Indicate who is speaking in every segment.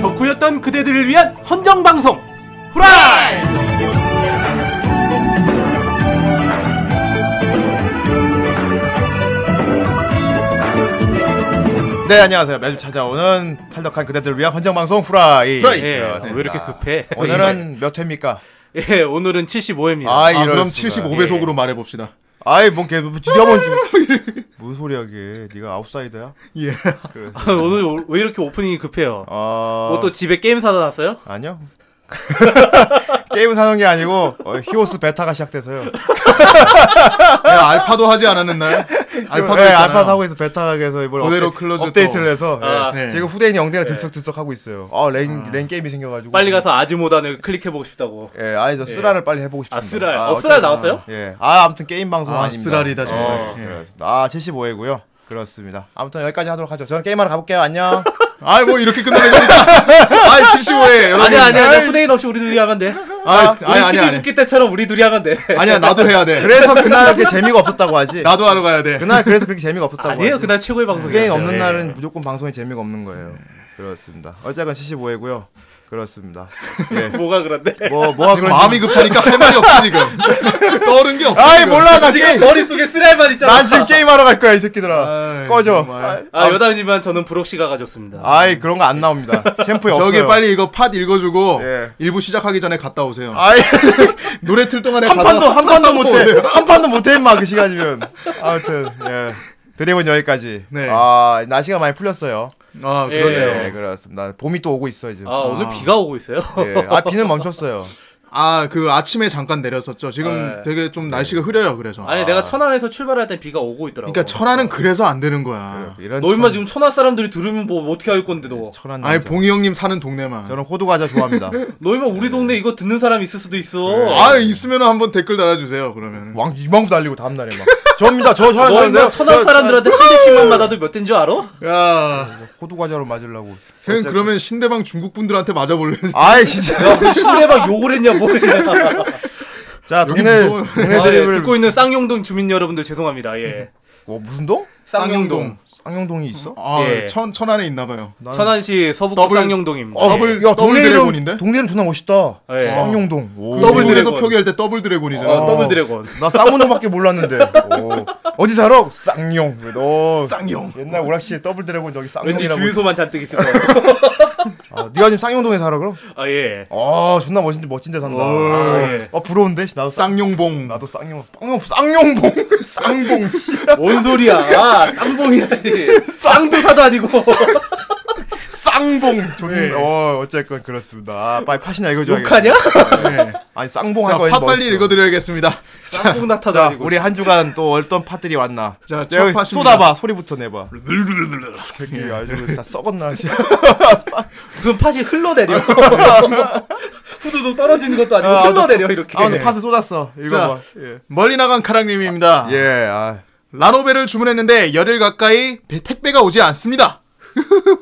Speaker 1: 덕후였던 그대들을 위한 헌정 방송 후라이.
Speaker 2: 네 안녕하세요 매주 찾아오는 탈덕한 그대들을 위한 헌정방송 후라이
Speaker 3: 후라이.
Speaker 1: 예,
Speaker 2: 그렇습니다.
Speaker 1: 왜 이렇게 급해?
Speaker 2: 오늘은 몇 회입니까?
Speaker 1: 예, 오늘은 75회입니다.
Speaker 2: 아,
Speaker 3: 아, 그럼
Speaker 2: 이럴수가.
Speaker 3: 75배속으로 말해봅시다.
Speaker 2: 아이 뭔개 네가 뭔지 무슨 소리야 이게 네가 아웃사이더야?
Speaker 3: 예.
Speaker 2: 그래서
Speaker 1: 오늘 오- 왜 이렇게 오프닝이 급해요?
Speaker 2: 아
Speaker 1: 뭐 또 집에 게임 사다 놨어요?
Speaker 2: 아니요 게임 사는 게 아니고 어, 히오스 베타가 시작돼서요
Speaker 3: 내가 아, 알파도 하지 않았는 날. 알파도
Speaker 2: 예,
Speaker 3: 했잖아요.
Speaker 2: 알파 사고 있어 베타가 해서 이번
Speaker 3: 그대로
Speaker 2: 업데,
Speaker 3: 클로즈
Speaker 2: 업데이트를
Speaker 3: 또.
Speaker 2: 해서 예.
Speaker 1: 아.
Speaker 3: 네.
Speaker 2: 지금 후대인 영대가 들썩들썩 하고 있어요 아랭 랭 게임이 생겨가지고
Speaker 1: 빨리 가서 아즈모단을 클릭해보고 싶다고.
Speaker 2: 예 아예 저 쓰랄을 빨리 해보고 싶습니다
Speaker 1: 아, 쓰랄. 어, 쓰랄 나왔어요?
Speaker 2: 예아 아무튼 게임 방송
Speaker 3: 아,
Speaker 2: 아닙니다
Speaker 3: 쓰라리다 정말.
Speaker 1: 어,
Speaker 3: 예.
Speaker 2: 그렇습니다. 아, 75회고요. 그렇습니다. 아무튼 여기까지 하도록 하죠. 저는 게임하러 가볼게요. 안녕.
Speaker 3: 아이 뭐 이렇게 끝나는 겁니까? 아이 75회 여러분.
Speaker 1: 아니야, 아니야, 아니야. 후대인 없이 우리 둘이 하면 돼.
Speaker 3: 아이, 아니
Speaker 1: 우리
Speaker 3: 아니
Speaker 1: 12
Speaker 3: 아니.
Speaker 1: 국기 때처럼 우리 둘이 하면 돼.
Speaker 3: 아니야 나도 해야 돼.
Speaker 2: 그래서 그날 그렇게 재미가 없었다고 하지.
Speaker 3: 나도 하러 가야 돼.
Speaker 2: 그날 그래서 그렇게 재미가 없었다고
Speaker 1: 아니에요,
Speaker 2: 하지.
Speaker 1: 그날 최고의
Speaker 2: 게임
Speaker 1: 방송이었어요.
Speaker 2: 없는
Speaker 1: 예.
Speaker 2: 날은 무조건 방송에 재미가 없는 거예요. 그렇습니다. 어쨌건 75회고요. 그렇습니다. 예.
Speaker 1: 뭐가 그런데?
Speaker 2: 뭐 뭐가 그런지
Speaker 3: 지금 마음이 급하니까 할 말이 없어 지금. 떠오른 게 없어.
Speaker 2: 아이
Speaker 3: 지금.
Speaker 2: 몰라 나
Speaker 1: 지금
Speaker 2: 게임.
Speaker 1: 머릿속에 쓰랄만 있잖아.
Speaker 2: 난 지금 게임하러 갈 거야, 이 새끼들아.
Speaker 3: 아이,
Speaker 2: 꺼져.
Speaker 3: 정말.
Speaker 1: 아, 여담이지만 저는 브록씨가 가졌습니다.
Speaker 2: 아이 그런 거 안 나옵니다. 챔프에 없어요.
Speaker 3: 저기 빨리 이거 팟 읽어주고
Speaker 2: 예.
Speaker 3: 일부 시작하기 전에 갔다 오세요.
Speaker 2: 아이
Speaker 3: 노래 틀 동안에
Speaker 2: 한
Speaker 3: 가서
Speaker 2: 판도 한 판도 못해
Speaker 3: 오세요.
Speaker 2: 한 판도 못해 임마 그 시간이면 아무튼 예 드림은 여기까지
Speaker 3: 네.
Speaker 2: 아 날씨가 많이 풀렸어요
Speaker 3: 아
Speaker 2: 네
Speaker 1: 예.
Speaker 3: 그러네요.
Speaker 2: 그렇습니다 봄이 또 오고 있어 지금
Speaker 1: 아, 오늘 비가 오고 있어요.
Speaker 2: 예. 아 비는 멈췄어요
Speaker 3: 아 그 아침에 잠깐 내렸었죠. 지금
Speaker 1: 네.
Speaker 3: 되게 좀 날씨가 흐려요. 그래서.
Speaker 1: 아니, 어, 내가 천안에서 출발할 땐 비가 오고 있더라고.
Speaker 3: 그러니까 천안은 그래서 안 되는 거야.
Speaker 2: 이런
Speaker 1: 너 임마 지금 천안 사람들이 들으면 뭐 어떻게 할 건데 너.
Speaker 2: 천한
Speaker 3: 아니
Speaker 2: 남자
Speaker 3: 봉이 형님 사는 동네만.
Speaker 2: 저는 호두 과자 좋아합니다
Speaker 1: 너 임마 우리 동네 이거 듣는 사람 있을 수도 있어.
Speaker 3: 아 있으면 한번 댓글 달아주세요. 그러면.
Speaker 2: 왕 이만큼 달리고 다음 날에 막 접니다 저 천안
Speaker 1: 너 임마
Speaker 2: 사는데요
Speaker 1: 천안 사람들한테 한 대씩만 받아도 몇 대인 줄 알아?
Speaker 3: 야,
Speaker 2: 호두 과자로 맞으려고
Speaker 3: 형 그러면 신대방 중국 분들한테 맞아볼래?
Speaker 2: 아이 진짜
Speaker 1: 야, 그 신대방 욕을 했냐 뭐 했냐.
Speaker 2: 자
Speaker 3: 여기
Speaker 2: 동네
Speaker 3: 무서워요.
Speaker 2: 동네
Speaker 1: 아, 예,
Speaker 2: 드림을
Speaker 1: 듣고 있는 쌍용동 주민 여러분들 죄송합니다. 예.
Speaker 2: 뭐 무슨 동
Speaker 3: 쌍용동.
Speaker 2: 쌍용동이 있어
Speaker 3: 아,
Speaker 1: 예.
Speaker 3: 천 천안에 있나봐요.
Speaker 1: 천안시 서북구
Speaker 3: 더블-
Speaker 1: 쌍용동입니다.
Speaker 2: 아,
Speaker 3: 어,
Speaker 1: 예.
Speaker 3: 더블-
Speaker 2: 야, 동네 이름-
Speaker 3: 드래곤인데?
Speaker 2: 동네 이름 존나 멋있다.
Speaker 1: 예.
Speaker 2: 쌍용동. 오.
Speaker 1: 더블
Speaker 3: 더블 드래곤에서
Speaker 1: 드래곤.
Speaker 3: 그 표기할 때 더블 드래곤이잖아.
Speaker 1: 어, 더블 드래곤.
Speaker 2: 나 쌍문호밖에 몰랐는데. 오. 어디 살아? 쌍용. 너
Speaker 3: 쌍용.
Speaker 2: 옛날 오락실에 더블 드래곤 저기
Speaker 1: 왠지
Speaker 2: 쌍용이라고.
Speaker 1: 주유소만 잔뜩 있을 거야.
Speaker 2: 아, 네가 지금 쌍용동에 살아 그럼?
Speaker 1: 아 예.
Speaker 2: 아, 존나 멋진데 멋진데 산다.
Speaker 1: 아,
Speaker 2: 아,
Speaker 1: 예.
Speaker 2: 부러운데? 나도 쌍
Speaker 3: 쌍용봉.
Speaker 2: 나도 쌍용. 쌍용 쌍용봉. 쌍봉. 씨.
Speaker 1: 뭔 소리야? 아, 쌍봉이라니. 쌍도 사도 아니고.
Speaker 2: 쌍봉. 존. 어, 어쨌건 그렇습니다. 아, 빨리 팥이나 읽어 줘야겠다.
Speaker 1: 욕하냐?
Speaker 2: 아니 쌍봉
Speaker 3: 자,
Speaker 2: 할거
Speaker 3: 팟 빨리 읽어드려야겠습니다.
Speaker 1: 쌍봉 나타도
Speaker 2: 자,
Speaker 1: 아니고.
Speaker 2: 우리 한 주간 또 어떤 팟들이 왔나?
Speaker 3: 자,
Speaker 2: 내가
Speaker 3: 첫 팟입니다.
Speaker 2: 네, 쏟아봐. 소리부터 내봐. 새끼 아주 다 썩었나.
Speaker 1: 무슨 팥이 흘러내려. 후두둑 떨어지는 것도 아니고
Speaker 2: 아,
Speaker 1: 흘러내려 이렇게. 네.
Speaker 2: 아, 오늘 팟을 쏟았어. 읽어봐.
Speaker 3: 자.
Speaker 2: 예.
Speaker 3: 멀리 나간 카랑님입니다.
Speaker 2: 예, 아.
Speaker 3: 라노베를 주문했는데 열흘 가까이 배- 택배가 오지 않습니다.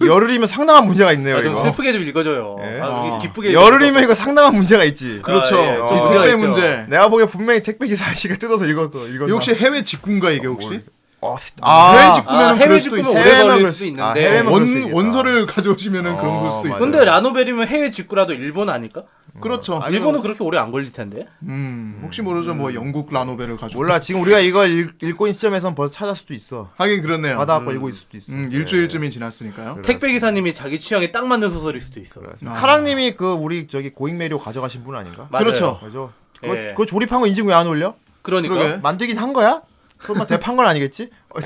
Speaker 2: 열흘이면 상당한 문제가 있네요,
Speaker 1: 아, 좀
Speaker 2: 이거.
Speaker 1: 슬프게 좀 읽어줘요.
Speaker 2: 예.
Speaker 1: 아, 이게 기쁘게.
Speaker 2: 열흘이면 이거 상당한 문제가 있지. 네.
Speaker 3: 그렇죠.
Speaker 1: 예, 좀
Speaker 3: 이
Speaker 1: 문제가
Speaker 3: 택배
Speaker 1: 있죠.
Speaker 3: 문제.
Speaker 2: 내가 보기엔 분명히 택배기사 아저씨가 뜯어서 읽을 거, 읽었나.
Speaker 3: 이거 혹시 해외 직구인가 이게 혹시?
Speaker 2: 아, 아,
Speaker 3: 해외
Speaker 1: 아,
Speaker 3: 직구 구매는
Speaker 1: 해외
Speaker 3: 그럴 수도
Speaker 1: 직구면
Speaker 3: 있어.
Speaker 1: 오래
Speaker 2: 해외만
Speaker 1: 걸릴
Speaker 2: 그럴
Speaker 1: 수
Speaker 2: 수-
Speaker 1: 있는데.
Speaker 2: 아, 해외만- 그럴 수
Speaker 3: 원
Speaker 2: 있겠다.
Speaker 3: 원서를 가져오시면은
Speaker 2: 어,
Speaker 3: 그런 걸 수도 있어.
Speaker 2: 맞아요.
Speaker 1: 근데 라노벨이면 해외 직구라도 일본 아닐까?
Speaker 3: 그렇죠.
Speaker 1: 일본은 그렇게 오래 안 걸릴 텐데.
Speaker 3: 음, 혹시 모르죠. 뭐 영국 라노베를 가져.
Speaker 2: 몰라. 지금 우리가 이걸 읽, 읽고 있는 시점에선 벌써 찾을 수도 있어.
Speaker 3: 하긴 그렇네요.
Speaker 2: 받아갖고 읽고 있을 수도 있어. 예.
Speaker 3: 음, 일주일쯤이 지났으니까요.
Speaker 1: 택배 기사님이 자기 취향에 딱 맞는 소설일 수도 있어.
Speaker 2: 예. 카랑님이 그, 우리 저기 고잉메리오 가져가신 분 아닌가?
Speaker 1: 맞아요.
Speaker 3: 그렇죠.
Speaker 2: 그죠? 그거,
Speaker 1: 예.
Speaker 2: 그거 조립한 거 인증 왜 안 올려?
Speaker 1: 그러니까
Speaker 3: 그러게.
Speaker 2: 만들긴 한 거야? 설마 대판 건 아니겠지? 그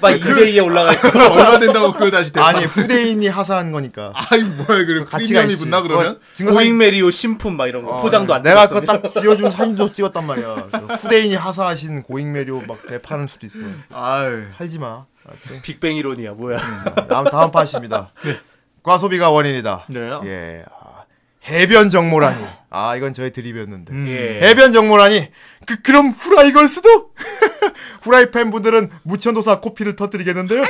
Speaker 1: 막 2대 2에 올라가 있고.
Speaker 3: 그럼 얼마 된다고 그걸 다시 대?
Speaker 2: 아니, 후대인이 하사한 거니까.
Speaker 3: 아이 뭐야 그럼
Speaker 2: 가치가
Speaker 3: 프리미엄이
Speaker 2: 있지.
Speaker 3: 붙나 그러면?
Speaker 2: 어, 증거 사진
Speaker 1: 고잉메리오 신품 막 이런 거 포장도 안
Speaker 2: 어, 네. 내가
Speaker 1: 뜯었습니다.
Speaker 2: 그거 딱 쥐어준 사진도 찍었단 말이야. 저 후대인이 하사하신 고잉메리오 막 대파는 수도 있어.
Speaker 3: 아유.
Speaker 2: 팔지 마. 알았지?
Speaker 1: 빅뱅 이론이야 뭐야.
Speaker 2: 다음 다음 파입니다.
Speaker 1: 네.
Speaker 2: 과소비가 원인이다.
Speaker 3: 그래요?
Speaker 2: 예. 아, 해변 정모라니. 아 이건 저의 드립이었는데.
Speaker 1: 예.
Speaker 2: 해변 정모라니. 그 그럼 후라이 걸 수도? 후라이 팬분들은 무천도사 코피를 터뜨리겠는데요.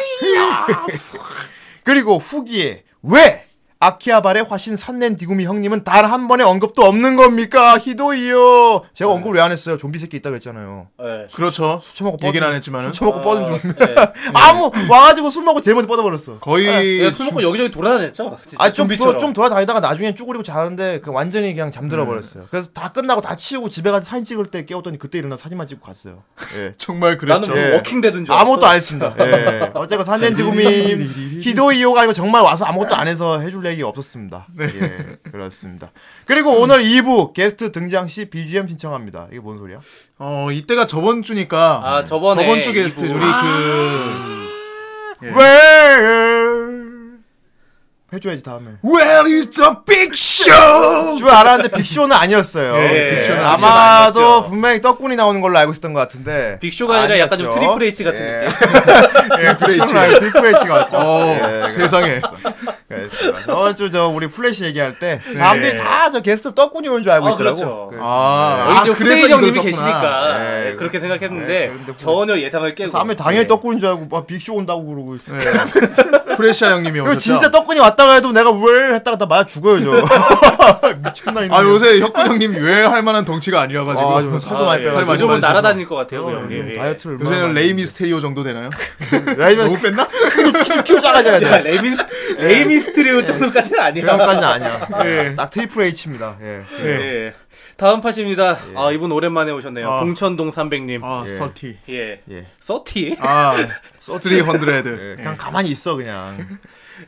Speaker 2: 그리고 후기에 왜 아키아발의 화신 산넨 디구미 형님은 단 한 번의 언급도 없는 겁니까? 히도이요. 제가 언급을 왜 안 했어요? 좀비 새끼 있다고 했잖아요.
Speaker 1: 예.
Speaker 3: 네. 그렇죠.
Speaker 2: 술 처먹고
Speaker 3: 얘기는
Speaker 2: 뻗은-
Speaker 3: 안 했지만은.
Speaker 2: 술 처먹고 뻗은 중.
Speaker 1: 예.
Speaker 2: 아무 와가지고 술 먹고 제일 먼저 뻗어버렸어.
Speaker 3: 거의
Speaker 1: 예, 술 먹고 여기저기 돌아다녔죠. 진짜
Speaker 2: 네, 아좀 그,
Speaker 1: 좀비처럼.
Speaker 2: 좀 돌아다니다가 나중에 쭈그리고 자는데 그 완전히 그냥 잠들어 버렸어요.
Speaker 3: 음.
Speaker 2: 그래서 다 끝나고 다 치우고 집에 가서 사진 찍을 때 깨웠더니 그때 일어나 서 사진만 찍고 갔어요. 예.
Speaker 3: 정말 그랬죠.
Speaker 1: 나는 무슨
Speaker 2: 예.
Speaker 1: 워킹 되든 줄 알았어.
Speaker 2: 아무것도 안 했습니다. 예. 어쨌건 산렌드구미님 히도이오가 이거 정말 와서 아무것도 안 해서 해줄 얘기 없었습니다. 예, 그렇습니다. 그리고 오늘 2부 게스트 등장 시 BGM 신청합니다. 이게 뭔 소리야?
Speaker 3: 어 이때가 저번 주니까
Speaker 1: 뭐- 아, 저번에
Speaker 3: 저번 주 게스트
Speaker 1: 이분. 아.
Speaker 3: 우리 그
Speaker 2: 예. Where 해줘야지 다음에.
Speaker 3: Where is the big show?
Speaker 2: 줄 알았는데 빅쇼는 아니었어요.
Speaker 1: 예,
Speaker 3: 빅쇼는
Speaker 2: 아마도
Speaker 1: 아니었죠.
Speaker 2: 분명히 떡군이 나오는 걸로 알고 있었던 것 같은데.
Speaker 1: 빅쇼가 아니라 약간 좀
Speaker 2: 아니었죠.
Speaker 1: 트리플 H 같은
Speaker 2: 예.
Speaker 1: 느낌.
Speaker 2: 예, 빅쇼는 아니고 트리플 H가 왔죠.
Speaker 3: 어
Speaker 2: 예,
Speaker 3: 세상에
Speaker 2: 그렇습니다. 저번 주저 우리 플래시 얘기할 때 사람들이 다 저 게스트 떡군이 오는 줄 알고
Speaker 1: 아,
Speaker 2: 있더라고.
Speaker 1: 그렇죠.
Speaker 2: 네. 그래서
Speaker 3: 아,
Speaker 1: 여기 좀 후대인 형님이
Speaker 3: 이걸 썼구나.
Speaker 1: 계시니까
Speaker 2: 예,
Speaker 1: 예, 그렇게
Speaker 2: 예,
Speaker 1: 생각했는데
Speaker 2: 그런데
Speaker 1: 전혀 예상을 깨고. 네.
Speaker 2: 사람이 당연히 떡군인 줄 알고 막 빅쇼 온다고 그러고.
Speaker 3: 네. 프레시아 형님이
Speaker 2: 그리고
Speaker 3: 오셨죠.
Speaker 2: 진짜 떡군이 왔다고 해도 내가 왜 했다가 다 맞아 죽어요 저. 미쳤나 이놈.
Speaker 3: 아 요새 혁군 형님 유해할 만한 덩치가 아니라 가지고
Speaker 2: 아, 좀 살도 많이
Speaker 1: 예.
Speaker 2: 빼가지고.
Speaker 1: 요즘은
Speaker 3: 많이
Speaker 1: 날아다닐 것 같아요, 그 형님.
Speaker 2: 요즘
Speaker 1: 예.
Speaker 2: 다이어트를 얼마나
Speaker 3: 요새는
Speaker 2: 많이
Speaker 3: 레이
Speaker 2: 했는데.
Speaker 3: 미스테리오 정도 되나요?
Speaker 2: 레이면
Speaker 3: 너무 뺐나?
Speaker 2: 큐 작아져야 돼. 네.
Speaker 1: 야, 레미 레미스트리오 정도까지는 아니야.
Speaker 2: 그런까지는 아니야.
Speaker 3: 예.
Speaker 2: 딱 트리플 H입니다. 예.
Speaker 1: 예. 예. 다음 팟입니다.
Speaker 2: 네.
Speaker 1: 아 이분 오랜만에 오셨네요.
Speaker 3: 아.
Speaker 1: 봉천동 300님.
Speaker 3: 아
Speaker 2: 예.
Speaker 3: 서티.
Speaker 1: 예.
Speaker 2: 예.
Speaker 1: 서티.
Speaker 3: 아 쓰리헌드레드.
Speaker 2: 예, 그냥 가만히 있어 그냥.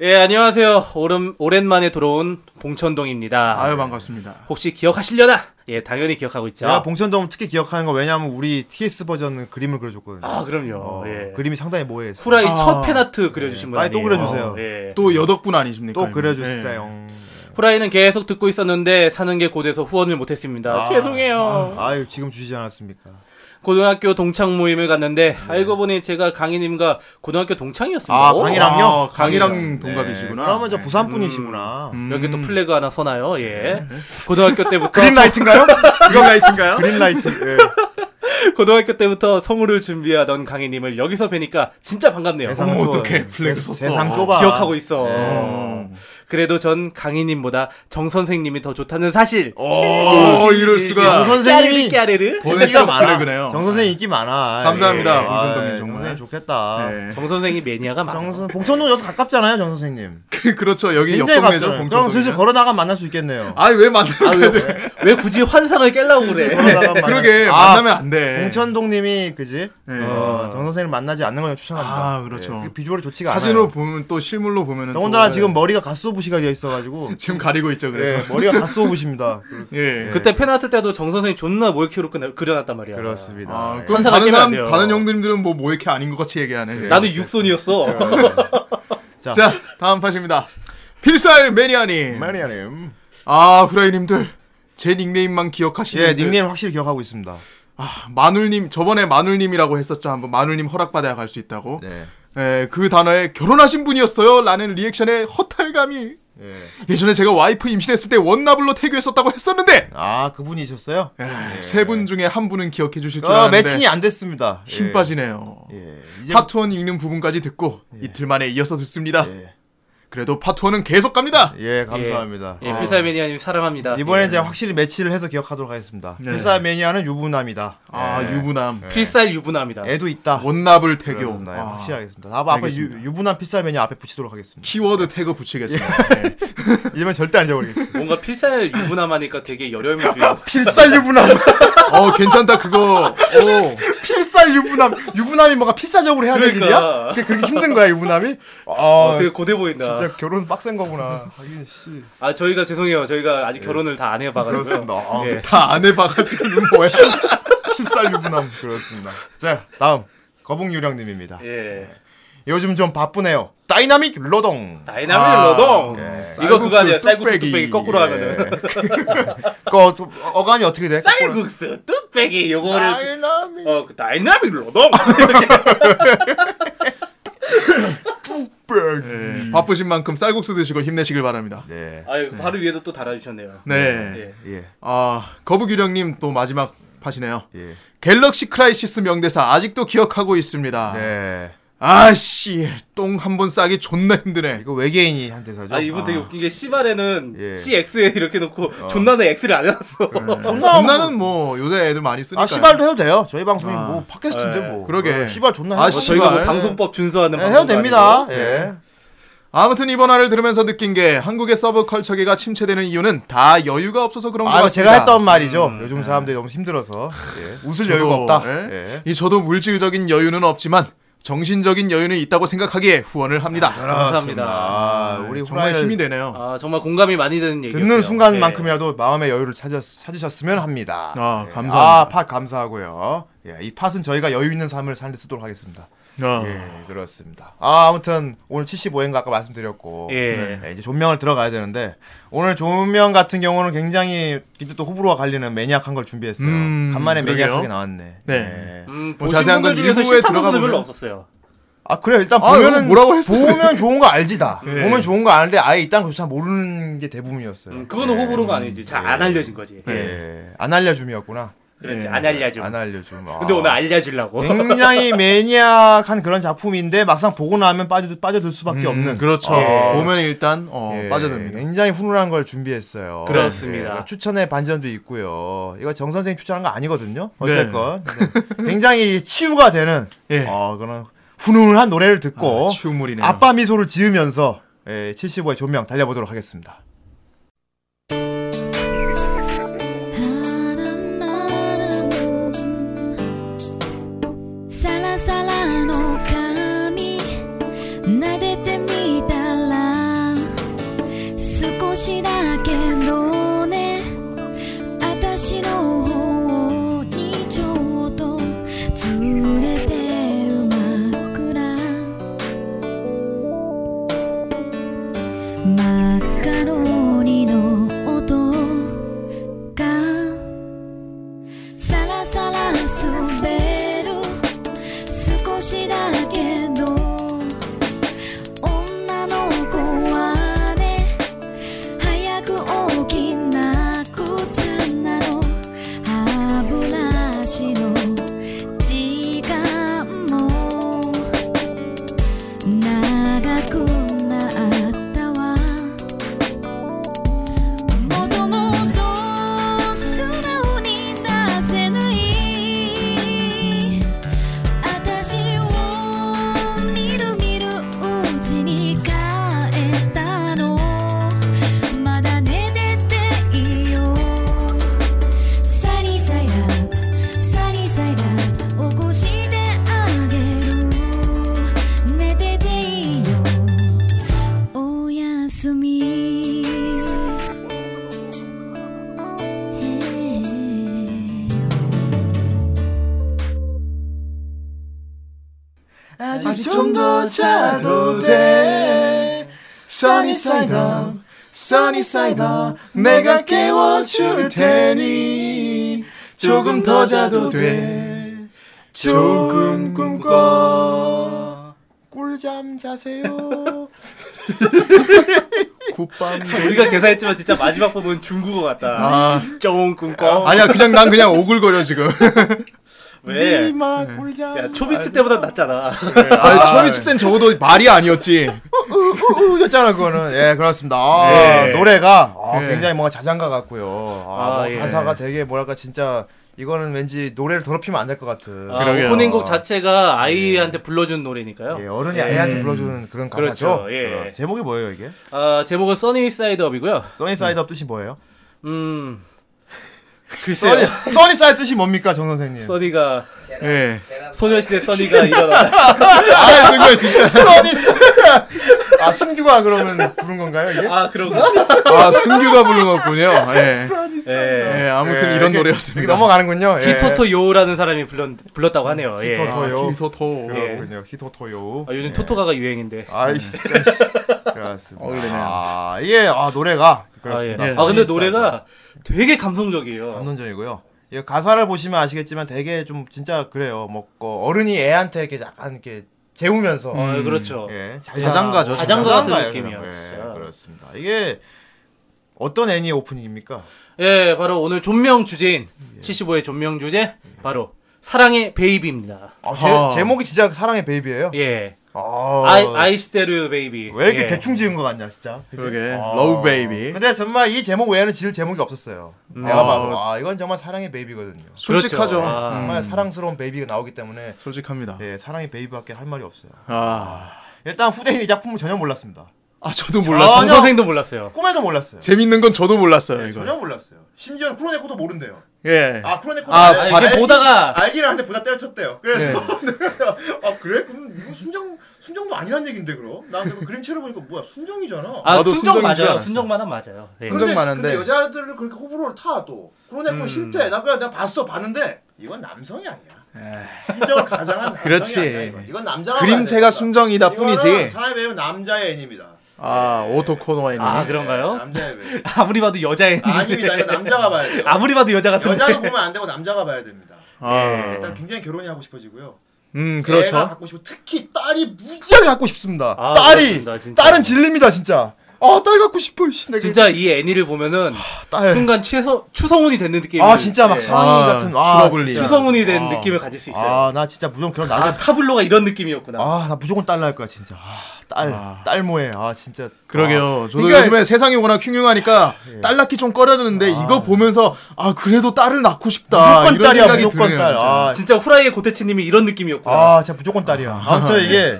Speaker 1: 예 안녕하세요. 오랜 오랜만에 들어온 봉천동입니다.
Speaker 3: 아유 반갑습니다.
Speaker 1: 혹시 기억하시려나? 예 당연히 기억하고 있죠.
Speaker 2: 제가 봉천동 특히 기억하는 거 왜냐하면 우리 TS 버전 그림을 그려줬거든요.
Speaker 1: 아 그럼요.
Speaker 2: 어,
Speaker 1: 예.
Speaker 2: 그림이 상당히 모호했어.
Speaker 1: 후라이
Speaker 3: 아.
Speaker 1: 첫 팬아트 그려주신 분
Speaker 2: 빨리
Speaker 1: 아니에요?
Speaker 2: 네. 또 그려주세요.
Speaker 1: 예.
Speaker 3: 또 여덕분 아니십니까?
Speaker 2: 또
Speaker 3: 이분?
Speaker 2: 그려주세요.
Speaker 1: 후라이는 계속 듣고 있었는데 사는 게 고돼서 후원을 못했습니다. 아, 죄송해요.
Speaker 2: 아. 아유 지금 주시지 않았습니까?
Speaker 1: 고등학교 동창 모임을 갔는데 알고 보니 제가 강희님과 고등학교 동창이었습니다.
Speaker 2: 아
Speaker 1: 오.
Speaker 3: 강희랑-
Speaker 2: 강이랑요?
Speaker 3: 아, 강이랑 동갑이시구나. 음.
Speaker 2: 그러면 저
Speaker 3: 네.
Speaker 2: 부산
Speaker 3: 예.
Speaker 2: 분이시구나.
Speaker 1: 음. 여기 또 플래그 하나 서나요?
Speaker 2: 네.
Speaker 1: 예. 고등학교 때부터
Speaker 2: 그린라이트인가요?
Speaker 3: 이건 라이트인가요?
Speaker 2: 그린라이트. 예.
Speaker 1: 고등학교 때부터 성우를 준비하던 강희님을 여기서 뵈니까 진짜 반갑네요.
Speaker 2: 세상
Speaker 3: 어머,
Speaker 2: 좁아.
Speaker 3: 어떡해. 플래그
Speaker 2: 세-
Speaker 3: 썼어.
Speaker 2: 세상 좁아. 네.
Speaker 1: 기억하고 있어.
Speaker 3: 어.
Speaker 1: 그래도 전 강희님보다 정 선생님이 더 좋다는 사실.
Speaker 3: 어
Speaker 2: 정
Speaker 3: 이럴 수가.
Speaker 2: 선생님이
Speaker 1: 선생님이 까르르.
Speaker 3: 보내기가 플래그네요. 예.
Speaker 2: 정 선생님 인기 많아.
Speaker 3: 감사합니다, 봉천동님
Speaker 2: 아,
Speaker 3: 정말.
Speaker 2: 정 선생님 좋겠다.
Speaker 3: 네.
Speaker 1: 정 선생이 매니아가 많아.
Speaker 2: 정선 봉천동 여기서 가깝잖아요, 정 선생님.
Speaker 3: 그- 그렇죠. 여기
Speaker 2: 굉장히
Speaker 3: 옆동네죠.
Speaker 2: 가깝잖아요. 그럼
Speaker 3: 봉천동이.
Speaker 2: 슬슬 걸어 나가 만날 수 있겠네요.
Speaker 3: 아니 왜 만나는 거야?
Speaker 1: 왜 굳이 환상을 깨려고 그래?
Speaker 2: 걸어나가면 만날
Speaker 3: 그러게
Speaker 2: 수- 아,
Speaker 3: 만나면 안 돼.
Speaker 2: 봉천동님이 그지?
Speaker 3: 네.
Speaker 2: 어, 정 선생님 만나지 않는 걸 추천합니다.
Speaker 3: 아, 그렇죠.
Speaker 2: 그 비주얼이 좋지가
Speaker 3: 사진으로
Speaker 2: 않아요.
Speaker 3: 보면 또 실물로 보면은
Speaker 2: 더군다나
Speaker 3: 또- 예, 네.
Speaker 2: 지금 머리가 가쏘부시가 되어 있어가지고
Speaker 3: 지금 가리고 있죠.
Speaker 2: 예,
Speaker 3: 그래서
Speaker 2: 머리가 가쏘부십니다.
Speaker 3: 예.
Speaker 1: 그때 팬아트 때도 정 선생이 존나 모이키로 그려- 그려놨단 말이야.
Speaker 2: 그렇습니다. 네.
Speaker 3: 아,
Speaker 1: 한
Speaker 3: 그럼
Speaker 1: 사람
Speaker 3: 다른
Speaker 1: 깨면 안
Speaker 3: 사람
Speaker 1: 돼요.
Speaker 3: 다른 형님들은 뭐 모이케 아닌 것 같이 얘기하네. 예.
Speaker 1: 나는 육손이었어.
Speaker 2: 나-
Speaker 3: 자 다음 파입니다 필살 매니아님.
Speaker 2: 마리아님.
Speaker 3: 아 후라이님들 제 닉네임만 기억하시는.
Speaker 2: 예, 닉네임 확실히 기억하고 있습니다.
Speaker 3: 아 마눌님 저번에 마눌님이라고 했었죠. 한번 마눌님 허락 받아야 갈 수 있다고.
Speaker 2: 네.
Speaker 3: 예, 그 단어에 결혼하신 분이었어요. 라는 리액션의 허탈감이. 예전에 제가 와이프 임신했을 때 원나블로 태교했었다고 했었는데 예,
Speaker 2: 아, 그분이셨어요?
Speaker 3: 네. 세 분 중에 한 분은 기억해 주실 줄
Speaker 2: 어,
Speaker 3: 알았는데
Speaker 2: 네. 매칭이 안 됐습니다.
Speaker 3: 힘
Speaker 2: 예.
Speaker 3: 빠지네요.
Speaker 2: 예. 이제
Speaker 3: 파트 1 읽는 부분까지 듣고 이틀 만에 이어서 듣습니다.
Speaker 2: 예.
Speaker 3: 그래도 파트 1은 계속 갑니다.
Speaker 2: 예, 감사합니다.
Speaker 1: 예, 필살 매니아님 사랑합니다. 예.
Speaker 2: 이번에 제가 확실히 매치를 해서 기억하도록 하겠습니다.
Speaker 3: 예. 네.
Speaker 2: 필사 매니아는 유부남이다.
Speaker 3: 아
Speaker 2: 예.
Speaker 3: 유부남
Speaker 1: 예. 필살 유부남이다.
Speaker 2: 애도 있다.
Speaker 3: 원나블 태교
Speaker 2: 그렇습니다. 예,
Speaker 3: 아,
Speaker 2: 확실히 하겠습니다. 아마 앞에 유,
Speaker 3: 알겠습니다.
Speaker 2: 유부남 필살 매니아 앞에 붙이도록 하겠습니다.
Speaker 3: 키워드 태그 붙이겠습니다. 네.
Speaker 2: 이러면 절대 안 잊어버리겠어요.
Speaker 1: 뭔가 필살 유부남 하니까 되게 여렴해 주여.
Speaker 2: 필살 유부남.
Speaker 3: 어 괜찮다 그거. 오
Speaker 2: 필살 유부남. 유부남이 뭔가 필사적으로 해야 될
Speaker 1: 그러니까.
Speaker 2: 일이야? 그게 그렇게 힘든 거야, 유부남이? 아,
Speaker 1: 어, 되게 고대 보인다.
Speaker 2: 진짜 결혼 빡센 거구나. 하긴 씨.
Speaker 1: 아 저희가 죄송해요. 저희가 아직 결혼을 다 안 해봐가지고.
Speaker 2: 예. 그렇습니다. 아,
Speaker 1: 예.
Speaker 3: 다 안 해봐가지고 뭐야.
Speaker 2: 필살 유부남 그렇습니다. 자, 다음. 거북유령 님입니다.
Speaker 1: 예.
Speaker 2: 요즘 좀 바쁘네요. 다이나믹 로동. 아, 네.
Speaker 1: 다이나믹 로동. 이거 그거 아니야? 쌀국수 뚝배기 거꾸로
Speaker 2: 예.
Speaker 1: 하면은.
Speaker 2: 거 또, 어감이 어떻게 돼?
Speaker 1: 쌀국수 뚝배기
Speaker 2: 아,
Speaker 1: 요거를.
Speaker 2: 다이나믹
Speaker 1: 어, 그 다이나믹 로동.
Speaker 2: 백.
Speaker 3: 네, 바쁘신 만큼 쌀국수 드시고 힘내시길 바랍니다.
Speaker 2: 네.
Speaker 1: 아 이거 바로 위에도 또 달아주셨네요.
Speaker 3: 네.
Speaker 1: 예.
Speaker 2: 예.
Speaker 3: 아 거북유령님 또 마지막 파시네요.
Speaker 2: 예.
Speaker 3: 갤럭시 크라이시스 명대사 아직도 기억하고 있습니다.
Speaker 2: 네.
Speaker 3: 아씨 똥 한 번 싸기 존나 힘드네.
Speaker 2: 이거 외계인이 한 대사죠.
Speaker 1: 아 이분 되게 웃긴 게 씨발에는
Speaker 2: 예.
Speaker 1: CX에 이렇게 놓고 존나는 X를 안 해놨어.
Speaker 3: 네.
Speaker 2: 존나
Speaker 3: 존나는 뭐 요새 애들 많이 쓰니까.
Speaker 2: 아 씨발도 해도 돼요. 저희 방송이
Speaker 3: 아.
Speaker 2: 뭐 팟캐스트인데
Speaker 1: 예.
Speaker 2: 뭐.
Speaker 3: 그러게.
Speaker 2: 어, 씨발 존나
Speaker 3: 아,
Speaker 2: 해도
Speaker 1: 뭐
Speaker 2: 돼요.
Speaker 3: 씨-
Speaker 1: 저희가 뭐
Speaker 3: 씨발.
Speaker 1: 방송법 준수하는
Speaker 2: 예, 해도
Speaker 1: 방송도
Speaker 2: 됩니다.
Speaker 1: 아니고.
Speaker 2: 예.
Speaker 3: 아무튼 이번 화를 들으면서 느낀 게 한국의 서브컬처계가 침체되는 이유는 다 여유가 없어서 그런 것
Speaker 2: 아
Speaker 3: 같습니다.
Speaker 2: 제가 했던 말이죠. 요즘 사람들이 너무 힘들어서 예. 웃을
Speaker 3: 저도,
Speaker 2: 여유가 없다.
Speaker 3: 예.
Speaker 2: 예.
Speaker 3: 이 저도 물질적인 여유는 없지만 정신적인 여유는 있다고 생각하기에 후원을 합니다.
Speaker 1: 감사합니다.
Speaker 2: 아, 우리
Speaker 3: 정말
Speaker 2: 후라이를
Speaker 3: 힘이 되네요.
Speaker 1: 아 정말 공감이 많이 되는 얘기.
Speaker 2: 듣는 순간만큼이라도 마음의 여유를 찾았, 찾으셨으면 합니다.
Speaker 3: 아,
Speaker 2: 예.
Speaker 3: 감사합니다.
Speaker 2: 아, 팟 감사하고요. 예, 이 팟은 저희가 여유 있는 삶을 살려 쓰도록 하겠습니다.
Speaker 3: 어.
Speaker 2: 예, 그렇습니다. 아, 아무튼 오늘 75회인가 아까 말씀드렸고
Speaker 1: 예.
Speaker 2: 네, 이제 존명을 들어가야 되는데 오늘 존명 같은 경우는 굉장히 이때 또 호불호가 갈리는 매니악한 걸 준비했어요.
Speaker 3: 음,
Speaker 2: 간만에
Speaker 3: 그러게요.
Speaker 2: 매니악하게 나왔네.
Speaker 3: 네.
Speaker 1: 음,
Speaker 3: 뭐
Speaker 1: 보신
Speaker 3: 자세한 건
Speaker 1: 분들 중에서
Speaker 3: 일부에
Speaker 1: 싫다는 분들
Speaker 3: 들어가보면-
Speaker 1: 별로 없었어요.
Speaker 2: 아 그래 요 일단
Speaker 3: 아,
Speaker 2: 보면은
Speaker 3: 이거 뭐라고 했어요?
Speaker 2: 보면 좋은 거 알지다.
Speaker 3: 네.
Speaker 2: 보면 좋은 거 아는데 아예 이딴 거조차 모르는 게 대부분이었어요.
Speaker 1: 음, 그거는 호불호가 아니지. 잘 안 알려진 거지.
Speaker 2: 예. 안 알려줌이었구나.
Speaker 1: 그렇지 안 알려줘.
Speaker 2: 안 알려줌. 아.
Speaker 1: 근데 오늘 알려주려고.
Speaker 2: 굉장히 매니악한 그런 작품인데 막상 보고 나면 빠져 빠져들 수밖에 없는.
Speaker 3: 그렇죠.
Speaker 2: 예.
Speaker 3: 보면 일단 어,
Speaker 2: 예,
Speaker 3: 빠져듭니다.
Speaker 2: 굉장히 훈훈한 걸 준비했어요.
Speaker 1: 그렇습니다.
Speaker 2: 예, 추천의 반전도 있고요. 이거 정 선생님 추천한 거 아니거든요. 어쨌건 네. 굉장히 치유가 되는
Speaker 3: 예.
Speaker 2: 어, 그런 훈훈한 노래를 듣고
Speaker 3: 아, 추물이네요.
Speaker 2: 아, 빠 미소를 지으면서 예, 75의 조명 달려보도록 하겠습니다.
Speaker 4: 「さらさらの髪」「撫でてみたら」「少しだけどね」「あたしの方にちょっと連れてる枕」「マカロニの音が」「さらさら滑る」「少しだけど」「女の子はね」「早く大きな口なの」「歯ブラシの時間も」「長くなったわ」「もともと素直に出せない」「あたしをみるみるうちに帰ったの」「まだ寝てていいよ」「サニーサイダーサニーサイダー起こしてあげる」「寝てていいよおやすみ」
Speaker 3: 아직 좀 더 자도 돼 Sunny side up Sunny side up 내가 깨워줄 테니 조금 더 자도 돼 조금 꿈꿔
Speaker 2: 꿀잠 자세요.
Speaker 3: 굿밤
Speaker 1: 우리가 계산했지만 진짜 마지막 부분 중국어 같다.
Speaker 3: 아
Speaker 1: 쫑 꿈꿔.
Speaker 3: 아니야 그냥 난 그냥 오글거려 지금
Speaker 1: 왜? 네.
Speaker 2: 이마 꿀잠.
Speaker 1: 야 초비스 때보다 낫잖아.
Speaker 3: 아 처음에 칠땐 적어도 말이 아니었지
Speaker 2: 우우였잖아 그거는. 예, 그렇습니다. 아,
Speaker 1: 예.
Speaker 2: 노래가 아,
Speaker 3: 예.
Speaker 2: 굉장히 뭔가 자장가 같고요. 아,
Speaker 1: 아,
Speaker 2: 뭐
Speaker 1: 예.
Speaker 2: 가사가 되게 뭐랄까 진짜 이거는 왠지 노래를 더럽히면 안 될 것 같은.
Speaker 1: 아,
Speaker 3: 그러게요.
Speaker 1: 오프닝곡 자체가 아이한테 불러준 노래니까요.
Speaker 2: 예, 어른이 아이한테 불러주는 그런 가사죠.
Speaker 1: 그렇죠, 예.
Speaker 2: 그렇- 제목이 뭐예요 이게?
Speaker 1: 아, 제목은 써니 사이드 업이고요.
Speaker 2: 써니 사이드업 뜻이 뭐예요?
Speaker 1: 음.
Speaker 2: 써니,
Speaker 1: 글쎄요.
Speaker 2: 써니 사이드 뜻이 뭡니까 정 선생님?
Speaker 1: 써니가
Speaker 3: 예
Speaker 1: 소녀시대 써니가 일어나.
Speaker 3: 아, 정말 진짜
Speaker 2: 써니 사이드. 아 승규가 그러면 부른 건가요 이게?
Speaker 1: 아, 그런가?
Speaker 3: 아 승규가 부른 거군요 예.
Speaker 1: 예.
Speaker 3: 예 아무튼
Speaker 2: 예, 이렇게-
Speaker 3: 이런
Speaker 2: 이렇게
Speaker 3: 노래였습니다
Speaker 2: 넘어가는군요. 예.
Speaker 1: 히토토 요라는 사람이 불렀, 불렀다고 하네요. 예.
Speaker 2: 히토토. 예.
Speaker 3: 아, 히토토
Speaker 2: 그렇군요. 히토토요.
Speaker 1: 아, 요즘 토토가가 유행인데.
Speaker 2: 아이 진짜 씨. 그렇습니다.
Speaker 3: 어울리네요.
Speaker 2: 아 이게 아 노래가 그렇습니다.
Speaker 1: 아, 예.
Speaker 3: 네.
Speaker 1: 아 근데 노래가 되게 감성적이에요.
Speaker 2: 감동적이고요. 이 가사를 보시면 아시겠지만 되게 좀 진짜 그래요. 뭐 어, 어른이 애한테 이렇게 약간 이렇게 재우면서
Speaker 1: 어, 그렇죠.
Speaker 2: 예,
Speaker 3: 자장가죠,
Speaker 1: 자장가 같은
Speaker 2: 자장가예요,
Speaker 1: 느낌이에요,
Speaker 2: 그냥. 예,
Speaker 1: 진짜.
Speaker 2: 그렇습니다. 이게 어떤 애니 오프닝입니까? 예.
Speaker 1: 예, 바로 오늘 존명 주제인 75의 존명 주제 바로 사랑의 베이비입니다.
Speaker 2: 아, 제,
Speaker 3: 아.
Speaker 2: 제목이 진짜 사랑의 베이비예요.
Speaker 1: 예.
Speaker 2: 아,
Speaker 1: 아이 아이스테르 베이비.
Speaker 2: 왜 이렇게
Speaker 1: 예.
Speaker 2: 대충 지은 것 같냐 진짜. 그치?
Speaker 3: 그러게.
Speaker 2: 아.
Speaker 3: 러브 베이비.
Speaker 2: 근데 정말 이 제목 외에는 지을 제목이 없었어요.
Speaker 1: 음.
Speaker 2: 내가 봐도 아 이건 정말 사랑의 베이비거든요.
Speaker 3: 솔직하죠.
Speaker 1: 그렇죠. 아.
Speaker 3: 음,
Speaker 2: 정말 사랑스러운 베이비가 나오기 때문에
Speaker 3: 솔직합니다.
Speaker 2: 예, 사랑의 베이비밖에 할 말이 없어요.
Speaker 3: 아,
Speaker 2: 일단 후대인 이 작품을 전혀 몰랐습니다.
Speaker 3: 아 저도
Speaker 1: 정
Speaker 3: 몰랐어요.
Speaker 2: 전혀-
Speaker 1: 선생도 몰랐어요.
Speaker 2: 꿈에도 몰랐어요.
Speaker 3: 재밌는 건 저도 몰랐어요.
Speaker 2: 예,
Speaker 3: 이거.
Speaker 2: 전혀 몰랐어요. 심지어 쿠로네코도 모른대요.
Speaker 3: 예.
Speaker 2: 아 쿠로네코도
Speaker 3: 아,
Speaker 2: 알-
Speaker 1: 아, 이게
Speaker 2: 알기-
Speaker 1: 보다가 네.
Speaker 2: 알기는 한데 보다 때려쳤대요.
Speaker 3: 예.
Speaker 2: 그래서 내가 아 그래? 그럼 이건 순정 순정도 아니란 얘긴데 그럼? 나 그래서 그림체를 보니까 뭐야 순정이잖아.
Speaker 1: 아
Speaker 3: 나도
Speaker 1: 순정
Speaker 3: 순정인 줄
Speaker 1: 맞아요.
Speaker 3: 알았어.
Speaker 1: 순정만은 맞아요. 예.
Speaker 3: 순정-
Speaker 2: 근데,
Speaker 3: 많은데.
Speaker 2: 근데 여자들을 그렇게 호불호를 타 또.
Speaker 3: 음.
Speaker 2: 그러네코 싫대. 나 그냥 나 봤어 봤는데 이건 남성이 아니야. 순정을 가장한 남성이
Speaker 3: 그렇지.
Speaker 2: 아니야. 이건, 이건 남자가
Speaker 3: 그림체가 순정이다
Speaker 2: 이거는
Speaker 3: 뿐이지.
Speaker 2: 사람의 배우 남자의 애니입니다.
Speaker 3: 아, 오토코노아이네.
Speaker 1: 아 그런가요?
Speaker 2: 남자의 배.
Speaker 1: 아무리 봐도 여자애.
Speaker 2: 아닙니다. 이거 남자가 봐야 돼요.
Speaker 1: 아무리 봐도 여자 같은데.
Speaker 2: 여자가 보면 안 되고 남자가 봐야 됩니다.
Speaker 3: 아.
Speaker 1: 예.
Speaker 2: 일단 굉장히 결혼이 하고 싶어지고요.
Speaker 3: 음,
Speaker 2: 애가
Speaker 3: 그렇죠.
Speaker 2: 갖고 싶고 특히 딸이 무지하게 갖고 싶습니다.
Speaker 1: 아,
Speaker 2: 딸이
Speaker 1: 그렇습니다, 진짜.
Speaker 2: 딸은 질립니다 진짜. 아딸 갖고 싶어. 씨, 내가
Speaker 1: 진짜 이 애니를 보면은
Speaker 2: 딸.
Speaker 1: 순간 최서 추성훈이 된 느낌.
Speaker 2: 네. 아 진짜 막 상인
Speaker 3: 아,
Speaker 2: 같은 아,
Speaker 3: 추러블리.
Speaker 2: 진짜.
Speaker 1: 추성훈이 된
Speaker 2: 아.
Speaker 1: 느낌을 가질 수 있어요.
Speaker 2: 아 나 진짜 무조건 결혼
Speaker 1: 아
Speaker 2: 나중에
Speaker 1: 타블로가 이런 느낌이었구나.
Speaker 2: 아 나 무조건 딸 낳을 거야 진짜 딸딸
Speaker 3: 아.
Speaker 2: 모해 아 진짜
Speaker 3: 그러게요.
Speaker 2: 아.
Speaker 3: 저도
Speaker 2: 그러니까 예.
Speaker 3: 요즘에 세상이 워낙 흉흉하니까 딸 낳기 좀 꺼려졌는데 이거 보면서 아 그래도 딸을 낳고 싶다.
Speaker 2: 무조건
Speaker 3: 이런
Speaker 2: 딸이야
Speaker 3: 생각이
Speaker 2: 무조건
Speaker 3: 드네요,
Speaker 2: 딸
Speaker 3: 진짜.
Speaker 2: 아,
Speaker 1: 진짜 후라이의 고태치님이 이런 느낌이었구나.
Speaker 2: 아 진짜 무조건 딸이야 아무튼
Speaker 3: 예.
Speaker 2: 이게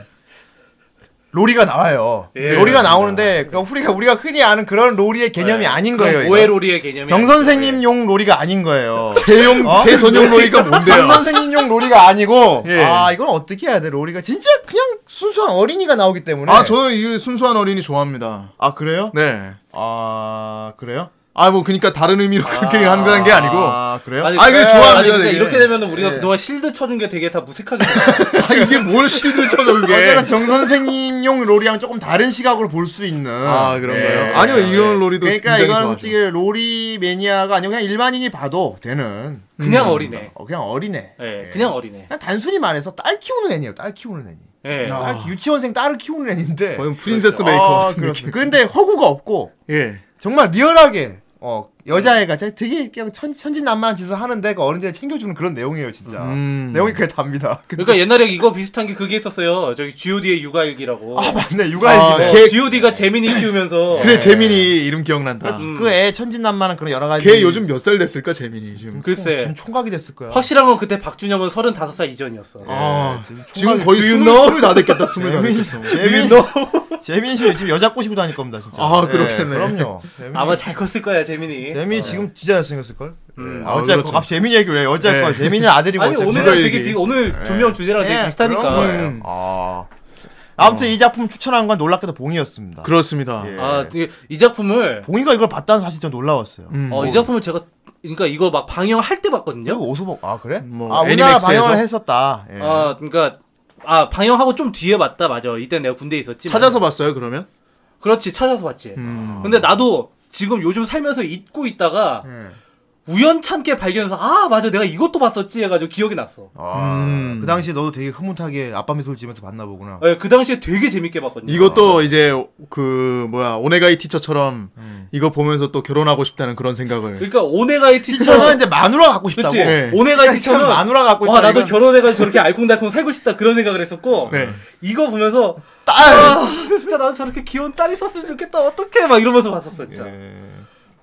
Speaker 2: 로리가 나와요 네,
Speaker 1: 예,
Speaker 2: 로리가
Speaker 1: 맞습니다.
Speaker 2: 나오는데 그 우리가 우리가 흔히 아는 그런 로리의 개념이 아닌 거예요 이거.
Speaker 1: 오해로리의 개념이.
Speaker 2: 정
Speaker 1: 아니죠. 예.
Speaker 2: 선생님용 로리가 아닌 거예요
Speaker 3: 제용
Speaker 2: 어?
Speaker 3: 제 전용 로이가 뭔데요?
Speaker 2: 정 선생님용 로리가 아니고
Speaker 3: 예.
Speaker 2: 아 이건 어떻게 해야 돼 로리가 진짜 그냥 순수한 어린이가 나오기 때문에
Speaker 3: 아 저는 이 순수한 어린이 좋아합니다.
Speaker 2: 네. 아 그래요
Speaker 3: 네.
Speaker 2: 아 그래요
Speaker 3: 아 뭐 그러니까 다른 의미로 그렇게 한다는 게 아니고 아
Speaker 2: 아 그래요
Speaker 1: 아니,
Speaker 3: 아, 이거
Speaker 1: 예,
Speaker 3: 좋아합니다,
Speaker 1: 아니, 근데
Speaker 3: 되게.
Speaker 1: 이렇게 되면 은
Speaker 2: 네.
Speaker 1: 우리가 그동안 실드 쳐준 게 되게 다 무색하게. 나와요.
Speaker 3: 아, 이게 뭘 실드를 쳐줘 그게.
Speaker 2: 어쨌든 정 선생님용 로리랑 조금 다른 시각으로 볼 수 있는
Speaker 3: 아 그런가요?
Speaker 2: 예.
Speaker 3: 아니요 이런 로리도
Speaker 2: 그러니까
Speaker 3: 굉장히
Speaker 2: 이건
Speaker 3: 좋아하죠.
Speaker 2: 솔직히 로리 매니아가 아니고 그냥 일반인이 봐도 되는
Speaker 1: 그냥 어린애.
Speaker 2: 어, 그냥 어린애
Speaker 1: 예, 그냥 어린애.
Speaker 2: 그냥 단순히 말해서 딸 키우는 애니에요 딸 키우는 애니
Speaker 1: 예.
Speaker 2: 딸, 유치원생 딸을 키우는 애니인데
Speaker 3: 아. 네. 거의 프린세스 메이커
Speaker 2: 아,
Speaker 3: 같은
Speaker 2: 그렇습니다.
Speaker 3: 느낌.
Speaker 2: 근데 허구가 없고
Speaker 3: 예.
Speaker 2: 정말 리얼하게 어, 여자애가 진짜 되게 그냥 천, 천진난만한 짓을 하는데 그 어른들이 챙겨주는 그런 내용이에요 진짜
Speaker 3: 음.
Speaker 2: 내용이 그게 답니다
Speaker 1: 그러니까 옛날에 이거 비슷한 게 그게 있었어요. 저기 G.O.D의 육아일기라고.
Speaker 2: 아 맞네 육아일기
Speaker 3: 아,
Speaker 1: 네,
Speaker 3: 걔-
Speaker 1: G.O.D가 재민이 키우면서.
Speaker 2: 네.
Speaker 1: 네. 음.
Speaker 3: 그래 재민이 이름 기억난다.
Speaker 2: 그 애 천진난만한 그런 여러 가지
Speaker 3: 걔 요즘 몇 살 됐을까 재민이 지금.
Speaker 1: 글쎄.
Speaker 2: 지금 총각이 됐을 거야.
Speaker 1: 확실한 건 그때 박준영은 35살 이전이었어.
Speaker 3: 아, 지금
Speaker 2: 총각이-
Speaker 3: 거의 네,
Speaker 2: Do
Speaker 3: 스물
Speaker 2: you 네.
Speaker 3: 스물 다 됐겠다 스물 다 됐겠어.
Speaker 1: 네.
Speaker 2: 재민 재민 씨 지금 여자 꼬시고 다닐 겁니다 진짜.
Speaker 3: 아,
Speaker 2: 예,
Speaker 3: 그렇겠네.
Speaker 2: 그럼요. 재민,
Speaker 1: 아마 잘 컸을 거야, 재민이.
Speaker 2: 재민 지금 진짜 잘생겼을 걸.
Speaker 1: 음.
Speaker 2: 아, 어째
Speaker 3: 아,
Speaker 2: 그
Speaker 3: 그렇죠.
Speaker 2: 갑자기 재민 얘기 왜? 어째
Speaker 3: 네.
Speaker 2: 거 재민이 아들이고
Speaker 1: 아니,
Speaker 2: 어째
Speaker 1: 오늘
Speaker 3: 그거
Speaker 1: 은 되게
Speaker 3: 얘기.
Speaker 1: 비, 오늘 조명 주제랑 되게 비슷하니까.
Speaker 3: 음.
Speaker 2: 아. 아무튼 이 작품 추천한 건 놀랍게도 봉이었습니다.
Speaker 3: 어. 그렇습니다.
Speaker 2: 예.
Speaker 1: 아, 되게 이 작품을
Speaker 2: 봉이가 이걸 봤다는 사실 전 놀라웠어요.
Speaker 3: 음.
Speaker 1: 어, 이 작품을 제가 그러니까 이거 막 방영할 때 봤거든요.
Speaker 2: 이거 오소복 아 그래?
Speaker 3: 뭐,
Speaker 2: 아 우리나라
Speaker 3: 애니맥스에서?
Speaker 2: 방영을 했었다. 예.
Speaker 1: 아, 그러니까 아 방영하고 좀 뒤에 봤다 맞아. 이때 내가 군대 에 있었지.
Speaker 3: 찾아서 봤어요 그러면?
Speaker 1: 그렇지 찾아서 봤지.
Speaker 3: 음.
Speaker 1: 근데 나도 지금 요즘 살면서 잊고 있다가
Speaker 2: 예.
Speaker 1: 우연찮게 발견해서 아 맞아 내가 이것도 봤었지 해가지고 기억이 났어.
Speaker 2: 아,
Speaker 3: 음. 어,
Speaker 2: 그 당시에 너도 되게 흐뭇하게 아빠 미소를 지면서 봤나 보구나.
Speaker 1: 예, 그 당시에 되게 재밌게 봤거든요.
Speaker 3: 이것도 이제 그 뭐야 오네가이 티처처럼
Speaker 2: 음.
Speaker 3: 이거 보면서 또 결혼하고 싶다는 그런 생각을.
Speaker 1: 그러니까 오네가이
Speaker 2: 티처는
Speaker 1: 티처는
Speaker 2: 이제 마누라 갖고 예. 싶다고.
Speaker 1: 그치
Speaker 3: 네.
Speaker 1: 오네가이
Speaker 2: 참
Speaker 1: 티처는
Speaker 2: 마누라
Speaker 3: 어,
Speaker 2: 갖고
Speaker 1: 와
Speaker 2: 있다,
Speaker 1: 나도
Speaker 2: 이건.
Speaker 1: 결혼해가지고 저렇게 알콩달콩 살고 싶다 그런 생각을 했었고
Speaker 3: 네.
Speaker 1: 이거 보면서
Speaker 2: 딸.
Speaker 1: 아 진짜 나도 저렇게 귀여운 딸이 있었으면 좋겠다 어떡해 막 이러면서 봤었어 진짜.
Speaker 2: 예.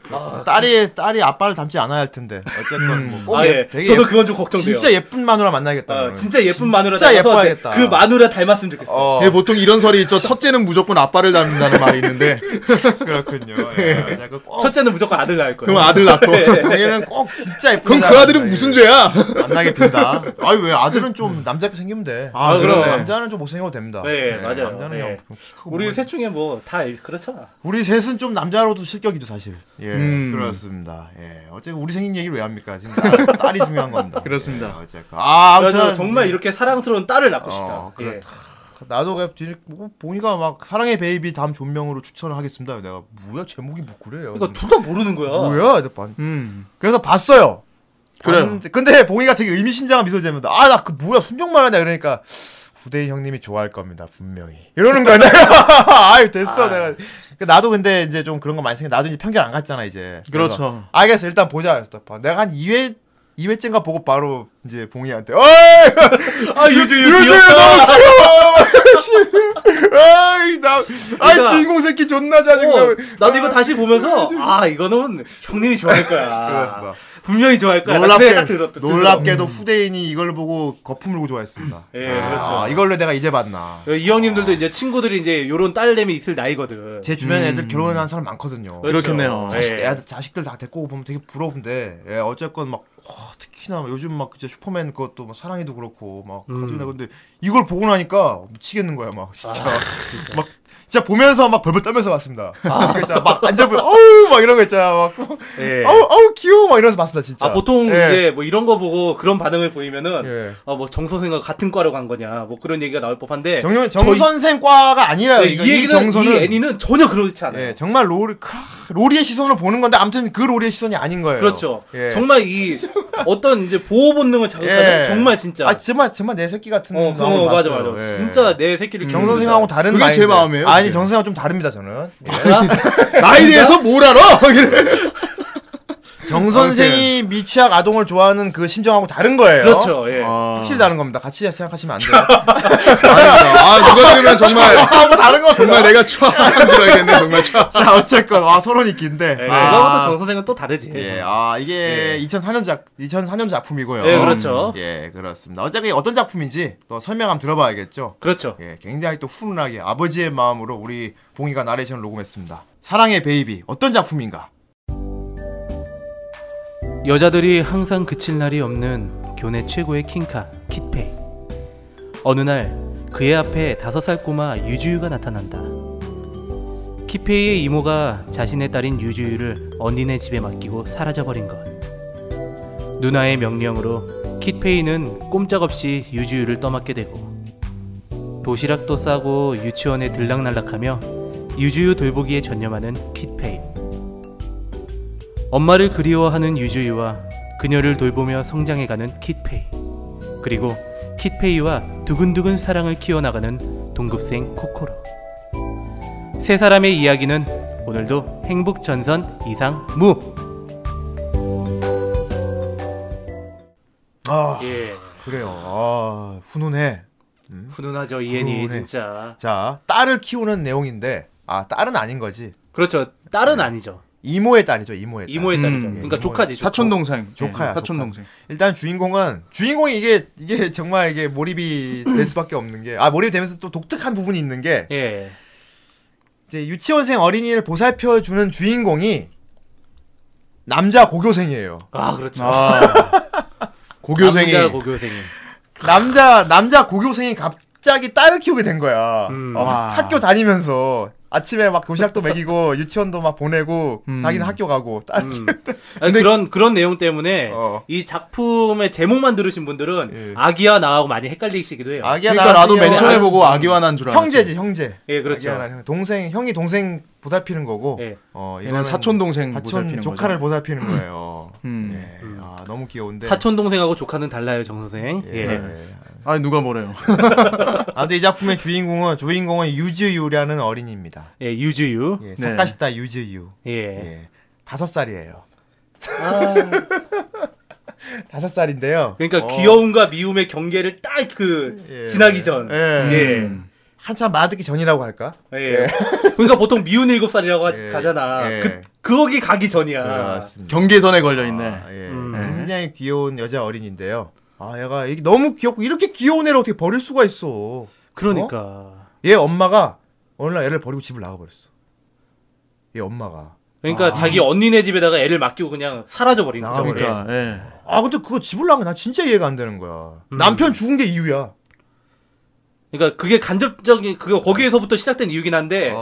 Speaker 2: 아, 딸이 딸이 아빠를 닮지 않아야 할 텐데 어쨌든 뭐꼭
Speaker 1: 아, 예.
Speaker 2: 되게
Speaker 1: 저도
Speaker 2: 예-
Speaker 1: 그건 좀 걱정돼요.
Speaker 2: 진짜 예쁜 마누라 만나야겠다.
Speaker 1: 아,
Speaker 2: 오늘.
Speaker 1: 진짜 예쁜 마누라
Speaker 2: 진짜
Speaker 1: 닮아서
Speaker 2: 예뻐야겠다.
Speaker 1: 그 마누라 닮았으면 좋겠어.
Speaker 2: 어
Speaker 3: 예, 보통 이런 설이 있죠. 첫째는 무조건 아빠를 닮는다는 말이 있는데
Speaker 2: 그렇군요. 예. 약간 꼭
Speaker 1: 어. 첫째는 무조건 아들 낳을 거예요.
Speaker 3: 그럼 아들 낳고
Speaker 2: 얘는 꼭 진짜 예쁜.
Speaker 3: 그럼 그
Speaker 2: 사람
Speaker 3: 아들은
Speaker 2: 만나야
Speaker 3: 무슨
Speaker 2: 돼.
Speaker 3: 죄야?
Speaker 2: 만나게 빈다. 아니 왜 아들은 좀 남자답게 생기면 돼.
Speaker 3: 아,
Speaker 1: 아, 그럼.
Speaker 3: 그럼
Speaker 2: 남자는 좀 못생겨도 됩니다.
Speaker 1: 네,
Speaker 2: 예,
Speaker 1: 맞아요.
Speaker 2: 남자는
Speaker 1: 예.
Speaker 2: 그냥 키 크고
Speaker 1: 우리
Speaker 2: 뭐-
Speaker 1: 셋 중에 뭐 다 그렇잖아.
Speaker 2: 우리 셋은 좀 남자로도 실격이죠 사실. 예,
Speaker 3: 음.
Speaker 2: 그렇습니다. 예, 어쨌든 우리 생긴 얘기를 왜 합니까? 지금 딸, 딸이 중요한 겁니다.
Speaker 3: 그렇습니다.
Speaker 2: 예, 어쨌건. 아,
Speaker 1: 그래서
Speaker 2: 아무튼
Speaker 1: 정말 이렇게 사랑스러운 딸을 낳고 싶다.
Speaker 2: 그래.
Speaker 1: 예.
Speaker 2: 나도 그냥 뒤 뭐, 보니까 막 사랑의 베이비 다음 존명으로 추천을 하겠습니다. 내가 뭐야 제목이 뭐 그래요?
Speaker 1: 그러니까 둘 다 모르는 거야.
Speaker 2: 뭐야? 이제 반-
Speaker 3: 음.
Speaker 2: 그래서 봤어요.
Speaker 3: 그래요.
Speaker 2: 봤는데- 근데 봉이가 되게 의미심장한 미소를 지면서 아 나 그 뭐야 순정만 하냐 그러니까 후대인 형님이 좋아할 겁니다 분명히 이러는 거야 내가 아유 됐어
Speaker 1: 아.
Speaker 2: 내가 그 나도 근데 이제 좀 그런 거 많이 생겨 나도 이제 편견 안 갔잖아 이제
Speaker 3: 그렇죠.
Speaker 2: 그래서 알겠어 일단 보자 그래서 딱 봐. 내가 한 2회 2회째인가 보고 바로 이제 봉이한테 어이
Speaker 1: 아 요즘
Speaker 2: 요즘
Speaker 1: 귀엽다.
Speaker 2: 너무 귀여워 아이
Speaker 1: 그러니까-
Speaker 2: 나 아이 주인공 새끼 존나 짜증나
Speaker 1: 어, 나도 이거 다시 보면서 아 이거는 형님이 좋아할 거야.
Speaker 2: 그렇습니다.
Speaker 1: 분명히 좋아할 거야.
Speaker 2: 놀랍게
Speaker 1: 딱 들었다.
Speaker 2: 놀랍게도 후대인이 이걸 보고 거품 을고 좋아했습니다.
Speaker 1: 예,
Speaker 2: 아, 이걸로 내가 이제 봤나.
Speaker 1: 어, 이 형님들도 이제 친구들이 이제 요런 딸내미 있을 나이거든.
Speaker 2: 제 주변에 애들 결혼한 사람 많거든요.
Speaker 1: 그렇죠.
Speaker 3: 그렇겠네요.
Speaker 1: 예.
Speaker 2: 자식, 애들, 자식들 다 데리고 오고 보면 되게 부러운데, 예, 어쨌건 막, 와, 특히나 요즘 막 이제 슈퍼맨 그것도 막 사랑이도 그렇고, 막, 가뜩이나 근데 이걸 보고 나니까 미치겠는 거야, 막, 진짜.
Speaker 1: 아,
Speaker 2: 막, 진짜 보면서 막 벌벌 떨면서 봤습니다. 진짜 막 앉아보면, 어우, 막 이런 거 있잖아. 막,
Speaker 1: 아. 예.
Speaker 2: 어우, 어우, 귀여워, 막 이러면서 봤습니다, 진짜.
Speaker 1: 아 보통
Speaker 2: 예.
Speaker 1: 이제 네. 뭐 이런 거 보고 그런 반응을 보이면은
Speaker 2: 예.
Speaker 1: 아뭐 정선생과 같은 과로 간 거냐 뭐 그런 얘기가 나올 법한데
Speaker 2: 정,
Speaker 1: 저 이-
Speaker 2: 정선생 과가 아니라요.
Speaker 1: 네,
Speaker 2: 그러니까 이거.
Speaker 1: 이 얘기는
Speaker 2: 정선은.
Speaker 1: 이 애니는 전혀 그렇지 않아요.
Speaker 2: 예, 정말 로리, 크, 로리의 시선을 보는 건데, 아무튼 그 로리의 시선이 아닌 거예요.
Speaker 1: 그렇죠.
Speaker 2: 예.
Speaker 1: 정말 이 어떤 이제 보호 본능을 자극하는
Speaker 2: 예.
Speaker 1: 정말 진짜.
Speaker 2: 아, 정말, 정말 내 새끼 같은.
Speaker 1: 어, 그거
Speaker 2: 마음을
Speaker 1: 맞아
Speaker 2: 봤어요.
Speaker 1: 맞아.
Speaker 2: 예.
Speaker 1: 진짜 내 새끼를
Speaker 2: 정 선생하고 다른
Speaker 3: 음. 그게 제
Speaker 2: 마인드.
Speaker 3: 마음이에요,
Speaker 2: 아니,
Speaker 3: 그게.
Speaker 2: 정 선생하고 좀 다릅니다,
Speaker 1: 아,
Speaker 2: 저는. 네.
Speaker 3: 나에 대해서 뭘 알아?
Speaker 2: 정 선생이 미취학 아동을 좋아하는 그 심정하고 다른 거예요.
Speaker 1: 그렇죠. 예.
Speaker 3: 아,
Speaker 2: 확실히 다른 겁니다. 같이 생각하시면 안 돼요.
Speaker 3: 아 이거 들으면 정말
Speaker 2: 뭐 다른 거.
Speaker 3: 정말 내가 촤한 줄 알겠네 정말 촤.
Speaker 2: 자, 어쨌건, 와, 서론이 긴데.
Speaker 1: 예.
Speaker 2: 아.
Speaker 1: 그거하고 또 정선생은 또 다르지.
Speaker 2: 예, 아 이게 2004년 작 2004년 작품이고요.
Speaker 1: 예, 그렇죠.
Speaker 2: 음, 예, 그렇습니다. 어차피 어떤 작품인지 또 설명 한번 들어봐야겠죠.
Speaker 1: 그렇죠.
Speaker 2: 예, 굉장히 또 훈훈하게 아버지의 마음으로 우리 봉이가 나레이션을 녹음했습니다. 사랑의 베이비 어떤 작품인가?
Speaker 1: 여자들이 항상 그칠 날이 없는 교내 최고의 킹카 킷페이. 어느 날 그의 앞에 다섯 살 꼬마 유주유가 나타난다. 킷페이의 이모가 자신의 딸인 유주유를 언니네 집에 맡기고 사라져버린 것. 누나의 명령으로 킷페이는 꼼짝없이 유주유를 떠맡게 되고 도시락도 싸고 유치원에 들락날락하며 유주유 돌보기에 전념하는 킷페이. 엄마를 그리워하는 유주이와 그녀를 돌보며 성장해가는 킷페이 그리고 kit페이와 두근두근 사랑을 키워나가는 동급생 코코로 세 사람의 이야기는 오늘도 행복 전선 이상 무
Speaker 2: 아
Speaker 1: 예.
Speaker 2: 그래요. 아 훈훈해.
Speaker 1: 훈훈하죠 이엔이
Speaker 2: 훈훈해.
Speaker 1: 진짜
Speaker 2: 자 딸을 키우는 내용인데 아 딸은 아닌 거지.
Speaker 1: 그렇죠 딸은 아니죠
Speaker 2: 이모의 딸이죠. 이모의 딸.
Speaker 1: 이모의 딸이죠
Speaker 3: 음,
Speaker 1: 그러니까
Speaker 2: 이모의-
Speaker 1: 조카지 조카.
Speaker 3: 사촌 동생.
Speaker 2: 조카야,
Speaker 3: 네, 사촌
Speaker 2: 조카.
Speaker 3: 동생.
Speaker 2: 일단 주인공은 주인공이 이게 이게 정말 이게 몰입이 될 수밖에 없는 게 아 몰입이 되면서 또 독특한 부분이 있는 게
Speaker 1: 예
Speaker 2: 이제 유치원생 어린이를 보살펴 주는 주인공이 남자 고교생이에요.
Speaker 1: 아 그렇죠
Speaker 3: 아 고교생이
Speaker 1: 남자 고교생이
Speaker 2: 남자 남자 고교생이 갑자기 딸을 키우게 된 거야.
Speaker 1: 음.
Speaker 2: 어,
Speaker 3: 와.
Speaker 2: 학교 다니면서 아침에 막 도시락도 먹이고 유치원도 막 보내고
Speaker 3: 음.
Speaker 2: 자기는 학교 가고 딸.
Speaker 1: 음. 아니, 그런 그런 내용 때문에
Speaker 2: 어.
Speaker 1: 이 작품의 제목만 들으신 분들은
Speaker 2: 예.
Speaker 1: 아기야 나하고 많이 헷갈리시기도 해요.
Speaker 2: 아기야
Speaker 3: 그러니까 나도
Speaker 2: 나한테
Speaker 3: 맨 처음에
Speaker 2: 형-
Speaker 3: 보고 아기와 난줄 알았어. 네,
Speaker 2: 형제지 형제.
Speaker 1: 예, 그렇죠.
Speaker 2: 아기야, 나 형. 동생 형이 동생 보살피는 거고.
Speaker 1: 예.
Speaker 2: 어
Speaker 3: 얘는 사촌 동생
Speaker 2: 사촌
Speaker 3: 보살피는
Speaker 2: 조카를
Speaker 3: 거죠.
Speaker 2: 보살피는 거예요.
Speaker 3: 음.
Speaker 2: 예. 아 너무 귀여운데.
Speaker 1: 사촌 동생하고 조카는 달라요, 정 선생. 예.
Speaker 3: 아니 누가 뭐래요?
Speaker 2: 아무튼 이 작품의 주인공은 주인공은 유즈유라는 어린이입니다.
Speaker 1: 예, 유주유.
Speaker 2: 예, 사카시타 유즈유.
Speaker 1: 예.
Speaker 2: 예. 다섯 살이에요.
Speaker 1: 아,
Speaker 2: 다섯 살인데요.
Speaker 1: 그러니까
Speaker 2: 어,
Speaker 1: 귀여움과 미움의 경계를 딱 그
Speaker 2: 예.
Speaker 1: 지나기 전. 예.
Speaker 2: 예. 한참 마득기 전이라고 할까?
Speaker 1: 예. 그러니까 보통 미운 일곱 살이라고 하-
Speaker 2: 예.
Speaker 1: 가잖아.
Speaker 2: 예.
Speaker 1: 그 거기 가기 전이야.
Speaker 3: 경계선에 걸려 있네.
Speaker 2: 음. 아, 예.
Speaker 1: 아, 음.
Speaker 2: 예. 굉장히 귀여운 여자 어린인데요. 아, 얘가 이게 너무 귀엽고 이렇게 귀여운 애를 어떻게 버릴 수가 있어.
Speaker 1: 그러니까.
Speaker 2: 얘 엄마가 어느 날 애를 버리고 집을 나가 버렸어. 얘 엄마가.
Speaker 1: 그러니까
Speaker 2: 아.
Speaker 1: 자기 언니네 집에다가 애를 맡기고 그냥 사라져 버린 거죠.
Speaker 2: 나가버려.
Speaker 1: 그러니까.
Speaker 3: 그러니까 예.
Speaker 2: 아, 근데 그거 집을 나간 게나 진짜 이해가 안 되는 거야. 남편 죽은 게 이유야.
Speaker 1: 그러니까 그게 간접적인 그게 거기에서부터 시작된 이유긴 한데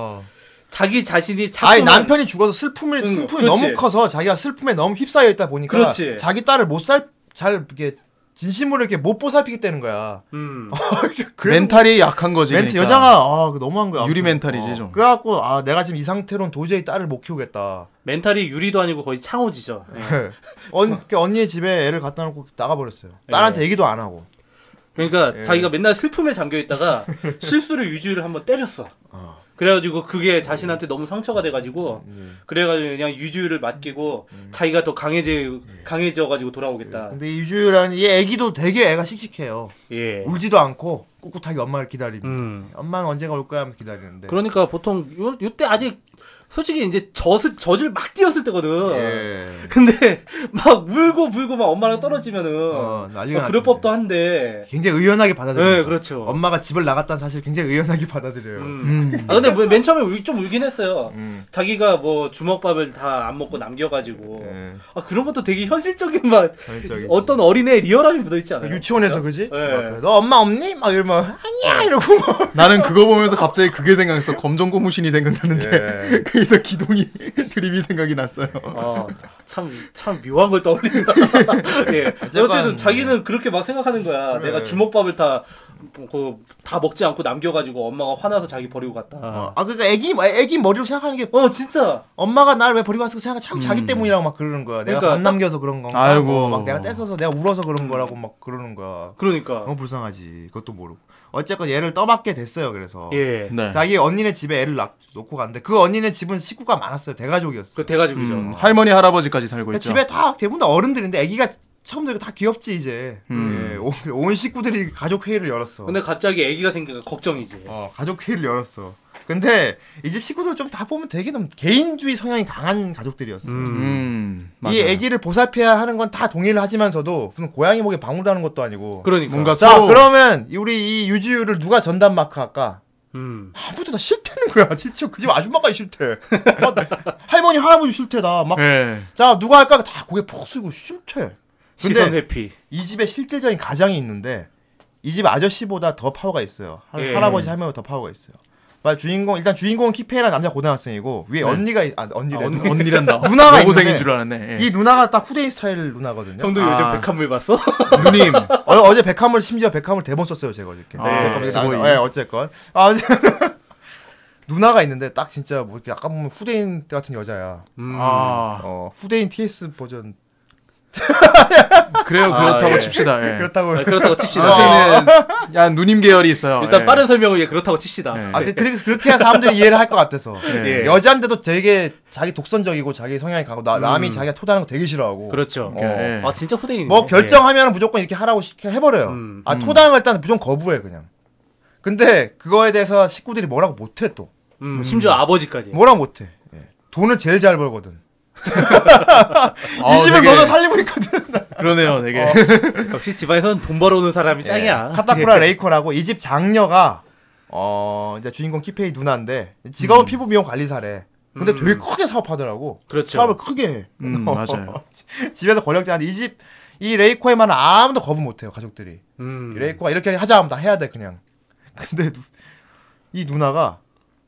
Speaker 1: 자기 자신이
Speaker 2: 아니
Speaker 1: 자꾸만
Speaker 2: 남편이 죽어서 슬픔을
Speaker 1: 응,
Speaker 2: 슬픔이
Speaker 1: 그렇지.
Speaker 2: 너무 커서 자기가 슬픔에 너무 휩싸여 있다 보니까
Speaker 1: 그렇지.
Speaker 2: 자기 딸을 못살잘 이게 진심으로 이렇게 못 보살피겠다는 거야.
Speaker 1: 음.
Speaker 2: 그래도
Speaker 3: 멘탈이 약한 거지.
Speaker 2: 멘트
Speaker 3: 그러니까.
Speaker 2: 여자가 아 그거 너무한 거야.
Speaker 3: 유리
Speaker 2: 아무튼.
Speaker 3: 멘탈이지,
Speaker 2: 어,
Speaker 3: 좀.
Speaker 2: 그래갖고 아 내가 지금 이 상태로는 도저히 딸을 못 키우겠다.
Speaker 1: 멘탈이 유리도 아니고 거의
Speaker 2: 아.
Speaker 1: 창호지죠. 예. 예.
Speaker 2: 언, 그 언니의 집에 애를 갖다 놓고 나가버렸어요. 딸한테 얘기도 안 하고.
Speaker 1: 그러니까 자기가 맨날 슬픔에 잠겨 있다가 실수로 유주를 한번 때렸어. 그래가지고 그게 자신한테 너무 상처가 돼가지고
Speaker 2: 음,
Speaker 1: 그래가지고 그냥 유주를 맡기고 자기가 더 강해지
Speaker 2: 예.
Speaker 1: 강해져가지고 돌아오겠다.
Speaker 2: 근데 이 유주라는 이 애기도 되게 애가 씩씩해요.
Speaker 1: 예.
Speaker 2: 울지도 않고 꿋꿋하게 엄마를 기다립니다.
Speaker 1: 음.
Speaker 2: 엄마는 언제가 올 거야 하면서 기다리는데.
Speaker 1: 그러니까 보통 요 요때 아직 솔직히 이제 젖을 젖을 막 띄었을 때거든.
Speaker 2: 예.
Speaker 1: 근데 막 울고 불고 막 엄마랑 떨어지면은
Speaker 2: 어, 난리가
Speaker 1: 막 그럴
Speaker 2: 났는데.
Speaker 1: 법도 한데.
Speaker 2: 굉장히 의연하게 받아들여요.
Speaker 1: 네, 그렇죠.
Speaker 2: 엄마가 집을 나갔다는 사실 굉장히 의연하게 받아들여요.
Speaker 1: 음. 아 근데 뭐맨 처음에 울, 좀 울긴 했어요.
Speaker 2: 음.
Speaker 1: 자기가 뭐 주먹밥을 다 안 먹고 남겨가지고
Speaker 2: 예.
Speaker 1: 아 그런 것도 되게 현실적인 막
Speaker 2: 현실적이지.
Speaker 1: 어떤 어린애 리얼함이 묻어있지 않아요?
Speaker 2: 유치원에서 그지?
Speaker 1: 예.
Speaker 2: 막, 너 엄마 없니? 막 이러면 아니야 이러고 뭐 막.
Speaker 3: 나는 그거 보면서 갑자기 그게 생각했어. 검정 고무신이
Speaker 2: 예.
Speaker 3: 생각나는데 그래서 기동이 드립이 생각이 났어요.
Speaker 1: 아, 아참참 묘한 걸 떠올린다. 예.
Speaker 2: 어쨌건, 네.
Speaker 1: 어쨌든 자기는 그렇게 막 생각하는 거야. 내가 주먹밥을 다그다 먹지 않고 남겨가지고 엄마가 화나서 자기 버리고 갔다.
Speaker 2: 어.
Speaker 1: 어,
Speaker 2: 아 그러니까 애기 애기 머리로 생각하는 게
Speaker 1: 진짜.
Speaker 2: 엄마가 나를 왜 버리고 왔을까 생각 참 자기 때문이라고 막 그러는 거야. 내가
Speaker 1: 그러니까
Speaker 2: 밥 남겨서 그런 건가?
Speaker 3: 아이고.
Speaker 2: 뭐, 막 내가 떼서서 내가 울어서 그런 거라고 막 그러는 거야.
Speaker 1: 그러니까.
Speaker 2: 너무 불쌍하지. 그것도 모르고. 어쨌건 얘를 떠맡게 됐어요. 그래서
Speaker 1: 예.
Speaker 3: 네.
Speaker 2: 자기 언니네 집에 애를 낳, 놓고 갔는데 그 언니네 집은 식구가 많았어요. 대가족이었어.
Speaker 1: 그 대가족이죠.
Speaker 3: 음, 할머니 할아버지까지 살고
Speaker 2: 그
Speaker 3: 뭐 있죠.
Speaker 2: 집에 다 대부분 다 어른들인데 애기가 처음 들고 다 귀엽지 이제.
Speaker 3: 음.
Speaker 2: 예, 온, 온 식구들이 가족 회의를 열었어.
Speaker 1: 근데 갑자기 아기가 생기니까 걱정이지.
Speaker 2: 어, 가족 회의를 열었어. 근데 이 집 식구들 좀 다 보면 되게 너무 개인주의 성향이 강한 가족들이었어.
Speaker 3: 음, 맞아요.
Speaker 2: 이 아기를 보살펴야 하는 건 다 동의를 하지만서도 무슨 고양이 목에 방울하는 것도 아니고.
Speaker 1: 그러니까.
Speaker 3: 뭔가
Speaker 2: 자,
Speaker 3: 서로
Speaker 2: 그러면 우리 이 유지유를 누가 전담 마크 할까?
Speaker 1: 음.
Speaker 2: 아무도 다 싫다는 거야. 진짜 그 집 아줌마까지 싫대. 막 할머니 할아버지 싫대다.
Speaker 1: 네.
Speaker 2: 막.
Speaker 3: 예.
Speaker 2: 자, 누가 할까? 다 고개 푹 숙이고 싫대.
Speaker 1: 시선 회피.
Speaker 2: 이 집에 실제적인 가장이 있는데 이 집 아저씨보다 더 파워가 있어요. 할,
Speaker 1: 예.
Speaker 2: 할아버지 할머니보다 더 파워가 있어요. 말 주인공 일단 주인공은 키페이라는 남자 고등학생이고 위에 언니가 있- 아 언니래.
Speaker 1: 아, 언니.
Speaker 3: 언니란다.
Speaker 2: 누나가
Speaker 3: 고생인
Speaker 2: 있는데
Speaker 3: 줄 알았네. 예.
Speaker 2: 이 누나가 딱 후대인 스타일 누나거든요.
Speaker 1: 형도
Speaker 3: 아.
Speaker 1: 요즘 백합물 봤어?
Speaker 3: 누님.
Speaker 2: 어, 어제 백함을 심지어 백함을 대본 썼어요 제가 어저께.
Speaker 3: 아,
Speaker 2: 어쨌건
Speaker 3: 네,
Speaker 2: 나-
Speaker 3: 스보이.
Speaker 2: 예, 어쨌건. 아, 어쨌- 누나가 있는데 딱 진짜 뭐 이렇게 아까 보면 후대인 같은 여자야.
Speaker 1: 음.
Speaker 3: 아
Speaker 2: 어 후대인 TS 버전
Speaker 3: 음, 그래요
Speaker 1: 아,
Speaker 3: 그렇다고
Speaker 1: 예.
Speaker 3: 칩시다. 예.
Speaker 2: 그렇다고.
Speaker 1: 아, 그렇다고 칩시다.
Speaker 3: 그때는 야 누님 계열이 있어요.
Speaker 1: 일단
Speaker 3: 예.
Speaker 1: 빠른 설명을 위해 그렇다고 칩시다.
Speaker 3: 예.
Speaker 2: 아, 근데 그래서 그렇게 해야 사람들이 이해를 할 것 같아서.
Speaker 3: 예.
Speaker 1: 예.
Speaker 2: 여자인데도 되게 자기 독선적이고 자기 성향이 강하고 나, 남이 자기가 토다는 거 되게 싫어하고.
Speaker 1: 음. 그렇죠.
Speaker 2: 어.
Speaker 3: 예.
Speaker 1: 아 진짜 후대인.
Speaker 2: 뭐 결정하면 무조건 이렇게 하라고 시켜 해버려요.
Speaker 1: 음.
Speaker 2: 아 토다는 걸 일단 무조건 거부해 그냥. 근데 그거에 대해서 식구들이 뭐라고 못해 또.
Speaker 1: 음, 심지어 아버지까지.
Speaker 2: 뭐라고 못해. 예. 돈을 제일 잘 벌거든.
Speaker 3: 아,
Speaker 2: 이 집을
Speaker 3: 되게-
Speaker 2: 먹어 살리고 있거든.
Speaker 3: 그러네요, 되게.
Speaker 2: 어.
Speaker 1: 역시 집안에선 돈 벌어오는 사람이 예. 짱이야.
Speaker 2: 네. 예. 카타쿠라 레이코라고 이 집 장녀가 어 이제 주인공 키페이 누나인데 직업은 피부 미용 관리사래. 근데 되게 크게 사업하더라고.
Speaker 1: 음. 그렇죠.
Speaker 2: 사업을 크게 해. 어.
Speaker 3: 음, 맞아요.
Speaker 2: 집에서 권력자한테 이 집, 이 레이코에만 아무도 거부 못해요, 가족들이.
Speaker 1: 음.
Speaker 2: 이 레이코가 이렇게 하자 하면 다 해야 돼, 그냥. 근데 누- 이 누나가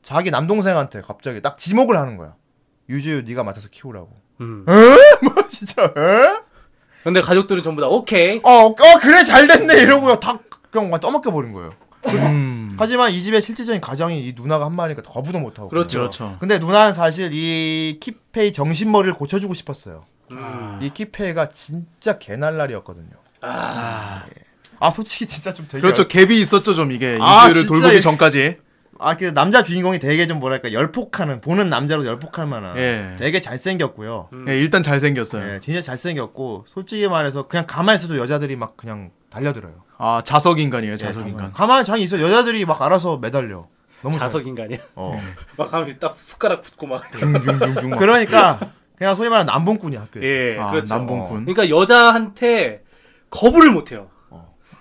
Speaker 2: 자기 남동생한테 갑자기 딱 지목을 하는 거야. 유지유 네가 맡아서 키우라고.
Speaker 1: 음.
Speaker 2: 뭐 진짜 에?
Speaker 1: 근데 가족들은 전부 다 오케이.
Speaker 2: 어, 어 그래 잘 됐네 이러고 다 그냥 완전 떠맡겨 버린 거예요. 하지만 이 집의 실질적인 가장이 이 누나가 한 말이니까 거부도 못 하고.
Speaker 1: 그렇죠.
Speaker 3: 그렇죠.
Speaker 2: 근데 누나는 사실 이 키페이 정신머리를 고쳐주고 싶었어요.
Speaker 1: 음.
Speaker 2: 이 키페이가 진짜 개날라리였거든요. 아, 아 솔직히 진짜 좀 되게
Speaker 3: 그렇죠. 갭이 있었죠, 좀 이게.
Speaker 2: 아,
Speaker 3: 이슈를
Speaker 2: 진짜
Speaker 3: 돌보기
Speaker 2: 이-
Speaker 3: 전까지.
Speaker 2: 아, 그 남자 주인공이 되게 좀 뭐랄까 열폭하는 보는 남자로 열폭할 만한
Speaker 3: 예.
Speaker 2: 되게 잘생겼고요.
Speaker 3: 예, 일단 잘생겼어요.
Speaker 2: 예, 진짜 잘생겼고 솔직히 말해서 그냥 가만히 있어도 여자들이 막 그냥 달려들어요.
Speaker 3: 아, 자석
Speaker 1: 예,
Speaker 3: 인간이에요, 자석 인간.
Speaker 2: 가만히 장이 있어 여자들이 막 알아서 매달려. 너무
Speaker 1: 자석 인간이야.
Speaker 2: 잘- 어.
Speaker 1: 막 하면 딱 숟가락 붙고 막.
Speaker 3: 융융융융.
Speaker 2: 그러니까 그냥 소위 말하는 남봉꾼이야 학교에서.
Speaker 1: 예.
Speaker 3: 아,
Speaker 1: 그렇죠.
Speaker 3: 남봉군.
Speaker 1: 그러니까 여자한테 거부를 못해요.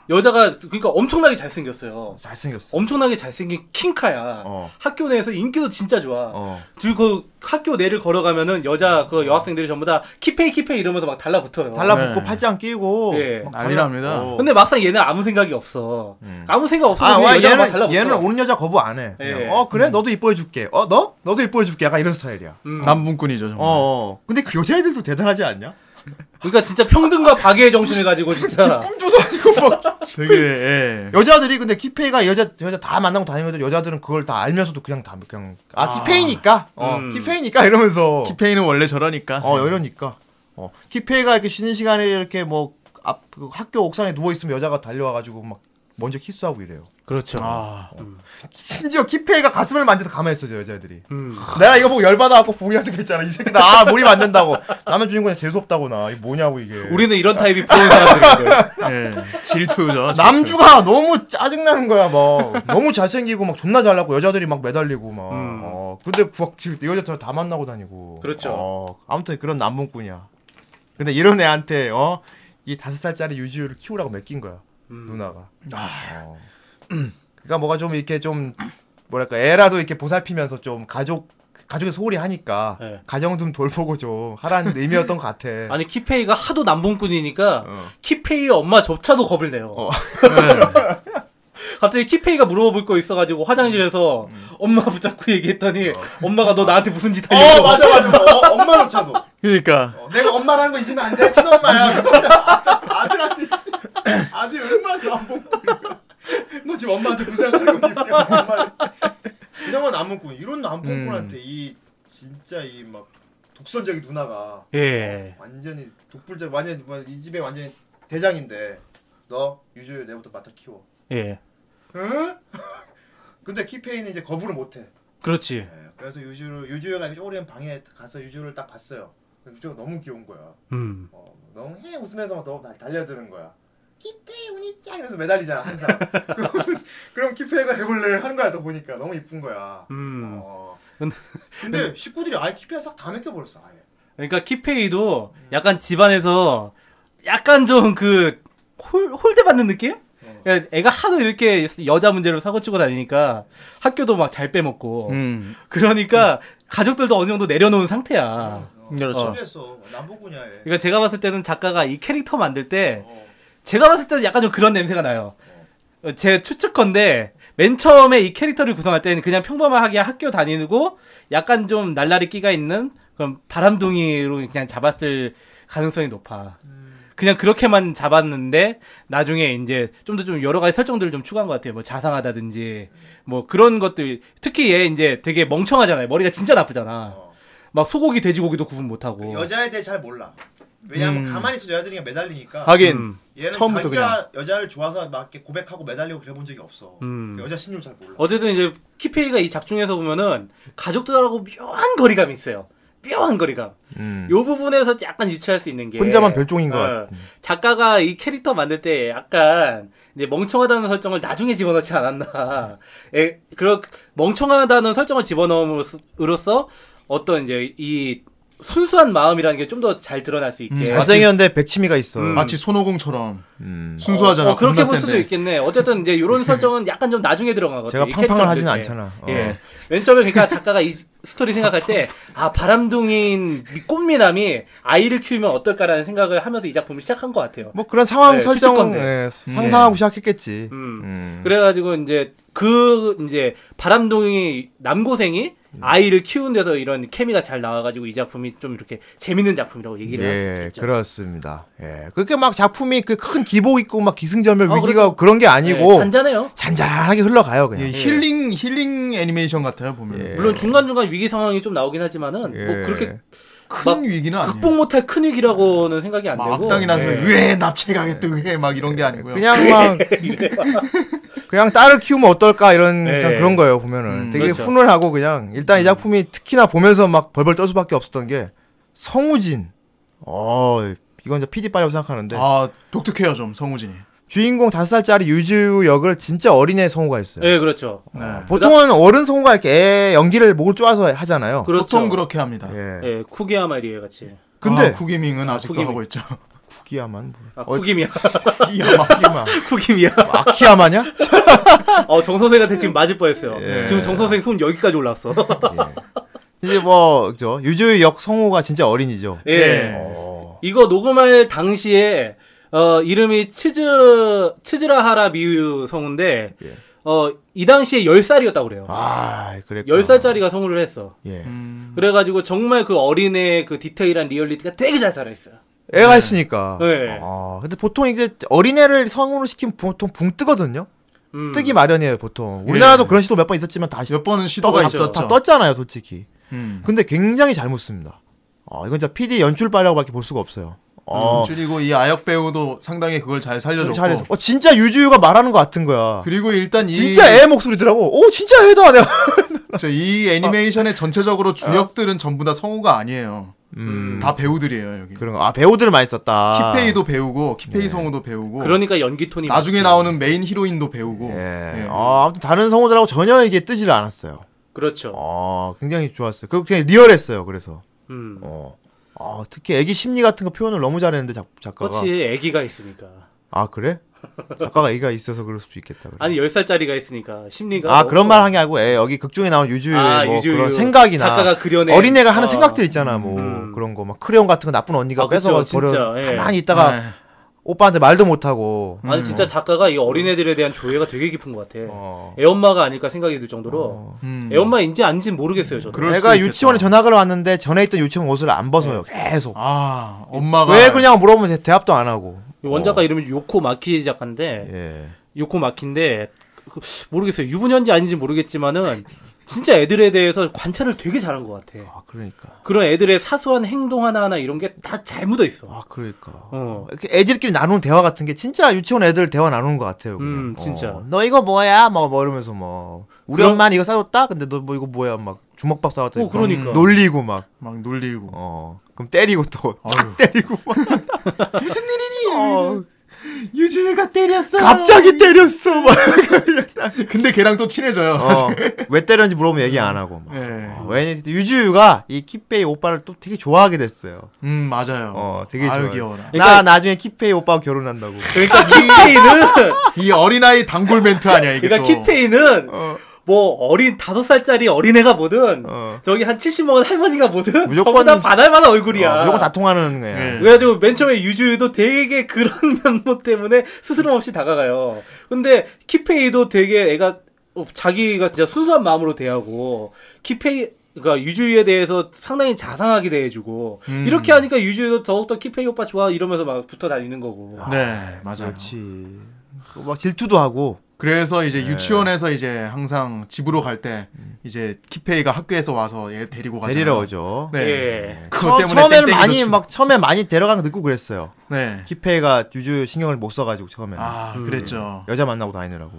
Speaker 1: 여자가 그러니까 엄청나게 잘생겼어요.
Speaker 2: 잘생겼어.
Speaker 1: 엄청나게 잘생긴 킹카야.
Speaker 2: 어.
Speaker 1: 학교 내에서 인기도 진짜 좋아.
Speaker 2: 어.
Speaker 1: 그리고 학교 내를 걸어가면은 여자 그 여학생들이 전부 다 키페이 키페이 이러면서 막 달라붙어요.
Speaker 2: 달라붙고
Speaker 3: 네.
Speaker 2: 팔짱 끼고
Speaker 1: 예.
Speaker 2: 막
Speaker 3: 난리
Speaker 2: 달라-
Speaker 3: 납니다.
Speaker 2: 어.
Speaker 1: 근데 막상 얘는 아무 생각이 없어. 아무 생각 없어.
Speaker 2: 아,
Speaker 1: 그냥
Speaker 2: 와,
Speaker 1: 여자랑 막
Speaker 2: 얘는
Speaker 1: 달라붙어.
Speaker 2: 얘는 오는 여자 거부 안 해. 그냥,
Speaker 1: 예.
Speaker 2: 어 그래 너도 이뻐해줄게. 어 너? 너도 이뻐해줄게. 약간 이런 스타일이야.
Speaker 1: 음.
Speaker 3: 그 남봉군이죠, 정말.
Speaker 2: 어, 어. 근데 그 여자애들도 대단하지 않냐?
Speaker 1: 그러니까 진짜 평등과 박애의 정신을 가지고 진짜.
Speaker 2: 꿈조도 아니고 막
Speaker 3: 되게 예.
Speaker 2: 여자들이 근데 키페이가 여자 여자 다 만나고 다니는 애들 여자들은 그걸 다 알면서도 그냥 다 그냥 아,
Speaker 3: 아.
Speaker 2: 키페이니까 어,
Speaker 1: 음.
Speaker 2: 키페이니까
Speaker 1: 어.
Speaker 2: 이러면서
Speaker 3: 키페이는 원래 저러니까.
Speaker 2: 어 이러니까 어그 키페이가 이렇게 쉬는 시간에 이렇게 뭐 앞 학교 옥상에 누워 있으면 여자가 달려와가지고 막 먼저 키스하고 이래요.
Speaker 1: 그렇죠.
Speaker 3: 아,
Speaker 2: 심지어 키페이가 가슴을 만져도 가만히 있어져 여자들이.
Speaker 1: 음.
Speaker 2: 내가 이거 보고 열받아갖고 보기한테 그랬잖아. 이 새끼 나 아, 몰입 안 된다고. 남의 주인공이 재수없다고 나. 이게 뭐냐고 이게.
Speaker 1: 우리는 이런 타입이 부러운 사람들인데.
Speaker 3: 예.
Speaker 1: 어.
Speaker 3: 질투죠.
Speaker 2: 남주가 너무 짜증나는 거야 막 너무 잘생기고 막 존나 잘났고 여자들이 막 매달리고 막
Speaker 1: 음.
Speaker 2: 어, 근데 막 지금 이 여자 다 만나고 다니고
Speaker 1: 그렇죠.
Speaker 2: 어, 아무튼 그런 남봉꾼이야 근데 이런 애한테 어? 이 다섯 살짜리 유지유를 키우라고 맡긴 거야 누나가 어. 그러니까 뭐가 좀 이렇게 좀 뭐랄까 애라도 이렇게 보살피면서 좀 가족 가족의 소홀히 하니까
Speaker 1: 네.
Speaker 2: 가정 좀 돌보고 좀 하라는 의미였던 것 같아
Speaker 1: 아니 키페이가 하도 남봉꾼이니까
Speaker 2: 네. 어.
Speaker 1: 키페이의 엄마 조차도 겁을 내요. 네. 갑자기 키페이가 물어볼 거 있어가지고 화장실에서
Speaker 2: 음.
Speaker 1: 엄마 붙잡고 얘기했더니 엄마가 너 나한테 무슨 짓
Speaker 2: 어
Speaker 1: 하려고?
Speaker 2: 맞아 맞아 어, 엄마조차도
Speaker 3: 그러니까
Speaker 2: 내가 엄마라는 거 잊으면 안 돼. 친엄마야. 아들한테 씨. 아들 얼마나 남봉꾼. 너 지금 엄마한테 부장하는 거지. 지금 엄마. 이런 건 남봉꾼. 이런 남봉꾼한테 이 진짜 이 막 독선적인 누나가
Speaker 1: 예.
Speaker 2: 완전히 독불적 완전 이 집에 완전히 대장인데 너 유주 내부터 맡아 키워.
Speaker 1: 예.
Speaker 2: 응? 근데 키페이는 이제 거부를 못해.
Speaker 1: 그렇지.
Speaker 2: 예, 그래서 유주를 유주가 쪼그린 방에 가서 유주를 딱 봤어요. 유주가 너무 귀여운 거야.
Speaker 1: 음.
Speaker 2: 어, 너무 해 웃으면서 막 너무 날 달려드는 거야. 키페이 오니짜 이러면서 매달리잖아 항상. 그럼, 그럼 키페이가 해볼래 하는 거야 또 보니까 너무 이쁜 거야.
Speaker 1: 음.
Speaker 2: 어.
Speaker 1: 근데-
Speaker 2: 근데 식구들이 아예 키페이 싹다 맡겨버렸어 아예.
Speaker 1: 그러니까 키페이도 약간 집안에서 약간 좀 그 홀대 받는 느낌?
Speaker 2: 어.
Speaker 1: 야, 애가 하도 이렇게 여자 문제로 사고치고 다니니까 학교도 막 잘 빼먹고
Speaker 3: 음.
Speaker 1: 그러니까 가족들도 어느 정도 내려놓은 상태야.
Speaker 3: 그렇죠.
Speaker 2: 어. 신기했어 남북구냐 얘.
Speaker 1: 아, 그러니까 제가 봤을 때는 작가가 이 캐릭터 만들 때
Speaker 2: 어.
Speaker 1: 제가 봤을 때는 약간 좀 그런 냄새가 나요. 어, 제 추측컨대 맨 처음에 이 캐릭터를 구성할 때는 그냥 평범하게 학교 다니고 약간 좀 날라리 끼가 있는 그런 바람둥이로 그냥 잡았을 가능성이 높아.
Speaker 2: 음.
Speaker 1: 그냥 그렇게만 잡았는데 나중에 이제 좀 더 좀 여러 가지 설정들을 좀 추가한 것 같아요. 뭐 자상하다든지
Speaker 2: 음.
Speaker 1: 뭐 그런 것들 특히 얘 이제 되게 멍청하잖아요. 머리가 진짜 나쁘잖아.
Speaker 2: 어. 그
Speaker 1: 막 소고기 돼지고기도 구분 못하고.
Speaker 2: 여자에 대해 잘 몰라. 왜냐면
Speaker 3: 음.
Speaker 2: 가만히 있어 여자들이 그냥 매달리니까.
Speaker 3: 하긴
Speaker 1: 음.
Speaker 2: 얘는
Speaker 3: 처음부터
Speaker 2: 자기가 여자를 좋아서 막 이렇게 고백하고 매달리고 그래 본 적이 없어.
Speaker 1: 음.
Speaker 2: 여자 심리를 잘 몰라.
Speaker 1: 어쨌든 이제 키페이가 이 작중에서 보면은 가족들하고 묘한 거리감이 있어요. 묘한 거리감. 요 부분에서 약간 유추할 수 있는 게
Speaker 2: 음. 별종인 음.
Speaker 1: 어, 작가가 이 캐릭터 만들 때 약간 이제 멍청하다는 설정을 나중에 집어넣지 않았나. 에, 그런 멍청하다는 설정을 집어넣음으로써 어떤 이제 이 순수한 마음이라는 게 좀 더 잘 드러날 수 있게.
Speaker 3: 음,
Speaker 2: 잘생겼는데 백치미가 있어.
Speaker 1: 음.
Speaker 2: 아,
Speaker 3: 마치 손오공처럼 순수하잖아.
Speaker 1: 어, 그렇게
Speaker 3: 겁나
Speaker 1: 볼 수도
Speaker 3: 센데.
Speaker 1: 있겠네. 어쨌든 이제 이런 설정은 약간 좀 나중에 들어가거든요.
Speaker 2: 제가
Speaker 1: 이
Speaker 2: 팡팡을
Speaker 1: 캐릭터
Speaker 2: 하진
Speaker 1: 만들 때.
Speaker 2: 않잖아. 어.
Speaker 1: 예. 맨 처음에 그러니까 작가가 이 스토리 생각할 때, 아, 바람둥이인 이 꽃미남이 아이를 키우면 어떨까라는 생각을 하면서 이 작품을 시작한 것 같아요.
Speaker 2: 뭐 그런 상황
Speaker 1: 네,
Speaker 2: 설정
Speaker 1: 추측건데.
Speaker 2: 예, 상상하고 시작했겠지.
Speaker 1: 음.
Speaker 2: 음.
Speaker 1: 그래가지고 이제 그 이제 바람둥이 남고생이 아이를 키우는 데서 이런 케미가 잘 나와가지고 이 작품이 좀 이렇게 재밌는 작품이라고 얘기를 할 수
Speaker 2: 예,
Speaker 1: 있죠.
Speaker 2: 그렇습니다. 예, 그렇게 막 작품이 그 큰 기복 있고 막 기승전결
Speaker 1: 어, 예,
Speaker 2: 위기가 그런게 아니고
Speaker 1: 잔잔해요.
Speaker 2: 잔잔하게 흘러가요 그냥.
Speaker 3: 예, 힐링 힐링 애니메이션 같아요 보면.
Speaker 2: 예.
Speaker 1: 물론 중간중간 위기 상황이 좀 나오긴 하지만은
Speaker 2: 예.
Speaker 1: 뭐 그렇게 막
Speaker 3: 큰 위기는 아니에요.
Speaker 1: 극복 못할 큰 위기라고는 생각이 안
Speaker 3: 막
Speaker 1: 되고 예. 네.
Speaker 3: 악당이 나서 왜 납치가겠다 왜막 이런 게 아니고요.
Speaker 2: 그냥 막 그냥 딸을 키우면 어떨까 이런
Speaker 1: 예.
Speaker 2: 그냥 그런 거예요 보면은
Speaker 3: 음,
Speaker 2: 되게
Speaker 1: 그렇죠. 음.
Speaker 2: 훈훈하고 그냥 일단 이 작품이 특히나 보면서 막 벌벌 떨 수밖에 없었던 게 성우진. 어, 이건 이제 PD 빨이라고 생각하는데
Speaker 1: 네.
Speaker 3: 아 독특해요 좀 성우진이.
Speaker 2: 주인공 다섯 살짜리 유지우 역을 진짜 어린애 성우가 했어요.
Speaker 1: 예, 그렇죠.
Speaker 3: 네.
Speaker 2: 보통은 어른 성우가 이렇게 애 연기를 목을 쪼아서 하잖아요.
Speaker 1: 그렇죠.
Speaker 3: 보통 그렇게 합니다.
Speaker 2: 예.
Speaker 1: 예, 쿠기야마 리에 같이.
Speaker 2: 근데
Speaker 3: 아, 쿠기밍은 아직도
Speaker 1: 쿠기밍.
Speaker 3: 하고 있죠.
Speaker 2: 쿠기야만
Speaker 1: 아,
Speaker 2: 어,
Speaker 1: 쿠기미야.
Speaker 2: 쿠기야만
Speaker 1: 쿠기미야.
Speaker 2: 아키야마냐?
Speaker 1: 어, 정 선생한테 지금 맞을 뻔했어요.
Speaker 2: 예.
Speaker 1: 지금 정 선생 손 여기까지 올라왔어.
Speaker 2: 이제 뭐 그죠 유주의 역 성우가 진짜 어린이죠.
Speaker 1: 예. 이거 녹음할 당시에 어, 이름이 치즈 치즈라하라 미유 성우인데
Speaker 3: 예.
Speaker 1: 어, 이 당시에 10살이었다고 그래요.
Speaker 2: 아 그래.
Speaker 1: 10살짜리가 성우를 했어.
Speaker 2: 예.
Speaker 3: 음,
Speaker 1: 그래가지고 정말 그 어린애 그 디테일한 리얼리티가 되게 잘 살아있어요.
Speaker 2: 애가 있으니까.
Speaker 1: 네.
Speaker 2: 아 근데 보통 이제 어린애를 성우로 시키면 보통 붕 뜨거든요.
Speaker 1: 음.
Speaker 2: 뜨기 마련이에요 보통. 우리나라도 그런 시도 몇 번 있었지만 다시
Speaker 3: 몇 번은 시도가
Speaker 1: 떴죠.
Speaker 2: 다
Speaker 3: 있었죠.
Speaker 2: 떴잖아요 솔직히.
Speaker 3: 음.
Speaker 2: 근데 굉장히 잘못 씁니다. 아 이건 진짜 PD 연출빨이라고밖에 볼 수가 없어요. 어,
Speaker 3: 음, 줄이고 이 아역 배우도 상당히 그걸 잘 살려줬고.
Speaker 2: 좀 잘해서. 어, 진짜 유주유가 말하는 것 같은 거야.
Speaker 3: 그리고 일단 이
Speaker 2: 진짜 애 목소리더라고. 오, 진짜 애다. 내가.
Speaker 3: 저이 애니메이션의 전체적으로 주역들은 전부 다 성우가 아니에요.
Speaker 2: 음.
Speaker 3: 다 배우들이에요 여기.
Speaker 2: 그런 거. 아, 배우들 많이 썼다.
Speaker 3: 키페이도 배우고 키페이
Speaker 2: 네.
Speaker 3: 성우도 배우고.
Speaker 1: 그러니까 연기 톤이
Speaker 3: 나중에
Speaker 1: 맞지.
Speaker 3: 나오는 메인 히로인도 배우고.
Speaker 2: 예.
Speaker 3: 예.
Speaker 2: 아, 아무튼 다른 성우들하고 전혀 이게 뜨지를 않았어요.
Speaker 1: 그렇죠.
Speaker 2: 아, 굉장히 좋았어요. 그 그냥 리얼했어요. 그래서.
Speaker 1: 음.
Speaker 2: 어. 아, 특히 애기 심리 같은 거 표현을 너무 잘했는데 작, 작가가.
Speaker 1: 그렇지 애기가 있으니까.
Speaker 2: 아, 그래? 작가가 애기가 있어서 그럴 수도 있겠다. 그래.
Speaker 1: 아니 10살짜리가 있으니까 심리가
Speaker 2: 아
Speaker 1: 너무-
Speaker 2: 그런 말 한 게 아니고 애 여기 극중에 나오는 유주의
Speaker 1: 아,
Speaker 2: 뭐
Speaker 1: 유주유.
Speaker 2: 그런 생각이나
Speaker 1: 작가가 그려낸-
Speaker 2: 어린애가 하는
Speaker 1: 아.
Speaker 2: 생각들 있잖아 뭐
Speaker 1: 음.
Speaker 2: 그런 거 막 크레용 같은 거 나쁜 언니가
Speaker 1: 아,
Speaker 2: 뺏어
Speaker 1: 그쵸,
Speaker 2: 버려
Speaker 1: 진짜, 예. 음.
Speaker 2: 가만히 있다가
Speaker 3: 네.
Speaker 2: 오빠한테 말도 못 하고
Speaker 1: 아니 진짜 작가가 이 어린애들에 대한 조예가 되게 깊은 것 같아.
Speaker 2: 음. 어.
Speaker 1: 애 엄마가 아닐까 생각이 들 정도로
Speaker 3: 음.
Speaker 1: 애 엄마인지 아닌지 모르겠어요 저도.
Speaker 3: 그럴 수도
Speaker 2: 애가
Speaker 3: 있겠다.
Speaker 2: 유치원에 전학을 왔는데 전에 있던 유치원 옷을 안 벗어요 계속
Speaker 3: 아 엄마가
Speaker 2: 왜 그냥 물어보면 대- 대답도 안 하고
Speaker 1: 원작가 이름이 요코 마키 작가인데
Speaker 2: 어. 예.
Speaker 1: 요코 마키인데 그- 모르겠어요 유부녀인지 아닌지 모르겠지만은 진짜 애들에 대해서 관찰을 되게 잘한 것 같아.
Speaker 2: 아 그러니까
Speaker 1: 그런 애들의 사소한 행동 하나하나 이런 게 다 잘 묻어 있어.
Speaker 2: 아 그러니까
Speaker 1: 어.
Speaker 2: 이렇게 애들끼리 나누는 대화 같은 게 진짜 유치원 애들 대화 나누는 것 같아요. 그냥.
Speaker 1: 음, 진짜.
Speaker 2: 어, 너 이거 뭐야? 뭐, 뭐 이러면서 뭐 우리
Speaker 1: 그럼-
Speaker 2: 엄마는 이거 싸줬다. 근데 너 뭐 이거 뭐야? 막 주먹밥 싸왔다.
Speaker 1: 어, 그러니까.
Speaker 2: 놀리고 막
Speaker 3: 막 놀리고
Speaker 2: 어. 그럼 때리고 또
Speaker 3: 아유.
Speaker 2: 쫙 때리고 막
Speaker 3: 무슨 일이니? 유주가 때렸어.
Speaker 2: 어, 갑자기 때렸어. 막.
Speaker 3: 근데 걔랑 또 친해져요.
Speaker 2: 어, 왜 때렸는지 물어보면 얘기 안 하고 막.
Speaker 3: 예.
Speaker 2: 어, 왜냐 유주유가 이 키페이 오빠를 또 되게 좋아하게 됐어요.
Speaker 3: 음 맞아요.
Speaker 2: 어, 되게
Speaker 3: 아유
Speaker 2: 좋아요.
Speaker 3: 귀여워라.
Speaker 1: 그러니까-
Speaker 2: 나 나중에 키페이 오빠하고 결혼한다고.
Speaker 1: 그러니까 키페이는
Speaker 3: 이 어린아이 단골 멘트 아니야 이게
Speaker 1: 그러니까
Speaker 3: 또.
Speaker 1: 키페이는
Speaker 2: 어.
Speaker 1: 뭐 어린 다섯 살짜리 어린애가 보든
Speaker 2: 어.
Speaker 1: 저기 한 70먹은 할머니가 보든
Speaker 2: 무조건-
Speaker 1: 전부 다 반할 만한 얼굴이야. 네.
Speaker 2: 어, 무조건 다 통하는 거야.
Speaker 3: 예.
Speaker 1: 그래가지고 맨 처음에 유주유도 되게 그런 면모 때문에 스스럼 없이 다가가요. 근데 키페이도 되게 애가 어, 자기가 진짜 순수한 마음으로 대하고 키페이 그러니까 유주유에 대해서 상당히 자상하게 대해주고
Speaker 2: 음.
Speaker 1: 이렇게 하니까 유주유도 더욱더 키페이 오빠 좋아 이러면서 막 붙어 다니는 거고.
Speaker 3: 네 맞아요.
Speaker 2: 그렇지. 어, 막 질투도 하고.
Speaker 3: 그래서 이제 유치원에서 이제 항상 집으로 갈 때 이제 키페이가 학교에서 와서 얘 데리고 가잖아요.
Speaker 2: 데리러 오죠.
Speaker 3: 네.
Speaker 1: 예.
Speaker 3: 그것 때문에
Speaker 2: 처음에는
Speaker 3: 땡땡이도
Speaker 2: 많이
Speaker 3: 치고.
Speaker 2: 막 처음에 많이 데려가는 거 듣고 그랬어요.
Speaker 3: 네.
Speaker 2: 키페이가 유주 신경을 못 써가지고 처음에 는
Speaker 3: 아 그랬죠.
Speaker 2: 여자 만나고 다니느라고.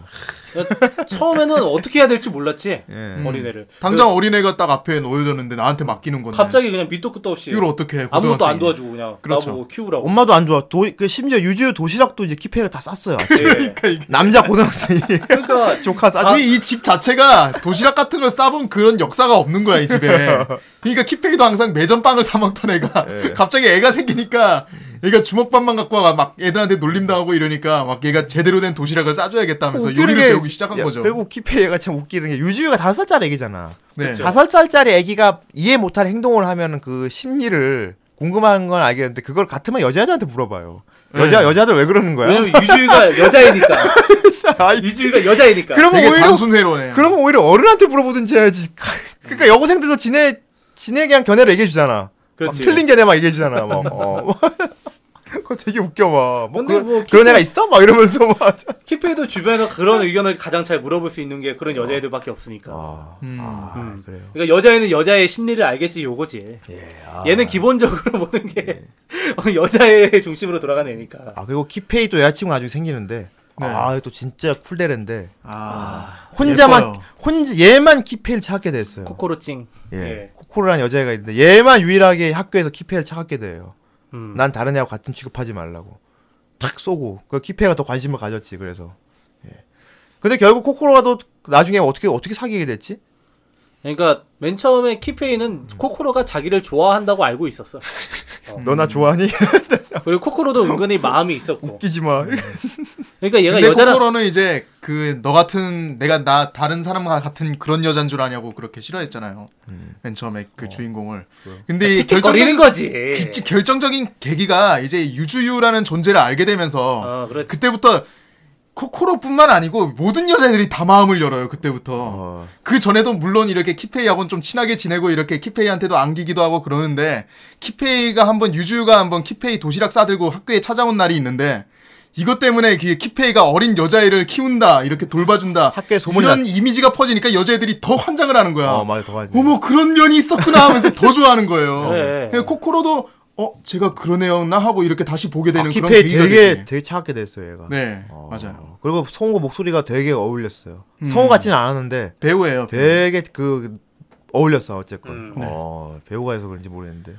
Speaker 1: 처음에는 어떻게 해야 될지 몰랐지
Speaker 2: 예.
Speaker 3: 음.
Speaker 1: 어린애를.
Speaker 3: 당장 어린애가 딱 앞에 놓여졌는데 나한테 맡기는 건데.
Speaker 1: 그 갑자기 그냥 밑도 끝도 없이
Speaker 3: 이걸 어떻게 해?
Speaker 1: 아무것도 안
Speaker 3: 고등학생이.
Speaker 1: 도와주고 그냥
Speaker 3: 그렇죠.
Speaker 1: 나보고 키우라고.
Speaker 2: 엄마도 안 좋아. 도, 그 심지어 유주 도시락도 이제 키페이가 다 쌌어요.
Speaker 1: 예.
Speaker 3: 그러니까
Speaker 2: 남자 고등학생이
Speaker 1: 그러니까
Speaker 2: 조카 싸.
Speaker 3: 그 아니 이 집 자체가 도시락 같은 걸 싸본 그런 역사가 없는 거야 이 집에. 그러니까 키페이도 항상 매점 빵을 사 먹던 애가 갑자기 애가 생기니까 얘가 주먹밥만 갖고 와막 애들한테 놀림당하고 이러니까 막 얘가 제대로 된 도시락을 싸줘야겠다면서 요리를 배우기 시작한
Speaker 2: 야,
Speaker 3: 거죠.
Speaker 2: 그리고 키페이가 참 웃기는 게 유주가 다섯 살짜리 애기잖아.
Speaker 3: 네.
Speaker 2: 다섯 살짜리 애기가 이해 못할 행동을 하면은 그 심리를 궁금한 건 알겠는데 그걸 같으면 여자애들한테 물어봐요. 여자 여자들 왜 그러는 거야?
Speaker 1: 왜냐면 유주이가 여자애니까.
Speaker 2: 아, 이-
Speaker 1: 유주이가 여자애니까.
Speaker 2: 그러면
Speaker 3: 되게
Speaker 2: 아, 오히려
Speaker 3: 단순 회로네.
Speaker 2: 그러면 오히려 어른한테 물어보든지 해야지. 그러니까 여고생들도 지네 지네 그냥 견해를 얘기해 주잖아. 막
Speaker 1: 그렇지.
Speaker 2: 틀린 견해 막 얘기해 주잖아. 막. 어. 그거 되게 웃겨 막. 뭐
Speaker 1: 근데
Speaker 2: 그런,
Speaker 1: 뭐
Speaker 2: 그런
Speaker 1: 키페-
Speaker 2: 애가 있어? 막 이러면서 막.
Speaker 1: 키페이도 주변에서 그런 의견을 가장 잘 물어볼 수 있는 게 그런 여자애들밖에 없으니까.
Speaker 3: 음.
Speaker 1: 음.
Speaker 2: 그래요.
Speaker 1: 그러니까 여자애는 여자의 심리를 알겠지 요거지. 얘는 기본적으로 모든 게 어, 여자애 중심으로 돌아가는 애니까.
Speaker 2: 아 그리고 키페이 또 여자친구 나중에 생기는데
Speaker 3: 네.
Speaker 2: 아또 진짜 쿨데랜데
Speaker 3: 아,
Speaker 2: 혼자만
Speaker 3: 예뻐요.
Speaker 2: 혼자 얘만 키페이를 찾게 됐어요.
Speaker 1: 코코로찡.
Speaker 2: 예.
Speaker 1: 예.
Speaker 2: 코코로라는 여자애가 있는데 얘만 유일하게 학교에서 키페이를 찾게 돼요.
Speaker 1: 음.
Speaker 2: 난 다른 애하고 같은 취급하지 말라고 탁 쏘고 그 키페이가 더 관심을 가졌지 그래서 예. 근데 결국 코코로가 또 나중에 어떻게 어떻게 사귀게 됐지?
Speaker 1: 그러니까 맨 처음에 키페이는 코코로가 자기를 좋아한다고 알고 있었어.
Speaker 3: 음.
Speaker 2: 너나 좋아하니?
Speaker 3: 뭐.
Speaker 1: 그리고 코코로도 은근히 마음이 있었고.
Speaker 2: 웃기지 마.
Speaker 1: 그러니까 얘가
Speaker 3: 근데
Speaker 1: 여자랑
Speaker 3: 코코로는 이제 그 너 같은 내가 나 다른 사람과 같은 그런 여잔 줄 아냐고 그렇게 싫어했잖아요. 맨 처음에 그 주인공을. 근데 이
Speaker 1: 티켓거리는
Speaker 3: 결정적인
Speaker 1: 거지.
Speaker 3: 기- 결정적인 계기가 이제 유주유라는 존재를 알게 되면서
Speaker 1: 어, 그렇지.
Speaker 3: 그때부터 코코로뿐만 아니고 모든 여자애들이 다 마음을 열어요. 그때부터 그 전에도 물론 이렇게 키페이하고는 좀 친하게 지내고 이렇게 키페이한테도 안기기도 하고 그러는데 키페이가 한번 유주유가 한번 키페이 도시락 싸들고 학교에 찾아온 날이 있는데 이것 때문에 그 키페이가 어린 여자애를 키운다 이렇게 돌봐준다
Speaker 2: 학교에 소문이
Speaker 3: 아, 이런
Speaker 2: 났지.
Speaker 3: 이미지가 퍼지니까 여자애들이 더 환장을 하는 거야.
Speaker 2: 어 맞아 더 관심.
Speaker 3: 어머 그런 면이 있었구나 하면서 더 좋아하는 거예요.
Speaker 1: 네.
Speaker 3: 예, 코코로도 어 제가 그러네요나 하고 이렇게 다시 보게 되는 그런
Speaker 2: 아, 키페이
Speaker 3: 계기가
Speaker 2: 되게
Speaker 3: 되지.
Speaker 2: 되게 차갑게 됐어요 얘가.
Speaker 3: 네
Speaker 2: 어.
Speaker 3: 맞아요 음.
Speaker 2: 그리고 성우 목소리가 되게 어울렸어요. 성우 같지는 않았는데
Speaker 3: 배우예요 배우.
Speaker 2: 되게 그 어울렸어 어쨌건.
Speaker 1: 음.
Speaker 3: 음. 네.
Speaker 2: 어, 배우가 해서 그런지 모르겠는데.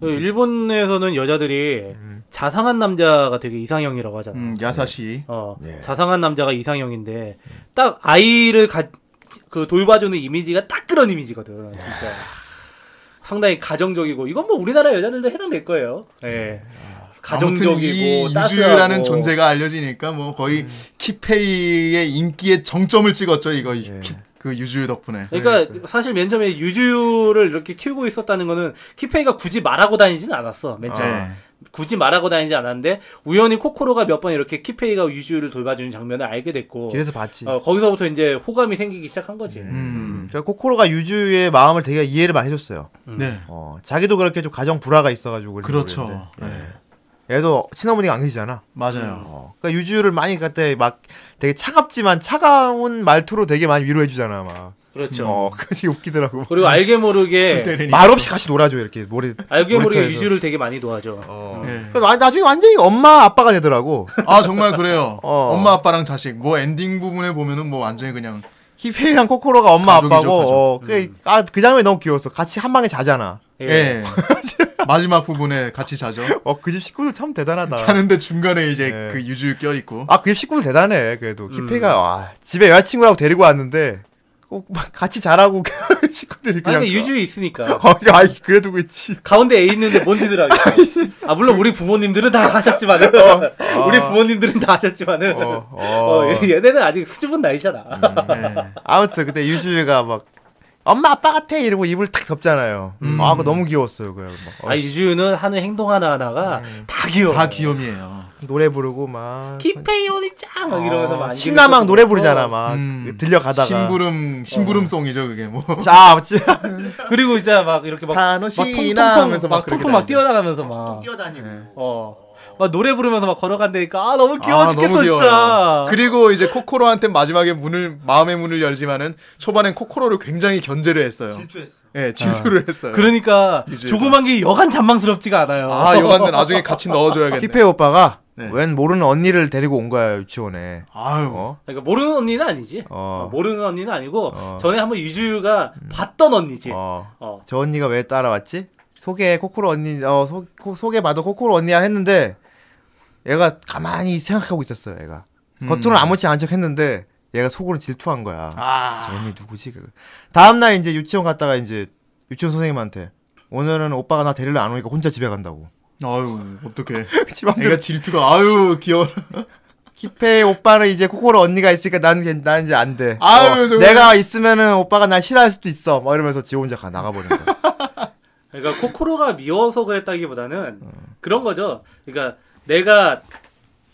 Speaker 1: 그 일본에서는 여자들이 자상한 남자가 되게 이상형이라고 하잖아.
Speaker 3: 음, 야사시
Speaker 1: 어,
Speaker 2: 네.
Speaker 1: 자상한 남자가 이상형인데 딱 아이를 가, 그 돌봐주는 이미지가 딱 그런 이미지거든. 진짜. 상당히 가정적이고 이건 뭐 우리나라 여자들도 해당될 거예요. 예.
Speaker 3: 네. 아무튼 이
Speaker 1: 가정적이고 음.
Speaker 3: 유주라는
Speaker 1: 따스하고
Speaker 3: 존재가 알려지니까 뭐 거의 키페이의 인기의 정점을 찍었죠 이거 이
Speaker 1: 예.
Speaker 3: 키- 그 유주 덕분에
Speaker 1: 그러니까 사실 맨 처음에 유주를 이렇게 키우고 있었다는 거는 키페이가 굳이 말하고 다니진 않았어. 맨 처음에.
Speaker 3: 네.
Speaker 1: 굳이 말하고 다니지 않았는데 우연히 코코로가 몇 번 이렇게 키페이가 유주를 돌봐주는 장면을 알게 됐고
Speaker 2: 길에서 봤지.
Speaker 1: 어, 거기서부터 이제 호감이 생기기 시작한 거지.
Speaker 3: 음.
Speaker 2: 그러니까 코코로가 유주의 마음을 되게 이해를 많이 해줬어요.
Speaker 1: 음.
Speaker 3: 네
Speaker 2: 어, 자기도 그렇게 좀 가정 불화가 있어가지고 그런지
Speaker 3: 그렇죠
Speaker 2: 모르겠는데. 예.
Speaker 3: 네.
Speaker 2: 얘도 친어머니가 안 계시잖아.
Speaker 3: 맞아요
Speaker 2: 어, 그러니까 유주를 많이 그때 막 되게 차갑지만 차가운 말투로 되게 많이 위로해주잖아 막.
Speaker 1: 그렇죠.
Speaker 2: 어, 그게 웃기더라고.
Speaker 1: 그리고 알게 모르게
Speaker 3: 그때는
Speaker 2: 말 없이 같이 놀아줘 이렇게 머리.
Speaker 1: 알게 모르게
Speaker 2: 놀이터에서.
Speaker 1: 유주를 되게 많이 도와줘.
Speaker 2: 어.
Speaker 3: 네.
Speaker 2: 그래서 나- 나중에 완전히 엄마 아빠가 되더라고.
Speaker 3: 아 정말 그래요
Speaker 2: 어.
Speaker 3: 엄마 아빠랑 자식 뭐 엔딩 부분에 보면은 뭐 완전히 그냥
Speaker 2: 히페이랑 코코로가 엄마
Speaker 3: 가족이죠,
Speaker 2: 아빠고.
Speaker 3: 가족. 음.
Speaker 2: 어, 그, 아, 그 장면이 너무 귀여웠어. 같이 한 방에 자잖아.
Speaker 1: 예.
Speaker 3: 예. 마지막 부분에 같이 자죠.
Speaker 2: 어, 그 집 식구들 참
Speaker 1: 아.
Speaker 2: 대단하다.
Speaker 3: 자는데 중간에 이제
Speaker 1: 예.
Speaker 2: 네.
Speaker 3: 그 유주 껴 있고.
Speaker 2: 아, 그 집 식구들 대단해. 그래도 히페이가
Speaker 1: 음.
Speaker 2: 와, 집에 여자친구라고 데리고 왔는데 꼭막 같이 자라고 식구들이
Speaker 1: 아니
Speaker 2: 그냥.
Speaker 1: 근데 유주에 있으니까
Speaker 2: 어, 이거 아이 그래도 그렇지.
Speaker 1: 가운데 애 있는데 뭔 짓을 하겠어. 아 물론 우리 부모님들은 다 하셨지만은 우리 부모님들은 다 하셨지만은
Speaker 2: 어,
Speaker 1: 어,
Speaker 2: 어. 음.
Speaker 1: 얘네는 아직 수줍은 나이잖아.
Speaker 3: 네.
Speaker 2: 아무튼 그때 유주가 막 엄마 아빠 같아 이러고 입을 탁 덮잖아요. 아, 그거 너무 귀여웠어요. 그냥 막. 어,
Speaker 1: 음. 아 유주는 하는 행동 하나 하나가
Speaker 2: 음.
Speaker 1: 다 귀여워.
Speaker 3: 다 귀염이에요.
Speaker 2: 노래 부르고 막.
Speaker 1: 키페이온이 짱! 막 이러면서 막.
Speaker 2: 어. 신나막 노래 부르잖아
Speaker 1: 어.
Speaker 2: 막
Speaker 3: 음.
Speaker 2: 들려가다가
Speaker 3: 심부름 심부름송이죠 그게 뭐.
Speaker 2: 자 어찌
Speaker 1: 그리고 이제 막 이렇게 막. 막
Speaker 3: 다노시나
Speaker 1: 통통통,
Speaker 3: 하면서
Speaker 1: 막,
Speaker 3: 막 그렇게
Speaker 1: 통통 막
Speaker 3: 다니죠. 네.
Speaker 1: 뛰어나가면서 막.
Speaker 2: 뛰어다니고
Speaker 1: 어. 막 노래 부르면서 막 걸어간다니까. 아, 너무 귀여워
Speaker 3: 아,
Speaker 1: 죽겠어,
Speaker 3: 너무 귀여워요.
Speaker 1: 진짜.
Speaker 3: 그리고 이제 코코로한테 마지막에 문을 마음의 문을 열지만은 초반엔 코코로를 굉장히 견제를 했어요.
Speaker 2: 질투했어
Speaker 3: 예,
Speaker 2: 아.
Speaker 3: 질투를 했어요.
Speaker 1: 그러니까
Speaker 3: 유주가.
Speaker 1: 조그만 게 여간 잔망스럽지가 않아요.
Speaker 3: 아, 요한는 나중에 같이 넣어줘야겠네.
Speaker 2: 키페 오빠가
Speaker 3: 네.
Speaker 2: 웬 모르는 언니를 데리고 온 거야 유치원에
Speaker 3: 아유,
Speaker 2: 어?
Speaker 1: 그러니까 모르는 언니는 아니지.
Speaker 2: 어.
Speaker 1: 어, 모르는 언니는 아니고
Speaker 2: 어.
Speaker 1: 전에 한번 유주유가
Speaker 3: 음.
Speaker 1: 봤던 언니지. 어.
Speaker 2: 어. 저 언니가 왜 따라왔지? 소개 코코로 언니 어 소, 코, 소개받아 코코로 언니야 했는데 얘가 가만히 생각하고 있었어요 얘가 겉으로는 아무렇지 않은 척 했는데 얘가 속으로 질투한 거야 저
Speaker 3: 음. 아,
Speaker 2: 언니 누구지? 그 다음날 이제 유치원 갔다가 이제 유치원 선생님한테 오늘은 오빠가 나 데리러 안 오니까 혼자 집에 간다고
Speaker 3: 아유, 어떡해.
Speaker 2: 집 앞에
Speaker 3: 애가 질투가 아유 귀여워.
Speaker 2: 키페 오빠는 이제 코코로 언니가 있으니까 난, 괜- 난 이제 안 돼.
Speaker 3: 아유,
Speaker 2: 어,
Speaker 3: 정말.
Speaker 2: 내가 있으면은 오빠가 날 싫어할 수도 있어. 막 이러면서 지 혼자 가 나가버린 거야.
Speaker 1: 그러니까 코코로가 미워서 그랬다기보다는
Speaker 3: 음.
Speaker 1: 그런 거죠. 그러니까 내가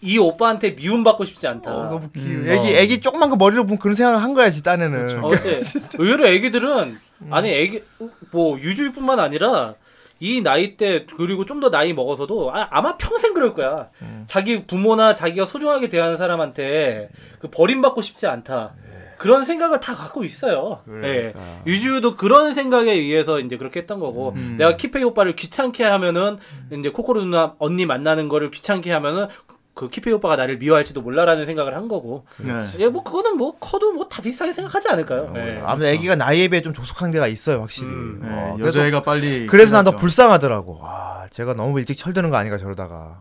Speaker 1: 이 오빠한테 미움받고 싶지 않다.
Speaker 3: 어,
Speaker 2: 너무 귀여워. 음, 애기 애기 조그만 거 머리로 보면 그런 생각을 한 거야 지 딴에는.
Speaker 1: 어,
Speaker 3: 그렇죠.
Speaker 1: 근데 의외로 애기들은 아니 애기 뭐 유주일뿐만 아니라 이 나이 때 그리고 좀 더 나이 먹어서도 아, 아마 평생 그럴 거야. 자기 부모나 자기가 소중하게 대하는 사람한테 그 버림받고 싶지 않다. 그런 생각을 다 갖고 있어요. 예. 유주도 그런 생각에 의해서 이제 그렇게 했던 거고 내가 키페이 오빠를 귀찮게 하면은 이제 코코로 누나 언니 만나는 거를 귀찮게 하면은 그 키페이 오빠가 나를 미워할지도 몰라라는 생각을 한 거고.
Speaker 2: 그
Speaker 3: 네.
Speaker 1: 예, 뭐 그거는 뭐 커도 뭐 다 비슷하게 생각하지 않을까요? 예.
Speaker 2: 그러니까 아무튼 애기가 나이에 비해 좀 조숙한 데가 있어요 확실히.
Speaker 3: 네,
Speaker 2: 어, 그래서-
Speaker 3: 여자애가 빨리.
Speaker 2: 그래서 난 더
Speaker 3: 끝났죠.
Speaker 2: 불쌍하더라고. 아 제가 너무 일찍 철드는 거 아닌가 저러다가.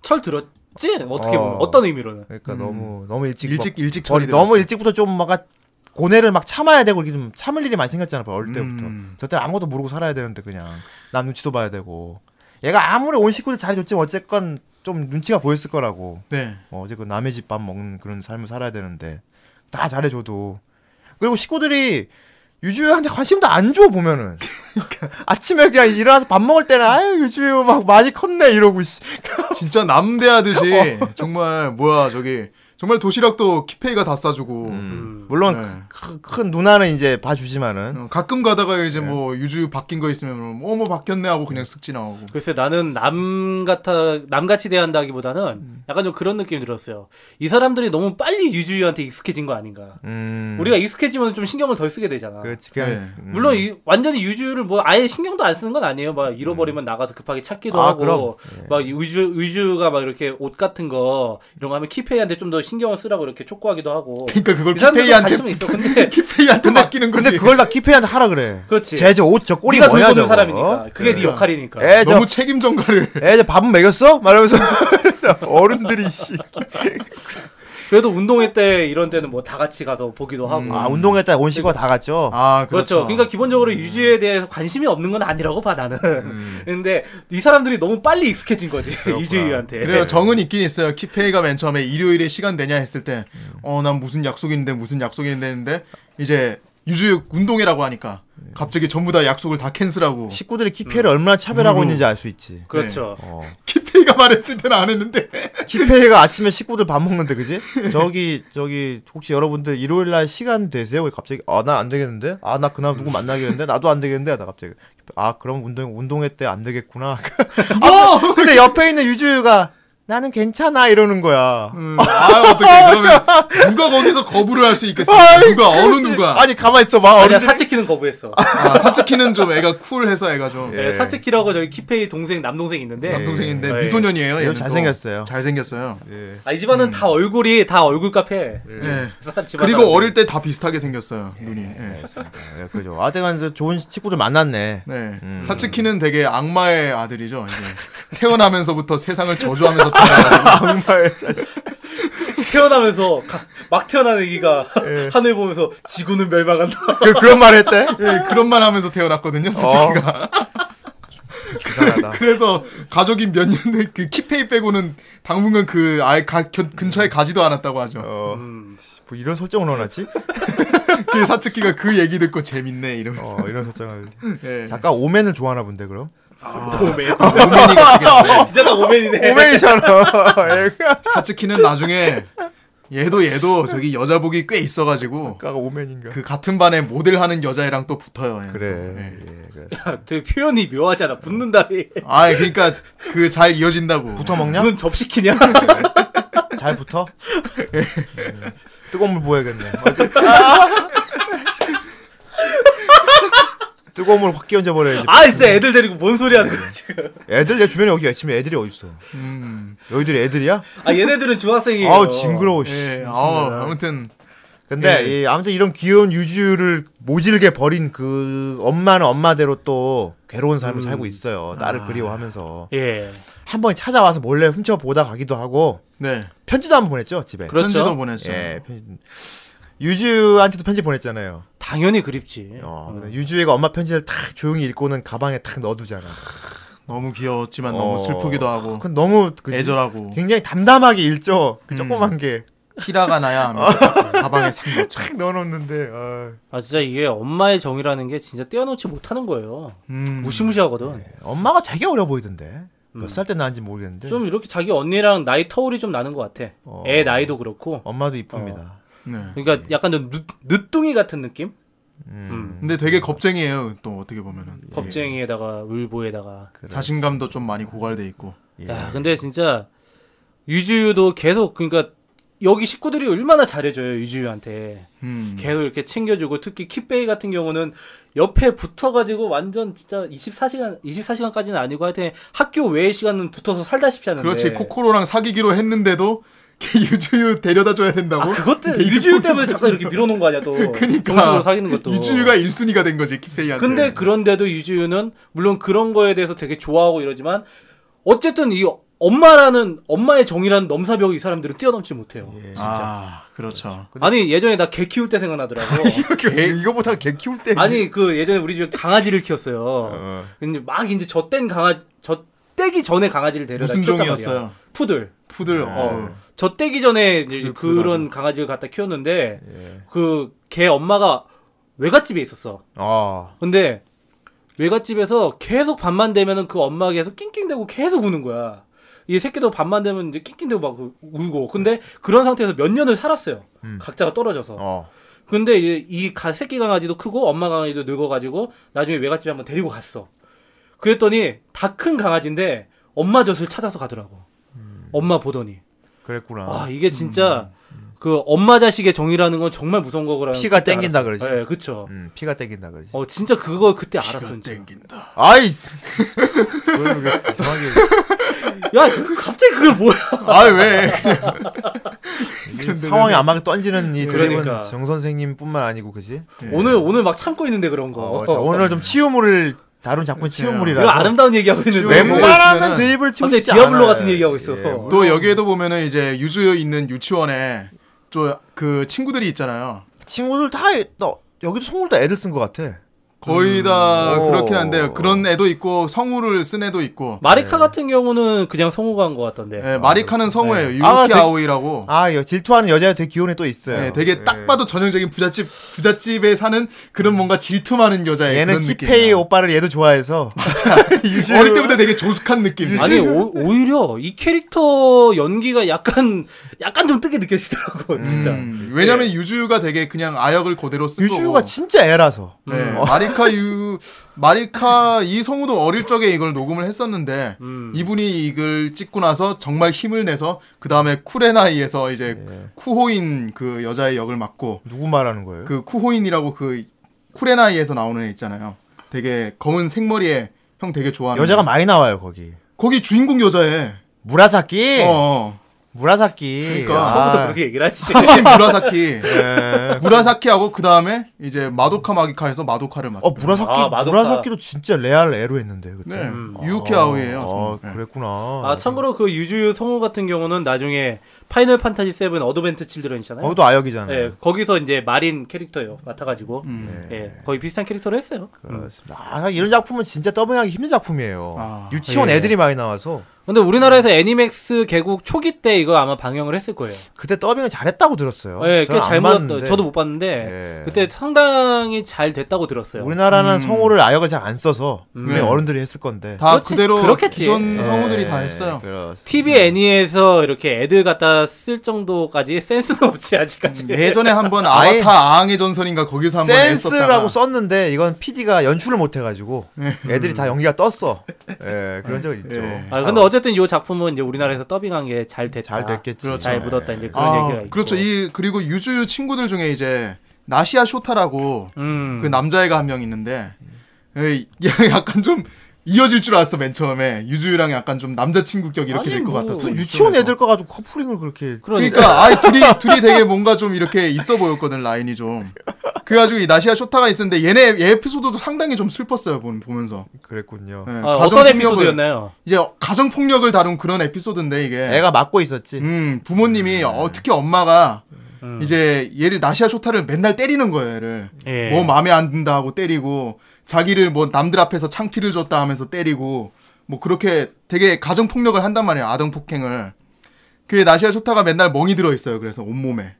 Speaker 1: 철 들었지? 어떻게
Speaker 2: 어.
Speaker 1: 보면 어떤 의미로는.
Speaker 2: 그러니까 너무 너무 일찍
Speaker 3: 음. 일찍
Speaker 2: 막,
Speaker 3: 일찍
Speaker 2: 머리
Speaker 3: 처리.
Speaker 2: 너무 일찍부터 좀 막. 고뇌를 막 참아야 되고 이렇게 좀 참을 일이 많이 생겼잖아 어릴 때부터
Speaker 3: 음.
Speaker 2: 저때 아무것도 모르고 살아야 되는데 그냥 남 눈치도 봐야 되고 얘가 아무리 온 식구들 잘해줬지만 어쨌건 좀 눈치가 보였을 거라고
Speaker 3: 네.
Speaker 2: 어, 어쨌건 남의 집 밥 먹는 그런 삶을 살아야 되는데 다 잘해줘도 그리고 식구들이 유주유한테 관심도 안 줘 보면은 아침에 그냥 일어나서 밥 먹을 때는 아유 유주유 막 많이 컸네 이러고 씨. 어.
Speaker 3: 진짜 남대하듯이 정말 뭐야 저기 정말 도시락도 키페이가 다 싸주고
Speaker 2: 음. 물론
Speaker 3: 네.
Speaker 2: 크- 큰 누나는 이제 봐주지만은
Speaker 1: 음.
Speaker 3: 어, 가끔 가다가 이제 뭐 유주 바뀐 거 있으면 뭐, 어머 바뀌었네 하고 그냥 쓱지 나오고
Speaker 1: 글쎄 나는 남 같아 남같이 대한다기보다는 약간 좀 그런 느낌이 들었어요. 이 사람들이 너무 빨리 유주유한테 익숙해진 거 아닌가.
Speaker 2: 음.
Speaker 1: 우리가 익숙해지면 좀 신경을 덜 쓰게 되잖아.
Speaker 2: 그렇지 그냥
Speaker 3: 네.
Speaker 2: 음.
Speaker 1: 물론 이- 완전히 유주유를 뭐 아예 신경도 안 쓰는 건 아니에요. 막 잃어버리면 나가서 급하게 찾기도
Speaker 2: 아,
Speaker 1: 하고 막 유주 유주가 막 이렇게 옷 같은 거 이런 거 하면 키페이한테 좀 더 신경을 쓰라고 이렇게 촉구하기도 하고.
Speaker 3: 그러니까 그걸
Speaker 1: 이 사람들도
Speaker 3: 키페이한테
Speaker 1: 관심은 있어. 근데
Speaker 3: 키페이한테 맡기는 거지
Speaker 2: 근데 그걸 다 키페이한테 하라 그래.
Speaker 1: 그렇지.
Speaker 2: 제저 옷 저 꼬리
Speaker 1: 네가
Speaker 2: 뭐야
Speaker 1: 돌보는
Speaker 2: 저거. 어?
Speaker 1: 사람이니까. 그게 네
Speaker 3: 그러니까.
Speaker 1: 역할이니까.
Speaker 2: 에 저
Speaker 3: 너무 책임 전가를
Speaker 2: 에 저 밥은 먹였어? 말하면서 어른들이 씨.
Speaker 1: 그래도 운동회 때 이런 때는 뭐 다 같이 가서 보기도 하고.
Speaker 2: 아 운동했다 온 식구가 다 갔죠.
Speaker 3: 아
Speaker 1: 그렇죠.
Speaker 3: 그렇죠
Speaker 1: 그러니까 기본적으로 유지에 대해서 관심이 없는 건 아니라고 봐 나는. 근데 이 사람들이 너무 빨리 익숙해진 거지 유지유한테. 네.
Speaker 3: 그래요 정은 있긴 있어요 키페이가 맨 처음에 일요일에 시간 되냐 했을 때 어 난 무슨 약속이 있는데 무슨 약속이 있는데 했는데 이제 유주 운동회라고 하니까 갑자기 전부 다 약속을 다 캔슬하고
Speaker 2: 식구들이 키페이를
Speaker 1: 음.
Speaker 2: 얼마나 차별하고 있는지 알 수 있지.
Speaker 1: 그렇죠.
Speaker 2: 어.
Speaker 3: 키페이가 말했을 때는 안 했는데
Speaker 2: 키페이가 아침에 식구들 밥 먹는데 그지? 저기 저기 혹시 여러분들 일요일 날 시간 되세요? 갑자기 아 난 안 되겠는데? 아 나 그날 누구 만나겠는데? 나도 안 되겠는데? 나 갑자기 아 그럼 운동 운동회 때 안 되겠구나. 아,
Speaker 3: 뭐
Speaker 2: 근데 옆에 있는 유주가 나는 괜찮아 이러는 거야.
Speaker 3: 음, 아 어떻게 그러면 누가 거기서 거부를 할 수 있겠습니까
Speaker 2: 아이,
Speaker 3: 누가 어느 누가
Speaker 2: 아니 가만 있어 봐.
Speaker 1: 아니야
Speaker 2: 어른들
Speaker 1: 사츠키는 거부했어.
Speaker 3: 아, 사츠키는 좀 애가 쿨해서 애가 좀
Speaker 1: 네, 사츠키라고 저기 키페이 동생 남동생 있는데
Speaker 3: 남동생인데
Speaker 1: 예.
Speaker 3: 미소년이에요.
Speaker 2: 얘도
Speaker 3: 얘는
Speaker 2: 네, 잘생겼어요.
Speaker 3: 또. 잘생겼어요.
Speaker 1: 아, 이 집안은 다 얼굴이 다 얼굴 카페.
Speaker 3: 예.
Speaker 1: 사람 집안
Speaker 3: 그리고
Speaker 1: 사람들.
Speaker 3: 어릴 때 다 비슷하게 생겼어요. 눈이. 예.
Speaker 2: 네, 그죠. 아 제가 이제 좋은 친구들 만났네.
Speaker 3: 네.
Speaker 2: 음.
Speaker 3: 사츠키는 되게 악마의 아들이죠. 이제. 태어나면서부터 세상을 저주하면서 태어나.
Speaker 2: 악마의
Speaker 1: 태어나면서 가- 막 태어난 애기가 하늘 보면서 지구는 멸망한다.
Speaker 2: 그, 그런 말 했대?
Speaker 3: 예, 그런 말 하면서 태어났거든요. 사츠키가. 음.
Speaker 2: 대단하다.
Speaker 3: 그래서 가족이 몇 년을 그 키페이 빼고는 당분간 그 아예 가, 겨, 근처에 가지도 않았다고 하죠.
Speaker 2: 어, 뭐 이런 설정을 넣어놨지?
Speaker 3: 그 사츠키가 그 얘기 듣고 재밌네 이러면서.
Speaker 2: 어, 이런 설정을.
Speaker 3: 예.
Speaker 2: 작가 오맨을 좋아하나 본데 그럼?
Speaker 1: 오맨.
Speaker 3: 어머니가 되게
Speaker 1: 진짜 나 오맨이네.
Speaker 2: 오맨이잖아. 예, 얘가
Speaker 3: 사츠키는 나중에 얘도 얘도 저기 여자복이 꽤 있어가지고
Speaker 2: 오맨인가?
Speaker 3: 그 같은 반에 모델 하는 여자애랑 또 붙어요. 얘는 또.
Speaker 2: 그래.
Speaker 3: 예.
Speaker 2: 예, 그래.
Speaker 1: 되게 표현이 묘하잖아. 붙는다니.
Speaker 3: 아, 그러니까 그 잘 이어진다고.
Speaker 2: 붙어 먹냐?
Speaker 1: 무슨 접시키냐?
Speaker 2: 그, 잘 붙어? 음, 뜨거운 물 부어야겠네. 맞아. 뜨거운 물 확 끼얹어 버려야지.
Speaker 1: 아 진짜 애들 데리고 뭔 소리 하는 거야 지금.
Speaker 2: 애들 내 주변에 여기 지금 애들이 어디 있어?
Speaker 3: 음.
Speaker 2: 너희들이 애들이야?
Speaker 1: 아 얘네들은 중학생이에요.
Speaker 2: 예. 아우 예. 징그러워. 씨.
Speaker 3: 예. 아우, 아무튼
Speaker 2: 근데 이, 아무튼 이런 귀여운 유주를 모질게 버린 그 엄마는 엄마대로 또 괴로운 삶을 살고 있어요. 딸을 그리워하면서
Speaker 1: 예.
Speaker 2: 한 번 찾아와서 몰래 훔쳐 보다 가기도 하고
Speaker 3: 네.
Speaker 2: 편지도 한 번 보냈죠 집에.
Speaker 1: 그렇죠.
Speaker 3: 편지도 보냈어요.
Speaker 2: 예, 편- 유주한테도 편지 보냈잖아요.
Speaker 1: 당연히 그립지.
Speaker 2: 어, 근데 유주애가 엄마 편지를 탁 조용히 읽고는 가방에 탁 넣어두잖아.
Speaker 3: 너무 귀여웠지만 너무
Speaker 2: 어.
Speaker 3: 슬프기도 하고
Speaker 2: 그건 너무 그지?
Speaker 3: 애절하고
Speaker 2: 굉장히 담담하게 읽죠. 그 조그만 게 탁
Speaker 3: 키라가
Speaker 2: 어.
Speaker 3: 나야 하면서 가방에 산 것처럼.
Speaker 2: 넣어놓는데 아.
Speaker 1: 아 진짜 이게 엄마의 정이라는 게 진짜 떼어놓지 못하는 거예요.
Speaker 3: 음.
Speaker 1: 무시무시하거든.
Speaker 2: 네, 엄마가 되게 어려 보이던데 몇 살 때 낳은지 모르겠는데
Speaker 1: 좀 이렇게 자기 언니랑 나이 터울이 좀 나는 것 같아.
Speaker 2: 어.
Speaker 1: 애 나이도 그렇고.
Speaker 2: 엄마도 이쁩니다.
Speaker 3: 네.
Speaker 1: 그러니까 약간 좀 늦, 둥이 같은 느낌?
Speaker 2: 음.
Speaker 3: 근데 되게 겁쟁이에요. 또 어떻게 보면은. 예.
Speaker 2: 예.
Speaker 1: 겁쟁이에다가 울보에다가.
Speaker 3: 자신감도 좀 많이 고갈돼 있고.
Speaker 2: 예.
Speaker 1: 야 근데 진짜 유주유도 계속 그러니까 여기 식구들이 얼마나 잘해줘요 유주유한테.
Speaker 3: 음.
Speaker 1: 계속 이렇게 챙겨주고 특히 킵베이 같은 경우는 옆에 붙어가지고 완전 진짜 24시간 24시간까지는 아니고 하여튼 학교 외의 시간은 붙어서 살다시피 하는데
Speaker 3: 그렇지. 코코로랑 사귀기로 했는데도 걔 유주유 데려다 줘야 된다고.
Speaker 1: 아 그것 때문에
Speaker 3: 데이트
Speaker 1: 유주유 때문에 잠깐 이렇게 밀어놓은 거 아니야 또
Speaker 3: 그러니까
Speaker 1: 정식으로 사귀는 것도
Speaker 3: 유주유가 1순위가 된 거지 키페이한테.
Speaker 1: 근데 그런데도 유주유는 물론 그런 거에 대해서 되게 좋아하고 이러지만 어쨌든 이 엄마라는 엄마의 정이라는 넘사벽이 이 사람들은 뛰어넘지 못해요 진짜
Speaker 3: 아 그렇죠.
Speaker 1: 아니 예전에 나 개 키울 때 생각나더라고
Speaker 2: 이렇게 이거보다 개 키울 때
Speaker 1: 아니 그 예전에 우리 집에 강아지를 키웠어요. 근데 막 이제 젖된 강아지 젖떼기 전에 강아지를 데려다
Speaker 3: 무슨
Speaker 1: 키웠단
Speaker 3: 종이었어요?
Speaker 1: 말이야. 푸들.
Speaker 3: 푸들.
Speaker 2: 네.
Speaker 1: 어.
Speaker 3: 어.
Speaker 1: 젖떼기 전에 이제
Speaker 3: 푸들 예.
Speaker 1: 그런 강아지를 갖다 키웠는데 그 걔 엄마가 외갓집에 있었어.
Speaker 2: 아
Speaker 1: 근데 외갓집에서 계속 밤만 되면은 그 엄마가 계속 낑낑대고 계속 우는 거야. 이 새끼도 밤만 되면 이제 낑낑대고 막그 울고. 근데 그런 상태에서 몇 년을 살았어요.
Speaker 3: 음.
Speaker 1: 각자가 떨어져서.
Speaker 2: 어.
Speaker 1: 근데 이제 이 가- 새끼 강아지도 크고 엄마 강아지도 늙어가지고 나중에 외갓집에 한번 데리고 갔어. 그랬더니 다 큰 강아지인데 엄마 젖을 찾아서 가더라고.
Speaker 2: 음.
Speaker 1: 엄마 보더니
Speaker 2: 그랬구나.
Speaker 1: 아 이게 진짜
Speaker 2: 음,
Speaker 1: 그 엄마 자식의 정이라는 건 정말 무서운 거라는
Speaker 2: 피가 땡긴다 그러지.
Speaker 1: 예, 그쵸.
Speaker 2: 음, 피가 땡긴다 그러지.
Speaker 1: 어 진짜 그거 그때 알았어. 진짜.
Speaker 3: 땡긴다.
Speaker 2: 아이. 왜 이렇게 이상하게
Speaker 1: 야 그- 갑자기 그게 뭐야?
Speaker 3: 아 왜?
Speaker 2: 이 상황에 안 맞게 던지는 이 드립은
Speaker 1: 그러니까.
Speaker 2: 정 선생님뿐만 아니고 그지?
Speaker 1: 오늘 오늘 막 참고 있는데 그런 거.
Speaker 2: 예. 어, 자, 오늘 좀 치유물을 다룬 작품 치유물이라.
Speaker 1: 그렇죠. 이거 아름다운 얘기하고 있는데.
Speaker 3: 외모가
Speaker 2: 웬만하면
Speaker 3: 있으면은
Speaker 2: 드립을 치고
Speaker 1: 갑자기
Speaker 2: 있지
Speaker 1: 디아블로
Speaker 2: 않아요.
Speaker 1: 같은 얘기하고 있어.
Speaker 2: 예, 뭐
Speaker 3: 또 여기에도 보면은 이제 유주에 있는 유치원에 저 그 친구들이 있잖아요.
Speaker 2: 친구들 다 너, 여기도 성우다 애들 쓴 것 같아.
Speaker 3: 거의 다
Speaker 2: 오.
Speaker 3: 그렇긴 한데 그런 애도 있고 성우를 쓴 애도 있고.
Speaker 1: 마리카 같은 경우는 그냥 성우가 한 것 같던데.
Speaker 3: 예, 마리카는 성우예요. 유키
Speaker 2: 네. 아,
Speaker 3: 아,
Speaker 2: 되게-
Speaker 3: 오이라고
Speaker 2: 아, 네. 여, 질투하는 여자애 되게 귀여운 애 또 있어요.
Speaker 1: 네,
Speaker 3: 예, 되게 딱 봐도 전형적인 부잣집 부잣집에 사는 그런 뭔가 질투 많은 여자의
Speaker 2: 얘는
Speaker 3: 그런
Speaker 2: 키페이
Speaker 3: 느낌이야.
Speaker 2: 오빠를 얘도 좋아해서 유주-
Speaker 3: 어릴 때부터 되게 조숙한 느낌.
Speaker 1: 아니 오, 오히려 이 캐릭터 연기가 약간 약간 좀 뜨게 느껴지더라고 진짜.
Speaker 3: 음, 왜냐면 유주가 되게 그냥 아역을 그대로 쓴
Speaker 2: 유주가
Speaker 3: 거고.
Speaker 2: 진짜 애라서.
Speaker 3: 네, 마리카 유 마리카 이 성우도 어릴 적에 이걸 녹음을 했었는데 이분이 이걸 찍고 나서 정말 힘을 내서 그 다음에 쿠레나이에서 이제
Speaker 2: 네.
Speaker 3: 쿠호인 그 여자의 역을 맡고
Speaker 2: 누구 말하는 거예요?
Speaker 3: 그 쿠호인이라고 그 쿠레나이에서 나오는 애 있잖아요. 되게 검은 생머리에 형 되게 좋아하는
Speaker 2: 여자가
Speaker 3: 애.
Speaker 2: 많이 나와요 거기.
Speaker 3: 거기 주인공 여자애.
Speaker 2: 무라사키.
Speaker 3: 어, 어.
Speaker 2: 무라사키.
Speaker 3: 그러니까.
Speaker 1: 처음부터
Speaker 2: 아,
Speaker 1: 그렇게 얘기를 하지.
Speaker 3: 무라사키.
Speaker 2: 예.
Speaker 3: 무라사키하고 그 다음에 이제 마도카 마기카에서 마도카를 맡고.
Speaker 2: 어 무라사키
Speaker 1: 아, 마도카.
Speaker 2: 무라사키도 진짜 레알 애로 했는데 그때.
Speaker 3: 네, 유키 아오이예요.
Speaker 2: 아,
Speaker 3: 저는. 네.
Speaker 2: 그랬구나.
Speaker 1: 아 참고로 그 유주유 성우 같은 경우는 나중에 파이널 판타지 7 어드벤트 칠드런이잖아요.
Speaker 2: 거기도 아역이잖아요.
Speaker 1: 예, 거기서 이제 마린 캐릭터예요. 맡아가지고
Speaker 3: 음.
Speaker 2: 네.
Speaker 1: 예, 거의 비슷한 캐릭터를 했어요. 음.
Speaker 2: 음. 그렇습니다. 아, 이런 작품은 진짜 더빙하기 힘든 작품이에요.
Speaker 3: 아,
Speaker 2: 유치원
Speaker 1: 예.
Speaker 2: 애들이 많이 나와서
Speaker 1: 근데 우리나라에서 애니맥스 개국 초기 때 이거 아마 방영을 했을 거예요.
Speaker 2: 그때 더빙을 잘했다고 들었어요.
Speaker 1: 예,
Speaker 2: 저는
Speaker 1: 꽤
Speaker 2: 안
Speaker 1: 잘못
Speaker 2: 봤는데
Speaker 1: 저도 못 봤는데
Speaker 2: 예.
Speaker 1: 그때 상당히 잘 됐다고 들었어요.
Speaker 2: 우리나라는 성우를 아역을 잘 안 써서 분명히
Speaker 3: 음.
Speaker 2: 어른들이 했을 건데.
Speaker 3: 다
Speaker 1: 그렇지,
Speaker 3: 그대로
Speaker 1: 그렇겠지.
Speaker 3: 기존
Speaker 2: 예,
Speaker 3: 성우들이 다 했어요.
Speaker 2: 그렇습니다.
Speaker 1: TV 애니에서 이렇게 애들 갖다 쓸 정도까지 센스는 없지 아직까지.
Speaker 3: 예전에 한번
Speaker 2: 아예-
Speaker 3: 아바타 앙의 전설인가 거기서 한번
Speaker 2: 센스라고
Speaker 3: 했었다가 네.
Speaker 2: 썼는데 이건 PD가 연출을 못 해가지고 애들이 다 연기가 떴어. 예, 그런 적은 있죠.
Speaker 3: 예.
Speaker 1: 아 근데 어쨌든 이 작품은 이제 우리나라에서 더빙한 게 잘 됐다.
Speaker 2: 잘 됐겠지.
Speaker 3: 그렇죠.
Speaker 1: 잘
Speaker 2: 예.
Speaker 1: 묻었다 이제 그런
Speaker 3: 아,
Speaker 1: 얘기가 있고.
Speaker 3: 그렇죠. 이 그리고 유주유 친구들 중에 이제 나시아 쇼타라고
Speaker 1: 음.
Speaker 3: 그 남자애가 한 명 있는데 에이, 얘 약간 좀 이어질 줄 알았어 맨 처음에 유주유랑 약간 좀 남자친구 격 이렇게
Speaker 1: 아니,
Speaker 3: 될 것
Speaker 1: 뭐,
Speaker 3: 같았어.
Speaker 2: 무슨 그 유치원
Speaker 3: 처음에서.
Speaker 2: 애들 거 가지고 커플링을 그렇게
Speaker 3: 그러니까 아이 둘이 둘이 되게 뭔가 좀 이렇게 있어 보였거든 라인이 좀. 그래가지고 이 나시아 쇼타가 있었는데 얘네 얘 에피소드도 상당히 좀 슬펐어요 보- 보면서.
Speaker 2: 그랬군요.
Speaker 3: 예,
Speaker 1: 아,
Speaker 3: 가정
Speaker 1: 어떤
Speaker 3: 폭력을-
Speaker 1: 에피소드였나요?
Speaker 3: 이제 가정 폭력을 다룬 그런 에피소드인데 이게
Speaker 2: 애가 네. 맡고 있었지.
Speaker 3: 네. 음, 부모님이 어, 특히 엄마가 이제 얘를 나시아 쇼타를 맨날 때리는 거예요, 얘를.
Speaker 1: 예.
Speaker 3: 뭐 마음에 안 든다 하고 때리고 자기를 뭐 남들 앞에서 창피를 줬다 하면서 때리고 뭐 그렇게 되게 가정 폭력을 한단 말이에요. 아동 폭행을. 그 나시아 쇼타가 맨날 멍이 들어 있어요. 그래서 온몸에.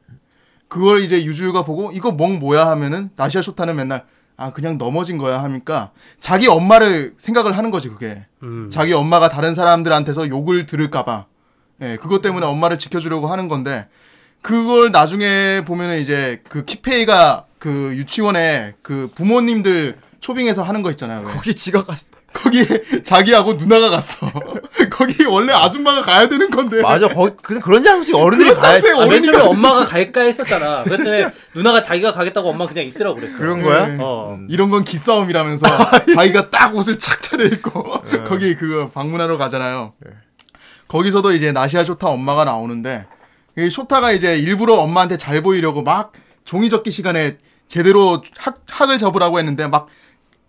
Speaker 3: 그걸 이제 유주유가 보고 이거 멍 뭐야 하면은 나시아 쇼타는 맨날 아 그냥 넘어진 거야 하니까 자기 엄마를 생각을 하는 거지 그게
Speaker 2: 음.
Speaker 3: 자기 엄마가 다른 사람들한테서 욕을 들을까봐 예 그것 때문에 엄마를 지켜주려고 하는 건데 그걸 나중에 보면은 이제 그 키페이가 그 유치원에 그 부모님들 초빙해서 하는 거 있잖아요 왜.
Speaker 2: 거기 지가 갔어.
Speaker 3: 거기에 자기하고 누나가 갔어 거기 원래 아줌마가 가야 되는 건데
Speaker 2: 맞아. 거기 그- 그런 장소에 어른들이
Speaker 3: 네. 그런
Speaker 2: 가야지.
Speaker 3: 장소에
Speaker 1: 아, 맨
Speaker 3: 뭐 어른이
Speaker 1: 처음에 엄마가 갈까 했었잖아. 그랬더니 누나가 자기가 가겠다고 엄마 그냥 있으라고 그랬어.
Speaker 2: 그런 거야? 음,
Speaker 1: 어.
Speaker 3: 음. 이런 건 기싸움이라면서 자기가 딱 옷을 착 차려입고 거기 그거 방문하러 가잖아요. 거기서도 이제 나시아 쇼타 엄마가 나오는데 이 쇼타가 이제 일부러 엄마한테 잘 보이려고 막 종이접기 시간에 제대로 학, 학을 접으라고 했는데 막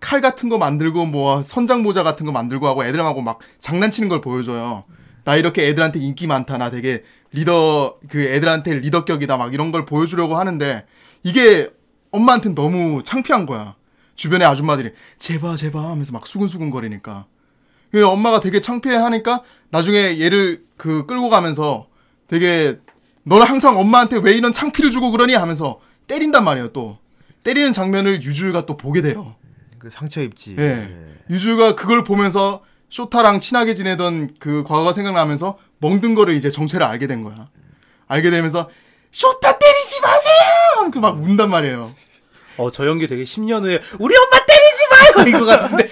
Speaker 3: 칼 같은 거 만들고 뭐 선장 모자 같은 거 만들고 하고 애들하고 막 장난치는 걸 보여줘요. 나 이렇게 애들한테 인기 많다. 나 되게 리더 그 애들한테 리더격이다. 막 이런 걸 보여주려고 하는데 이게 엄마한테는 너무 창피한 거야. 주변의 아줌마들이 제발 제발 하면서 막 수근수근 거리니까 그 엄마가 되게 창피해하니까 나중에 얘를 그 끌고 가면서 되게 너는 항상 엄마한테 왜 이런 창피를 주고 그러니 하면서 때린단 말이에요 또 때리는 장면을 유주가 또 보게 돼요 네.
Speaker 2: 그 상처 입지.
Speaker 3: 예. 유주가 그걸 예. 보면서 쇼타랑 친하게 지내던 그 과거가 생각나면서 멍든 거를 이제 정체를 알게 된 거야. 알게 되면서 쇼타 때리지 마세요! 그 막 운단 말이에요.
Speaker 1: 어, 저 연기 되게 10년 후에 우리 엄마 때리지 마요! 이거 같은데.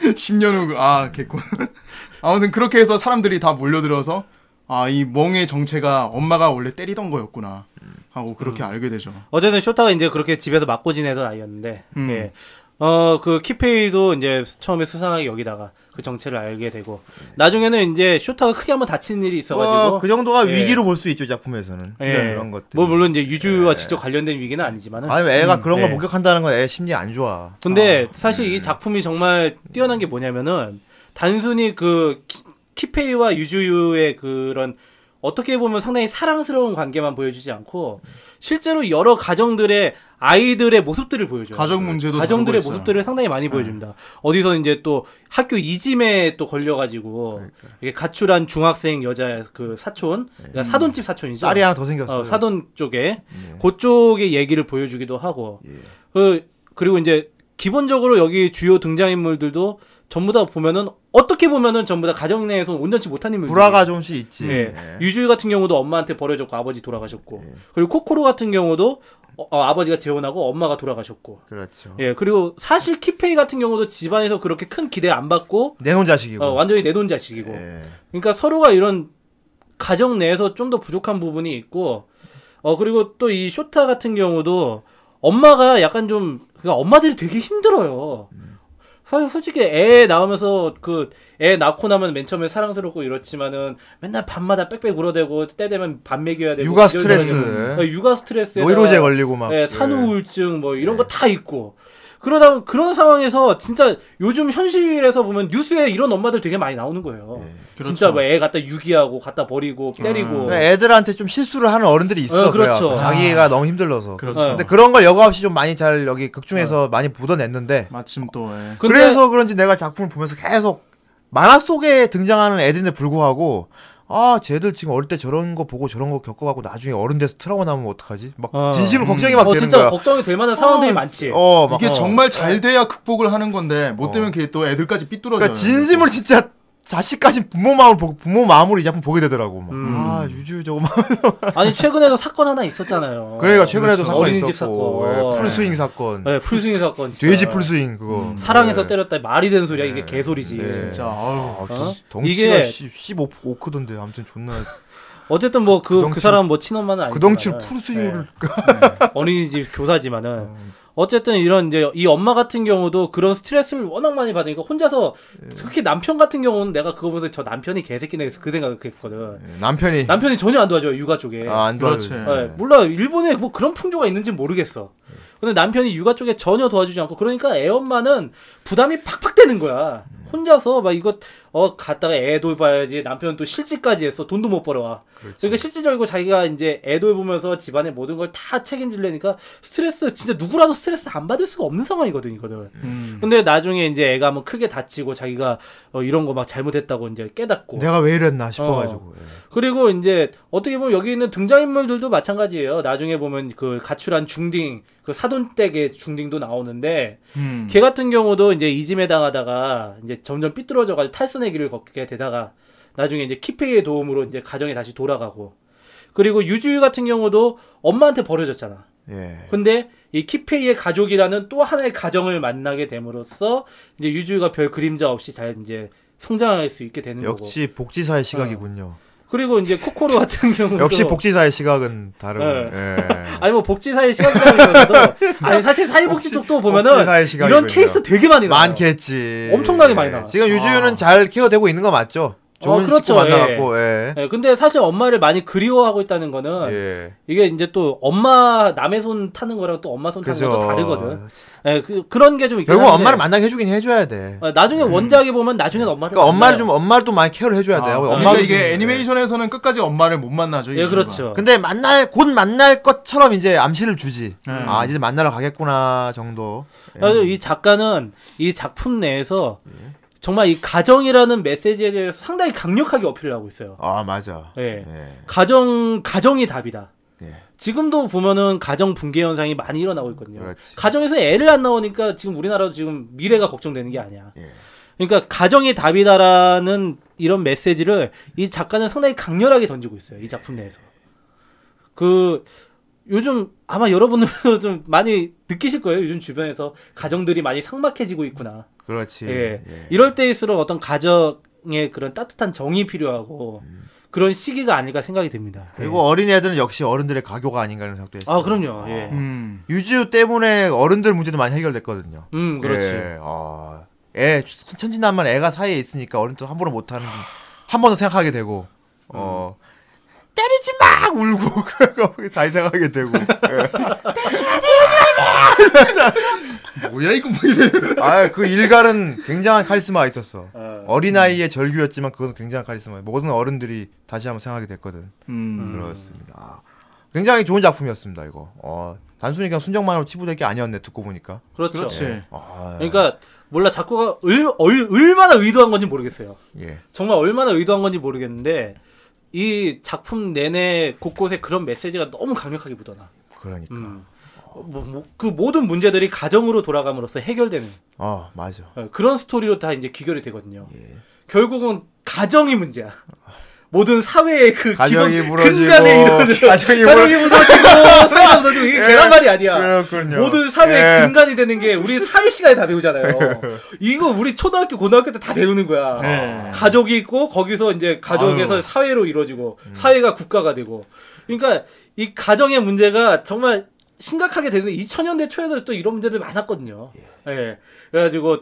Speaker 3: 10년 후, 아, 개콘. 아무튼 그렇게 해서 사람들이 다 몰려들어서, 아, 이 멍의 정체가 엄마가 원래 때리던 거였구나. 하고 그렇게 알게 되죠.
Speaker 1: 어쨌든 쇼타가 이제 그렇게 집에서 맞고 지내던 아이였는데,
Speaker 2: 음.
Speaker 1: 예. 어, 그 키페이도 이제 처음에 수상하게 여기다가 그 정체를 알게 되고, 나중에는 이제 쇼타가 크게 한번 다친 일이 있어가지고,
Speaker 2: 어, 네. 그 정도가
Speaker 1: 예.
Speaker 2: 위기로 볼 수 있죠 작품에서는 네.
Speaker 1: 예.
Speaker 2: 그런 것들.
Speaker 1: 뭐, 물론 이제 유주와 직접 관련된 위기는 아니지만은.
Speaker 2: 아니 애가 그런 걸
Speaker 1: 예.
Speaker 2: 목격한다는 건 애 심리 안 좋아.
Speaker 3: 네.
Speaker 1: 근데 사실 이 작품이 정말 뛰어난 게 뭐냐면은 단순히 그 키, 키페이와 유주유의 그런 어떻게 보면 상당히 사랑스러운 관계만 보여주지 않고 실제로 여러 가정들의 아이들의 모습들을 보여줘요.
Speaker 3: 가정 문제도
Speaker 1: 가정들의
Speaker 3: 다루고 있어요. 네.
Speaker 1: 모습들을 상당히 많이 보여줍니다. 어디서 이제 또 학교 이짐에 또 걸려가지고 이게 가출한 중학생 여자 그 사촌,
Speaker 3: 네.
Speaker 1: 그러니까 사돈집 사촌이죠.
Speaker 2: 딸이 하나 더 생겼어.
Speaker 1: 어, 사돈 쪽에
Speaker 3: 네.
Speaker 1: 그쪽의 얘기를 보여주기도 하고
Speaker 2: 예.
Speaker 1: 그 그리고 이제 기본적으로 여기 주요 등장인물들도 전부 다 보면은 어떻게 보면은 전부 다 가정 내에서 온전치 못한 인물들
Speaker 2: 불화가 조금씩 있지.
Speaker 1: 예.
Speaker 2: 예.
Speaker 1: 유주일 같은 경우도 엄마한테 버려졌고 아버지 돌아가셨고
Speaker 2: 네.
Speaker 1: 그리고 코코로 같은 경우도 어, 어, 아버지가 재혼하고 엄마가 돌아가셨고
Speaker 2: 그렇죠.
Speaker 1: 예 그리고 사실 키페이 같은 경우도 집안에서 그렇게 큰 기대 안 받고
Speaker 2: 내놓은 자식이고.
Speaker 1: 어, 완전히 내돈 자식이고
Speaker 2: 예.
Speaker 1: 그러니까 서로가 이런 가정 내에서 좀 더 부족한 부분이 있고 어 그리고 또 이 쇼타 같은 경우도 엄마가 약간 좀 그러니까 엄마들이 되게 힘들어요. 사실 솔직히 애 낳으면서 그 애 낳고 나면 맨 처음에 사랑스럽고 이렇지만은 맨날 밤마다 빽빽 울어대고 때 되면 밥 먹여야 되고
Speaker 2: 육아
Speaker 1: 이런
Speaker 2: 스트레스.
Speaker 1: 경우는, 어, 육아 스트레스
Speaker 2: 노이로제 걸리고 막. 예.
Speaker 1: 예, 산후우울증 뭐 이런 거 다 있고 그러다 그런 상황에서 진짜 요즘 현실에서 보면 뉴스에 이런 엄마들 되게 많이 나오는 거예요. 진짜
Speaker 3: 그렇죠.
Speaker 1: 뭐 애 갖다 유기하고 갖다 버리고 때리고
Speaker 2: 그러니까 애들한테 좀 실수를 하는 어른들이 있어.
Speaker 1: 어, 그렇죠.
Speaker 2: 그래갖고 자기가 너무 힘들어서.
Speaker 3: 그렇죠.
Speaker 1: 어.
Speaker 2: 근데 그런 걸 여과 없이 좀 많이 잘 여기 극중에서 많이 묻어냈는데
Speaker 3: 마침 또, 예.
Speaker 1: 근데
Speaker 2: 그래서 그런지 내가 작품을 보면서 계속 만화 속에 등장하는 애들인데 불구하고 아 쟤들 지금 어릴 때 저런 거 보고 저런 거 겪어갖고 나중에 어른 돼서 트라우마 나면 어떡하지? 막
Speaker 1: 어.
Speaker 2: 진심으로 걱정이 막
Speaker 1: 어
Speaker 2: 되는
Speaker 1: 진짜
Speaker 2: 거야.
Speaker 1: 걱정이 될 만한 상황들이 많지.
Speaker 2: 어, 막
Speaker 3: 이게
Speaker 2: 어.
Speaker 3: 정말 잘 돼야 극복을 하는 건데, 못 되면 어. 그게 또 애들까지 삐뚤어져요.
Speaker 2: 그러니까 진심으로 진짜 자식까지 부모 마음을 보고 부모 마음으로 이 작품 보게 되더라고. 막.
Speaker 1: 음.
Speaker 2: 아 유주 저거 막
Speaker 1: 아니 최근에도 사건 하나 있었잖아요. 그렇죠.
Speaker 2: 그러니까 최근에도 사건
Speaker 1: 어, 어린이집
Speaker 2: 있었고
Speaker 1: 사건.
Speaker 2: 예, 풀스윙 사건,
Speaker 1: 네, 풀스윙 사건. 진짜. 음.
Speaker 2: 돼지 풀스윙 그거
Speaker 1: 사랑해서
Speaker 2: 예.
Speaker 1: 때렸다 말이 되는 소리야 이게 개소리지.
Speaker 2: 네,
Speaker 3: 진짜, 아우.
Speaker 1: 어?
Speaker 2: 덩치가
Speaker 1: 이게-
Speaker 2: 15 5크던데 아무튼 존나
Speaker 1: 어쨌든 뭐 그 그
Speaker 2: 그동치-
Speaker 1: 사람 뭐 친엄마는 아니지만 네.
Speaker 2: 그 덩치를 풀스윙을 그
Speaker 1: 어린이집 교사지만은 어쨌든 이런 이제 이 엄마 같은 경우도 그런 스트레스를 워낙 많이 받으니까 혼자서
Speaker 2: 네.
Speaker 1: 특히 남편 같은 경우는 내가 그거 보면서 저 남편이 개새끼네 그래서 그 생각을 했거든.
Speaker 2: 남편이
Speaker 1: 남편이 전혀 안 도와줘요 육아 쪽에.
Speaker 2: 아, 안
Speaker 3: 네. 그렇지.
Speaker 2: 도와줘.
Speaker 1: 예, 몰라 일본에 뭐 그런 풍조가 있는지 모르겠어. 근데 남편이 육아 쪽에 전혀 도와주지 않고 그러니까 애 엄마는 부담이 팍팍 되는 거야. 혼자서 막 이거 어 갔다가 애 돌봐야지 남편은 또 실직까지 했어 돈도 못 벌어와. 그러니까 실질적이고 자기가 이제 애 돌보면서 집안의 모든 걸 다 책임질려니까 스트레스 진짜 누구라도 스트레스 안 받을 수가 없는 상황이거든 이거든.
Speaker 3: 음.
Speaker 1: 근데 나중에 이제 애가 뭐 크게 다치고 자기가 어, 이런 거 막 잘못했다고 이제 깨닫고
Speaker 2: 네. 내가 왜 이랬나 싶어가지고. 예.
Speaker 1: 그리고 이제 어떻게 보면 여기 있는 등장인물들도 마찬가지예요. 나중에 보면 그 가출한 중딩, 그 사돈댁의 중딩도 나오는데
Speaker 3: 음.
Speaker 1: 걔 같은 경우도 이제 이짐에 당하다가 이제 점점 삐뚤어져가지고 탈선의 길을 걷게 되다가 나중에 이제 키페이의 도움으로 이제 가정에 다시 돌아가고 그리고 유주유 같은 경우도 엄마한테 버려졌잖아.
Speaker 2: 예.
Speaker 1: 근데 이 키페이의 가족이라는 또 하나의 가정을 만나게 됨으로써 이제 유주유가 별 그림자 없이 잘 이제 성장할 수 있게 되는 거고. 뭐. 어.
Speaker 2: 역시 복지사의 시각이군요.
Speaker 1: 그리고 이제 코코로 같은 경우도
Speaker 2: 역시 복지사의 시각은 다른. 예.
Speaker 1: 아니 뭐 복지사회 시간이라도 아니 사실 사회복지 쪽도 보면은
Speaker 2: 복지사회 시간이군요.
Speaker 1: 이런 케이스 되게 많이 나와요.
Speaker 2: 많겠지.
Speaker 1: 엄청나게 많이
Speaker 2: 예.
Speaker 1: 나와요. 아.
Speaker 2: 지금 유주유는 잘 케어되고 있는 거 맞죠? 좋은
Speaker 1: 그렇죠.
Speaker 2: 식구 만나갖고. 예.
Speaker 1: 예, 근데 사실 엄마를 많이 그리워하고 있다는 거는
Speaker 2: 예.
Speaker 1: 이게 이제 또 엄마 남의 손 타는 거랑 또 엄마 손 타는
Speaker 2: 그죠.
Speaker 1: 거랑 또 다르거든. 예, 그, 그런 게 좀 있긴
Speaker 2: 결국
Speaker 1: 한데,
Speaker 2: 엄마를 만나게 해주긴 해줘야 돼.
Speaker 1: 예, 나중에 원작에 보면 나중에는 엄마를
Speaker 2: 그러니까 엄마를
Speaker 1: 만나요.
Speaker 2: 좀 엄마를 또 많이 케어를 해줘야 돼. 예.
Speaker 3: 아,
Speaker 2: 엄마가
Speaker 3: 엄마가 이게 애니메이션에서는 끝까지 엄마를 못 만나죠. 이
Speaker 1: 예,
Speaker 3: 이유가.
Speaker 1: 그렇죠.
Speaker 2: 근데 만날 곧 만날 것처럼 이제 암시를 주지.
Speaker 1: 네.
Speaker 3: 음.
Speaker 2: 아 이제 만나러 가겠구나 정도.
Speaker 1: 그래서
Speaker 2: 음.
Speaker 1: 이 작가는 이 작품 내에서
Speaker 2: 예.
Speaker 1: 정말 이 가정이라는 메시지에 대해서 상당히 강력하게 어필을 하고 있어요.
Speaker 2: 아 맞아.
Speaker 1: 예.
Speaker 2: 예.
Speaker 1: 가정 가정이 답이다. 지금도 보면은 가정 붕괴 현상이 많이 일어나고 있거든요.
Speaker 2: 그렇지.
Speaker 1: 가정에서 애를 안 낳으니까 지금 우리나라도 지금 미래가 걱정되는 게 아니야.
Speaker 2: 예.
Speaker 1: 그러니까 가정이 답이다라는 이런 메시지를 이 작가는 상당히 강렬하게 던지고 있어요. 이 작품 내에서. 그 요즘 아마 여러분들도 좀 많이 느끼실 거예요. 요즘 주변에서 가정들이 많이 삭막해지고 있구나.
Speaker 2: 그렇지.
Speaker 1: 예.
Speaker 2: 예.
Speaker 1: 이럴 때일수록 어떤 가정의 그런 따뜻한 정이 필요하고 그런 시기가 아닐까 생각이 듭니다.
Speaker 2: 그리고 어린 애들은 역시 어른들의 가교가 아닌가 하는 생각도
Speaker 1: 예.
Speaker 2: 했어요.
Speaker 1: 아 그럼요. 예.
Speaker 3: 음.
Speaker 2: 유주 때문에 어른들 문제도 많이 해결됐거든요.
Speaker 1: 음 그렇지.
Speaker 2: 예. 아, 애 천진난만 애가 사이에 있으니까 어른도 함부로 못하는 한 번 더 생각하게 되고 어 때리지 마 울고 그런 거다 생각하게 되고 예.
Speaker 3: 뭐야 이거 뭐 이래.
Speaker 2: 아그 일갈은 굉장한 카리스마가 있었어.
Speaker 1: 어.
Speaker 2: 어린 아이의 절규였지만 그것은 굉장한 카리스마. 모든 어른들이 다시 한번 생각하게 됐거든.
Speaker 3: 음.
Speaker 2: 그렇습니다. 아, 굉장히 좋은 작품이었습니다. 이거. 어, 단순히 그냥 순정만으로 치부될 게 아니었네. 듣고 보니까.
Speaker 1: 그렇죠.
Speaker 3: 그렇지.
Speaker 2: 아,
Speaker 1: 그러니까 몰라 작가가 얼, 얼, 얼마나 의도한 건지 모르겠어요.
Speaker 2: 예.
Speaker 1: 정말 얼마나 의도한 건지 모르겠는데 이 작품 내내 곳곳에 그런 메시지가 너무 강력하게 묻어나.
Speaker 2: 그러니까.
Speaker 1: 음. 어, 뭐, 뭐, 그 모든 문제들이 가정으로 돌아감으로써 해결되는
Speaker 2: 어, 맞아.
Speaker 1: 어, 그런 스토리로 다 이제 귀결이 되거든요.
Speaker 2: 예.
Speaker 1: 결국은 가정이 문제야. 모든 사회의 그
Speaker 2: 가정이
Speaker 1: 기본
Speaker 2: 무너지고,
Speaker 1: 근간에 이런
Speaker 2: 가정이
Speaker 1: 가정이 무너지고 사회가 무너지고 이게
Speaker 2: 예.
Speaker 1: 계란말이 아니야.
Speaker 2: 그렇군요.
Speaker 1: 모든 사회의
Speaker 2: 예.
Speaker 1: 근간이 되는 게 우리 사회 시간에 다 배우잖아요. 이거 우리 초등학교, 고등학교 때 다 배우는 거야.
Speaker 2: 예.
Speaker 1: 가족이 있고 거기서 이제 가족에서 사회로 이루어지고
Speaker 2: 음.
Speaker 1: 사회가 국가가 되고. 그러니까 이 가정의 문제가 정말 심각하게 되는 2000년대 초에도 또 이런 문제들 많았거든요. 예. 그래가지고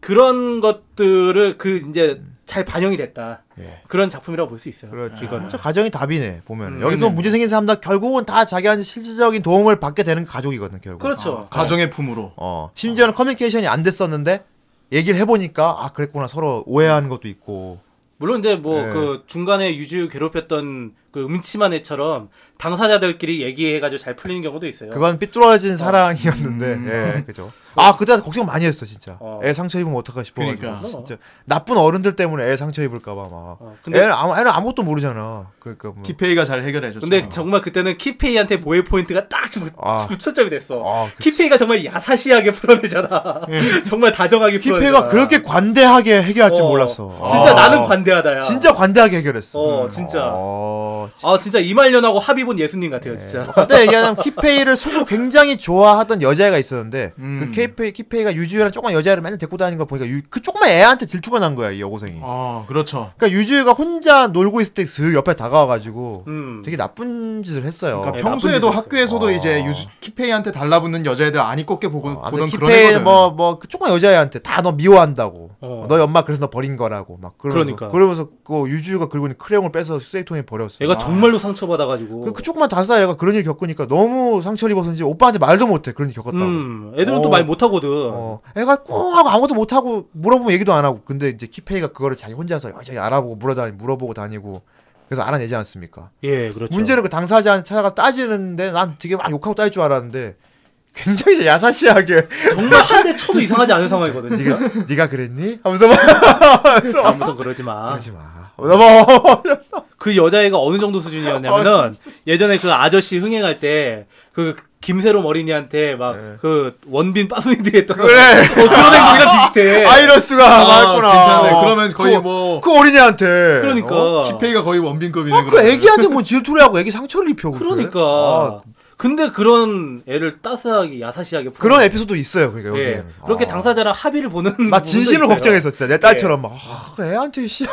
Speaker 1: 그런 것들을 그 이제 잘 반영이 됐다.
Speaker 2: 예.
Speaker 1: 그런 작품이라고 볼 수 있어요.
Speaker 2: 그렇죠.
Speaker 1: 예.
Speaker 2: 그렇지.
Speaker 1: 이거는.
Speaker 2: 진짜 가정이 답이네.
Speaker 1: 음,
Speaker 2: 보면 여기서 문제 생긴 사람들 결국은 다 자기한테 실질적인 도움을 받게 되는 가족이거든. 결국.
Speaker 1: 그렇죠.
Speaker 2: 아,
Speaker 3: 가정의 품으로.
Speaker 2: 어. 심지어는 커뮤니케이션이 안 됐었는데 얘기를 해보니까 아 그랬구나 서로 오해하는 것도 있고.
Speaker 1: 물론 이제 뭐
Speaker 2: 예.
Speaker 1: 그 중간에 유주 괴롭혔던 그 음침한 애처럼 당사자들끼리 얘기해가지고 잘 풀리는 경우도 있어요. 음.
Speaker 2: 그건 삐뚤어진 사랑이었는데, 예, 그죠. 아, 그때 걱정 많이 했어, 진짜.
Speaker 1: 어.
Speaker 2: 애 상처 입으면 어떡하 싶어가지고. 아,
Speaker 3: 그러니까.
Speaker 2: 진짜. 나쁜 어른들 때문에 애 상처 입을까봐 막.
Speaker 1: 어, 근데-
Speaker 2: 애는, 아무, 애는 아무것도 모르잖아. 그러니까 뭐.
Speaker 3: 키페이가 잘 해결해 줬죠.
Speaker 1: 근데 정말 그때는 키페이한테 보혜 포인트가 딱 주,
Speaker 2: 아.
Speaker 1: 초점이 됐어.
Speaker 2: 아, 그치. 예.
Speaker 1: 키페이가 정말 야사시하게 풀어내잖아. 정말 다정하게 풀어내잖아.
Speaker 2: 키페가 그렇게 관대하게 해결할 줄 몰랐어.
Speaker 1: 진짜
Speaker 2: 아.
Speaker 1: 나는 관대하다야.
Speaker 2: 진짜 관대하게 해결했어.
Speaker 1: 어, 진짜.
Speaker 2: 어, 진짜.
Speaker 1: 아 진짜 이말년하고 합의본 예수님
Speaker 2: 네.
Speaker 1: 같아요, 진짜.
Speaker 2: 그때 얘기하자면 키페이를 속으로 굉장히 좋아하던 여자애가 있었는데
Speaker 3: 음.
Speaker 2: 그 키페이 키페이가 유주유랑 조그만 여자애를 맨날 데리고 다니는 걸 보니까 유- 그 조그만 애한테 질투가 난 거야 이 여고생이.
Speaker 3: 아 그렇죠.
Speaker 2: 그러니까 유주유가 혼자 놀고 있을 때 슥 옆에 다가와가지고
Speaker 1: 음.
Speaker 2: 되게 나쁜 짓을 했어요.
Speaker 3: 그러니까
Speaker 1: 예, 나쁜
Speaker 3: 평소에도
Speaker 1: 짓이었어요.
Speaker 3: 학교에서도
Speaker 2: 어.
Speaker 3: 이제 유주 키페이한테 달라붙는 여자애들 아니 꼽게 보고,
Speaker 2: 어, 아무튼
Speaker 3: 보던 그런
Speaker 2: 키페이
Speaker 3: 애거든.
Speaker 2: 뭐뭐그 조그만 여자애한테 다 너 미워한다고.
Speaker 1: 어.
Speaker 2: 너희 엄마 그래서 너 버린 거라고 막 그러면서
Speaker 1: 그러니까.
Speaker 2: 그러면서그 유주유가 그리고 있는 크레용을 빼서 쓰레기통에 버렸어.
Speaker 1: 얘가 정말로 상처받아가지고.
Speaker 2: 아. 그, 그 조그만 다섯 살 애가 그런 일 겪으니까 너무 상처를 입었는지 오빠한테 말도 못해 그런 일 겪었다고.
Speaker 1: 음, 애들은 또
Speaker 2: 어.
Speaker 1: 말 못하거든.
Speaker 2: 어, 애가 꿍 하고 아무것도 못하고 물어보면 얘기도 안 하고 근데 이제 키페이가 그거를 자기 혼자서 여기저기 알아보고 물어다니 물어보고 다니고 그래서 알아내지 않습니까?
Speaker 1: 예, 그렇죠.
Speaker 2: 문제는 그 당사자한테 찾아가 따지는데 난 되게 막 욕하고 따질 줄 알았는데 굉장히 이제 야사시하게
Speaker 1: 정말 한 대 쳐도 이상하지 않은 상황이거든,
Speaker 2: 네가
Speaker 1: 지금.
Speaker 2: 네가 그랬니? 하면서 막
Speaker 1: 다음부터 그러지 마.
Speaker 2: 그러지 마. 하면서 막
Speaker 1: 그 여자애가 어느 정도 수준이었냐면은 예전에 그 아저씨 흥행할 때 그 김새롬 어린이한테 막 그 원빈 빠순이들이 했던 그래. 어, 그런 행동이랑 비슷해.
Speaker 2: 아 이럴 수가
Speaker 3: 아,
Speaker 2: 맞구나.
Speaker 3: 괜찮네. 그러면
Speaker 2: 그-
Speaker 3: 거의 뭐-
Speaker 2: 그 어린애한테
Speaker 1: 그러니까.
Speaker 2: 어?
Speaker 3: 키페이가 거의 원빈급이네.
Speaker 2: 어, 그 애기한테 뭐 질투를 하고 애기 상처를 입혀 그래?
Speaker 1: 그러니까.
Speaker 2: 아,
Speaker 1: 근데 그런 애를 따스하게 야사시하게 풀어.
Speaker 2: 그런 에피소드 있어요 그러니까 여기
Speaker 1: 예. 그렇게 당사자랑 합의를 보는
Speaker 2: 막
Speaker 1: 부분도 있어요.
Speaker 2: 진심을
Speaker 1: 예.
Speaker 2: 걱정했어 진짜 내 딸처럼 막 아, 애한테 씨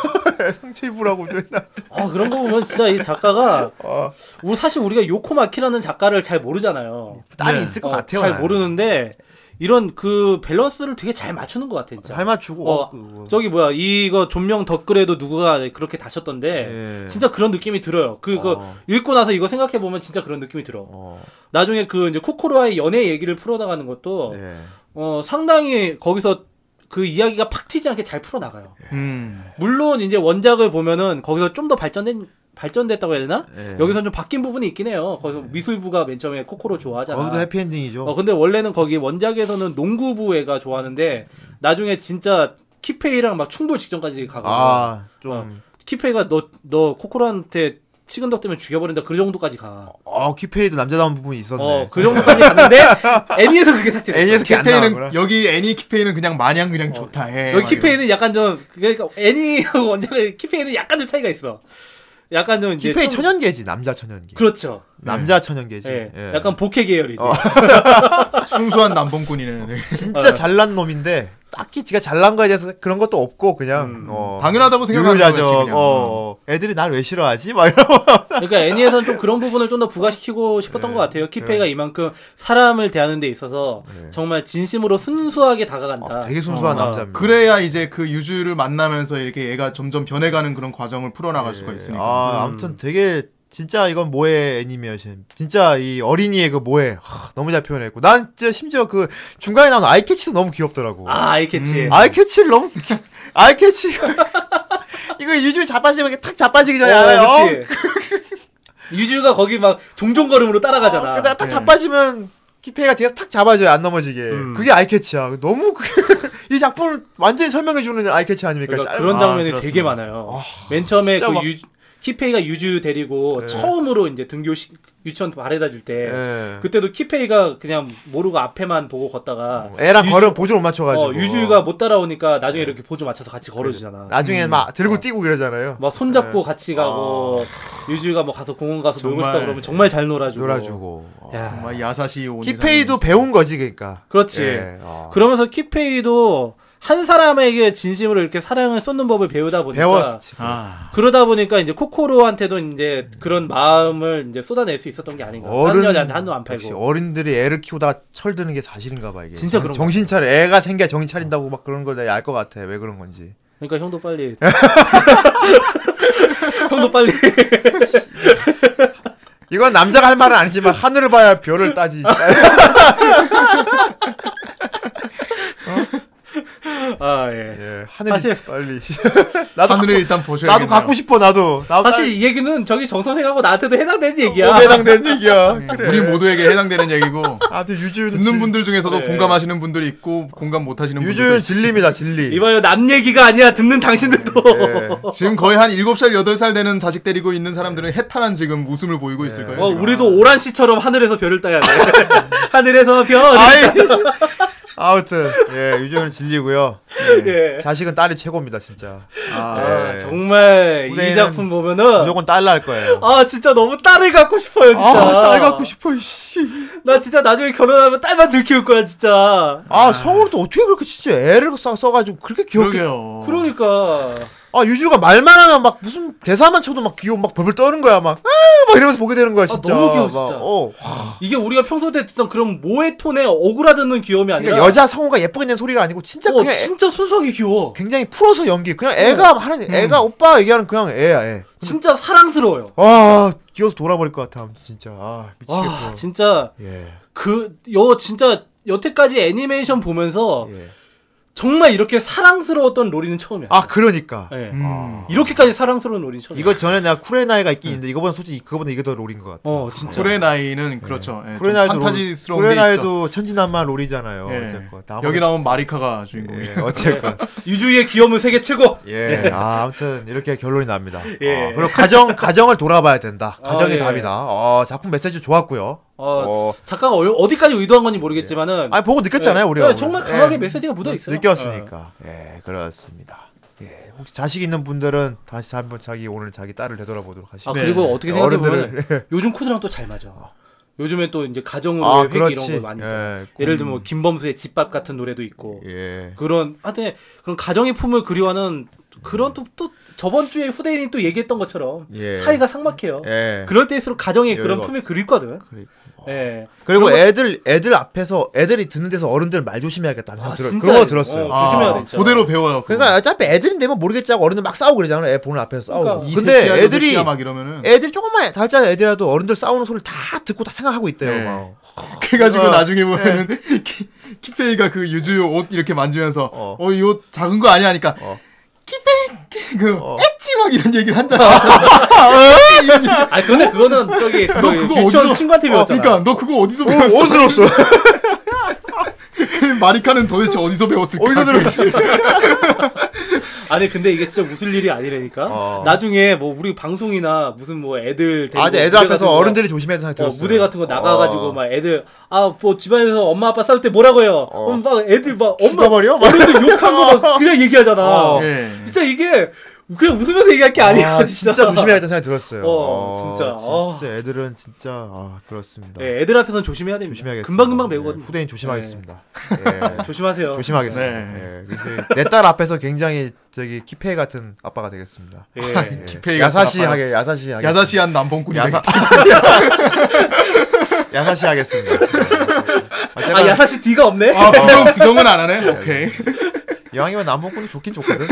Speaker 2: 상처 입으라고 그랬나
Speaker 1: 아, 그런 거 보면 진짜 이 작가가
Speaker 2: 어,
Speaker 1: 우리 사실 우리가 요코마키라는 작가를 잘 모르잖아요.
Speaker 2: 딸이
Speaker 3: 네.
Speaker 2: 있을 것
Speaker 1: 어,
Speaker 2: 같아요
Speaker 1: 잘
Speaker 2: 나는.
Speaker 1: 모르는데 이런 그 밸런스를 되게 잘 맞추는 것 같아 진짜.
Speaker 2: 잘 맞추고
Speaker 1: 어,
Speaker 2: 어, 그거.
Speaker 1: 저기 뭐야 이거 좀명 덧글에도 누가 그렇게 다셨던데
Speaker 2: 예.
Speaker 1: 진짜 그런 느낌이 들어요. 그거
Speaker 2: 어.
Speaker 1: 읽고 나서 이거 생각해 보면 진짜 그런 느낌이 들어.
Speaker 2: 어,
Speaker 1: 나중에 그 이제 코코로와의 연애 얘기를 풀어나가는 것도
Speaker 2: 예.
Speaker 1: 어 상당히 거기서 그 이야기가 팍 튀지 않게 잘 풀어나가요.
Speaker 2: 네.
Speaker 3: 음.
Speaker 1: 물론 이제 원작을 보면은 거기서 좀 더 발전된 발전됐다고 해야 되나?
Speaker 2: 예.
Speaker 1: 여기서 좀 바뀐 부분이 있긴 해요. 거기서 미술부가 맨 처음에 코코로 좋아하잖아.
Speaker 2: 네. 거기도 해피엔딩이죠
Speaker 1: 어 근데 원래는 거기 원작에서는 농구부 애가 좋아하는데 나중에 진짜 키페이랑 막 충돌 직전까지 가고
Speaker 2: 아 좀
Speaker 1: 키페이가 너 너 코코로한테 치근덕 때문에 죽여버린다 그 정도까지 가.
Speaker 2: 어 키페이도 남자다운 부분이 있었네.
Speaker 1: 어 그 정도까지 갔는데 애니에서 그게 삭제됐어.
Speaker 2: 애니에서 그게 안
Speaker 3: 키페이는
Speaker 2: 나오구나.
Speaker 3: 여기 애니 키페이는 그냥 마냥 그냥 좋다
Speaker 1: 어.
Speaker 3: 해.
Speaker 1: 여기
Speaker 3: 막
Speaker 1: 키페이는 약간 좀 그러니까 애니하고 원작의 키페이는 약간 좀 차이가 있어. 약간 좀 이제
Speaker 2: 키페이
Speaker 1: 좀-
Speaker 2: 천연계지 남자 천연계.
Speaker 1: 그렇죠.
Speaker 2: 남자 천연계지.
Speaker 1: 예.
Speaker 2: 예.
Speaker 1: 약간 복해 계열이지.
Speaker 3: 이런. 순수한 남봉꾼이네. 네.
Speaker 2: 진짜 잘난 놈인데 딱히 지가 잘난 거에 대해서 그런 것도 없고
Speaker 1: 음.
Speaker 2: 그냥 어,
Speaker 3: 당연하다고 생각하는 거지
Speaker 2: 유유자적.
Speaker 3: 그냥.
Speaker 2: 어, 애들이 날 왜 싫어하지? 막 이러고.
Speaker 1: 그러니까 애니에서는 좀 그런 부분을 좀 더 부각시키고 싶었던 것
Speaker 2: 네.
Speaker 1: 같아요. 키페이가 이만큼 사람을 대하는 데 있어서 정말 진심으로 순수하게 다가간다.
Speaker 2: 네. 아, 되게 순수한
Speaker 1: 어.
Speaker 2: 남자입니다.
Speaker 3: 그래야 이제 그 유주를 만나면서 이렇게 얘가 점점 변해가는 그런 과정을 풀어나갈 수가 있으니까.
Speaker 1: 음.
Speaker 2: 아, 아무튼 되게 진짜 이건 모해 애니메이션. 진짜 이 어린이의 그 모해 하, 너무 잘 표현했고 난 진짜 심지어 그 중간에 나오는 아이캐치도 너무 귀엽더라고.
Speaker 1: 아, 알겠지.
Speaker 2: 음. 아이캐치를 너무 귀- 아이캐치 이거 유주 자빠지면 이렇게 탁 자빠지기 전에 알아요.
Speaker 1: 어, 그치. 유주가 거기 막 종종 걸음으로 따라가잖아. 네.
Speaker 2: 근데 딱 자빠지면 키페이가 뒤에서 탁 잡아줘요 안 넘어지게
Speaker 1: 음.
Speaker 2: 그게 아이캐치야 너무 그- 이 작품을 완전히 설명해주는 아이캐치 아닙니까
Speaker 1: 그러니까
Speaker 2: 짧-
Speaker 1: 그런
Speaker 2: 아,
Speaker 1: 장면이
Speaker 2: 그렇습니다.
Speaker 1: 되게 많아요. 맨 처음에 그
Speaker 2: 진짜 막- 네.
Speaker 1: 유, 키페이가 유주 데리고 처음으로 이제 등교 시, 유치원 바래다 줄 때
Speaker 2: 예.
Speaker 1: 그때도 키페이가 그냥 모르고 앞에만 보고 걷다가
Speaker 2: 애랑
Speaker 1: 유주-
Speaker 2: 걸음 보조 못 어, 맞춰가지고
Speaker 1: 어, 유주가 못 따라오니까 나중에
Speaker 2: 네.
Speaker 1: 이렇게 보조 맞춰서 같이 걸어주잖아.
Speaker 2: 나중에 막 들고 뛰고 그러잖아요
Speaker 1: 막 손잡고 같이 가고 유주가 뭐 가서 공원 가서 놀고
Speaker 3: 정말.
Speaker 1: 싶다 그러면 정말 잘 놀아주고.
Speaker 2: 놀아주고 어.
Speaker 1: 야,
Speaker 3: 정말 야사시 온.
Speaker 2: 키페이도 배운 거지 그러니까
Speaker 1: 그렇지.
Speaker 2: 예, 어.
Speaker 1: 그러면서 키페이도 한 사람에게 진심으로 이렇게 사랑을 쏟는 법을 배우다 보니까
Speaker 2: 배웠지
Speaker 3: 아,
Speaker 1: 그러다 보니까 이제 코코로한테도 이제 그런 마음을 이제 쏟아낼 수 있었던 게 아닌가. 다른 여자한테 한도 안
Speaker 2: 역시
Speaker 1: 팔고.
Speaker 2: 어른들이 애를 키우다 철드는 게 사실인가 봐 이게
Speaker 1: 진짜 그런
Speaker 2: 정신 차려 애가 생겨 정신 차린다고 막 그런 걸 내가 알 것 같아 왜 그런 건지
Speaker 1: 그러니까 형도 빨리. 형도 빨리.
Speaker 2: 이건 남자가 할 말은 아니지만 하늘을 봐야 별을 따지
Speaker 1: 아 예.
Speaker 2: 예, 하늘이
Speaker 1: 사실-
Speaker 2: 빨리 그러니까. 나도
Speaker 3: 하늘을
Speaker 2: 갖고,
Speaker 3: 일단 보셔야.
Speaker 2: 나도 갖고 싶어 나도 나도
Speaker 1: 사실 이 얘기는 저기 정선생하고 나한테도 해당되는 얘기야.
Speaker 2: 해당는 얘기야 그래
Speaker 3: 우리 모두에게 해당되는 얘기고
Speaker 2: 아무튼 유주윤
Speaker 3: 예. 듣는 분들 중에서도
Speaker 1: 네.
Speaker 3: 공감하시는 분들이 있고 공감 못하시는 분들.
Speaker 2: 유주윤 진리입니다 진리
Speaker 1: 이봐요 남 얘기가 아니야 듣는 당신들도.
Speaker 2: 예.
Speaker 3: 지금 거의 한 7살, 8살 되는 자식 데리고 있는
Speaker 2: 네.
Speaker 3: 사람들은 해탈한 지금 웃음을 보이고 있을 거예요.
Speaker 1: 어,
Speaker 2: 아.
Speaker 3: 지금.
Speaker 1: 우리도 오란 씨처럼 하늘에서 별을 따야 돼. 하늘에서 별.
Speaker 2: 아이 아무튼 예 유주윤 진리고요
Speaker 1: 예.
Speaker 2: 자식은 딸이 최고입니다 진짜
Speaker 3: 아,
Speaker 1: 아, 정말 이
Speaker 2: 후대에는
Speaker 1: 작품 보면은
Speaker 2: 네. 무조건 딸 낳을 거예요
Speaker 1: 아 진짜 너무 딸을 갖고 싶어요 진짜.
Speaker 2: 아딸 갖고 싶어 씨.
Speaker 1: 나 진짜 나중에 결혼하면 딸만 들 키울 거야 진짜.
Speaker 2: 아 성우도 어떻게 그렇게 진짜 애를 써, 써가지고 그렇게 귀엽게
Speaker 3: 그러게요.
Speaker 1: 그러니까
Speaker 2: 아 유주가 말만 하면 막 무슨 대사만 쳐도 막 귀여워 막 벌벌 떠는 거야 막 아, 막 이러면서 보게 되는 거야 진짜
Speaker 1: 너무 귀여워,
Speaker 2: 막,
Speaker 1: 진짜.
Speaker 2: 어.
Speaker 1: 이게 우리가 평소 때 듣던 그런 모의 톤의 오그라드는 귀여움이 아니라
Speaker 2: 그러니까 여자 성우가 예쁘게 낸 소리가 아니고 진짜
Speaker 1: 어,
Speaker 2: 그냥 애-
Speaker 1: 진짜 순수하게 귀여워.
Speaker 2: 굉장히 풀어서 연기 그냥 애가 하는 애가 오빠 얘기하는 그냥 애야 애.
Speaker 1: 진짜 사랑스러워요.
Speaker 2: 아 귀여워서 돌아버릴 것 같아 아무튼 진짜 아 미치겠고
Speaker 1: 와 진짜
Speaker 2: 예.
Speaker 1: 그 여 진짜 여태까지 애니메이션 보면서
Speaker 2: 예.
Speaker 1: 정말 이렇게 사랑스러웠던 로리는 처음이야.
Speaker 2: 아 그러니까
Speaker 1: 예.
Speaker 3: 음.
Speaker 1: 이렇게까지 사랑스러운 로리는 처음이야.
Speaker 2: 이거 전에 내가 쿨의 나이가 있긴 있는데 이거보다 솔직히 그거보다 이게 더 롤인 것 같아
Speaker 1: 어 진짜.
Speaker 3: 쿨의 나이는 그렇죠. 예, 좀
Speaker 2: 음. 쿨의 나이도 롤-
Speaker 3: 판타지스러운
Speaker 2: 쿨의
Speaker 3: 게 있죠.
Speaker 2: 나이도 천진난만 롤이잖아요
Speaker 3: 예.
Speaker 2: 어쨌건
Speaker 3: 여기 나온 마리카가 주인공이에요.
Speaker 2: 예, 어쨌건
Speaker 1: 유주의 귀여움은 세계 최고.
Speaker 2: 예, 아, 아무튼 이렇게 결론이 납니다.
Speaker 1: 예.
Speaker 2: 어, 그리고 가정 가정을 돌아봐야 된다. 가정이
Speaker 1: 예.
Speaker 2: 답이다. 어, 작품 메시지 좋았고요.
Speaker 1: 어,
Speaker 2: 어,
Speaker 1: 작가가 어, 어디까지 의도한 건지 모르겠지만은
Speaker 2: 아니 보고 느꼈잖아요,
Speaker 1: 예,
Speaker 2: 우리가.
Speaker 1: 예, 정말 강하게 메시지가 묻어 있어요.
Speaker 2: 느꼈으니까. 예, 그렇습니까? 예, 혹시 자식 있는 분들은 다시 한번 자기 오늘 자기 딸을 되돌아보도록 하시죠.
Speaker 1: 아 그리고 어떻게
Speaker 2: 예,
Speaker 1: 생각해 보면
Speaker 2: 어른들을-
Speaker 1: 요즘 코드랑 또 잘 맞아. 요즘엔 또 이제 가정으로
Speaker 2: 아,
Speaker 1: 의뭐 회기 이런
Speaker 2: 그렇지.
Speaker 1: 걸 많이
Speaker 2: 예,
Speaker 1: 써요.
Speaker 2: 공-
Speaker 1: 예, 를 들면 뭐 김범수의 집밥 같은 노래도 있고
Speaker 2: 예.
Speaker 1: 그런 하여튼 그런 가정의 품을 그리워하는 그런 또, 또 저번 주에 후대인이 또 얘기했던 것처럼
Speaker 2: 예.
Speaker 1: 사이가 삭막해요.
Speaker 2: 예.
Speaker 1: 그럴 때일수록 가정의 그런
Speaker 2: 여유가
Speaker 1: 품이 그립거든.
Speaker 2: 그리고-
Speaker 1: 예.
Speaker 2: 그리고
Speaker 1: 그런 거-
Speaker 2: 애들 애들 앞에서 애들이 듣는 데서 어른들 말 조심해야겠다는
Speaker 1: 아,
Speaker 2: 생각 들어.
Speaker 1: 진짜
Speaker 2: 그런 거 들었어요.
Speaker 1: 어, 조심해야 돼,
Speaker 3: 아,
Speaker 1: 진짜.
Speaker 3: 그대로 배워요. 그거.
Speaker 2: 그러니까 어차피 애들인데 뭐 모르겠지 하고 어른들 막 싸우고 그러잖아요. 애 보는 앞에서 싸우고.
Speaker 1: 그러니까.
Speaker 3: 이 새끼야,
Speaker 2: 근데
Speaker 3: 이
Speaker 2: 애들이
Speaker 3: 새끼야 막 이러면은
Speaker 2: 애들이 조금만 다자 애들이라도 어른들 싸우는 소리를 다 듣고 다 생각하고 있대요.
Speaker 3: 네.
Speaker 2: 막.
Speaker 3: 그래가지고
Speaker 2: 어,
Speaker 3: 나중에 보면은 키, 키페이가 그 유주 옷 이렇게 만지면서
Speaker 2: 어.
Speaker 3: 어 이 옷 작은 거 아니야 하니까
Speaker 2: 어.
Speaker 3: 키페이 그
Speaker 2: 어.
Speaker 3: 엣지 막 이런 얘기를 한다. 엣지 이런 얘기.
Speaker 1: 아 근데 그거는 저기 너
Speaker 3: 너 그거
Speaker 1: 유치원
Speaker 3: 어디서-
Speaker 1: 친구한테
Speaker 3: 어,
Speaker 1: 배웠잖아.
Speaker 3: 그러니까 너 그거 어디서
Speaker 2: 어,
Speaker 3: 배웠어?
Speaker 2: 어디서 들었어?
Speaker 3: 그 마리카는 도대체 어디서 배웠을까?
Speaker 2: 어디서 들었지?
Speaker 1: 아니 근데 이게 진짜 웃을 일이 아니라니까.
Speaker 2: 어.
Speaker 1: 나중에 뭐 우리 방송이나 무슨 뭐 애들 데리고
Speaker 2: 아직
Speaker 1: 무대
Speaker 2: 애들
Speaker 1: 같은
Speaker 2: 앞에서
Speaker 1: 거-
Speaker 2: 어른들이 조심해야 생각
Speaker 1: 어,
Speaker 2: 들었어요.
Speaker 1: 무대 같은 거 나가가지고
Speaker 2: 어.
Speaker 1: 막 애들 아 뭐 집안에서 엄마 아빠 싸울 때 뭐라고 해요. 그럼 막 애들 막 엄마
Speaker 2: 어. 죽어버려? 막
Speaker 1: 어른들 욕한 거 막 그냥 얘기하잖아.
Speaker 2: 어.
Speaker 3: 예.
Speaker 1: 진짜 이게 그냥 웃으면서 얘기할 게 아니야
Speaker 2: 아,
Speaker 1: 진짜.
Speaker 2: 진짜 조심해야겠다는 생각이 들었어요. 아,
Speaker 1: 어, 진짜. 어.
Speaker 2: 진짜 애들은 진짜 아, 그렇습니다.
Speaker 1: 예, 애들 앞에서는 조심해야 됩니다.
Speaker 2: 조심해야겠습니다.
Speaker 1: 금방 금방
Speaker 2: 예,
Speaker 1: 배우거든요. 네.
Speaker 2: 후대인 조심하겠습니다. 예,
Speaker 1: 조심하세요.
Speaker 2: 조심하겠습니다.
Speaker 3: 어,
Speaker 2: 예, 내
Speaker 3: 네.
Speaker 2: 딸 앞에서 굉장히 저기 키페이 같은 아빠가 되겠습니다.
Speaker 1: 예.
Speaker 2: 예.
Speaker 3: 키페이 같은
Speaker 2: 야사시하게 야사시하게
Speaker 3: 야자시한 남봉꾼이
Speaker 2: 야사
Speaker 3: 야사...
Speaker 2: 야사시하겠습니다. 예. 아, 제가
Speaker 1: 아 야사시 D가 없네.
Speaker 3: 아 부정, 부정은 안 하네. 오케이.
Speaker 2: 이왕이면 남봉꾼이 좋긴 좋거든.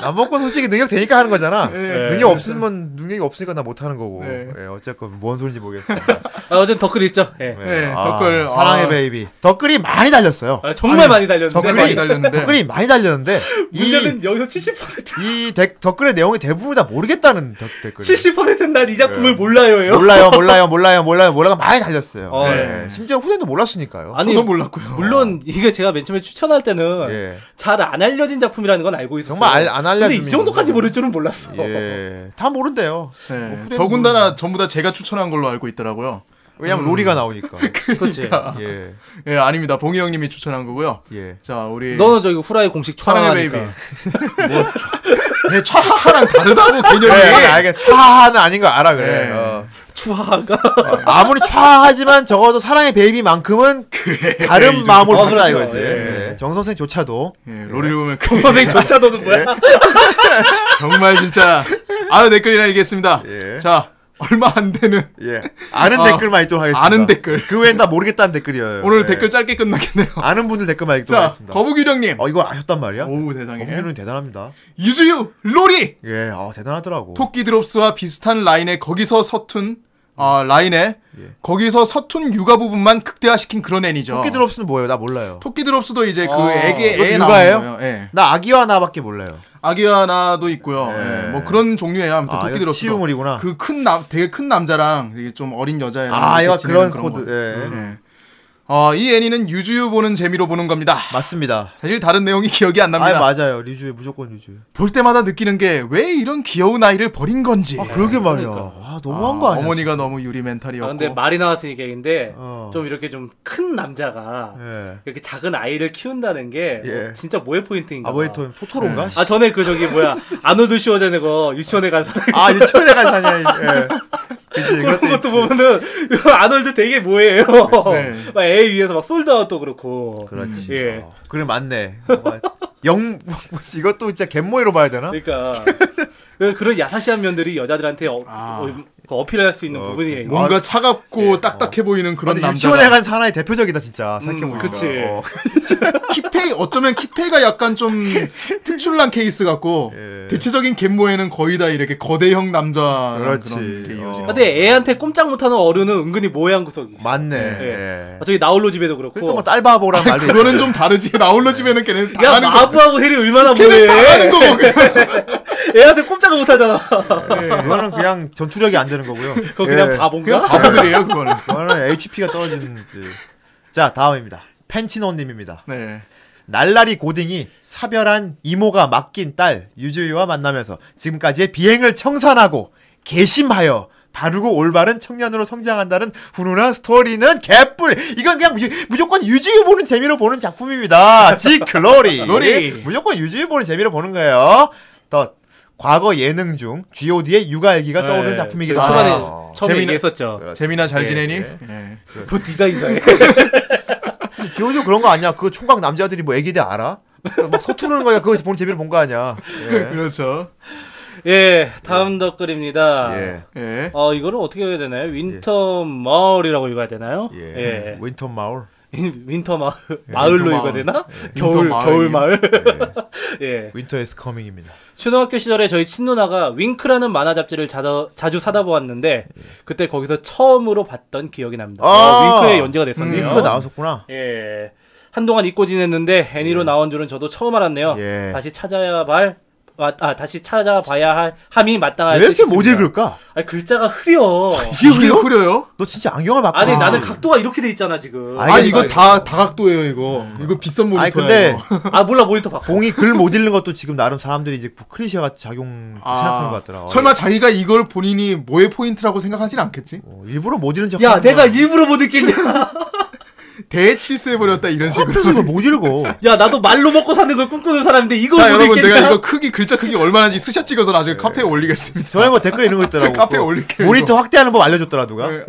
Speaker 2: 남봉꾼 솔직히 능력 되니까 하는 거잖아.
Speaker 3: 예.
Speaker 2: 능력 없으면 능력이 없으니까 나 못하는 거고.
Speaker 3: 네.
Speaker 2: 예, 어쨌건 뭔 소리인지 모르겠습니다.
Speaker 1: 아, 어쨌든 덧글 읽죠. 예.
Speaker 3: 네, 댓글,
Speaker 2: 사랑해
Speaker 3: 아.
Speaker 2: 베이비. 댓글이 많이 달렸어요.
Speaker 1: 아, 정말 많이 달렸는데.
Speaker 2: 댓글이
Speaker 3: 많이 달렸는데.
Speaker 2: 댓글이 많이 달렸는데
Speaker 1: 문제는 여기서 70%
Speaker 2: 이이 댓글의 내용이 대부분 다 모르겠다는 덧- 댓글.
Speaker 1: 70%는 난 이 작품을
Speaker 2: 네.
Speaker 1: 몰라요예요.
Speaker 2: 몰라요, 몰라요, 몰라요, 몰라요, 몰라요. 많이 달렸어요.
Speaker 1: 어,
Speaker 2: 예.
Speaker 3: 예.
Speaker 2: 심지어 후대도 몰랐으니까요.
Speaker 1: 아니
Speaker 3: 저도 몰랐고요.
Speaker 1: 물론 이게 제가 맨 처음에 추천할 때는
Speaker 2: 예.
Speaker 1: 잘 안 알려진 작품이라는 건 알고 있었어요.
Speaker 2: 정말 알- 안 알려진
Speaker 1: 근데 이 정도까지
Speaker 2: 거죠.
Speaker 1: 모를 줄은 몰랐어.
Speaker 2: 예. 다 모른대요.
Speaker 3: 네.
Speaker 2: 뭐 후대는
Speaker 3: 더군다나
Speaker 2: 모르는데.
Speaker 3: 전부 다 제가 추천한 걸로 알고 있더라고요.
Speaker 2: 왜냐면 로리가 나오니까.
Speaker 1: 그렇지.
Speaker 2: 예.
Speaker 3: 예, 아닙니다. 봉이 형님이 추천한 거고요.
Speaker 2: 예.
Speaker 3: 자, 우리
Speaker 1: 너는 저기 후라이 공식
Speaker 3: 사랑해
Speaker 1: 초라하니까.
Speaker 3: 베이비. 네, 차하랑 다르다고 개념이.
Speaker 2: 그래, 알겠. 차는 아닌 거 알아 그래.
Speaker 3: 예.
Speaker 2: 어.
Speaker 1: 추하가
Speaker 2: 아무리 차하지만 적어도 사랑의 베이비만큼은 다른 마음으로
Speaker 1: 어,
Speaker 2: 본다
Speaker 1: 그렇죠.
Speaker 2: 이거지.
Speaker 1: 예.
Speaker 2: 예. 정 선생조차도
Speaker 3: 예, 로리를 보면
Speaker 1: 정 선생 조차도는
Speaker 2: 예.
Speaker 1: 뭐야?
Speaker 3: 정말 진짜 아유 댓글이나 얘기했습니다.
Speaker 2: 예.
Speaker 3: 자, 얼마 안 되는
Speaker 2: 예. 아는
Speaker 3: 아,
Speaker 2: 댓글만 읽도록 하겠습니다.
Speaker 3: 아는 댓글.
Speaker 2: 그 외엔 다 모르겠다는 댓글이에요.
Speaker 3: 오늘
Speaker 2: 예.
Speaker 3: 댓글 짧게 끝나겠네요.
Speaker 2: 아는 분들 댓글만 읽도록
Speaker 3: 자,
Speaker 2: 하겠습니다.
Speaker 3: 거북유령님.
Speaker 2: 어 이거 아셨단 말이야?
Speaker 3: 오우 예? 대장에.
Speaker 2: 거북이는 대단합니다.
Speaker 3: 이주유 로리
Speaker 2: 예, 아 대단하더라고.
Speaker 3: 토끼 드롭스와 비슷한 라인에 거기서 서툰 아 라인에 거기서 서툰 육아 부분만 극대화시킨 그런 애니죠.
Speaker 2: 예. 토끼 드롭스는 뭐예요? 나 몰라요.
Speaker 3: 토끼 드롭스도 이제 그
Speaker 1: 아,
Speaker 3: 애기
Speaker 2: 이것도
Speaker 3: 애 나오는
Speaker 2: 육아예요?
Speaker 3: 거예요. 예.
Speaker 2: 나 아기와 나밖에 몰라요.
Speaker 3: 아기아나도 있고요.
Speaker 2: 예.
Speaker 3: 예. 뭐 그런 종류의 아무튼
Speaker 2: 아,
Speaker 3: 토끼
Speaker 2: 이거
Speaker 3: 드롭스.
Speaker 2: 치유물이구나.
Speaker 3: 그큰 남, 되게 큰 남자랑 되게 좀 어린 여자애랑
Speaker 2: 아,
Speaker 3: 이렇게
Speaker 2: 이거
Speaker 3: 지내는
Speaker 2: 그런 코드.
Speaker 3: 거.
Speaker 2: 예.
Speaker 3: 예. 어, 이 애니는 유주유 보는 재미로 보는 겁니다.
Speaker 2: 맞습니다.
Speaker 3: 사실 다른 내용이 기억이 안
Speaker 2: 아
Speaker 3: 납니다.
Speaker 2: 맞아요. 리주에 무조건 리주.
Speaker 3: 볼 때마다 느끼는 게 왜 이런 귀여운 아이를 버린 건지.
Speaker 2: 아 그러게 말이야.
Speaker 1: 그러니까.
Speaker 2: 와 너무한 거 아니야?
Speaker 3: 네, 어머니가 너무 유리
Speaker 1: 아,
Speaker 3: 멘탈이었고.
Speaker 1: 근데 말이 나왔으니까 얘긴데
Speaker 2: 어.
Speaker 1: 좀 이렇게 좀 큰 남자가
Speaker 2: 예.
Speaker 1: 이렇게 작은 아이를 키운다는 게
Speaker 2: 예.
Speaker 1: 진짜 뭐의 포인트인가?
Speaker 2: 아버이토 토토로인가?
Speaker 1: 봐. 아 전에 그 저기 뭐야 아노드 슈어제네거 유치원에 간 사람
Speaker 2: 아 유치원에 간 사냐? 예. 그치
Speaker 1: 그런
Speaker 2: 그것도
Speaker 1: 것도
Speaker 2: 있지.
Speaker 1: 보면은 아놀드 되게 뭐예요?
Speaker 3: 네.
Speaker 1: 막 애 위에서 막 솔드아웃도 그렇고.
Speaker 2: 그렇지.
Speaker 1: 예.
Speaker 2: 어, 그래 맞네. 뭔가 영 뭐지? 이것도 진짜 갯모이로 봐야 되나?
Speaker 1: 그러니까 그- 그런 야사시한 면들이 여자들한테 어,
Speaker 3: 아.
Speaker 1: 필할수 있는
Speaker 2: 어,
Speaker 1: 부분이에요.
Speaker 3: 뭔가 차갑고 딱딱해 보이는 그런
Speaker 2: 아, 근데
Speaker 3: 남자.
Speaker 2: 네. 어. 유치원에 간 사나이 대표적이다 진짜. 생각해보니까.
Speaker 1: 그치.
Speaker 2: 어.
Speaker 3: 키페이 어쩌면 키페이가 약간 좀 특출난 케이스 같고
Speaker 2: 예.
Speaker 3: 대체적인 갯모에는 거의 다 이렇게 거대형 남자
Speaker 2: 그렇지.
Speaker 3: 그런 게 이어져.
Speaker 2: 어.
Speaker 1: 근데 애한테 꼼짝 못하는 어른은 은근히 모양 구석이 있어.
Speaker 2: 맞네.
Speaker 1: 예.
Speaker 2: 예.
Speaker 1: 아, 저기 나홀로 집에도
Speaker 2: 그러니까
Speaker 1: 그렇고.
Speaker 2: 뭐 딸바보란 말도
Speaker 3: 그거는 좀 다르지. 나홀로 집에는 걔는
Speaker 1: 야
Speaker 3: 당하는 거.
Speaker 1: 마부하고 해리 얼마나
Speaker 3: 걔는
Speaker 2: 네.
Speaker 1: 뭐해?
Speaker 3: 당하는 거고. 그냥.
Speaker 1: 애한테 꼼짝을 못하잖아.
Speaker 2: 있고. 그거는 그냥 전투력이 안 되는 거고요.
Speaker 1: 예. 그거 그냥
Speaker 2: 예.
Speaker 3: 그냥
Speaker 1: 바본가?
Speaker 3: 바보들이에요 그거는.
Speaker 2: 그거는 HP가 떨어지는. 예. 자 다음입니다. 펜치노님입니다.
Speaker 3: 네.
Speaker 2: 날라리 고딩이 사별한 이모가 맡긴 딸 유주희와 만나면서 지금까지의 비행을 청산하고 개심하여 바르고 올바른 청년으로 성장한다는 훈훈한 스토리는 개뿔. 이건 그냥 유- 무조건 유주희 보는 재미로 보는 작품입니다. 지 글로리.
Speaker 3: 글로리.
Speaker 2: 무조건 유주희 보는 재미로 보는 거예요. 더 과거 예능 중 G.O.D의 육아 일기가 떠오르는
Speaker 1: 예.
Speaker 2: 작품이기도
Speaker 1: 저
Speaker 2: 하네요.
Speaker 1: 초반에
Speaker 3: 아,
Speaker 1: 처음에
Speaker 3: 재미있는-
Speaker 1: 얘기했었죠.
Speaker 3: 재미나 잘
Speaker 1: 예,
Speaker 3: 지내니?
Speaker 2: 예.
Speaker 3: 예.
Speaker 1: 뭐 네가 인사해.
Speaker 2: 기호도 그런 거 아니야. 그 총각 남자들이 뭐 애기들 알아? 막 서투르는 거야. 그거 본 재미로 본 거 아니야. 예.
Speaker 3: 그렇죠.
Speaker 1: 예, 다음 덧글입니다.
Speaker 2: 예.
Speaker 3: 예.
Speaker 1: 어, 이거를 어떻게 해야 되나요? 윈터 마을이라고 읽어야 되나요?
Speaker 2: 예. 윈터 마을.
Speaker 1: 윈터 마을, 마을로
Speaker 3: 마을.
Speaker 1: 읽어야 되나?
Speaker 3: 예.
Speaker 1: 겨울,
Speaker 3: 윈터
Speaker 1: 겨울 마을.
Speaker 2: 예.
Speaker 1: 예.
Speaker 2: 윈터 에스 커밍입니다.
Speaker 1: 초등학교 시절에 저희 친누나가 윙크라는 만화 잡지를 자주 사다 보았는데, 그때 거기서 처음으로 봤던 기억이 납니다.
Speaker 2: 아. 음,
Speaker 1: 어, 윙크의 연재가
Speaker 3: 예.
Speaker 1: 됐었네요.
Speaker 2: 윙크가 나왔었구나.
Speaker 3: 어,
Speaker 1: 예. 한동안 잊고 지냈는데, 애니로 나온 줄은 저도 처음 알았네요.
Speaker 2: 예.
Speaker 1: 다시 찾아야 할 아, 아, 다시 찾아봐야 할 함이 마땅할
Speaker 2: 왜
Speaker 1: 뜻이
Speaker 2: 이렇게 못
Speaker 1: 있습니다.
Speaker 2: 읽을까?
Speaker 1: 아니 글자가 흐려.
Speaker 2: 이게 흐려?
Speaker 3: 흐려요?
Speaker 2: 너 진짜 안경을 바꿔.
Speaker 1: 아니 나는 각도가 이렇게 돼 있잖아 지금.
Speaker 2: 아,
Speaker 1: 아,
Speaker 3: 아
Speaker 2: 알겠어,
Speaker 3: 이거
Speaker 2: 알겠어.
Speaker 3: 다 다각도예요 이거. 이거 비싼 모니터야.
Speaker 2: 아니 근데
Speaker 3: 이거.
Speaker 1: 몰라 모니터 바꿔.
Speaker 2: 봉이 글 못 읽는 것도 지금 나름 사람들이 이제 그 클리셰가 작용 생각하는 것 같더라.
Speaker 3: 아, 설마 자기가 이걸 본인이 뭐의 포인트라고 생각하진 않겠지?
Speaker 2: 어, 일부러 못 읽는 척.
Speaker 1: 야
Speaker 2: 하는
Speaker 1: 내가
Speaker 2: 거야.
Speaker 1: 일부러 못 읽길.
Speaker 3: 대실수해버렸다 이런 식으로.
Speaker 2: 앞에서 이걸 못 읽어.
Speaker 1: 야 나도 말로 먹고 사는 걸 꿈꾸는 사람인데 이거
Speaker 3: 자
Speaker 1: 못
Speaker 3: 여러분
Speaker 1: 읽겠냐?
Speaker 3: 제가 이거 크기 글자 크기 얼마나인지 스샷 찍어서 나중에 카페에
Speaker 2: 예.
Speaker 3: 올리겠습니다.
Speaker 2: 전에 뭐 댓글 이런 거 있더라고.
Speaker 3: 카페에
Speaker 2: 그
Speaker 3: 올릴게요,
Speaker 2: 모니터 확대하는 법 알려줬더라 누가.
Speaker 3: 네.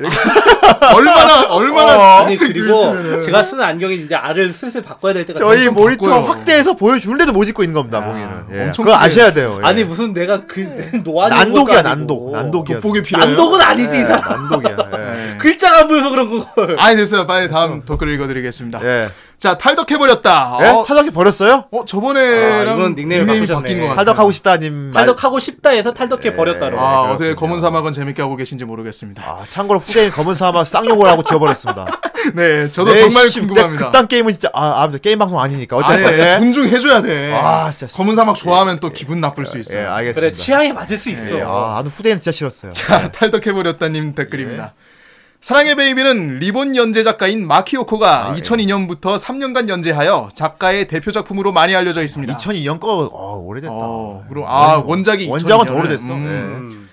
Speaker 3: 얼마나 얼마나
Speaker 2: 어.
Speaker 1: 아니 그리고
Speaker 3: 있으면은.
Speaker 1: 제가 쓰는 안경이 이제 알을 슬슬 바꿔야 될 때가
Speaker 2: 저희
Speaker 1: 됐죠.
Speaker 3: 엄청
Speaker 2: 모니터
Speaker 3: 바꿔요.
Speaker 2: 확대해서 보여주는데도 못 읽고 있는 겁니다.
Speaker 3: 아,
Speaker 2: 봉이는. 예.
Speaker 3: 엄청
Speaker 2: 그거
Speaker 3: 크게.
Speaker 2: 아셔야 돼요. 예.
Speaker 1: 아니 무슨 내가 그
Speaker 3: 네.
Speaker 1: 노안이
Speaker 2: 난독이야 난독. 난독이야.
Speaker 3: 보기 필요해요.
Speaker 1: 난독은 아니지 이
Speaker 2: 예,
Speaker 1: 사람.
Speaker 2: 난독이야. 예.
Speaker 3: 네.
Speaker 1: 글자가 안 보여서 그런 걸.
Speaker 3: 아니 됐어요. 빨리 다음 댓글 읽어드리겠습니다.
Speaker 2: 예.
Speaker 3: 자 탈덕해버렸다.
Speaker 2: 예?
Speaker 3: 어,
Speaker 2: 탈덕이 버렸어요?
Speaker 3: 어 저번에랑
Speaker 1: 아, 이건 닉네임이 바뀌셨네.
Speaker 3: 바뀐 것 같아요.
Speaker 2: 탈덕하고 싶다님 말.
Speaker 1: 탈덕하고 싶다 해서 탈덕해 버렸다로.
Speaker 3: 아
Speaker 2: 네,
Speaker 3: 어떻게
Speaker 2: 그렇군요.
Speaker 3: 검은 사막은 재밌게 하고 계신지 모르겠습니다.
Speaker 2: 아, 참고로 후대인 검은 사마 쌍욕을 하고 지워버렸습니다.
Speaker 3: 네 저도
Speaker 2: 네,
Speaker 3: 정말
Speaker 2: 씨,
Speaker 3: 궁금합니다.
Speaker 2: 그딴 게임은 진짜 아, 아무튼 게임 방송 아니니까
Speaker 3: 아니
Speaker 2: 어쨌든 예.
Speaker 3: 존중해줘야 돼.
Speaker 2: 아, 진짜.
Speaker 3: 검은 사막 좋아하면 또 기분 나쁠 수 있어요.
Speaker 2: 예, 알겠습니다.
Speaker 1: 그래 취향에 맞을 수 있어.
Speaker 2: 예, 아, 나도 후대인 진짜 싫었어요.
Speaker 3: 자, 탈덕해버렸다님 댓글입니다.
Speaker 2: 예.
Speaker 3: 사랑의 베이비는 리본 연재 작가인 마키오코가
Speaker 2: 아, 예.
Speaker 3: 2002년부터 3년간 연재하여 작가의 대표 작품으로 많이 알려져 있습니다.
Speaker 2: 2002년 거 어, 오래됐다.
Speaker 3: 어, 그럼 아 원작이
Speaker 2: 원작은 더
Speaker 3: 2002년에. 음.
Speaker 2: 오래됐어.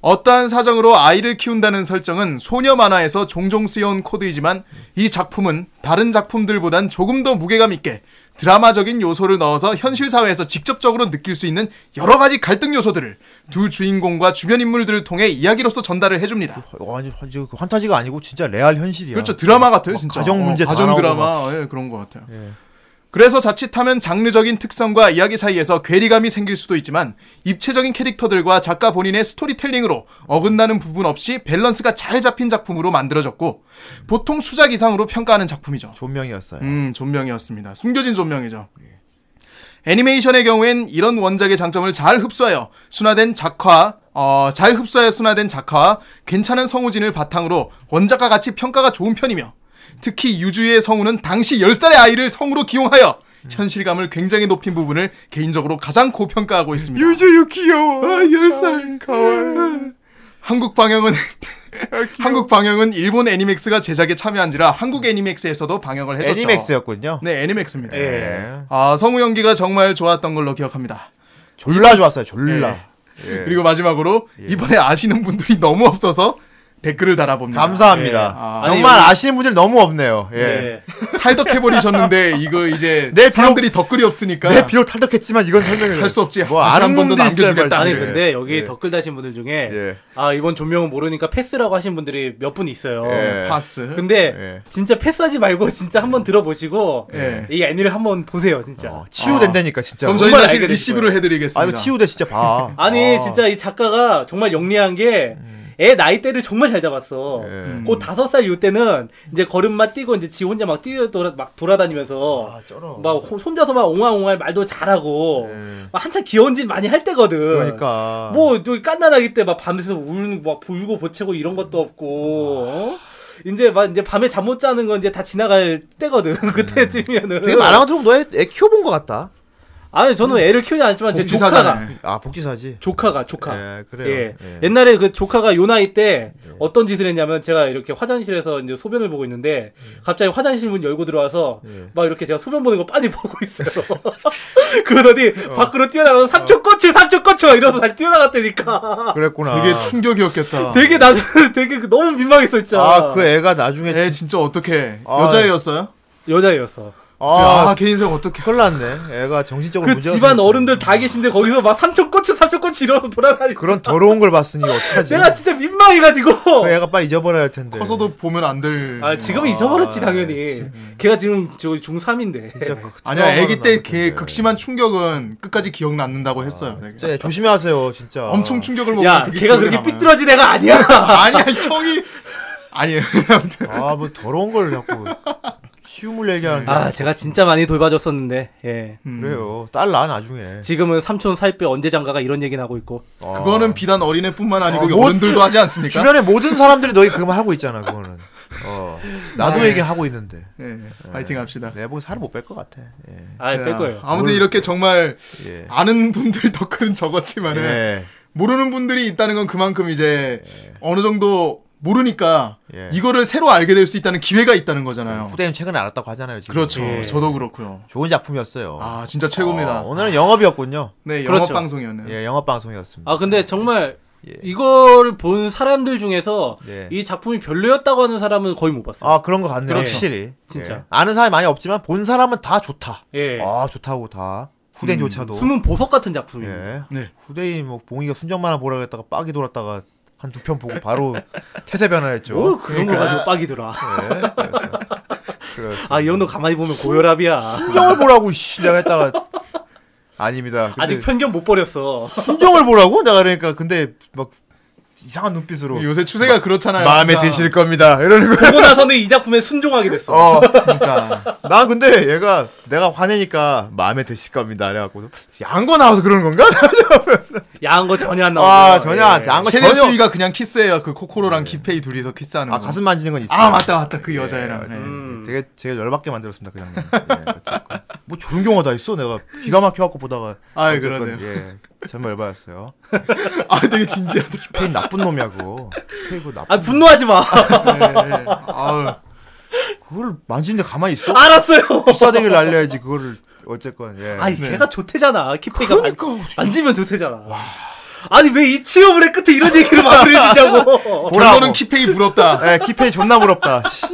Speaker 3: 어떠한 사정으로 아이를 키운다는 설정은 소녀 만화에서 종종 쓰여온 코드이지만 이 작품은 다른 작품들보단 조금 더 무게감 있게 드라마적인 요소를 넣어서 현실 사회에서 직접적으로 느낄 수 있는 여러 가지 갈등 요소들을 두 주인공과 주변 인물들을 통해 이야기로서 전달을 해줍니다.
Speaker 2: 어, 아니 환- 환타지가 아니고 진짜 레알 현실이야.
Speaker 3: 그렇죠 드라마 같아요 진짜 어,
Speaker 2: 가정 문제 다
Speaker 3: 가정
Speaker 2: 나오고
Speaker 3: 드라마 예, 그런 것 같아요. 그래서 자칫하면 장르적인 특성과 이야기 사이에서 괴리감이 생길 수도 있지만 입체적인 캐릭터들과 작가 본인의 스토리텔링으로 어긋나는 부분 없이 밸런스가 잘 잡힌 작품으로 만들어졌고 보통 수작 이상으로 평가하는 작품이죠.
Speaker 2: 존명이었어요.
Speaker 3: 음, 존명이었습니다. 숨겨진 존명이죠. 애니메이션의 경우엔 이런 원작의 장점을 잘 흡수하여 순화된 작화, 어, 잘 흡수하여 순화된 작화와 괜찮은 성우진을 바탕으로 원작과 같이 평가가 좋은 편이며 특히 유주의 성우는 당시 10살의 아이를 성우로 기용하여 현실감을 굉장히 높인 부분을 개인적으로 가장 고평가하고 있습니다. 유주유 귀여워. 아, 10살. 가와이. 한국 방영은 아, 한국 방영은 일본 애니맥스가 제작에 참여한지라 한국 애니맥스에서도 방영을 했었죠.
Speaker 2: 애니맥스였군요.
Speaker 3: 네, 애니맥스입니다.
Speaker 2: 예.
Speaker 3: 아, 성우 연기가 정말 좋았던 걸로 기억합니다.
Speaker 2: 졸라 좋았어요.
Speaker 1: 네.
Speaker 2: 졸라. 예.
Speaker 3: 그리고 마지막으로 이번에 아시는 분들이 너무 없어서 댓글을 달아봅니다.
Speaker 2: 감사합니다.
Speaker 3: 아,
Speaker 1: 네. 아니,
Speaker 2: 정말
Speaker 1: 우리-
Speaker 2: 아시는 분들 너무 없네요. 예.
Speaker 1: 예.
Speaker 3: 탈덕해버리셨는데 이거 이제
Speaker 2: 내 비록-
Speaker 3: 사람들이 댓글이 없으니까
Speaker 2: 네, 비록 탈덕했지만 이건 설명을
Speaker 3: 그러니까 할수 없지.
Speaker 2: 뭐
Speaker 3: 다시
Speaker 2: 아는
Speaker 3: 한번더
Speaker 2: 분도 있어야
Speaker 3: 남겨주겠다.
Speaker 1: 아니
Speaker 3: 예.
Speaker 1: 근데 여기 댓글 다신 분들 중에
Speaker 2: 예.
Speaker 1: 아 이번 존명은 모르니까 패스라고 하신 분들이 몇 분 있어요.
Speaker 2: 예.
Speaker 3: 파스.
Speaker 1: 근데 진짜 패스하지 말고 진짜 한번 들어보시고
Speaker 3: 예.
Speaker 1: 이 애니를 한번 보세요 진짜.
Speaker 2: 어, 치유된다니까 진짜.
Speaker 3: 그럼 저희
Speaker 1: 정말
Speaker 3: 다시
Speaker 1: 알게 될
Speaker 3: 리시브를 해드리겠습니다.
Speaker 2: 아 이거 치유돼 진짜 봐.
Speaker 1: 아니
Speaker 2: 아.
Speaker 1: 진짜 이 작가가 정말 영리한 게 애 나이대를 정말 잘 잡았어.
Speaker 2: 음. 예.
Speaker 1: 그 다섯 살 요 때는 이제 걸음마 뛰고 이제 지 혼자 막 뛰어 돌아 막 돌아다니면서
Speaker 2: 아, 쩔어.
Speaker 1: 막 호- 혼자서 막 옹알옹알 말도 잘하고 막 한참 귀여운 짓 많이 할 때거든.
Speaker 2: 예. 그러니까.
Speaker 1: 뭐 저기 깐난아기 때 막 밤새서 울는 막 울고 보채고 이런 것도 없고 어? 이제 막 이제 밤에 잠 못 자는 건 이제 다 지나갈 때거든 그때쯤이면은
Speaker 2: 되게 말하고 들으면 너애 키워본 것 같다.
Speaker 1: 아니 저는 애를 키우지 않지만 제 조카가
Speaker 3: 복지사잖아요.
Speaker 2: 아 복지사지.
Speaker 1: 조카가 조카
Speaker 2: 예, 그래요.
Speaker 1: 예.
Speaker 2: 예.
Speaker 1: 옛날에 그 조카가 요 나이 때 어떤 짓을 했냐면 제가 이렇게 화장실에서 이제 소변을 보고 있는데 갑자기 화장실 문 열고 들어와서 막 이렇게 제가 소변 보는 거 빤히 보고 있어요. 그러더니 밖으로 뛰어나가서 삼촌 꼬치 삼촌 꼬치 막 이러서 다시 뛰어나갔다니까.
Speaker 2: 그랬구나.
Speaker 3: 되게 충격이었겠다.
Speaker 1: 되게 나는 되게 그- 너무 민망했어 진짜.
Speaker 2: 아그 애가 나중에
Speaker 3: 에 진짜 어떻게
Speaker 2: 아,
Speaker 3: 여자애였어요?
Speaker 1: 여자애였어.
Speaker 3: 아,
Speaker 2: 아
Speaker 3: 개인생 어떻게?
Speaker 2: 큰일 났네. 애가 정신적으로
Speaker 1: 그
Speaker 2: 문제가
Speaker 1: 집안
Speaker 2: 생겼네.
Speaker 1: 어른들 다 계신데 거기서 막 삼촌 꼬치 삼촌 꼬치 이러서 돌아다니고.
Speaker 2: 그런 더러운 걸 봤으니 어떡하지?
Speaker 1: 내가 진짜 민망해가지고.
Speaker 2: 그 애가 빨리 잊어버려야 할 텐데.
Speaker 3: 커서도 보면 안 될.
Speaker 1: 아 지금은 잊어버렸지 당연히. 걔가 지금 저기 중3인데.
Speaker 2: 진짜 그
Speaker 3: 아니야
Speaker 2: 트라우마는
Speaker 3: 아기 때
Speaker 2: 남을
Speaker 3: 걔그
Speaker 2: 텐데.
Speaker 3: 극심한 충격은 끝까지 기억 남는다고 했어요. 되게.
Speaker 2: 아, 진짜 아. 조심하세요 진짜.
Speaker 3: 엄청 충격을
Speaker 2: 뭐
Speaker 3: 먹고
Speaker 1: 야, 걔가 그렇게 삐뚤어진 애가 아니야.
Speaker 3: 아니야 형이 아니에요. 아무튼
Speaker 2: 아뭐 더러운 걸 자꾸 쉬움을 얘기하는데.
Speaker 1: 아, 제가 진짜 많이 돌봐줬었는데. 예.
Speaker 2: 그래요. 딸 낳아 나중에.
Speaker 1: 지금은 삼촌 살 빼 언제 장가가 이런 얘기는 하고 있고.
Speaker 2: 아.
Speaker 3: 그거는 비단 어린애뿐만 아니고
Speaker 2: 아, 뭐-
Speaker 3: 어른들도 하지 않습니까?
Speaker 2: 주변에 모든 사람들이 너희 그말 하고 있잖아 그거는. 어. 나도
Speaker 3: 네.
Speaker 2: 얘기하고 있는데.
Speaker 3: 예, 파이팅 합시다.
Speaker 2: 내가 보기 살을 못 뺄 것 같아. 예.
Speaker 1: 아예 뺄
Speaker 3: 예,
Speaker 1: 거예요.
Speaker 3: 아무튼
Speaker 2: 뭘-
Speaker 3: 이렇게 정말
Speaker 2: 예.
Speaker 3: 아는 분들이 덧글은 적었지만은
Speaker 2: 예.
Speaker 3: 모르는 분들이 있다는 건 그만큼 이제 어느 정도 모르니까
Speaker 2: 네. 예. 네,
Speaker 3: 이거를 새로 알게 될 수 있다는 기회가 있다는 거잖아요.
Speaker 2: 후대님 최근에 알았다고 하잖아요. 지금.
Speaker 3: 그렇죠.
Speaker 1: 예.
Speaker 3: 저도 그렇고요.
Speaker 2: 좋은 작품이었어요.
Speaker 3: 아 진짜 최고입니다.
Speaker 2: 어, 오늘은 영업이었군요.
Speaker 3: 네 영업
Speaker 1: 그렇죠.
Speaker 3: 방송이었네요.
Speaker 2: 예, 영업 방송이었습니다.
Speaker 1: 아 근데 정말 이걸 본 사람들 중에서
Speaker 2: 예.
Speaker 1: 이 작품이 별로였다고 하는 사람은 거의 못 봤어요.
Speaker 2: 아 그런 거 같네요.
Speaker 1: 그렇죠.
Speaker 2: 확실히
Speaker 1: 진짜.
Speaker 2: 예. 아는 사람이 많이 없지만 본 사람은 다 좋다.
Speaker 3: 네.
Speaker 1: 예.
Speaker 2: 아 좋다고 다 후대인조차도.
Speaker 1: 숨은 보석 같은 작품입니다.
Speaker 2: 예.
Speaker 3: 음, 네.
Speaker 2: 후대인 뭐 봉이가 순정만 화 보라고 했다가 빡이 돌았다가 한 두 편 보고 바로 태세 변화했죠.
Speaker 1: 뭘 그런 거 가지고 빡이더라. 아, 이 형도 가만히 보면 고혈압이야.
Speaker 2: 순정을 보라고 씨, 내가 했다가 아닙니다. 근데
Speaker 1: 아직 편견 못 버렸어.
Speaker 2: 순정을 보라고 내가 그러니까 근데 막 이상한 눈빛으로
Speaker 3: 요새 추세가 그렇잖아요.
Speaker 2: 네. 마음에
Speaker 3: 항상.
Speaker 2: 드실 겁니다. 이러는 거.
Speaker 1: 보고 나서는 이 작품에 순종하게 됐어.
Speaker 2: 어, 그러니까 나 근데 얘가 내가 화내니까 마음에 드실 겁니다. 그래갖고 양거 나와서 그러는 건가?
Speaker 1: 야한 거 전혀 안 나오고.
Speaker 3: 예.
Speaker 2: 아 전혀 안- 양거 전혀.
Speaker 3: 케네스위가 그냥 키스해요. 그 코코로랑 키페이 둘이서 키스하는
Speaker 2: 아
Speaker 3: 거.
Speaker 2: 가슴 만지는 건 있어.
Speaker 3: 아 맞다 맞다
Speaker 2: 예,
Speaker 3: 그 여자애랑. 네.
Speaker 2: 되게 제가 열받게 만들었습니다 그 장면. 예, 어쨌건. 뭐 좋은 경우가 다 있어. 내가 기가 막혀갖고 보다가.
Speaker 3: 아이,
Speaker 2: 어쨌건,
Speaker 3: 그러네요.
Speaker 2: 예, 정말 열받았어요.
Speaker 3: 아 되게 진지하다.
Speaker 2: 페인 나쁜 놈이야고. 페이고 나쁜.
Speaker 1: 아, 분노하지 마.
Speaker 3: 네. 아우.
Speaker 2: 예. 그걸 만지는데 가만히 있어?
Speaker 1: 알았어요.
Speaker 2: 부사대기를 날려야지 그거를 어쨌건. 예.
Speaker 1: 아니, 걔가 좋대잖아. 키페이가
Speaker 2: 그러니까
Speaker 1: 만, 만지면 좋대잖아. 아니, 왜 이 치료물의 끝에 이런 얘기를 마무리해주냐고.
Speaker 2: 보라고.
Speaker 3: 결론은 키페이 부럽다.
Speaker 2: 예, 기페이 존나 부럽다. 씨.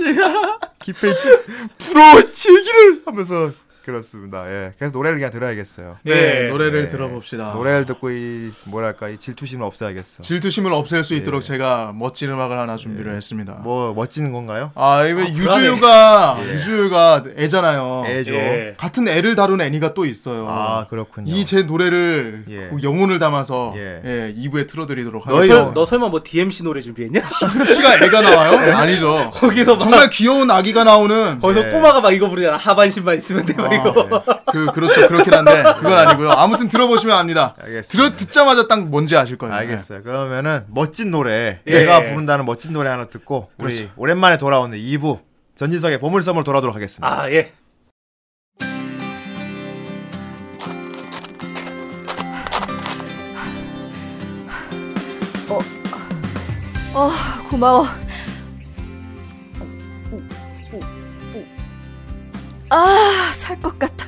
Speaker 2: 기페이 기- 부러워 지기를 하면서 그렇습니다. 예. 그래서 노래를 그냥 들어야겠어요.
Speaker 3: 네
Speaker 1: 예.
Speaker 3: 노래를
Speaker 2: 네.
Speaker 3: 들어봅시다.
Speaker 2: 노래를 듣고 이 뭐랄까 이 질투심을 없애야겠어.
Speaker 3: 아. 질투심을 없앨 수 있도록 제가 멋진 음악을 하나 준비를 했습니다.
Speaker 2: 예. 뭐 예. 멋지는 건가요?
Speaker 3: 아, 이거 유주유가 유주유가 애잖아요.
Speaker 2: 애죠.
Speaker 1: 예.
Speaker 3: 같은 애를 다룬 애니가 또 있어요.
Speaker 2: 아 그렇군요.
Speaker 3: 이 제 노래를
Speaker 2: 예.
Speaker 3: 그 영혼을 담아서
Speaker 2: 예.
Speaker 3: 예. 2부에 틀어드리도록
Speaker 2: 너희 예.
Speaker 3: 하겠습니다.
Speaker 1: 설, 너 설마 뭐 DMC 노래 준비했냐?
Speaker 3: 씨가 애가 나와요? 아니죠.
Speaker 1: 거기서 막,
Speaker 3: 정말 귀여운 아기가 나오는
Speaker 1: 거기서 꼬마가 막 이거 부르잖아. 하반신만 있으면 돼, 막
Speaker 3: 아,
Speaker 1: 이거.
Speaker 3: 그 그렇죠 그렇긴 한데 그건 아니고요. 아무튼 들어보시면 압니다.
Speaker 2: 알겠습니다.
Speaker 3: 들어 듣자마자 딱 뭔지 아실 거예요.
Speaker 2: 알겠어요. 그러면은 멋진 노래
Speaker 1: 예.
Speaker 2: 내가 부른다는 멋진 노래 하나 듣고 우리
Speaker 3: 그렇죠.
Speaker 2: 오랜만에 돌아오는 2부 전진석의 보물섬을 돌아오도록 하겠습니다.
Speaker 1: 아, 예.
Speaker 5: 어, 고마워. 아, 살 것 같다.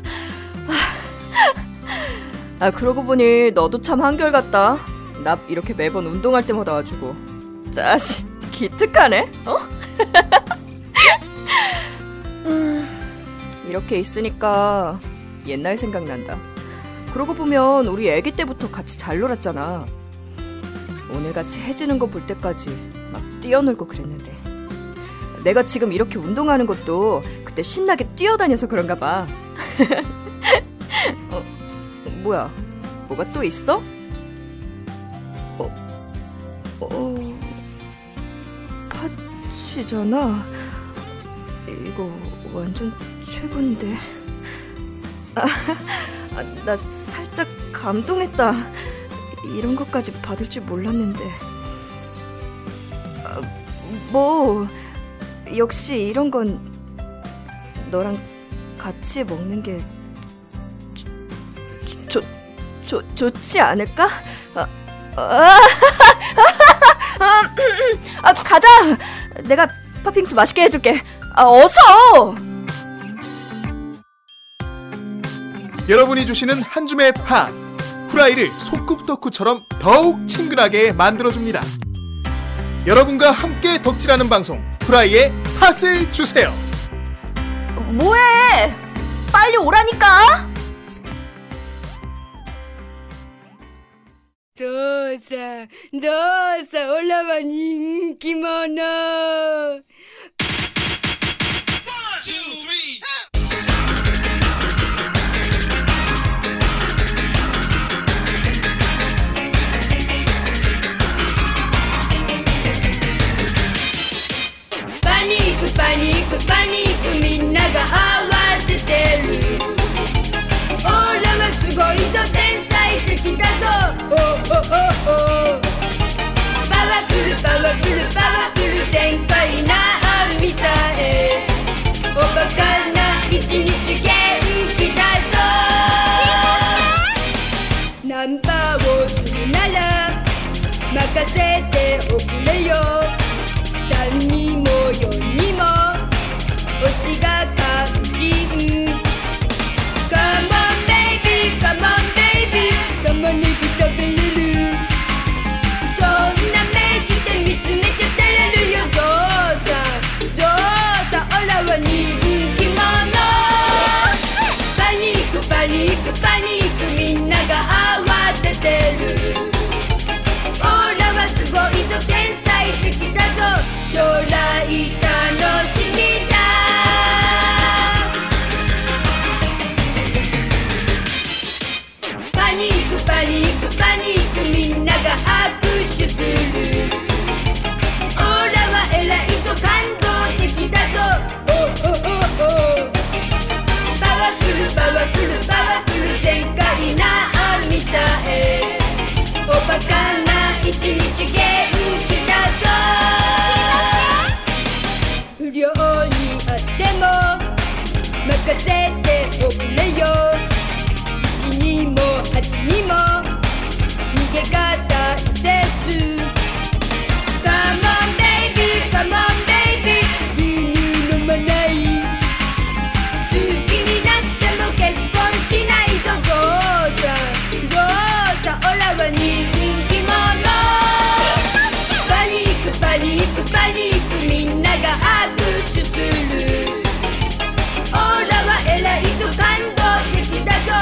Speaker 5: 아, 그러고 보니 너도 참 한결같다. 나 이렇게 매번 운동할 때마다 와주고. 짜식, 기특하네, 어? 음, 이렇게 있으니까 옛날 생각난다. 그러고 보면 우리 애기 때부터 같이 잘 놀았잖아. 오늘같이 해지는 거 볼 때까지 막 뛰어놀고 그랬는데 내가 지금 이렇게 운동하는 것도 그때 신나게 뛰어다녀서 그런가 봐 어, 뭐야 뭐가 또 있어? 어, 어 파치잖아 이거 완전 최고인데 아, 나 살짝 감동했다 이런 것까지 받을 줄 몰랐는데. 아, 뭐 역시 이런 건 너랑 같이 먹는 게 좋, 좋, 좋, 좋지 않을까? 아, 아, 아, 가자. 내가 팥빙수 맛있게 해줄게. 아, 어서.
Speaker 3: 네. 여러분이 주시는 한 줌의 팥 후라이를 소꿉 덕후처럼 더욱 친근하게 만들어줍니다. 여러분과 함께 덕질하는 방송 후라이의 팥을 주세요.
Speaker 5: 뭐해? 빨리 오라니까.
Speaker 6: 父さん、どうさ、オラは人気者。パニックパニックパニックみんなが慌ててるオーラはすごいぞ天才的だぞおおおおパワフルパワフルパワフル全開なアミ任せておくれよ3にも4にも星が肝心 Come on baby come on baby 共に食べれるそんな目して見つめちゃ照れるよゾウさんゾウさんオラは人気者パニックパニックパニックみんなが慌ててるオラはすごいぞ天才的だぞ将来楽しみだパニックパニックパニックみんなが拍手するオラは偉いぞ感動的だぞおおおおパワフルパワフルパワフル全開な網さえおバカな一日元気だぞ不良にあっても任せておくれよ1にも8にも逃げ方せず Come on baby come on baby 牛乳飲まない好きになっても結婚しないぞゴーザゴーザオラは人気者パニックパニックパニックみんなが拍手するオラは偉いぞ感動的だぞ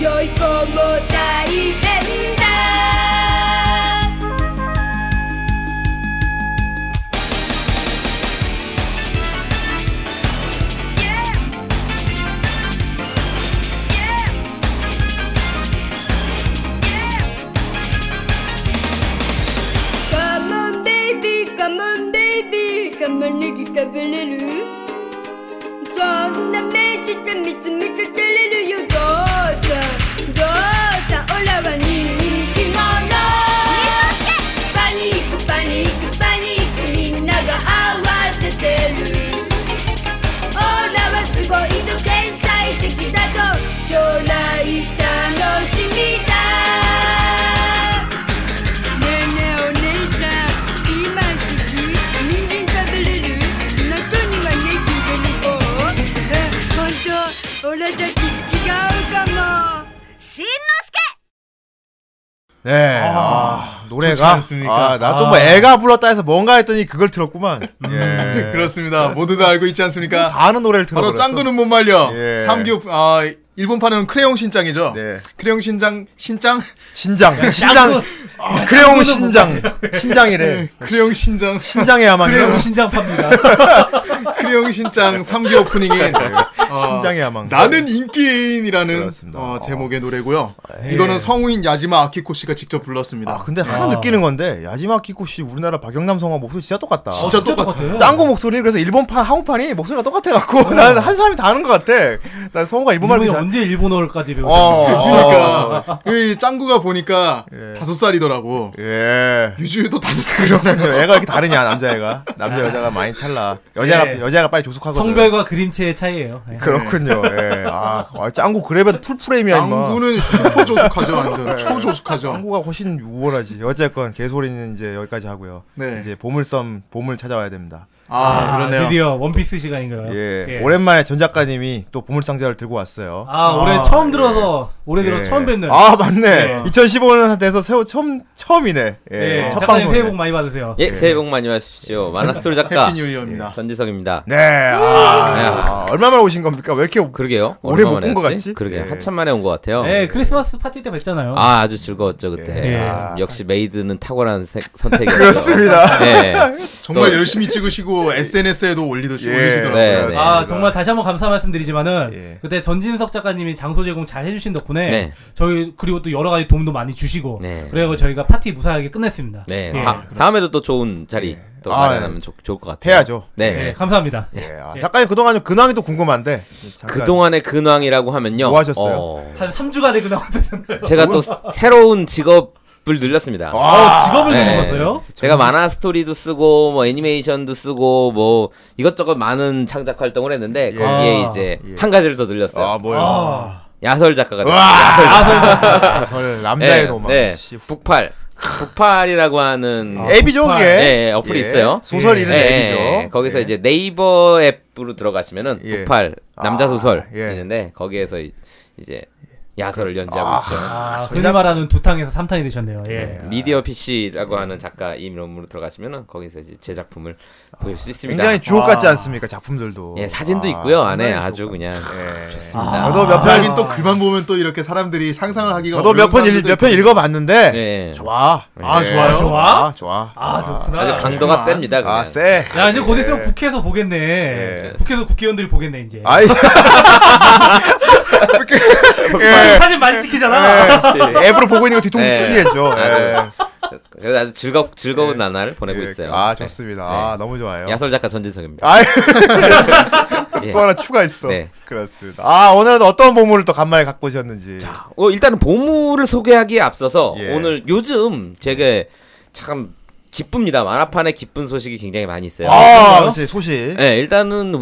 Speaker 6: 良い子も大変だカモンベイビーカモンベイビー玉ねぎ食べれるそんな目して見つめちゃ照れるよどうさどうさオラは人気者パニックパニックパニックみんなが慌ててるオラはすごいぞ天才的だぞ将来楽しみだねえねえお姉さん今時期人参食べれる中にはネギ入れる方え本当俺たち違うかもしんのすけ
Speaker 2: 네. 아,
Speaker 3: 아, 좋지
Speaker 2: 노래가
Speaker 3: 않습니까?
Speaker 2: 아, 나 또 뭐
Speaker 1: 아.
Speaker 2: 애가 불렀다 해서 뭔가 했더니 그걸 들었구만. 예.
Speaker 3: 음, 그렇습니다. 모두 다 알고 있지 않습니까?
Speaker 2: 다 아는 노래를 들어.
Speaker 3: 바로 짱구는 못 말려.
Speaker 2: 예.
Speaker 3: 삼교 아 일본판은 크레용 신장이죠.
Speaker 2: 네.
Speaker 3: 크레용 신장 신장
Speaker 2: 신장. 신장. 아, 크레용 신장.
Speaker 3: 네.
Speaker 2: 신장이래.
Speaker 3: 크레용 신장
Speaker 2: 신장의야망이
Speaker 1: 그래요 신장 팝니다.
Speaker 3: 크레용 신장 삼교 오프닝인 어,
Speaker 2: 네. 신장의 야망.
Speaker 3: 나는 인기인이라는
Speaker 2: 그렇습니다. 예.
Speaker 3: 어, 제목의 노래고요. 이거는 성우인 야지마 아키코 씨가 직접 불렀습니다.
Speaker 2: 아, 근데 하나 느끼는 건데 야지마 키코 씨 우리나라 박영남 성화 목소리 진짜 똑같다.
Speaker 1: 어,
Speaker 3: 진짜 똑같아요.
Speaker 2: 짱구 목소리 그래서 일본판 한국판이 목소리가 똑같아
Speaker 3: 어.
Speaker 2: 갖고 나는 한 사람이 다 아는 것 같아. 난 성우가 뭐 일본말
Speaker 1: 이분이
Speaker 2: 잘.
Speaker 1: 언제 일본어까지 배우셨나요?
Speaker 2: 어. 어.
Speaker 3: 그러니까 이 짱구가 보니까 다섯 살이더라고.
Speaker 2: 예.
Speaker 3: 유주유도 다섯 살이더라고.
Speaker 2: 애가 이렇게 다르냐 남자애가 남자 여자가 많이 찰나 여자가
Speaker 1: 예.
Speaker 2: 여자가 빨리 조숙하거든
Speaker 1: 성별과 그림체의 차이예요. 네.
Speaker 2: 그렇군요 예. 아 아, 짱구 그래봬도 풀프레임이야 짱구는
Speaker 3: 짱구는 슈퍼 조숙하죠,
Speaker 2: 네.
Speaker 3: 완전 초 조숙하죠.
Speaker 2: 짱구가 훨씬 우월하지 어쨌건 개소리는 이제 여기까지 하고요
Speaker 3: 네.
Speaker 2: 이제 보물섬 보물 찾아와야 됩니다
Speaker 3: 아, 그러네요.
Speaker 1: 드디어 원피스 시간인가요?
Speaker 2: 예. 오랜만에 전 작가님이 또 보물 상자를 들고 왔어요
Speaker 1: 아, 올해 처음 들어서 올해 들어
Speaker 2: 예.
Speaker 1: 처음 뵙는.
Speaker 2: 아 맞네
Speaker 1: 예.
Speaker 2: 2015년 돼서 새우 처음 처음이네 예.
Speaker 1: 예,
Speaker 2: 첫
Speaker 1: 작가님
Speaker 2: 방송
Speaker 1: 새해 복 많이 받으세요.
Speaker 2: 네.
Speaker 7: 예, 새해 복 많이 받으십시오. 만화스토리 작가
Speaker 3: 해피 뉴 이어입니다.
Speaker 7: 전지석입니다.
Speaker 2: 네 아, 아,
Speaker 3: 네.
Speaker 2: 얼마만에 오신 겁니까 왜 이렇게
Speaker 7: 그러게요.
Speaker 2: 오래
Speaker 7: 얼마 만에
Speaker 2: 못본것 네,
Speaker 7: 왔지?
Speaker 2: 같지?
Speaker 7: 그러게
Speaker 2: 예.
Speaker 7: 요 한참 만에 온 것 같아요.
Speaker 1: 예, 크리스마스 파티 때 뵀잖아요.
Speaker 7: 아, 아주 즐거웠죠 그때.
Speaker 1: 예.
Speaker 7: 아, 역시 메이드는 탁월한 세- 선택이었죠.
Speaker 2: 네. 그렇습니다
Speaker 7: 네,
Speaker 3: 정말
Speaker 7: 또-
Speaker 3: 열심히 찍으시고 SNS에도 올리듯이
Speaker 2: 예.
Speaker 3: 올리시더라고요.
Speaker 7: 네, 네.
Speaker 2: 그렇습니다.
Speaker 1: 아, 정말 다시 한번 감사 말씀드리지만은
Speaker 2: 예.
Speaker 1: 그때 전진석 작가님이 장소 제공 잘 해주신 덕분에
Speaker 7: 네.
Speaker 1: 저희 그리고 또 여러 가지 도움도 많이 주시고
Speaker 7: 네.
Speaker 1: 그래서 저희가 파티 무사하게 끝냈습니다.
Speaker 7: 네.
Speaker 1: 예.
Speaker 7: 다, 다음에도 또 좋은 자리 또
Speaker 2: 아,
Speaker 7: 마련하면 좋- 좋을 것 같아요.
Speaker 2: 해야죠.
Speaker 7: 네.
Speaker 1: 네, 감사합니다.
Speaker 2: 예, 아, 작가님 그동안 좀 근황이 또 궁금한데 잠깐.
Speaker 7: 예, 그동안의 근황이라고 하면요.
Speaker 2: 뭐 하셨어요?
Speaker 7: 어,
Speaker 1: 한 3주간의 근황들은
Speaker 7: 제가 또 새로운 직업을 늘렸습니다.
Speaker 2: 아,
Speaker 1: 어, 직업을
Speaker 7: 네.
Speaker 1: 내주셨어요?
Speaker 7: 제가 만화 스토리도 쓰고 뭐 애니메이션도 쓰고 뭐 이것저것 많은 창작 활동을 했는데
Speaker 2: 예.
Speaker 7: 거기에
Speaker 1: 아,
Speaker 7: 이제 한 가지를 더 늘렸어요. 아,
Speaker 2: 아 뭐야
Speaker 1: 아,
Speaker 7: 야설 작가가 됐어요.
Speaker 2: 와! 설 아, 남자의
Speaker 7: 네,
Speaker 2: 로망.
Speaker 7: 네.
Speaker 2: 씨, 후-
Speaker 7: 북팔 북팔이라고 하는
Speaker 2: 아, 앱이죠,
Speaker 7: 북팔.
Speaker 2: 그게?
Speaker 7: 네, 예, 어플이
Speaker 2: 예.
Speaker 7: 있어요.
Speaker 2: 소설 읽는
Speaker 7: 예,
Speaker 2: 앱이죠.
Speaker 7: 예, 거기서
Speaker 2: 예.
Speaker 7: 이제 네이버 앱으로 들어가시면은
Speaker 2: 예.
Speaker 7: 북팔 남자
Speaker 2: 아,
Speaker 7: 소설
Speaker 2: 예.
Speaker 7: 있는데 거기에서 이- 이제 야설을 연재하고 있어요.
Speaker 1: 아, 흔히 말하는 두 탕에서 삼 탕이 되셨네요. 예.
Speaker 7: 미디어 PC라고 하는 작가 이름으로 들어가시면은 거기서 이제 제 작품을 보실 수 있습니다. 아.
Speaker 2: 굉장히 주옥 같지 않습니까 작품들도.
Speaker 7: 예, 사진도
Speaker 2: 아,
Speaker 7: 있고요. 안에
Speaker 2: 굉장히
Speaker 7: 아주
Speaker 2: 주옥
Speaker 7: 그냥
Speaker 2: 같- 예.
Speaker 7: 좋습니다. 아,
Speaker 2: 저도 몇 편,
Speaker 3: 하긴 또 글만 보면 또 이렇게 사람들이 상상을 하기가
Speaker 2: 아. 저도 몇 편
Speaker 3: 어려운
Speaker 2: 몇 편
Speaker 3: 사람들도
Speaker 2: 읽어봤는데
Speaker 7: 예.
Speaker 2: 좋아.
Speaker 3: 아,
Speaker 2: 예.
Speaker 3: 좋아요?
Speaker 2: 좋아. 좋아.
Speaker 1: 아, 좋구나.
Speaker 7: 아주 강도가 셉니다. 그냥.
Speaker 2: 아 쎄.
Speaker 1: 야, 이제 곧
Speaker 2: 예.
Speaker 1: 있으면 국회에서 보겠네. 국회에서 국회의원들이 보겠네, 이제.
Speaker 2: 아이.
Speaker 7: 네.
Speaker 1: 아니, 네. 사진 많이 찍히잖아. 네.
Speaker 2: 예. 앱으로 보고 있는 거 뒤통수
Speaker 7: 예.
Speaker 2: 찌르겠죠. 예.
Speaker 7: 아주- 그래서 아주 즐겁 즐거운 나날을 보내고
Speaker 1: 그러니까.
Speaker 2: 예.
Speaker 7: 있어요.
Speaker 2: 아
Speaker 7: 네.
Speaker 2: 좋습니다.
Speaker 7: 네.
Speaker 2: 아 너무 좋아요.
Speaker 7: 야설 작가 전진석입니다.
Speaker 2: 아이.
Speaker 7: 예.
Speaker 2: 또 하나 추가했어.
Speaker 7: 네.
Speaker 2: 그렇습니다. 아 오늘은 어떤 보물을 또 간만에 갖고 오셨는지.
Speaker 7: 어, 일단은 보물을 소개하기에 앞서서
Speaker 2: 예.
Speaker 7: 오늘 요즘 제게 참 기쁩니다. 만화판에 기쁜 소식이 굉장히 많이 있어요.
Speaker 2: 아 그렇지 소식.
Speaker 7: 네, 일단은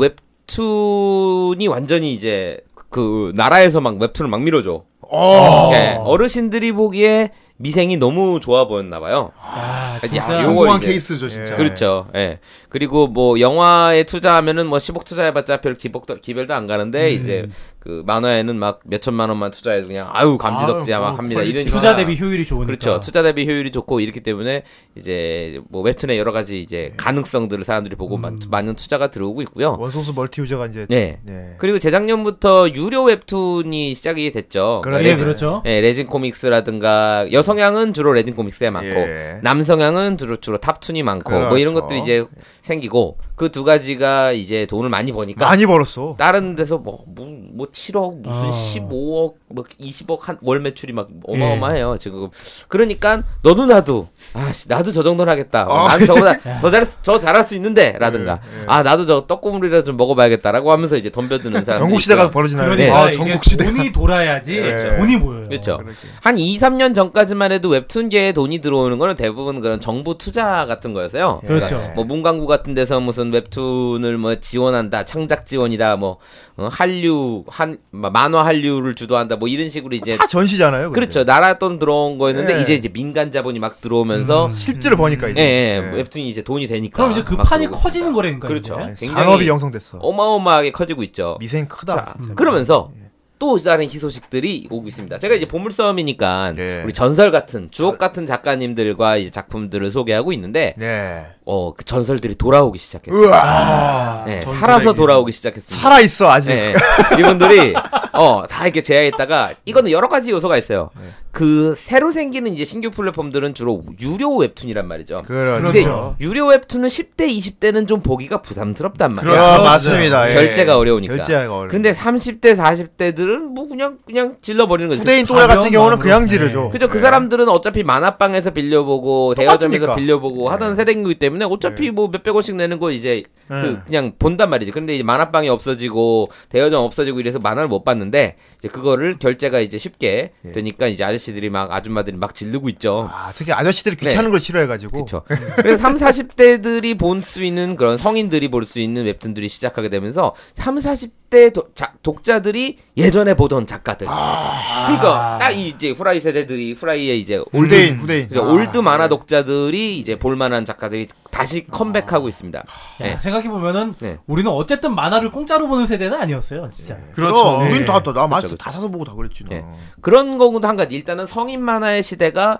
Speaker 7: 웹툰이 완전히 이제 그 나라에서 막 웹툰을 막 밀어줘.
Speaker 2: 어.
Speaker 7: 예, 어르신들이 보기에 미생이 너무 좋아 보였나 봐요.
Speaker 1: 아,
Speaker 7: 야,
Speaker 1: 진짜.
Speaker 7: 요거
Speaker 3: 성공한
Speaker 7: 이제-
Speaker 3: 케이스죠 진짜.
Speaker 2: 예.
Speaker 7: 그렇죠. 예. 그리고 뭐 영화에 투자하면은 뭐 10억 투자해봤자 별 기복도 기별도 안 가는데 이제 그 만화에는 막 몇천만 원만 투자해도 그냥 아유 감지덕지야
Speaker 3: 아유,
Speaker 7: 막
Speaker 3: 뭐
Speaker 7: 합니다.
Speaker 3: 퀄리티.
Speaker 7: 이런
Speaker 1: 투자
Speaker 7: 식으로.
Speaker 1: 대비 효율이 좋으니까.
Speaker 7: 네. 그렇죠. 투자 대비 효율이 좋고 이렇기 때문에 이제 뭐 웹툰에 여러 가지 이제 가능성들을 사람들이 보고 마- 많은 투자가 들어오고 있고요.
Speaker 2: 원소스 멀티 유저가 이제.
Speaker 7: 네.
Speaker 2: 네.
Speaker 7: 그리고 재작년부터 유료 웹툰이 시작이 됐죠.
Speaker 2: 그렇죠.
Speaker 1: 예,
Speaker 7: 레진,
Speaker 1: 그렇죠.
Speaker 7: 예, 레진 코믹스라든가 여성향은 주로 레진 코믹스에 많고
Speaker 2: 예.
Speaker 7: 남성향은 주로 주로 탑툰이 많고 뭐 이런
Speaker 2: 그렇죠.
Speaker 7: 것들이 이제 생기고 그 두 가지가 이제 돈을 많이 버니까
Speaker 2: 많이 벌었어.
Speaker 7: 다른 데서 뭐, 뭐, 뭐 7억 무슨
Speaker 1: 아.
Speaker 7: 15억 뭐 20억 한 월 매출이 막
Speaker 2: 예.
Speaker 7: 어마어마해요 지금 그러니까 너도 나도 아씨 나도 저 정도는 하겠다
Speaker 2: 아,
Speaker 7: 나는
Speaker 2: 예.
Speaker 7: 저보다 더 잘할 수, 더 잘할 수 있는데 라든가 아 나도 저 떡고물이라 좀 먹어봐야겠다라고 하면서 이제 덤벼드는 사람
Speaker 2: 전국 시대가 벌어지나요?
Speaker 7: 네.
Speaker 1: 그러니까
Speaker 3: 아,
Speaker 1: 이게
Speaker 3: 전국시대가.
Speaker 1: 돈이 돌아야지
Speaker 2: 예.
Speaker 1: 돈이 모여요.
Speaker 7: 그렇죠. 한 2, 3년 전까지만 해도 웹툰계에 돈이 들어오는 거는 대부분 그런 정부 투자 같은 거였어요.
Speaker 1: 그렇죠.
Speaker 7: 뭐 문광구 같은 데서 무슨 웹툰을 뭐 지원한다, 창작 지원이다, 뭐 어, 한류 한 마- 만화 한류를 주도한다, 뭐 이런 식으로 이제
Speaker 2: 예. 다 전시잖아요. 근데.
Speaker 7: 그렇죠. 나라 돈 들어온 거였는데
Speaker 1: 네.
Speaker 2: 예.
Speaker 7: 이제 이제 민간 자본이 막 들어오면서
Speaker 2: 실제로 보니까
Speaker 7: 예,
Speaker 2: 이제.
Speaker 7: 예,
Speaker 2: 예.
Speaker 7: 웹툰이 이제 돈이
Speaker 1: 음.
Speaker 7: 되니까
Speaker 1: 네. 그럼 이제 그
Speaker 7: 막
Speaker 1: 판이
Speaker 7: 들어오고
Speaker 1: 커지는
Speaker 7: 있습니다.
Speaker 1: 거라니까.
Speaker 7: 아, 그렇죠.
Speaker 1: 이제.
Speaker 7: 굉장히
Speaker 2: 산업이 예. 형성됐어.
Speaker 7: 어마어마하게 커지고 있죠.
Speaker 2: 미생 크다.
Speaker 7: 자, 그러면서
Speaker 1: 예.
Speaker 7: 또 다른 희소식들이 오고 있습니다. 제가 이제 보물싸움이니까
Speaker 2: 예.
Speaker 7: 우리 전설 같은 주옥 같은 작가님들과 이제 작품들을 소개하고 있는데
Speaker 2: 네.
Speaker 7: 어, 그 전설들이 돌아오기 시작했어요.
Speaker 2: 우와.
Speaker 7: 예, 살아서 돌아오기 시작했습니다.
Speaker 2: 살아 있어 아직.
Speaker 7: 예, 예. 이분들이 어, 다 이렇게 제외했다가 이거는 여러 가지 요소가 있어요.
Speaker 2: 네.
Speaker 7: 그 새로 생기는 이제 신규 플랫폼들은 주로 유료 웹툰이란 말이죠.
Speaker 2: 그렇죠.
Speaker 7: 근데
Speaker 1: 그렇죠.
Speaker 7: 유료 웹툰은 10대, 20대는 좀 보기가 부담스럽단 말이에요.
Speaker 2: 그렇죠.
Speaker 1: 맞아요.
Speaker 2: 맞습니다. 예.
Speaker 7: 결제가 어려우니까.
Speaker 2: 결제가 어려.
Speaker 7: 근데 30대, 40대들은 뭐 그냥 그냥 질러 버리는 거죠.
Speaker 2: 후대인 또래 같은
Speaker 1: 가벼운
Speaker 2: 경우는
Speaker 1: 마음으로.
Speaker 2: 그냥 지르죠.
Speaker 7: 뭐
Speaker 2: 네.
Speaker 7: 그죠? 그 사람들은 어차피 만화방에서 빌려보고 대여점에서
Speaker 2: 똑같으니까. 네.
Speaker 7: 빌려보고 하던 세대이기 때문에 어차피 뭐 몇백 원씩 내는 거 이제
Speaker 2: 네.
Speaker 7: 그 그냥 본단 말이지. 근데 이제 만화방이 없어지고 대여점 없어지고 이래서 만화를 못 봤는데 이제 그거를 결제가 이제 쉽게
Speaker 2: 네.
Speaker 7: 되니까 이제 아저씨들이 막 아줌마들이 막 지르고 있죠.
Speaker 2: 아, 특히 아저씨들이 귀찮은
Speaker 7: 네.
Speaker 2: 걸 싫어해가지고.
Speaker 7: 그렇죠. 그래서 3, 40대들이 볼 수 있는 그런 성인들이 볼 수 있는 웹툰들이 시작하게 되면서 3, 40대 도- 자- 독자들이 예전에 보던 작가들.
Speaker 2: 아.
Speaker 7: 그러니까 딱 이제 후라이 세대들이 후라이의 이제
Speaker 3: 음.
Speaker 2: 올드인 후대인.
Speaker 7: 아, 그래서 아. 올드 만화 독자들이 이제 볼만한 작가들이 다시 컴백하고 있습니다. 예.
Speaker 1: 생각해 보면은
Speaker 7: 네.
Speaker 1: 우리는 어쨌든 만화를 공짜로 보는 세대는 아니었어요, 진짜.
Speaker 3: 그렇죠.
Speaker 2: 그럼
Speaker 1: 네.
Speaker 2: 우린 다나 많이
Speaker 7: 그렇죠,
Speaker 2: 다 사서 보고 다 그랬지. 나.
Speaker 7: 예. 그런 경우도 한 가지. 일단은 성인 만화의 시대가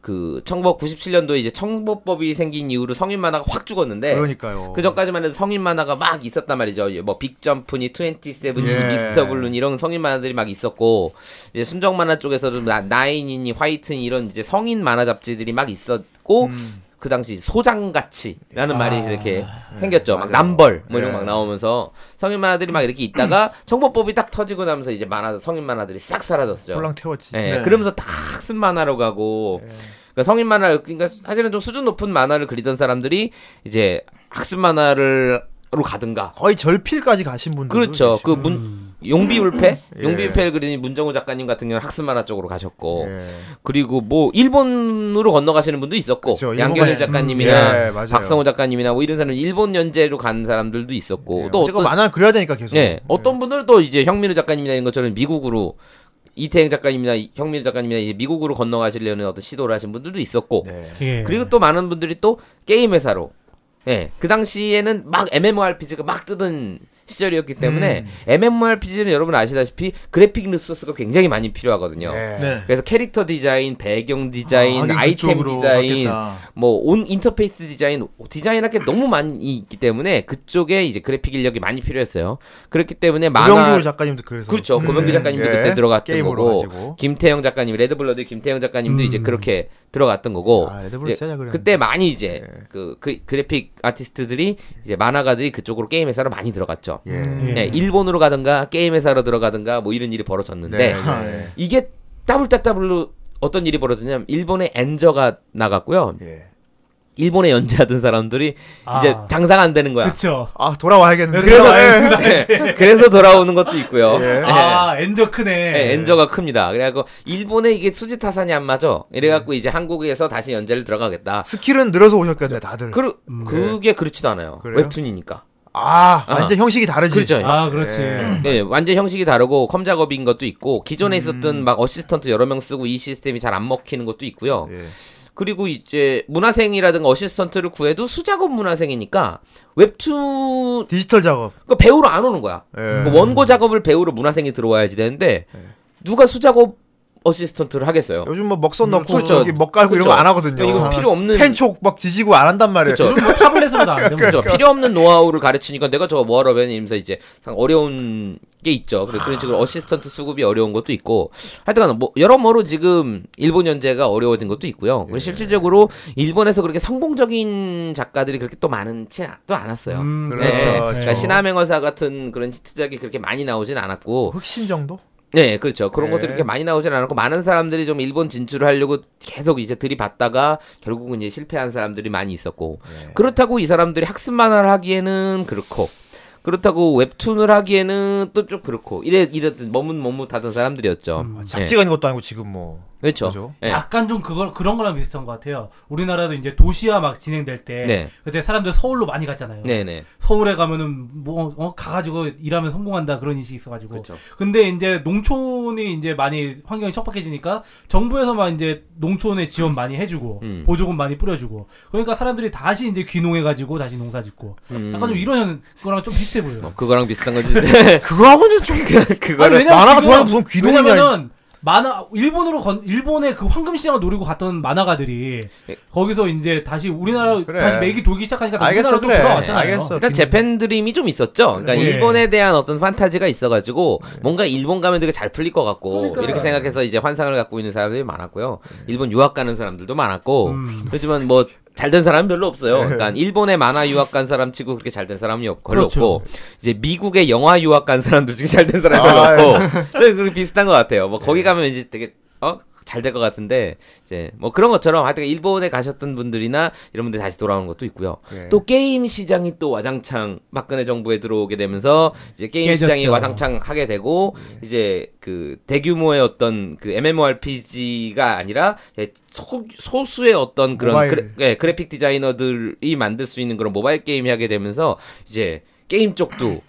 Speaker 7: 그 청법 97년도에 이제 청법법이 생긴 이후로 성인 만화가 확 죽었는데
Speaker 2: 그러니까요.
Speaker 7: 그 전까지만 해도 성인 만화가 막 있었단 말이죠. 예, 뭐 빅점프니 27니
Speaker 2: 예.
Speaker 7: 미스터 블룬 이런 성인 만화들이 막 있었고 이제 순정 만화 쪽에서도 나- 나인이니 화이트니 이런 이제 성인 만화 잡지들이 막 있었고 그 당시 소장가치라는 말이 이렇게 생겼죠. 막 남벌 뭐 이런
Speaker 2: 예.
Speaker 7: 거 막 나오면서 성인 만화들이 막 이렇게 있다가 청법법이 딱 터지고 나면서 이제 만화 성인 만화들이 싹 사라졌죠.
Speaker 2: 홀랑 태웠지.
Speaker 7: 예,
Speaker 2: 네.
Speaker 7: 그러면서 딱 쓴 만화로 가고 그러니까 성인 만화 그러니까 사실은 좀 수준 높은 만화를 그리던 사람들이 이제 학습 만화를 로 가든가
Speaker 2: 거의 절필까지 가신 분들.
Speaker 7: 그렇죠 그 문 용비울패
Speaker 2: 음. 예.
Speaker 7: 용비울패를 그리는 문정우 작가님 같은 경우는 학습 만화 쪽으로 가셨고
Speaker 2: 네.
Speaker 7: 그리고 뭐 일본으로 건너가시는 분도 있었고
Speaker 2: 그쵸, 일본
Speaker 7: 양경일
Speaker 2: 가시- 음,
Speaker 7: 작가님이나
Speaker 2: 예, 맞아요.
Speaker 7: 박성우 작가님이나 뭐 이런 사람 일본 연재로 간 사람들도 있었고
Speaker 2: 또
Speaker 7: 또
Speaker 2: 어쨌건
Speaker 7: 어떤 네.
Speaker 2: 만화 그려야 되니까 계속.
Speaker 3: 예.
Speaker 7: 예, 어떤 분들은 또 이제 형민우 작가님이나 이런 것처럼 미국으로 이태행 작가님이나 이- 형민 작가님이나 이제 미국으로 건너가시려는 어떤 시도를 하신 분들도 있었고
Speaker 2: 네.
Speaker 1: 예.
Speaker 7: 그리고 또 많은 분들이 또 게임 회사로 예. 그 당시에는 막 MMORPG가 막 뜨던 시절이었기 때문에
Speaker 3: 음.
Speaker 7: MMORPG는 여러분 아시다시피 그래픽 리소스가 굉장히 많이 필요하거든요.
Speaker 2: 네.
Speaker 3: 네.
Speaker 7: 그래서 캐릭터 디자인, 배경 디자인,
Speaker 3: 하긴
Speaker 7: 아, 이템
Speaker 3: 그쪽으로
Speaker 7: 디자인,
Speaker 3: 갔겠다.
Speaker 7: 뭐 온 인터페이스 디자인, 디자인할 게 너무 많이 있기 때문에 그쪽에 이제 그래픽 인력이 많이 필요했어요. 그렇기 때문에
Speaker 2: 고병규
Speaker 7: 만화
Speaker 2: 작가님도 그래서
Speaker 7: 그렇죠. 고명규 작가님도
Speaker 2: 예.
Speaker 7: 그때 들어갔던
Speaker 2: 게임으로
Speaker 7: 거고
Speaker 2: 가지고. 음.
Speaker 7: 김태형 작가님, 레드블러드 김태형 작가님도 이제 그렇게 들어갔던 거고
Speaker 2: 아, 레드블러드
Speaker 7: 이제
Speaker 2: 진짜 잘 그렸는데. 네.
Speaker 7: 그때 많이 이제 그, 그 그래픽 아티스트들이 이제 만화가들이 그쪽으로 게임 회사로 많이 들어갔죠.
Speaker 2: 예.
Speaker 1: 예.
Speaker 7: 예, 일본으로 가든가 게임 회사로 들어가든가 뭐 이런 일이 벌어졌는데
Speaker 2: 네.
Speaker 3: 아,
Speaker 2: 네.
Speaker 3: 예.
Speaker 7: 이게 따블따블로 어떤 일이 벌어졌냐면 일본의 엔저가 나갔고요.
Speaker 2: 예.
Speaker 7: 일본에 연재하던 사람들이
Speaker 1: 아.
Speaker 7: 이제 장사가 안 되는 거야.
Speaker 1: 그쵸.
Speaker 2: 아 돌아와야겠는데.
Speaker 1: 그래서
Speaker 2: 예.
Speaker 7: 예, 그래서 돌아오는 것도 있고요.
Speaker 2: 예.
Speaker 7: 예.
Speaker 1: 아 엔저 크네.
Speaker 7: 예, 엔저가 큽니다. 그래갖고 일본에 이게 수지 타산이 안 맞아. 이래갖고 이제 한국에서 다시 연재를 들어가겠다.
Speaker 2: 스킬은 늘어서 오셨겠네 다들.
Speaker 7: 그
Speaker 1: 음.
Speaker 7: 그게 그렇지도 않아요.
Speaker 2: 음. 그래요?
Speaker 7: 웹툰이니까.
Speaker 2: 아 완전 형식이 다르지.
Speaker 7: 그렇죠.
Speaker 1: 아 그렇지.
Speaker 2: 예.
Speaker 7: 예, 완전 형식이 다르고 컴 작업인 것도 있고 기존에
Speaker 1: 음.
Speaker 7: 있었던 막 어시스턴트 여러 명 쓰고 이 시스템이 잘 안 먹히는 것도 있고요.
Speaker 2: 예.
Speaker 7: 그리고 이제 문화생이라든가 어시스턴트를 구해도 수작업 문화생이니까 웹툰
Speaker 2: 디지털 작업.
Speaker 7: 그 배우로 안 오는 거야.
Speaker 2: 예.
Speaker 7: 그 원고 작업을 배우로 문화생이 들어와야지 되는데 누가 수작업 어시스턴트를 하겠어요?
Speaker 2: 요즘 뭐 먹선 넣고
Speaker 7: 그렇죠.
Speaker 2: 여기 먹 깔고 이런
Speaker 7: 그렇죠.
Speaker 2: 거 안 하거든요.
Speaker 7: 이거 필요 없는
Speaker 2: 펜촉 막 지지고 안 한단 말이에요.
Speaker 7: 그렇죠.
Speaker 1: 요즘 뭐 타블렛으로도 안
Speaker 3: 그러니까.
Speaker 1: 되면
Speaker 7: 그렇죠. 필요 없는 노하우를 가르치니까 내가 저거 뭐하러 배니 이러면서 이제 상 어려운 게 있죠. 그래서 그런 식으로 어시스턴트 수급이 어려운 것도 있고 하여튼간 뭐 여러모로 지금 일본 연재가 어려워진 것도 있고요. 그리고 실질적으로 일본에서 그렇게 성공적인 작가들이 그렇게 또 많지 않- 또 않았어요.
Speaker 1: 음,
Speaker 2: 그렇죠.
Speaker 7: 네.
Speaker 2: 그렇죠.
Speaker 7: 그러니까 신화맹어사 같은 그런 히트작이 그렇게 많이 나오진 않았고
Speaker 2: 흑신 정도?
Speaker 7: 네, 그렇죠. 그런
Speaker 2: 네.
Speaker 7: 것들이 그렇게 많이 나오진 않았고 많은 사람들이 좀 일본 진출을 하려고 계속 이제 들이받다가 결국은 이제 실패한 사람들이 많이 있었고 그렇다고 이 사람들이 학습 만화를 하기에는 그렇고 그렇다고 웹툰을 하기에는 또 좀 그렇고 이래 이랬던 머뭇머뭇하던 사람들이었죠.
Speaker 2: 잡지가 있는 것도 아니고 지금 뭐.
Speaker 7: 네, 그렇죠.
Speaker 2: 그죠?
Speaker 7: 네.
Speaker 1: 약간 좀 그걸 그런 거랑 비슷한 것 같아요. 우리나라도 이제 도시화 막 진행될 때
Speaker 7: 네.
Speaker 1: 그때 사람들 서울로 많이 갔잖아요.
Speaker 7: 네, 네.
Speaker 1: 서울에 가면은 뭐 어, 가가지고 일하면 성공한다 그런 인식이 있어가지고.
Speaker 7: 그렇죠.
Speaker 1: 근데 이제 농촌이 이제 많이 환경이 척박해지니까 정부에서만 이제 농촌에 지원 많이 해주고
Speaker 7: 음.
Speaker 1: 보조금 많이 뿌려주고 그러니까 사람들이 다시 이제 귀농해가지고 다시 농사짓고 약간 좀 이런 거랑 좀 비슷해 보여요.
Speaker 7: 어, 음. 그거랑 비슷한 거지. 그거하고는 좀
Speaker 1: 아니,
Speaker 7: 그거를
Speaker 1: 왜냐면
Speaker 2: 만화가
Speaker 1: 지금은-
Speaker 2: 좋아서 무슨 귀농이냐,
Speaker 1: 왜냐면은 만화 일본으로 건 일본의 그 황금 시장을 노리고 갔던 만화가들이 거기서 이제 다시 우리나라
Speaker 2: 예. 음, 그래.
Speaker 1: 다시 맥이 돌기 시작하니까 다
Speaker 2: 알겠어,
Speaker 1: 우리나라로 좀
Speaker 2: 그래.
Speaker 1: 돌아왔잖아요.
Speaker 2: 알겠어.
Speaker 7: 일단 재팬 드림이 좀 있었죠. 그러니까
Speaker 1: 예.
Speaker 7: 일본에 대한 어떤 판타지가 있어가지고 뭔가 일본 가면 되게 잘 풀릴 것 같고
Speaker 1: 네. 그러니까요. 네.
Speaker 7: 이렇게 생각해서 이제 환상을 갖고 있는 사람들이 많았고요. 일본 유학 가는 사람들도 많았고
Speaker 1: 음. 네.
Speaker 7: 그렇지만 뭐 잘된 사람은 별로 없어요. 그러니까 일본에 만화 유학 간 사람 치고 그렇게 잘된 사람이 없, 별로
Speaker 1: 그렇죠.
Speaker 7: 없고 이제 미국에 영화 유학 간 사람들 중에 잘된 사람이
Speaker 2: 아,
Speaker 7: 별로
Speaker 1: 네.
Speaker 7: 없고 네, 그렇게 비슷한 것 같아요. 뭐 거기 가면 이제 되게 어? 잘 될 것 같은데 이제 뭐 그런 것처럼 하여튼 일본에 가셨던 분들이나 이런 분들이 다시 돌아오는 것도 있고요.
Speaker 2: 예.
Speaker 7: 또 게임 시장이 또 와장창 박근혜 정부에 들어오게 되면서 이제 게임
Speaker 1: 깨졌죠.
Speaker 7: 시장이 와장창 하게 되고 이제 그 대규모의 어떤 그 MMORPG가 아니라 이제 소, 소수의 어떤 그런
Speaker 2: 모바일.
Speaker 7: 그래, 예, 그래픽 디자이너들이 만들 수 있는 그런 모바일 게임이 하게 되면서 이제 게임 쪽도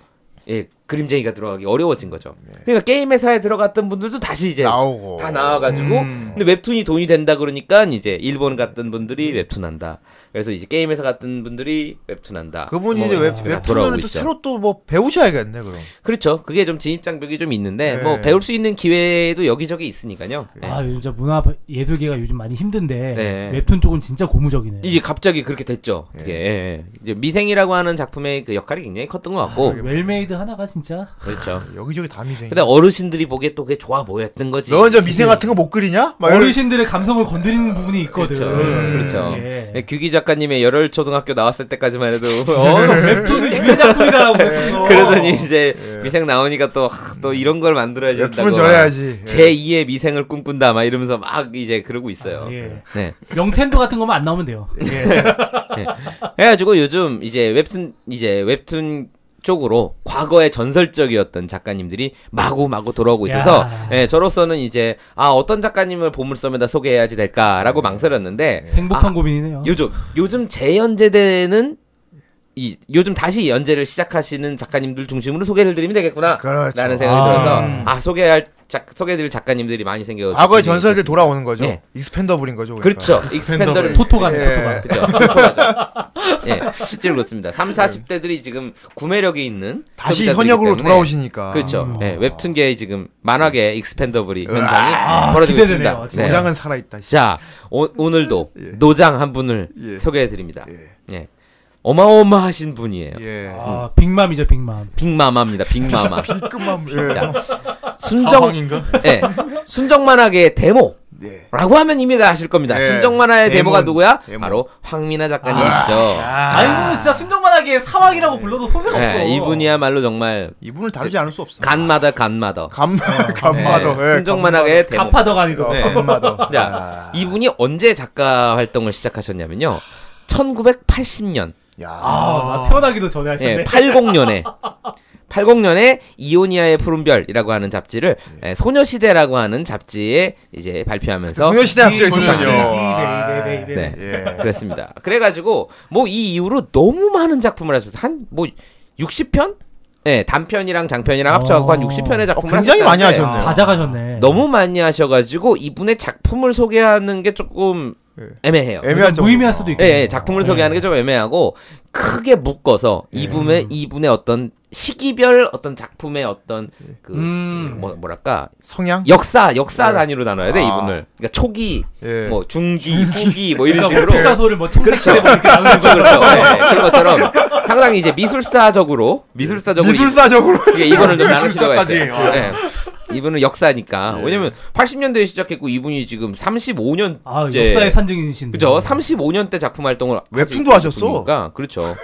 Speaker 7: 예, 그림쟁이가 들어가기 어려워진 거죠. 그러니까 게임 회사에 들어갔던 분들도 다시 이제
Speaker 2: 네. 나오고. 음.
Speaker 7: 다 나와가지고 음. 근데 웹툰이 돈이 된다 그러니까 이제 일본 갔던 분들이 웹툰 한다 그래서 이제 게임 회사 갔던 분들이 웹툰 한다
Speaker 2: 그분이
Speaker 7: 뭐
Speaker 2: 이제 웹,
Speaker 7: 이렇게 돌아오고
Speaker 2: 웹툰을 또
Speaker 7: 있죠.
Speaker 2: 새로 또 뭐 배우셔야겠네 그럼.
Speaker 7: 그렇죠 그게 좀 진입장벽이 좀 있는데
Speaker 2: 네.
Speaker 7: 뭐 배울 수 있는 기회도 여기저기 있으니까요 네.
Speaker 1: 아 요즘 진짜 문화 예술계가 요즘 많이 힘든데
Speaker 7: 네.
Speaker 1: 웹툰 쪽은 진짜 고무적이네.
Speaker 7: 이제 갑자기 그렇게 됐죠 이게
Speaker 2: 네.
Speaker 7: 예, 예. 이제 미생이라고 하는 작품의 그 역할이 굉장히 컸던 것
Speaker 2: 아,
Speaker 7: 같고
Speaker 1: 웰메이드 하나가 진짜
Speaker 7: 그렇죠
Speaker 2: 여기저기 다 미생.
Speaker 7: 근데 어르신들이 보기에 또 그게 좋아 보였던 거지
Speaker 2: 너 이제 미생 같은 거 못 그리냐? 막 이런-
Speaker 1: 어르신들의 감성을 건드리는 부분이 있거든.
Speaker 7: 그렇죠. 그렇죠.
Speaker 1: 예.
Speaker 7: 예, 규기 작가님의 열혈 초등학교 나왔을 때까지만 해도 어,
Speaker 1: 웹툰은 유해 작품이다라고
Speaker 2: 예.
Speaker 1: 했었어.
Speaker 7: 그러더니 이제 미생 나오니까 또, 하, 또 이런 걸 만들어야지
Speaker 2: 웹툰은
Speaker 7: 된다고
Speaker 2: 저래야지. 예.
Speaker 7: 제 2의 미생을 꿈꾼다 막 이러면서 막 이제 그러고 있어요.
Speaker 1: 예.
Speaker 7: 네.
Speaker 1: 명텐도 같은 거만 안 나오면 돼요.
Speaker 2: 예.
Speaker 7: 해가지고 요즘 이제 웹툰 이제 웹툰 쪽으로 과거의 전설적이었던 작가님들이 마구 마구 돌아오고 있어서
Speaker 1: 야.
Speaker 7: 예, 저로서는 이제 아 어떤 작가님을 보물섬에다 소개해야지 될까라고 망설였는데
Speaker 1: 행복한
Speaker 7: 아,
Speaker 1: 고민이네요.
Speaker 7: 요즘 요즘 재연재되는 이 요즘 다시 연재를 시작하시는 작가님들 중심으로 소개를 드리면 되겠구나
Speaker 2: 그렇죠.
Speaker 7: 라는 생각이
Speaker 1: 아.
Speaker 7: 들어서 아 소개할 작, 소개해드릴 작가님들이 많이 생겨서
Speaker 2: 과거의 전설들 돌아오는 거죠.
Speaker 7: 네.
Speaker 2: 익스펜더블인 거죠. 그러니까.
Speaker 7: 그렇죠. 익스펜더를
Speaker 1: 토토감이
Speaker 7: 예,
Speaker 1: 토토감.
Speaker 7: 그렇죠. 토토가죠. 예, 실제로 그렇습니다. 3, 40대들이 지금 구매력이 있는
Speaker 2: 다시
Speaker 7: 소비자들이기
Speaker 2: 현역으로
Speaker 7: 때문에
Speaker 2: 돌아오시니까.
Speaker 7: 그렇죠. 예, 웹툰계의 지금 만화계 익스펜더블이 현상이
Speaker 1: 아,
Speaker 7: 벌어지고
Speaker 1: 기대되네요,
Speaker 7: 있습니다.
Speaker 1: 진짜.
Speaker 2: 장은 예. 살아있다. 씨.
Speaker 7: 자, 오, 오늘도 노장 한 분을
Speaker 3: 예.
Speaker 7: 소개해드립니다. 예. 어마어마하신 분이에요.
Speaker 3: 예.
Speaker 1: 아, 빅맘이죠, 빅맘.
Speaker 7: 빅마마입니다. 빅마마.
Speaker 2: 끔만
Speaker 7: 자, 순정
Speaker 3: 사황인가?
Speaker 7: 예. 순정 만화계의 데모. 라고 하면 이미 다 아실 겁니다.
Speaker 2: 예.
Speaker 7: 순정 만화의 데모, 가
Speaker 2: 데몬,
Speaker 7: 누구야?
Speaker 2: 데몬.
Speaker 7: 바로 황민아 작가님이시죠.
Speaker 1: 아, 이거 진짜 순정만하게 사왕이라고 불러도 손색 없어.
Speaker 2: 그렇죠.
Speaker 7: 예, 이분이야말로 정말
Speaker 2: 이분을 다루지 않을 수 없어.
Speaker 7: 간마다 간마더.
Speaker 2: 감
Speaker 7: 예,
Speaker 2: 감마더. 예,
Speaker 7: 순정 만화계의 데모.
Speaker 1: 가파더간이도.
Speaker 7: 네.
Speaker 2: 감마더. 아.
Speaker 7: 자, 이분이 언제 작가 활동을 시작하셨냐면요. 1980년,
Speaker 2: 야.
Speaker 1: 아, 나 태어나기도 전에 하셨네.
Speaker 7: 예, 80년에 80년에 이오니아의 푸른별이라고 하는 잡지를 예, 소녀시대라고 하는 잡지에 이제 발표하면서
Speaker 2: 네. 그 소녀시대
Speaker 1: 네,
Speaker 2: 합주에
Speaker 1: 네,
Speaker 2: 있었다요.
Speaker 1: 네, 네.
Speaker 7: 네,
Speaker 2: 예.
Speaker 7: 그랬습니다. 그래가지고 뭐 이 이후로 너무 많은 작품을 하셨어요. 한 뭐 60편? 예, 단편이랑 장편이랑 합쳐갖고 한
Speaker 1: 어.
Speaker 7: 60편의 작품을
Speaker 2: 굉장히 많이
Speaker 7: 하셨다는데
Speaker 2: 하셨네요.
Speaker 1: 다 작아졌네.
Speaker 7: 너무 많이 하셔가지고 이분의 작품을 소개하는 게 조금
Speaker 1: 네.
Speaker 7: 애매해요.
Speaker 2: 애매한 점.
Speaker 1: 무의미할 수도 네. 있고.
Speaker 7: 예, 예, 작품을 소개하는 게 좀 애매하고 크게 묶어서
Speaker 1: 네.
Speaker 7: 이분의 이분의 어떤 시기별 어떤 작품의 어떤 그
Speaker 1: 음.
Speaker 7: 뭐, 뭐랄까
Speaker 2: 성향.
Speaker 7: 역사 역사
Speaker 2: 네.
Speaker 7: 단위로 나눠야 돼
Speaker 2: 아.
Speaker 7: 이분을 그러니까 초기
Speaker 2: 예.
Speaker 7: 뭐 중기 후기 뭐 이런
Speaker 1: 네. 그러니까 뭐
Speaker 7: 식으로
Speaker 1: 피카소를 뭐 청색시대 뭐 이렇게 나누는
Speaker 7: 그렇죠,
Speaker 1: 거죠.
Speaker 7: 그렇죠. 예, 그런 것처럼 상당히 이제 미술사적으로 미술사적으로
Speaker 2: 미술사적으로.
Speaker 7: 이게 이번을 좀 나눌 필요가
Speaker 3: 미술사까지.
Speaker 7: 있어요.
Speaker 3: 아.
Speaker 7: 예. 이분은 역사니까 왜냐면 80년대에 시작했고 이분이 지금 35년
Speaker 1: 아,
Speaker 7: 이제-
Speaker 1: 역사의 산증이신.
Speaker 7: 그죠? 35년 대 작품 활동을
Speaker 2: 웹툰도
Speaker 7: 하신
Speaker 2: 하셨어?
Speaker 7: 분이니까 그렇죠.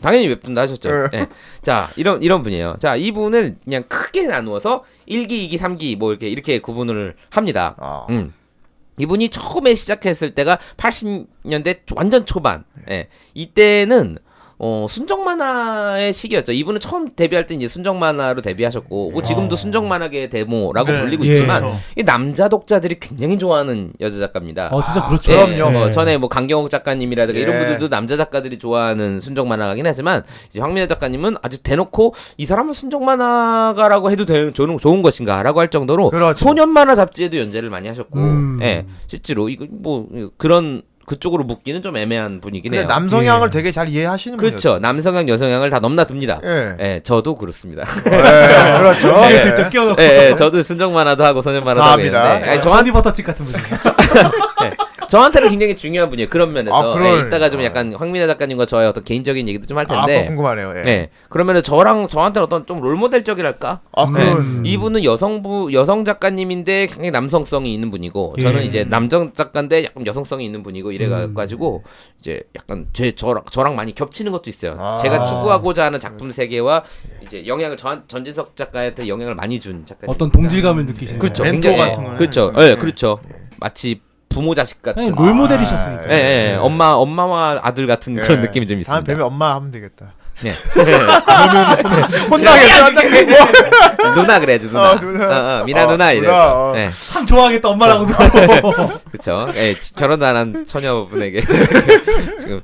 Speaker 7: 당연히 웹툰도 하셨죠. 예. 자, 이런 이런 분이에요. 자, 이분을 그냥 크게 나누어서 1기, 2기, 3기 뭐 이렇게 이렇게 구분을 합니다.
Speaker 2: 아.
Speaker 7: 음. 이분이 처음에 시작했을 때가 80년대 완전 초반. 예. 이때는 어, 순정 만화의 시기였죠. 이분은 처음 데뷔할 때 이제 순정 만화로 데뷔하셨고, 뭐 지금도 순정 만화계의 데모라고
Speaker 3: 네.
Speaker 7: 불리고
Speaker 1: 어. 예.
Speaker 7: 있지만, 이 남자 독자들이 굉장히 좋아하는 여자 작가입니다.
Speaker 1: 어, 진짜 그렇죠.
Speaker 7: 예,
Speaker 2: 그럼요.
Speaker 7: 뭐
Speaker 1: 예.
Speaker 7: 전에 뭐 강경욱 작가님이라든가 이런
Speaker 2: 네. 예.
Speaker 7: 분들도 남자 작가들이 좋아하는 순정 만화가긴 하지만 이제 황민혜 작가님은 아주 대놓고 이 사람은 순정 만화가라고 해도 되, 좋은, 좋은 것인가라고 할 정도로
Speaker 2: 그렇죠.
Speaker 7: 소년 만화 잡지에도 연재를 많이 하셨고
Speaker 1: 음.
Speaker 7: 예, 실제로 이거 뭐 그런 그쪽으로 묻기는 좀 애매한 분이긴
Speaker 2: 근데
Speaker 7: 해요.
Speaker 2: 남성향을
Speaker 1: 예.
Speaker 2: 되게 잘 이해하시는 분이요
Speaker 7: 그렇죠. 남성향 여성향을 다 넘나듭니다.
Speaker 2: 예.
Speaker 7: 예, 저도 그렇습니다.
Speaker 2: 예, 그렇죠.
Speaker 7: 네.
Speaker 1: 머리에
Speaker 2: 예.
Speaker 1: 슬쩍 끼워놓고.
Speaker 7: 예, 예, 저도 순정 만화도 하고 소년 만화도
Speaker 2: 다
Speaker 7: 하고
Speaker 2: 합니다. 예.
Speaker 7: 있는데 아니, 저한 네.
Speaker 1: 저한테 버터칩 같은 분이.
Speaker 7: 저한테는 굉장히 중요한 분이에요. 그런 면에서
Speaker 2: 아,
Speaker 7: 예,
Speaker 2: 그럴-
Speaker 7: 이따가 좀
Speaker 2: 아.
Speaker 7: 약간 황민아 작가님과 저의 어떤 개인적인 얘기도 좀 할
Speaker 2: 아, 아까
Speaker 7: 텐데.
Speaker 2: 궁금하네요. 예.
Speaker 7: 네. 그러면은 저랑 저한테는 어떤 좀 롤모델적이랄까?
Speaker 2: 아,
Speaker 7: 네.
Speaker 2: 그런
Speaker 7: 이분은 여성부 여성 작가님인데 굉장히 남성성이 있는 분이고 저는
Speaker 1: 예.
Speaker 7: 이제 남성 작가인데 약간 여성성이 있는 분이고 이래
Speaker 2: 음.
Speaker 7: 가지고 이제 약간 제 저랑 저랑 많이 겹치는 것도 있어요.
Speaker 2: 아.
Speaker 7: 제가 추구하고자 하는 작품 세계와 이제 영향을 전 전진석 작가한테 영향을 많이 준 작가님.
Speaker 1: 어떤 동질감을 느끼시는.
Speaker 7: 그렇죠.
Speaker 3: 멘토
Speaker 7: 굉장히-
Speaker 3: 같은 거네.
Speaker 7: 그렇죠. 예,
Speaker 3: 예.
Speaker 7: 그렇죠. 마치 부모 자식
Speaker 1: 아니,
Speaker 7: 같은
Speaker 1: 롤모델이셨으니까.
Speaker 7: 예, 예, 예. 엄마 엄마와 아들 같은 그런 느낌이 좀
Speaker 2: 예. 다음 뱀이
Speaker 7: 있습니다.
Speaker 2: 엄마 하면 되겠다.
Speaker 7: 네.
Speaker 2: 혼나겠어.
Speaker 7: 누나 그래야지 누나.
Speaker 2: 아, 누나.
Speaker 7: 어, 어, 미나 누나
Speaker 2: 아,
Speaker 7: 이래서.
Speaker 2: 누나, 어.
Speaker 7: 예.
Speaker 1: 참 좋아하겠다, 엄마라고 생각하고.
Speaker 7: 그렇죠. 예, 지- 결혼도 안 한 처녀분에게 지금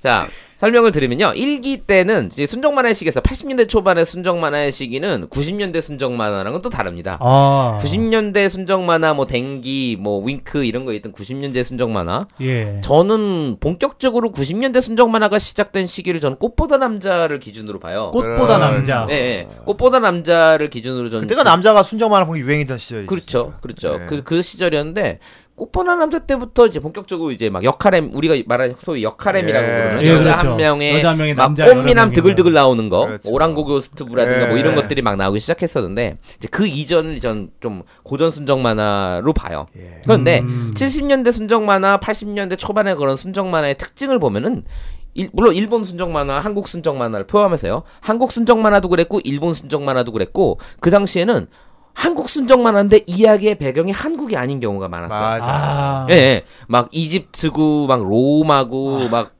Speaker 7: 자 설명을 드리면요. 1기 때는 이제 순정 만화의 시기에서 80년대 초반의 순정 만화의 시기는 90년대 순정 만화랑은 또 다릅니다.
Speaker 1: 아.
Speaker 7: 90년대 순정 만화 뭐 댕기 뭐 윙크 이런 거 있던 90년대 순정 만화.
Speaker 1: 예.
Speaker 7: 저는 본격적으로 90년대 순정 만화가 시작된 시기를 저는 꽃보다 남자를 기준으로 봐요.
Speaker 1: 꽃보다
Speaker 2: 음.
Speaker 1: 남자.
Speaker 7: 예, 예. 꽃보다 남자를 기준으로 저는
Speaker 2: 그때가 남자가 순정만화 보기 유행이던 시절이죠.
Speaker 7: 그렇죠, 그렇죠.
Speaker 2: 네.
Speaker 7: 그 그 시절이었는데 꽃보다 남자 때부터 이제 본격적으로 이제 막 역할엠 우리가 말하는 소위 역할엠이라고
Speaker 2: 예.
Speaker 7: 부르는
Speaker 2: 예,
Speaker 7: 네, 여자
Speaker 1: 그렇죠.
Speaker 7: 한 명의
Speaker 1: 여자 한 명에
Speaker 7: 막
Speaker 1: 남자 여러
Speaker 7: 꽃미남
Speaker 1: 명이나.
Speaker 7: 드글드글 나오는 거
Speaker 2: 그렇죠.
Speaker 7: 오랑고 교스트부라든가 뭐
Speaker 2: 예.
Speaker 7: 이런 것들이 막 나오기 시작했었는데 이제 그 이전을 전 좀 고전 순정 만화로 봐요.
Speaker 2: 예.
Speaker 7: 그런데
Speaker 1: 음.
Speaker 7: 70년대 순정 만화, 80년대 초반에 그런 순정 만화의 특징을 보면은 일- 물론 일본 순정 만화, 한국 순정 만화를 포함해서요. 한국 순정 만화도 그랬고 일본 순정 만화도 그랬고 그 당시에는 한국 순정 만화인데 이야기의 배경이 한국이 아닌 경우가 많았어요.
Speaker 2: 맞아.
Speaker 1: 아.
Speaker 7: 예, 예. 막 이집트고 막 로마고 막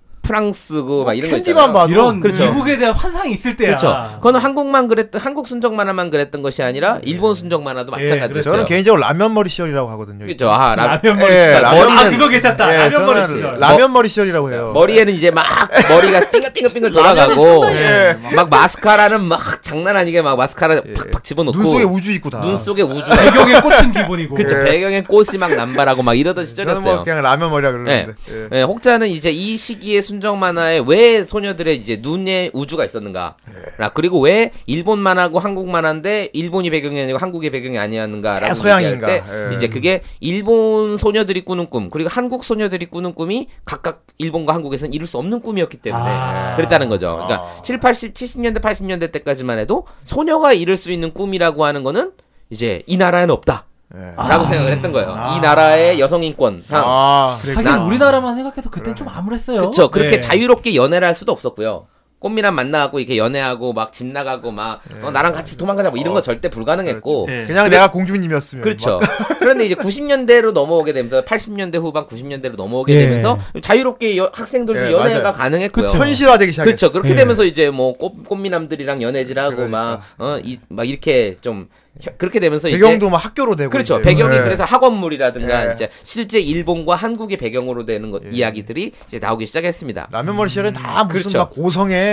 Speaker 7: 프랑스고 막 이런
Speaker 2: 아. 뭐
Speaker 7: 거
Speaker 2: 캔디만
Speaker 7: 있잖아요.
Speaker 2: 봐도
Speaker 1: 이런
Speaker 7: 그렇죠.
Speaker 1: 미국에 대한 환상이 있을 때야.
Speaker 2: 아.
Speaker 7: 그렇죠. 그건 한국만 그랬던 한국 순정 만화만 그랬던 것이 아니라 일본 순정 만화도
Speaker 1: 예, 그랬어요.
Speaker 7: 마찬가지였어요.
Speaker 2: 네. 그렇죠. 저는 개인적으로 라면 머리 시절이라고 하거든요.
Speaker 7: 그렇죠. 아, 라,
Speaker 1: 라면 머리.
Speaker 2: 예,
Speaker 1: 시절.
Speaker 7: 라면-
Speaker 1: 아 그거 괜찮다.
Speaker 2: 예,
Speaker 1: 라면 머리
Speaker 2: 저는
Speaker 1: 시절.
Speaker 2: 라면 머리 시절이라고 해요.
Speaker 7: 뭐 머리에는 이제 막 머리가 빙글빙글빙글 돌아가고 네.
Speaker 2: 예.
Speaker 7: 막 마스카라는 막 장난 아니게 막 마스카라 팍팍 뭐 집어넣고
Speaker 2: 눈 속에 우주 있고 다.
Speaker 7: 눈 속에 우주
Speaker 1: 배경에 꽃은 기본이고.
Speaker 7: 그쵸 배경에 꽃이 막 남발하고 막 이러던
Speaker 2: 저는 뭐
Speaker 7: 시절이었어요.
Speaker 2: 그냥 라면 머리라 그러는데. 예.
Speaker 7: 예, 혹자는 이제 이 시기의 순정 만화에 왜 소녀들의 이제 눈에 우주가 있었는가?
Speaker 2: 예.
Speaker 7: 라 그리고 왜 일본 만화고 한국 만화인데 일본이 배경이 아니고 한국의 배경이 아니었는가라고 얘기할
Speaker 2: 서양인가?
Speaker 7: 때
Speaker 2: 예.
Speaker 7: 이제 그게 일본 소녀들이 꾸는 꿈 그리고 한국 소녀들이 꾸는 꿈이 각각 일본과 한국에서는 이룰 수 없는 꿈이었기 때문에
Speaker 1: 아.
Speaker 7: 그랬다는 거죠. 그러니까 7, 80, 70년대 80년대 때까지만 해도 소녀가 이룰 수 있는 꿈이라고 하는 거는 이제 이 나라에는 없다.
Speaker 2: 예.
Speaker 7: 라고 생각을 했던 거예요. 이 나라의 여성 인권 상
Speaker 2: 아,
Speaker 1: 하긴
Speaker 7: 난-
Speaker 1: 우리나라만 생각해도 그땐 좀 암울했어요.
Speaker 7: 그쵸. 그렇게
Speaker 2: 네.
Speaker 1: 예.
Speaker 7: 자유롭게 연애를 할 수도 없었고요. 꽃미남 만나고 이렇게 연애하고 막 집 나가고 막 어, 나랑 같이 도망가자고 이런 거 절대 불가능했고.
Speaker 1: 예.
Speaker 2: 네. 어. 그냥 내가 공주님이었으면.
Speaker 7: 뭐. 그렇죠. 그런데 이제 90년대로 넘어오게 되면서 80년대 후반 90년대로 넘어오게
Speaker 1: 예.
Speaker 7: 되면서 자유롭게 여- 학생들도
Speaker 2: 예,
Speaker 7: 연애가
Speaker 2: 네. 맞아요.
Speaker 7: 가능했고요.
Speaker 2: 막 현실화되기 시작했어.
Speaker 7: 그렇죠. 그렇게
Speaker 1: 예.
Speaker 7: 되면서 이제 뭐 꽃, 꽃미남들이랑 연애질하고 막 어 이 막 이렇게 좀 혀- 그렇게 되면서 이제
Speaker 2: 그러니까. 배경도 막 학교로 되고.
Speaker 7: 그렇죠.
Speaker 2: 이제.
Speaker 7: 배경이
Speaker 2: 예.
Speaker 7: 그래서 학원물이라든가
Speaker 2: 예.
Speaker 7: 이제 실제 일본과 한국의 배경으로 되는 것, 이야기들이 이제 나오기 시작했습니다.
Speaker 2: 라면 머리 시절은 다 무슨
Speaker 7: 그렇죠.
Speaker 2: 막 고성에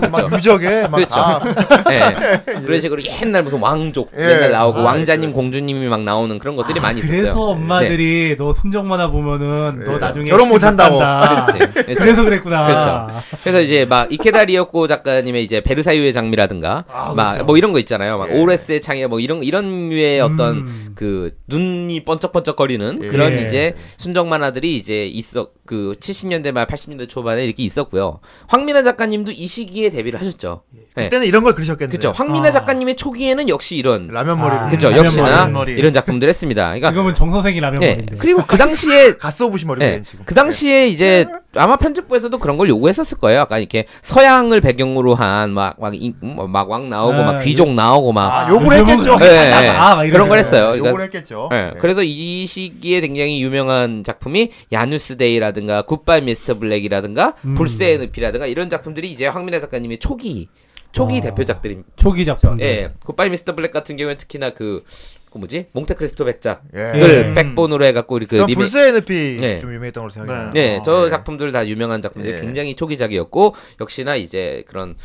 Speaker 2: 막
Speaker 7: 그렇죠.
Speaker 2: 유적에 막
Speaker 7: 그렇죠.
Speaker 2: 다.
Speaker 7: 예. 그런 식으로 옛날 무슨 왕족
Speaker 2: 예.
Speaker 7: 옛날 나오고
Speaker 2: 아,
Speaker 7: 왕자님 공주님이 막 나오는 그런 것들이 많이 있었어요.
Speaker 1: 그렇죠. 아,
Speaker 7: 네.
Speaker 1: 그래서 엄마들이 너 순정 만화 보면은 너
Speaker 2: 예.
Speaker 1: 나중에
Speaker 2: 결혼
Speaker 1: 시집
Speaker 2: 못한다고.
Speaker 1: 간다.
Speaker 7: 아, 그렇지.
Speaker 1: 아, 그래서 그랬구나.
Speaker 7: 그렇죠. 그래서 이제 막 이케다 리오코 작가님의 이제 베르사유의 장미라든가
Speaker 1: 아, 그렇죠.
Speaker 7: 막 뭐 이런 거 있잖아요. 막 오레스의 창에 뭐 이런 이런 류의 어떤
Speaker 1: 예. 음.
Speaker 7: 그 눈이 번쩍번쩍거리는 그런
Speaker 1: 예.
Speaker 7: 이제 순정 만화들이 이제 있어 그 70년대 말 80년대 초반에 이렇게 있었고요. 황민아 작가님도 이 시기에 데뷔를 하셨죠. 예.
Speaker 2: 그때는 이런 걸 그리셨겠네요.
Speaker 7: 그렇죠. 황민아
Speaker 1: 아.
Speaker 7: 작가님의 초기에는 역시 이런
Speaker 2: 라면 머리를.
Speaker 1: 아,
Speaker 7: 그죠
Speaker 1: 라면
Speaker 7: 역시나
Speaker 3: 머리, 머리.
Speaker 7: 이런 작품들 했습니다. 그러니까
Speaker 1: 지금은 정 선생이 라면
Speaker 7: 예
Speaker 1: 먹는데.
Speaker 7: 그리고 그 당시에
Speaker 2: 갓서부시 머리
Speaker 7: 예,
Speaker 2: 네. 지금.
Speaker 7: 그 당시에 이제 아마 편집부에서도 그런 걸 요구했었을 거예요. 약간 이렇게 서양을 배경으로 뭐 한막막막왕 나오고
Speaker 1: 아,
Speaker 7: 막 귀족 나오고 막
Speaker 2: 아, 욕을
Speaker 1: 요즘은
Speaker 2: 했겠죠.
Speaker 1: 그렇게
Speaker 7: 예,
Speaker 1: 다
Speaker 7: 예.
Speaker 1: 봐, 막 이런
Speaker 7: 그런
Speaker 1: 식으로.
Speaker 7: 걸 했어요. 그러니까
Speaker 2: 욕을 했겠죠.
Speaker 7: 예, 그래서 이 시기에 굉장히 유명한 작품이 야누스데이라든가 굿바이 미스터 블랙이라든가 불새의 늪이라든가 이런 작품들이 이제 황민아 작가님의 초기 초기 대표작들입니다.
Speaker 1: 초기 작품.
Speaker 7: 예, 굿바이 미스터 블랙 같은 경우에 특히나 그, 그 뭐지 몽테크리스토 백작을
Speaker 2: 예.
Speaker 1: 예.
Speaker 7: 백본으로 해갖고 이렇게
Speaker 2: 전
Speaker 7: 리메...
Speaker 2: 불새의 늪이
Speaker 7: 예.
Speaker 2: 좀 유명했던 걸로 생각해요.
Speaker 3: 네.
Speaker 7: 네,
Speaker 3: 어,
Speaker 7: 저 작품들 다 유명한 작품들
Speaker 2: 예.
Speaker 7: 이 굉장히 초기작이었고 역시나 이제 그런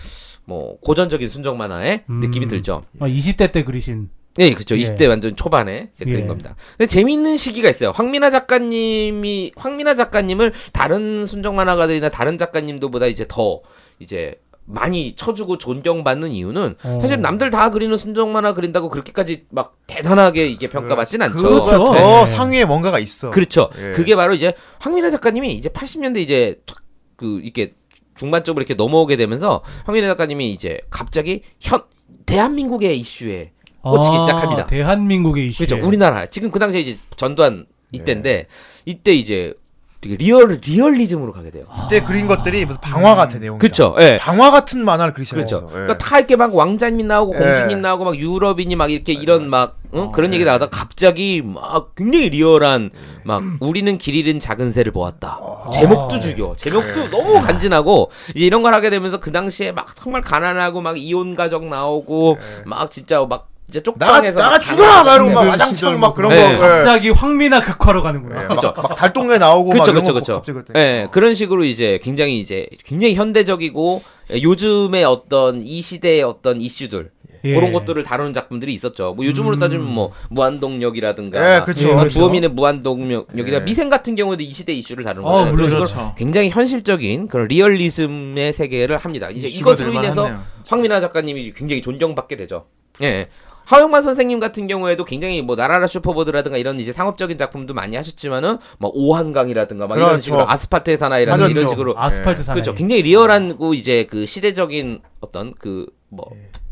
Speaker 7: 뭐 고전적인 순정 만화의
Speaker 1: 음.
Speaker 7: 느낌이 들죠.
Speaker 1: 어, 20대 때 그리신.
Speaker 7: 네, 그렇죠.
Speaker 1: 예.
Speaker 7: 20대 완전 초반에 이제
Speaker 1: 예.
Speaker 7: 그린 겁니다. 근데 재미있는 시기가 있어요. 황민아 작가님이 황민아 작가님을 다른 순정 만화가들이나 다른 작가님들보다 이제 더 이제 많이 쳐주고 존경받는 이유는
Speaker 1: 어.
Speaker 7: 사실 남들 다 그리는 순정 만화 그린다고 그렇게까지 막 대단하게 이게 평가받진 않죠.
Speaker 2: 그거보다
Speaker 1: 그렇죠.
Speaker 2: 더
Speaker 1: 예.
Speaker 2: 상위에 뭔가가 있어.
Speaker 7: 그렇죠.
Speaker 2: 예.
Speaker 7: 그게 바로 이제 황민아 작가님이 이제 80년대 이제 탁 그 이렇게 중반적으로 이렇게 넘어오게 되면서 황민아 작가님이 이제 갑자기 현 대한민국의 이슈에 꽂히기
Speaker 1: 아,
Speaker 7: 시작합니다.
Speaker 1: 대한민국의 이슈.
Speaker 7: 그렇죠. 우리나라 지금 그 당시에 이제 전두환
Speaker 1: 예.
Speaker 7: 이때인데 이때 이제 되게 리얼 리얼리즘으로 가게 돼요.
Speaker 1: 아,
Speaker 2: 그때 그린 것들이 무슨 방화
Speaker 1: 그러니까.
Speaker 2: 같은 내용이.
Speaker 7: 그렇죠. 예.
Speaker 2: 방화 같은 만화를 그리셨죠.
Speaker 7: 그렇죠. 그러니까 다 이렇게 막 왕자님 나오고 공주님
Speaker 2: 예. 어,
Speaker 7: 나오고 막 유럽인이 막 이렇게 이런 막 응? 그런 얘기 나오다 갑자기 막 굉장히 리얼한
Speaker 2: 예.
Speaker 7: 막 우리는 길 잃은 작은 새를 보았다.
Speaker 2: 아.
Speaker 7: 제목도 죽여.
Speaker 2: 예.
Speaker 7: 제목도 너무 간지나고 이제 이런 걸 하게 되면서 그 당시에 막 정말 가난하고 막 이혼 가정 나오고 막 진짜 막 이제
Speaker 2: 예. 나가
Speaker 7: 쪽방에서
Speaker 2: 나가
Speaker 7: 막
Speaker 2: 죽어라 막 이러고 막
Speaker 3: 네,
Speaker 2: 와장창 막 그런
Speaker 7: 네.
Speaker 2: 거. 예.
Speaker 1: 갑자기 황미나 극화로 가는구나.
Speaker 2: 예, 막, 막 달동네 나오고 막
Speaker 7: 그쵸,
Speaker 2: 이런
Speaker 7: 그쵸,
Speaker 2: 거
Speaker 7: 그쵸.
Speaker 2: 갑자기 그때.
Speaker 7: 예, 그런 식으로 이제 굉장히 이제 굉장히 현대적이고 예, 요즘의 어떤 이 시대의 어떤 이슈들
Speaker 1: 예.
Speaker 7: 그런 것들을 다루는 작품들이 있었죠. 뭐 요즘으로 따지면 뭐 무한동력이라든가
Speaker 2: 예, 그렇죠.
Speaker 1: 예,
Speaker 7: 뭐
Speaker 1: 그렇죠.
Speaker 7: 주호민의 무한동력이나
Speaker 2: 예.
Speaker 7: 미생 같은 경우도 이 시대 이슈를 다루는
Speaker 1: 어,
Speaker 7: 거예요.
Speaker 1: 물론
Speaker 7: 그런 식으로
Speaker 1: 그렇죠.
Speaker 7: 굉장히 현실적인 그런 리얼리즘의 세계를 합니다. 이제
Speaker 3: 이슈가
Speaker 7: 이것으로
Speaker 3: 될
Speaker 7: 인해서 그
Speaker 3: 만하네요.
Speaker 7: 황민아 작가님이 굉장히 존경받게 되죠. 예. 하영만 선생님 같은 경우에도 굉장히 뭐 나라라 슈퍼보드라든가 이런 이제 상업적인 작품도 많이 하셨지만은 뭐 오한강이라든가 막 이런
Speaker 2: 그렇죠.
Speaker 7: 식으로 아스팔트의 사나이라든가 이런
Speaker 2: 맞았죠.
Speaker 7: 식으로
Speaker 1: 아스팔트 네. 사나이.
Speaker 7: 그렇죠. 굉장히 리얼한고 이제 그 시대적인 어떤 그 뭐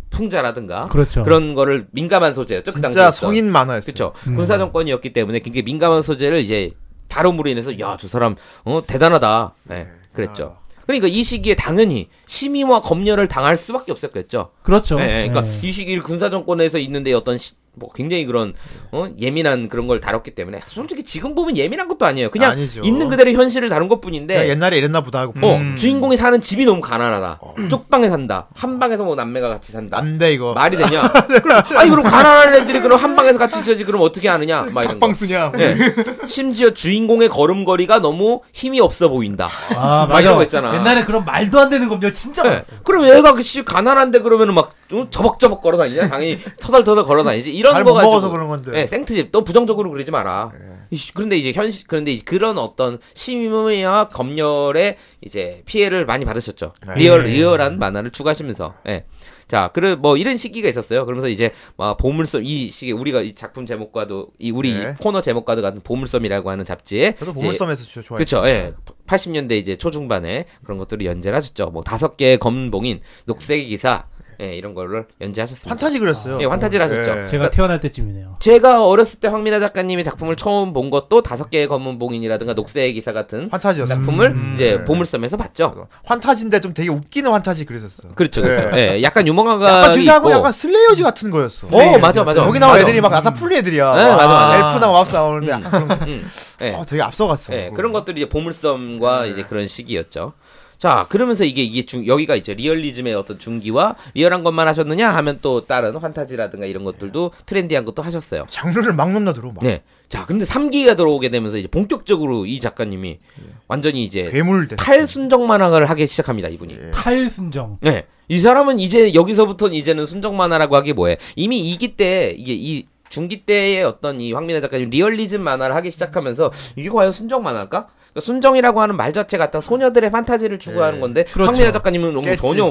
Speaker 7: 풍자라든가
Speaker 1: 예. 그렇죠.
Speaker 7: 런 거를 민감한 소재였죠. 그 당시에
Speaker 2: 진짜
Speaker 7: 어떤.
Speaker 2: 성인 만화였어요.
Speaker 7: 그렇죠.
Speaker 1: 음.
Speaker 7: 군사 정권이었기 때문에 굉장히 민감한 소재를 이제 다룸으로 인해서 야 저 사람 어 대단하다.
Speaker 1: 네.
Speaker 7: 예. 그랬죠.
Speaker 1: 아.
Speaker 7: 그러니까 이 시기에 당연히 심의와 검열을 당할 수밖에 없었겠죠.
Speaker 1: 그렇죠.
Speaker 7: 예, 예. 그러니까
Speaker 1: 예.
Speaker 7: 이 시기 군사 정권에서 있는데 어떤 시- 뭐 굉장히 그런
Speaker 1: 네.
Speaker 7: 어? 예민한 그런 걸 다뤘기 때문에 솔직히 지금 보면 예민한 것도 아니에요. 그냥
Speaker 2: 아니죠.
Speaker 7: 있는 그대로 현실을 다룬 것뿐인데
Speaker 2: 그냥 옛날에 이랬나 보다 하고
Speaker 7: 어,
Speaker 2: 음.
Speaker 7: 주인공이 사는 집이 너무 가난하다. 쪽방에 산다. 한 방에서 뭐 남매가 같이 산다.
Speaker 2: 안돼 이거
Speaker 7: 말이 되냐? 그럼,
Speaker 2: 네.
Speaker 7: 아니 그럼 가난한 애들이 그럼 한 방에서 같이 지지 그럼 어떻게 하느냐? 막 이런 거.
Speaker 3: 빵 쓰냐?
Speaker 7: 예. 심지어 주인공의 걸음걸이가 너무 힘이 없어 보인다.
Speaker 1: 아,
Speaker 7: 막 이런 거 있잖아.
Speaker 1: 옛날에 그런 말도 안 되는 검열 진짜
Speaker 2: 네.
Speaker 7: 예.
Speaker 1: 많았어.
Speaker 7: 그럼 얘가 그씨 가난한데 그러면은 막 어, 저벅저벅 걸어 다니냐? 당연히 터덜터덜 걸어 다니지. 이런
Speaker 2: 잘
Speaker 7: 거
Speaker 2: 못
Speaker 7: 가지고
Speaker 2: 먹어서 그런 건데
Speaker 7: 예, 생트집 너 부정적으로 그러지 마라.
Speaker 2: 예.
Speaker 7: 이씨, 그런데 이제 현실 그런데 이제 그런 어떤 심의와 검열에 이제 피해를 많이 받으셨죠.
Speaker 2: 네.
Speaker 7: 리얼 리얼한 만화를 추가하시면서. 예. 자, 그래 뭐 이런 시기가 있었어요. 그러면서 이제 막 보물섬 이 시기 우리가 이 작품 제목과도 이 우리
Speaker 2: 네.
Speaker 7: 이 코너 제목과도 같은 보물섬이라고 하는 잡지에
Speaker 2: 저도
Speaker 7: 이제
Speaker 2: 보물섬에서 진짜 좋아했어요
Speaker 7: 그렇죠. 예. 80년대 이제 초중반에 그런 것들을 연재를 하셨죠. 뭐 다섯 개의 검은봉인 녹색의 기사 예, 이런 거를 연재하셨습니다.
Speaker 2: 판타지 그렸어요
Speaker 7: 예, 환타지를 하셨죠.
Speaker 2: 예.
Speaker 1: 제가 태어날 때쯤이네요.
Speaker 7: 제가 어렸을 때 황민아 작가님의 작품을 처음 본 것도 다섯 개의 검은 봉인이라든가 녹색의 기사 같은
Speaker 2: 환타지였어요
Speaker 7: 작품을
Speaker 1: 음.
Speaker 7: 이제 보물섬에서 봤죠.
Speaker 2: 환타지인데 좀 되게 웃기는 환타지 그렸었어
Speaker 7: 그렇죠, 그렇죠.
Speaker 2: 예.
Speaker 7: 예, 약간 유머가
Speaker 2: 약간
Speaker 7: 있고.
Speaker 2: 주사하고 약간 슬레이어즈 같은 거였어
Speaker 7: 어, 맞아, 맞아.
Speaker 2: 여기 나온
Speaker 7: 맞아.
Speaker 2: 애들이 막 아사풀리 애들이야
Speaker 7: 네, 맞아, 맞아.
Speaker 2: 엘프나 마법사 나오는데 아, 네. 그런 거.
Speaker 7: 음, 예.
Speaker 2: 어, 되게 앞서갔어
Speaker 7: 예, 그런 것들이 이제 보물섬과 이제 그런 시기였죠. 자, 그러면서 이게 이게 중 여기가 이제 리얼리즘의 어떤 중기와 리얼한 것만 하셨느냐 하면 또 다른 환타지라든가 이런 것들도
Speaker 2: 네.
Speaker 7: 트렌디한 것도 하셨어요.
Speaker 2: 장르를 막 넘나들어 막
Speaker 7: 네. 자, 근데 3기가 들어오게 되면서 이제 본격적으로 이 작가님이
Speaker 2: 네.
Speaker 7: 완전히 이제
Speaker 2: 괴물 됐어
Speaker 7: 탈순정 만화를 하기 시작합니다, 이분이.
Speaker 1: 네. 탈순정.
Speaker 7: 네. 이 사람은 이제 여기서부터는 이제는 순정 만화라고 하기 뭐해. 이미 2기 때 이게 이 중기 때의 어떤 이 황민아 작가님 리얼리즘 만화를 하기 시작하면서 이게 과연 순정 만화일까? 그러니까 순정이라고 하는 말 자체가 딱 소녀들의 판타지를 추구하는 건데
Speaker 1: 그렇죠.
Speaker 7: 황민아 작가님은 너무
Speaker 2: 깼지.
Speaker 7: 전혀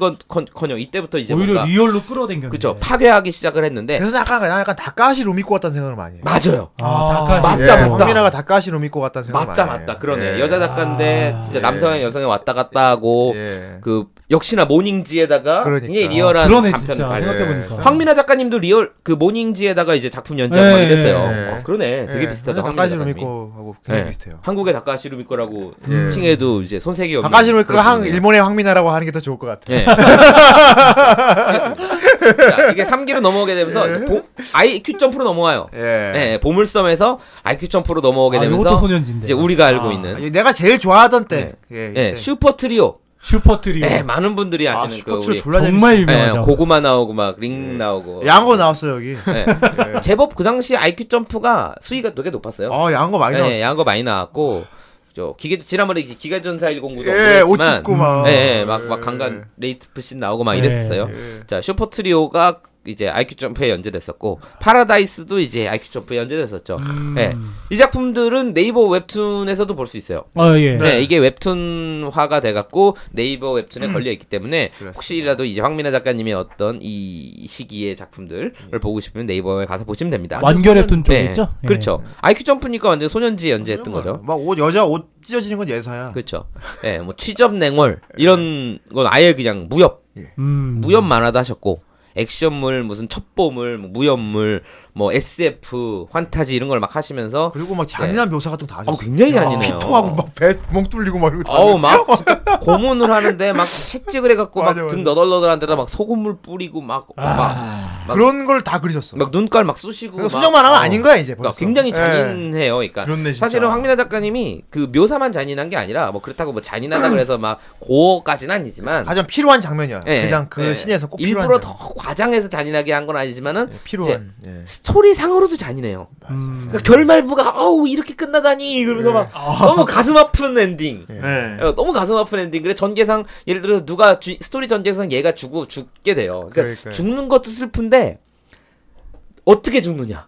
Speaker 7: 판타지건커녕 이때부터 이제
Speaker 1: 오히려
Speaker 7: 뭔가
Speaker 1: 리얼로 끌어당겼네.
Speaker 7: 그쵸 파괴하기 시작을 했는데
Speaker 2: 그래서 약간 나 약간 다카시 로미코 같다는 생각을 많이 해
Speaker 7: 맞아요.
Speaker 1: 아, 다카시.
Speaker 7: 맞다,
Speaker 2: 예,
Speaker 7: 맞다.
Speaker 2: 범인아가 다카시 로미코 같다는 생각
Speaker 7: 맞다
Speaker 2: 많이 해요.
Speaker 7: 맞다 그러네
Speaker 2: 예.
Speaker 7: 여자 작가인데 진짜
Speaker 2: 예.
Speaker 7: 남성의 여성이 왔다 갔다 하고
Speaker 2: 예.
Speaker 7: 그 역시나 모닝지에다가
Speaker 2: 그러니까.
Speaker 7: 굉장히 리얼한
Speaker 1: 그러네
Speaker 7: 단편을
Speaker 1: 진짜
Speaker 7: 발표.
Speaker 1: 생각해 보니까.
Speaker 7: 황민아 작가님도 리얼 그 모닝지에다가 이제 작품 연장
Speaker 1: 예,
Speaker 7: 막 이랬어요.
Speaker 2: 예.
Speaker 7: 아, 그러네. 되게
Speaker 2: 예,
Speaker 7: 비슷하다.
Speaker 2: 완전
Speaker 7: 황민아
Speaker 2: 다카시
Speaker 7: 작가님이.
Speaker 2: 로미코하고 굉장히
Speaker 7: 예.
Speaker 2: 비슷해요
Speaker 7: 한국의 다카시 루미코라고
Speaker 2: 예.
Speaker 7: 칭해도 이제 손색이 없는.
Speaker 2: 다카시 로미코가
Speaker 7: 그런
Speaker 2: 한
Speaker 7: 분이에요.
Speaker 2: 일본의 황민아라고 하는 게 더 좋을 것 같아
Speaker 7: 예. 자, 이게 3기로 넘어오게 되면서 이제 보, IQ 점프로 넘어와요.
Speaker 2: 예.
Speaker 7: 예. 보물섬에서 IQ 점프로 넘어오게
Speaker 1: 아,
Speaker 7: 되면서
Speaker 1: 이것도 소년진데.
Speaker 7: 이제 우리가 알고
Speaker 1: 아,
Speaker 2: 아,
Speaker 7: 있는
Speaker 2: 내가 제일 좋아하던 때. 예.
Speaker 7: 예,
Speaker 2: 이때.
Speaker 7: 슈퍼 트리오.
Speaker 1: 슈퍼 트리오.
Speaker 7: 예, 많은 분들이
Speaker 2: 아,
Speaker 7: 아시는 그
Speaker 2: 슈퍼트를
Speaker 7: 우리 뭐.
Speaker 2: 졸라
Speaker 1: 정말
Speaker 7: 예,
Speaker 2: 뭐.
Speaker 1: 유명하죠.
Speaker 7: 고구마 나오고 막 링
Speaker 2: 예.
Speaker 7: 나오고
Speaker 2: 재밌- 양어 나왔어 여기.
Speaker 7: 예. 제법 그 당시 IQ 점프가 수위가 되게 높았어요.
Speaker 2: 어 양어 많이 나왔어.
Speaker 7: 예, 양거 많이 나왔고 저 기계 지난번에 이제 기가전사 109도 뭐
Speaker 2: 예, 옷
Speaker 7: 했지만
Speaker 2: 찢고 막.
Speaker 7: 예, 예, 막, 막 강간 레이트 푸신 나오고 막
Speaker 1: 예.
Speaker 7: 이랬었어요.
Speaker 2: 예.
Speaker 7: 자, 슈퍼 트리오가 이제 IQ 점프에 연재됐었고 파라다이스도 이제 IQ 점프에 연재됐었죠.
Speaker 2: 음.
Speaker 1: 음.
Speaker 7: 예. 이 작품들은 네이버 웹툰에서도 볼 수 있어요.
Speaker 1: 아 예.
Speaker 7: 네. 이게 웹툰화가 돼갖고 네이버 웹툰에 걸려있기 때문에 혹시라도 이제 황민아 작가님의 어떤 이 시기의 작품들을 보고 싶으면 네이버에 가서 보시면 됩니다.
Speaker 1: 완결했던 쪽
Speaker 7: 네.
Speaker 1: 있죠? 예.
Speaker 7: 그렇죠. IQ 점프니까 완전 소년지 연재했던 거죠.
Speaker 2: 막옷 여자 옷 찢어지는 건 예사야.
Speaker 7: 그렇죠. 예, 뭐 취접 냉월 이런 건 아예 그냥 무협,
Speaker 1: 음.
Speaker 7: 무협 만화도 하셨고 액션물, 무슨 첩보물, 뭐 무협물, 뭐 SF, 환타지 이런 걸 막 하시면서
Speaker 2: 그리고 막 잔인한 묘사 같은 거 다 하셨어.
Speaker 7: 어 굉장히 잔인해요.
Speaker 2: 피토하고 막배멍 뚫리고 막 이러고. 다
Speaker 7: 어우 막 진짜 고문을 하는데 막 채찍을 해갖고 막
Speaker 2: 맞아, 맞아.
Speaker 7: 등 너덜너덜한 데다 막 소금물 뿌리고 막
Speaker 2: 그리고 그런 걸 다 그리셨어.
Speaker 7: 막 눈깔 막 쑤시고
Speaker 2: 그러니까
Speaker 7: 막-
Speaker 2: 수정만 하면
Speaker 7: 어.
Speaker 2: 아닌 거야 이제.
Speaker 7: 그러니까
Speaker 2: 벌써.
Speaker 7: 굉장히
Speaker 2: 예.
Speaker 7: 잔인해요. 그러니까
Speaker 2: 그렇네, 진짜.
Speaker 7: 사실은 황민아 작가님이 그 묘사만 잔인한 게 아니라 뭐 그렇다고 뭐 잔인하다 그래서 막 고어까지는 아니지만
Speaker 2: 가장 필요한 장면이야.
Speaker 7: 예,
Speaker 2: 그냥 그
Speaker 7: 예.
Speaker 2: 신에서 꼭 필요한.
Speaker 7: 일부러 더
Speaker 2: 장면.
Speaker 7: 과장해서 잔인하게 한 건 아니지만은
Speaker 2: 예, 필요한. 예.
Speaker 7: 스토리상으로도 잔인해요.
Speaker 1: 음.
Speaker 7: 그러니까 결말부가 어우 이렇게 끝나다니
Speaker 2: 예.
Speaker 7: 그러면서 막
Speaker 2: 아.
Speaker 7: 너무 가슴 아픈 엔딩.
Speaker 3: 네.
Speaker 7: 어, 너무 가슴 아픈 엔딩. 그래 전개상 예를 들어 서 누가 주- 스토리 전개상 얘가 죽고 죽게 돼요. 그러니까
Speaker 2: 그러니까요.
Speaker 7: 죽는 것도 슬픈데 어떻게 죽느냐.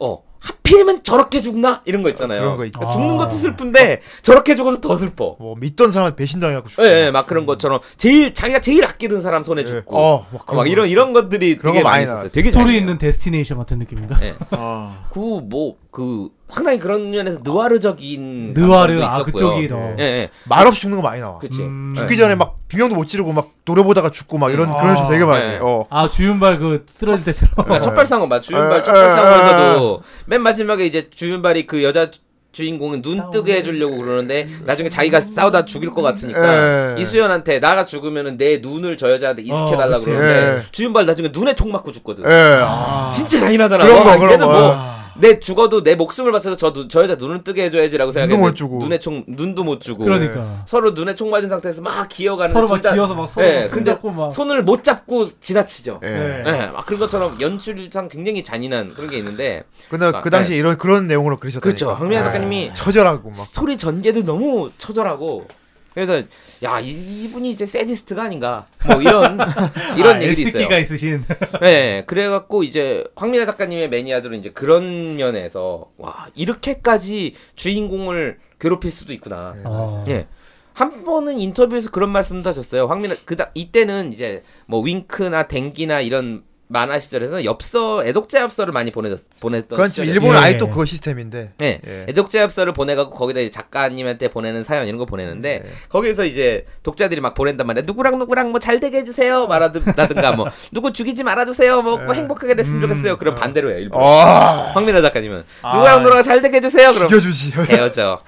Speaker 7: 어 하필이면 저렇게 죽나 이런 거 있잖아요.
Speaker 2: 그런 거 있죠.
Speaker 7: 그러니까 죽는 것도 슬픈데 저렇게 죽어서 더 슬퍼.
Speaker 2: 뭐 믿던 사람한테 배신당해갖고 죽고.
Speaker 7: 예, 예, 막 그런 것처럼 제일 자기가 제일 아끼는 사람 손에 죽고
Speaker 2: 어, 막
Speaker 7: 막,
Speaker 2: 그런 거.
Speaker 7: 이런 이런 것들이
Speaker 2: 그런
Speaker 7: 되게
Speaker 2: 거 많이
Speaker 7: 많이 있었어요.
Speaker 2: 나왔어요.
Speaker 7: 되게
Speaker 1: 스토리 있는 데스티네이션 같은 느낌인가?
Speaker 3: 아.
Speaker 7: 그뭐그 상당히 그런 면에서 느와르적인
Speaker 1: 느와르
Speaker 7: 감성도
Speaker 1: 아
Speaker 7: 있었고요.
Speaker 1: 그쪽이 더.
Speaker 7: 예, 예.
Speaker 2: 말없이 죽는 거 많이 나와.
Speaker 7: 그치
Speaker 1: 음.
Speaker 7: 예.
Speaker 2: 죽기 전에 막 비명도 못 지르고 막 노래 보다가 죽고 막 이런 그런 식 되게 많이.
Speaker 7: 네.
Speaker 2: 해요. 어.
Speaker 1: 아 주윤발 그 쓰러질 때처럼.
Speaker 7: 그러니까 첫발상어 맞 주윤발
Speaker 2: 에,
Speaker 7: 첫발상어에서도 맨 마지막에 이제 주윤발이 그 여자 주인공은 눈 뜨게 해주려고 그러는데 나중에 자기가 싸우다 죽일 것 같으니까
Speaker 2: 예.
Speaker 7: 이수연한테 나가 죽으면은 내 눈을 저 여자한테 이식해달라
Speaker 1: 어, 그치.
Speaker 7: 그러는데
Speaker 2: 예.
Speaker 7: 주윤발 나중에 눈에 총 맞고 죽거든.
Speaker 2: 예. 아.
Speaker 7: 진짜 잔인하잖아.
Speaker 2: 그런 거,
Speaker 7: 와,
Speaker 2: 그런
Speaker 7: 쟤는
Speaker 2: 거.
Speaker 7: 네. 뭐 내 죽어도 내 목숨을 바쳐서 저, 눈- 저 여자 눈을 뜨게 해줘야지라고 생각했는데
Speaker 2: 못 주고.
Speaker 7: 눈에 총 눈도 못 주고
Speaker 1: 그러니까
Speaker 7: 서로 눈에 총 맞은 상태에서 막 기어가는
Speaker 1: 서로 막
Speaker 7: 둘 다-
Speaker 1: 기어서 막 서로
Speaker 7: 예, 네. 근데
Speaker 1: 손잡고 막
Speaker 7: 손을 못 잡고 지나치죠.
Speaker 2: 예.
Speaker 1: 네.
Speaker 7: 예, 막 그런 것처럼 연출상 굉장히 잔인한 그런 게 있는데
Speaker 2: 근데
Speaker 7: 아,
Speaker 2: 그 당시
Speaker 7: 네.
Speaker 2: 이런 그런 내용으로 그리셨다.
Speaker 7: 그렇죠. 흥미한 작가님이
Speaker 2: 처절하고 그러니까. 네. 막.
Speaker 7: 스토리 전개도 너무 처절하고 그래서 야 이, 분이 이제 세디스트가 아닌가 뭐 이런 이런
Speaker 1: 아,
Speaker 7: 얘기도
Speaker 1: S끼가
Speaker 7: 있어요.
Speaker 1: 있으신
Speaker 7: 네, 그래갖고 이제 황미나 작가님의 매니아들은 이제 그런 면에서 와 이렇게까지 주인공을 괴롭힐 수도 있구나.
Speaker 1: 아.
Speaker 2: 네.
Speaker 7: 예. 한 번은 인터뷰에서 그런 말씀도 하셨어요. 황민아 그다 이때는 이제 뭐 윙크나 댕기나 이런 만화 시절에서는 엽서 애독자 엽서를 많이 보내졌 보냈던
Speaker 2: 그건 지금
Speaker 7: 시절이에요.
Speaker 2: 일본은
Speaker 1: 예.
Speaker 2: 아예 또 그거 시스템인데.
Speaker 7: 예.
Speaker 2: 예.
Speaker 7: 애독자 엽서를 보내가고 거기다 이제 작가님한테 보내는 사연 이런 거 보내는데
Speaker 2: 예.
Speaker 7: 거기에서 이제 독자들이 막 보낸단 말이야. 누구랑 누구랑 뭐 잘 되게 해주세요 말하든라든가 뭐 누구 죽이지 말아주세요 뭐,
Speaker 2: 예.
Speaker 7: 뭐 행복하게 됐으면 좋겠어요. 그럼 반대로 해요. 일부러.
Speaker 2: 음. 아.
Speaker 7: 황민아 작가님은 누구랑 누구랑 잘 되게 해주세요. 네. 그럼 네.
Speaker 2: 죽여주시요.
Speaker 7: 헤어져.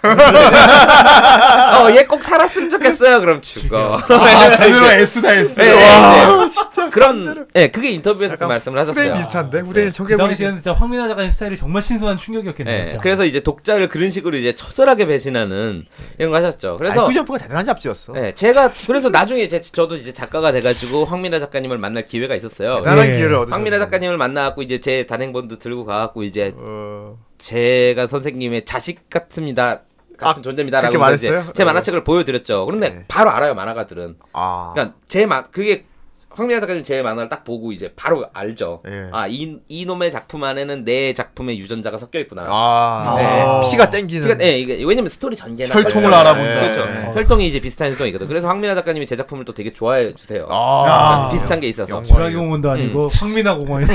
Speaker 7: 어, 얘 꼭 살았으면 좋겠어요. 그럼 죽어.
Speaker 3: 아, 제대로 S다 S.
Speaker 7: 예, 예, 예.
Speaker 2: 진짜.
Speaker 7: 그런, 예, 그게 인터뷰에서 그 말씀을
Speaker 2: 후대
Speaker 7: 하셨어요. 네.
Speaker 2: 비슷한데 후대는
Speaker 7: 그러니까
Speaker 1: 그
Speaker 2: 저게
Speaker 1: 당시에는 진짜 황민아 작가님 스타일이 정말 신선한 충격이었겠네요.
Speaker 7: 예,
Speaker 1: 진짜.
Speaker 7: 그래서 이제 독자를 그런 식으로 이제 처절하게 배신하는 이런 거 하셨죠. 그래서
Speaker 2: 예. 아이쿠점프가 대단한 잡지였어.
Speaker 7: 네, 제가 그래서 나중에 제, 저도 이제 작가가 돼가지고 황미라 작가님을 만날 기회가 있었어요.
Speaker 2: 대단한
Speaker 1: 예.
Speaker 2: 기회를 얻으셨어.
Speaker 7: 황미라 작가님을 만나갖고 이제 제 단행본도 들고 가갖고 이제
Speaker 2: 어.
Speaker 7: 제가 선생님의 자식 같습니다. 같은
Speaker 2: 아,
Speaker 7: 존재입니다라고
Speaker 2: 그렇게
Speaker 7: 해서 이제
Speaker 2: 말했어요?
Speaker 7: 제
Speaker 2: 어.
Speaker 7: 만화책을 보여드렸죠. 그런데 바로 알아요 만화가들은.
Speaker 2: 아.
Speaker 7: 그러니까 제만 그게 황미라 작가님 제 만화를 딱 보고 이제 바로 알죠.
Speaker 2: 예.
Speaker 7: 아이 이놈의 작품 안에는 내 작품의 유전자가 섞여 있구나.
Speaker 2: 아.
Speaker 7: 네.
Speaker 2: 피가 땡기는.
Speaker 7: 그러니까 예, 이게 왜냐면 스토리 전개나
Speaker 3: 혈통을
Speaker 7: 관련해서.
Speaker 3: 알아본다.
Speaker 7: 그렇죠.
Speaker 2: 예.
Speaker 7: 혈통이 이제 비슷한 혈통이거든. 그래서 황미나 작가님이 제 작품을 또 되게 좋아해 주세요.
Speaker 2: 아.
Speaker 7: 약간 비슷한 게 있어서. 뭐 음.
Speaker 1: 주라기 공원도 아니고 황민아 공원이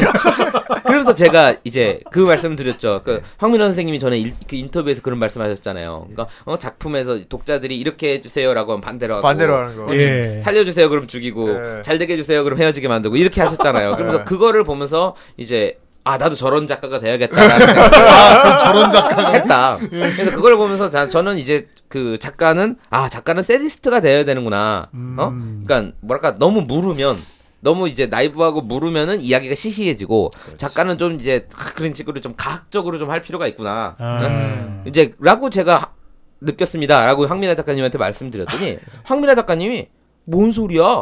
Speaker 7: 그러면서 제가 이제 그 말씀을 드렸죠. 그 황민호 선생님이 전에 일- 그 인터뷰에서 그런 말씀하셨잖아요. 그러니까 어, 작품에서 독자들이 이렇게 해주세요라고 하면 반대로 하고
Speaker 2: 반대로 하는 거.
Speaker 1: 예.
Speaker 7: 살려주세요 그럼 죽이고
Speaker 2: 예.
Speaker 7: 잘 되게 해주세요 그럼 헤어지게 만들고 이렇게
Speaker 3: 예.
Speaker 7: 하셨잖아요. 그러면서 그거를 보면서 이제 아 나도 저런 작가가 돼야겠다라는 생각을
Speaker 3: 아, 저런 작가. 예.
Speaker 7: 했다. 그래서 그걸 보면서 자- 저는 이제 그 작가는 아 작가는 세디스트가 되어야 되는구나.
Speaker 3: 음.
Speaker 7: 어? 그러니까 뭐랄까 너무 물으면 너무 이제 나이브하고 물으면은 이야기가 시시해지고 작가는 좀 이제 아, 그런 식으로 좀 과학적으로 좀 할 필요가 있구나.
Speaker 1: 아.
Speaker 7: 응? 이제 라고 제가 하- 느꼈습니다라고 황민아 작가님한테 말씀드렸더니 황민아 작가님이 뭔 소리야?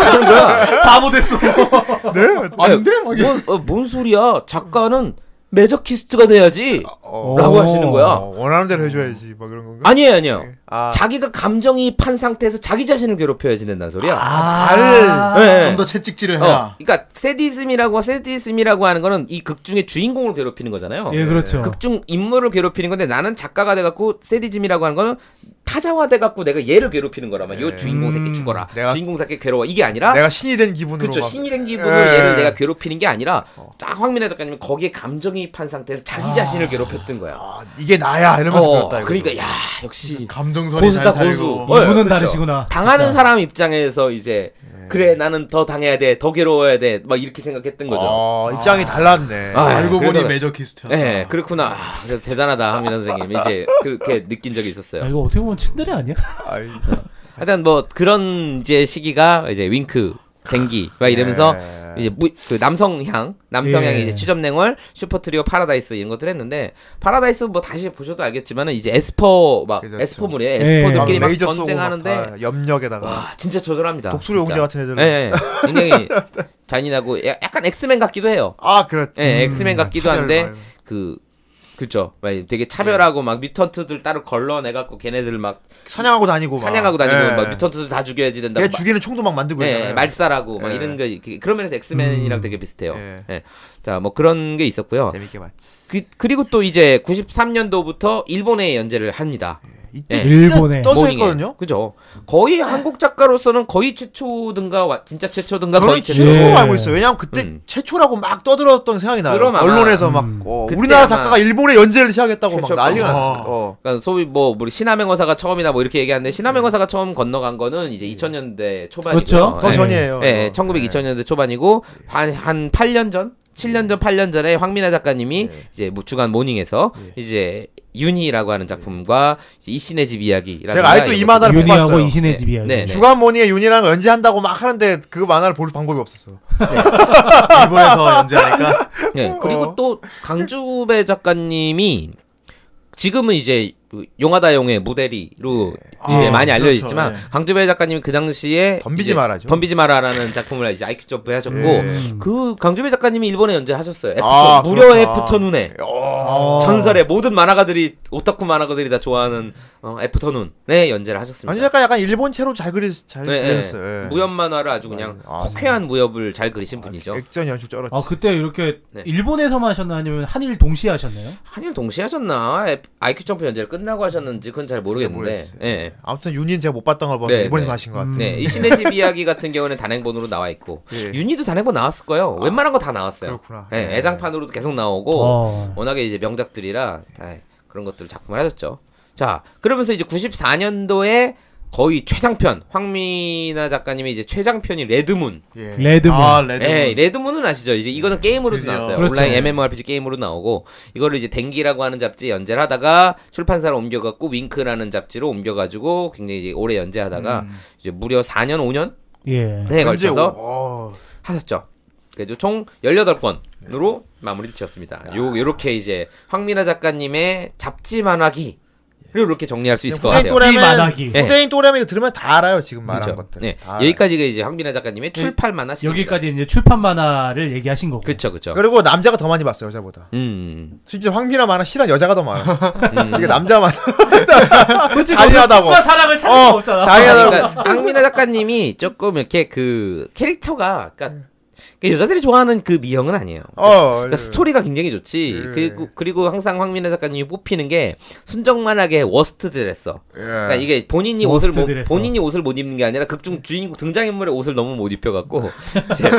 Speaker 7: 그런 거야.
Speaker 1: 바보 됐어.
Speaker 2: 네?
Speaker 7: 아니,
Speaker 3: 안 돼? 막 이래.
Speaker 7: 뭔, 어, 뭔 소리야? 작가는 메저키스트가 돼야지.
Speaker 2: 어.
Speaker 7: 라고 하시는
Speaker 2: 어,
Speaker 7: 거야.
Speaker 2: 원하는 대로 해줘야지 막 그런 건가?
Speaker 7: 아니에요, 아니에요.
Speaker 2: 아.
Speaker 7: 자기가 감정이 판 상태에서 자기 자신을 괴롭혀야 된다는 소리야.
Speaker 2: 아.
Speaker 3: 나를
Speaker 7: 예, 예.
Speaker 3: 좀 더 채찍질을
Speaker 7: 어,
Speaker 3: 해라.
Speaker 7: 그러니까 세디즘이라고 세디즘이라고 하는 거는 이 극중의 주인공을 괴롭히는 거잖아요.
Speaker 1: 예, 그렇죠.
Speaker 7: 극중 인물을 괴롭히는 건데 나는 작가가 돼갖고 세디즘이라고 하는 거는 타자화 돼갖고 내가 얘를 괴롭히는 거라면 요 주인공 새끼 죽어라,
Speaker 2: 내가-
Speaker 7: 주인공 새끼 괴로워 이게 아니라
Speaker 2: 내가 신이 된 기분으로
Speaker 7: 그쵸
Speaker 2: 막
Speaker 7: 신이 된 기분으로
Speaker 2: 예.
Speaker 7: 얘를 내가 괴롭히는 게 아니라 딱 황민혜 작가님은 거기에 감정이 판 상태에서 자기 자신을 괴롭혔던 거야.
Speaker 2: 아, 이게 나야 이러면서
Speaker 7: 어,
Speaker 2: 그랬다. 이거죠. 그
Speaker 7: 그러니까 야 역시
Speaker 3: 감정선이
Speaker 7: 고수다
Speaker 3: 잘
Speaker 7: 고수.
Speaker 3: 살고.
Speaker 7: 어,
Speaker 1: 이분은
Speaker 7: 그렇죠.
Speaker 1: 다르시구나.
Speaker 7: 당하는 사람 입장에서 이제 그래 나는 더 당해야 돼, 더 괴로워야 돼, 막 이렇게 생각했던 거죠.
Speaker 2: 어, 입장이 달랐네.
Speaker 7: 아,
Speaker 3: 알고
Speaker 7: 그래서-
Speaker 3: 보니 메저키스트였다.
Speaker 7: 예, 그렇구나. 아, 그래서 대단하다, 하민아 선생님. 이제 그렇게 느낀 적이
Speaker 1: 아,
Speaker 7: 있었어요.
Speaker 1: 이거 어떻게 보면 친데레 아니야?
Speaker 2: 아이,
Speaker 7: 하여튼 뭐 그런 이제 시기가 이제 윙크, 댕기 막 이러면서
Speaker 2: 예.
Speaker 7: 이제 무, 그 남성향, 남성향이
Speaker 1: 예.
Speaker 7: 이제 취점냉월, 슈퍼트리오, 파라다이스 이런 것들 했는데 파라다이스 뭐 다시 보셔도 알겠지만은 이제 에스퍼 막
Speaker 2: 그렇죠.
Speaker 7: 에스퍼물이에요.
Speaker 2: 막
Speaker 7: 에스퍼들끼리 막
Speaker 2: 레이저 쏘고 막
Speaker 7: 전쟁하는데
Speaker 2: 다 염력에다가
Speaker 7: 와 진짜 저절합니다.
Speaker 2: 독수리
Speaker 7: 진짜.
Speaker 2: 용제 같은 애들.
Speaker 7: 예, 예.
Speaker 2: 네.
Speaker 7: 굉장히 잔인하고 야- 약간 엑스맨 같기도 해요.
Speaker 2: 아 그렇.
Speaker 7: 예, 엑스맨 같기도
Speaker 2: 차별
Speaker 7: 한데
Speaker 2: 말고. 예.
Speaker 7: 그 그죠. 막 되게 차별하고 막 뮤턴트들 따로 걸러내 갖고 걔네들 막
Speaker 2: 사냥하고 다니고 막.
Speaker 7: 사냥하고 다니고
Speaker 2: 예.
Speaker 7: 막 뮤턴트들 다 죽여야지 된다.
Speaker 2: 걔
Speaker 7: 고
Speaker 2: 죽이는 총도 막 만들고
Speaker 7: 예,
Speaker 2: 있잖아요.
Speaker 7: 말살하고 막
Speaker 2: 예.
Speaker 7: 이런 거 이렇게- 그런 면에서 엑스맨이랑 되게 비슷해요.
Speaker 2: 예.
Speaker 7: 예. 자, 뭐 그런 게 있었고요.
Speaker 2: 재밌게 봤지.
Speaker 7: 그, 그리고 또 이제 93년도부터 일본에 연재를 합니다.
Speaker 2: 이때
Speaker 7: 예.
Speaker 2: 진짜
Speaker 1: 일본에.
Speaker 2: 떠서
Speaker 7: 모닝에.
Speaker 2: 했거든요.
Speaker 7: 그죠? 거의 한국 작가로서는 거의 최초든가 와- 진짜 최초든가
Speaker 2: 저는
Speaker 7: 거의 최초.
Speaker 1: 최초.
Speaker 2: 최초로
Speaker 1: 예.
Speaker 2: 알고 있어요. 왜냐면 그때
Speaker 7: 음.
Speaker 2: 최초라고 막 떠들었던 생각이 나요.
Speaker 7: 그럼 아마- 음.
Speaker 2: 언론에서 막
Speaker 1: 음.
Speaker 2: 어,
Speaker 7: 그때
Speaker 2: 우리나라
Speaker 7: 아마-
Speaker 2: 작가가 일본에 연재를 시작했다고 막
Speaker 7: 최초일
Speaker 2: 난리가
Speaker 7: 겁니다.
Speaker 2: 났어요. 어.
Speaker 7: 그러니까 소위 뭐 우리 신화맹어사가 처음이다 뭐 이렇게 얘기하는데 신화맹어사가 처음 건너간 거는 이제 2000년대 초반이고요. 네.
Speaker 1: 그렇죠.
Speaker 2: 더
Speaker 1: 예.
Speaker 2: 전이에요. 어.
Speaker 7: 예, 1900, 2000년대 초반이고 한 한 8년 전 7년 전, 8년 전에 황민아 작가님이
Speaker 2: 예.
Speaker 7: 이제 뭐 주간 모닝에서 이제 윤희라고 하는 작품과 이제 이신의 집 이야기라는
Speaker 2: 제가 아직도 이 만화를 못
Speaker 1: 윤희하고
Speaker 2: 봤어요.
Speaker 1: 이신의
Speaker 7: 네.
Speaker 1: 집이야.
Speaker 7: 네.
Speaker 2: 주간 모닝에 윤이랑 연재한다고 막 하는데 그 만화를 볼 방법이 없었어.
Speaker 3: 일본에서 연재하니까
Speaker 7: 네. 그리고 또 강주배 작가님이 지금은 이제 용하다용의 무대리로 이제
Speaker 2: 예.
Speaker 3: 아,
Speaker 7: 많이 알려져
Speaker 3: 그렇죠.
Speaker 7: 있지만
Speaker 3: 네.
Speaker 7: 강주배 작가님이 그 당시에
Speaker 2: 덤비지
Speaker 7: 이제
Speaker 2: 마라죠.
Speaker 7: 덤비지 마라라는 작품을 이제 아이큐 점프 하셨고
Speaker 2: 예.
Speaker 1: 음.
Speaker 7: 그 강주배 작가님이 일본에 연재하셨어요. 애프터,
Speaker 2: 아,
Speaker 7: 무려
Speaker 2: 그렇구나.
Speaker 7: 애프터 눈에
Speaker 2: 어.
Speaker 7: 전설의 모든 만화가들이 오타쿠 만화가들이 다 좋아하는 어, 애프터 눈에 연재를
Speaker 2: 안유
Speaker 7: 하셨습니다.
Speaker 2: 작가 약간 일본 채로 잘 그리 잘
Speaker 7: 네,
Speaker 2: 그렸어요. 예.
Speaker 7: 무협 만화를 아주 그냥
Speaker 2: 아, 예.
Speaker 7: 코쾌한 무협을 잘 그리신 분이죠.
Speaker 2: 액션 연출 쩔었지.
Speaker 1: 아 그때 이렇게
Speaker 7: 네.
Speaker 1: 일본에서만 하셨나 아니면 한일 동시에 하셨나요?
Speaker 7: 한일 동시에 하셨나? 에- 아이큐 점프 연재를 끝나고 하셨는지 그건 잘 모르겠는데.
Speaker 2: 모르겠어요.
Speaker 7: 예, 예.
Speaker 2: 아무튼 윤이는 제가 못 봤던 걸 봐서
Speaker 7: 네,
Speaker 2: 일본에서
Speaker 7: 네.
Speaker 2: 하신 것 같아요.
Speaker 1: 음.
Speaker 7: 네, 이 신의 집 이야기 같은 경우는 단행본으로 나와 있고
Speaker 2: 예. 아,
Speaker 7: 윤희도 단행본 나왔을 거예요. 웬만한 거 다 나왔어요.
Speaker 2: 그렇구나.
Speaker 7: 예,
Speaker 2: 예.
Speaker 7: 애장판으로도 계속 나오고
Speaker 1: 어.
Speaker 7: 워낙에 이제 명작들이라 다 그런 것들을 작품을 하셨죠. 자, 그러면서 이제 94년도에 거의 최장편 황미나 작가님의 이제 최장편이 레드문.
Speaker 2: 예.
Speaker 1: 레드문.
Speaker 3: 아 레드
Speaker 7: 예, 레드문은 아시죠? 이제 이거는 게임으로도
Speaker 3: 드디어.
Speaker 7: 나왔어요.
Speaker 1: 그렇죠.
Speaker 7: 온라인 MMORPG 게임으로 나오고 이거를 이제 댕기라고 하는 잡지 에 연재를 하다가 출판사를 옮겨갖고 윙크라는 잡지로 옮겨가지고 굉장히 이제 오래 연재하다가 이제 무려 4년 5년
Speaker 1: 예.
Speaker 7: 에
Speaker 2: 현재
Speaker 7: 걸쳐서
Speaker 2: 오- 어.
Speaker 7: 하셨죠. 그래서 총 18권으로
Speaker 2: 네.
Speaker 7: 마무리를 지었습니다.
Speaker 2: 아.
Speaker 7: 요 요렇게 이제 황민아 작가님의 잡지 만화기를 이렇게 정리할 수 있을 것
Speaker 2: 후대인
Speaker 7: 같아요. 네.
Speaker 1: 또래
Speaker 2: 또래면
Speaker 1: 찌마다기.
Speaker 2: 후대인 또래면 이거 들으면 다 알아요 지금 네, 말한
Speaker 7: 그렇죠.
Speaker 2: 것들. 아.
Speaker 7: 네.
Speaker 2: 다
Speaker 7: 여기까지가 이제 황민아 작가님의 출판 만화 시리즈.
Speaker 1: 그 여기까지 이제 출판 만화를 얘기하신 거고.
Speaker 7: 그렇죠. 그렇죠.
Speaker 2: 알아요. 그리고 남자가 더 많이 봤어 여자보다.
Speaker 7: 음.
Speaker 2: 실제 황미나 많아 실은 여자가 더 많아.
Speaker 7: 음.
Speaker 2: 이게 남자 많아.
Speaker 1: 아, 그치,
Speaker 2: 잔인하다고.
Speaker 1: 누가 사랑을 찾을
Speaker 2: 어,
Speaker 1: 수 없잖아.
Speaker 2: 잔인-
Speaker 7: 아, 그러니까 황민아 작가님이 조금 이렇게 그 캐릭터가
Speaker 1: 음.
Speaker 7: 그러니까 그 여자들이 좋아하는 그 미형은 아니에요.
Speaker 2: 어.
Speaker 7: 그러니까 스토리가 굉장히 좋지.
Speaker 2: 예.
Speaker 7: 그리고 그리고 항상 황민아 작가님이 뽑히는 게 순정만하게 워스트 드레서.
Speaker 2: 예.
Speaker 7: 그러니까 이게 본인이 옷을 못,
Speaker 1: 워스트들에서. 네.
Speaker 7: 본인이 옷을 못 입는 게 아니라 극중 주인공 등장인물의 옷을 너무 못 입혀갖고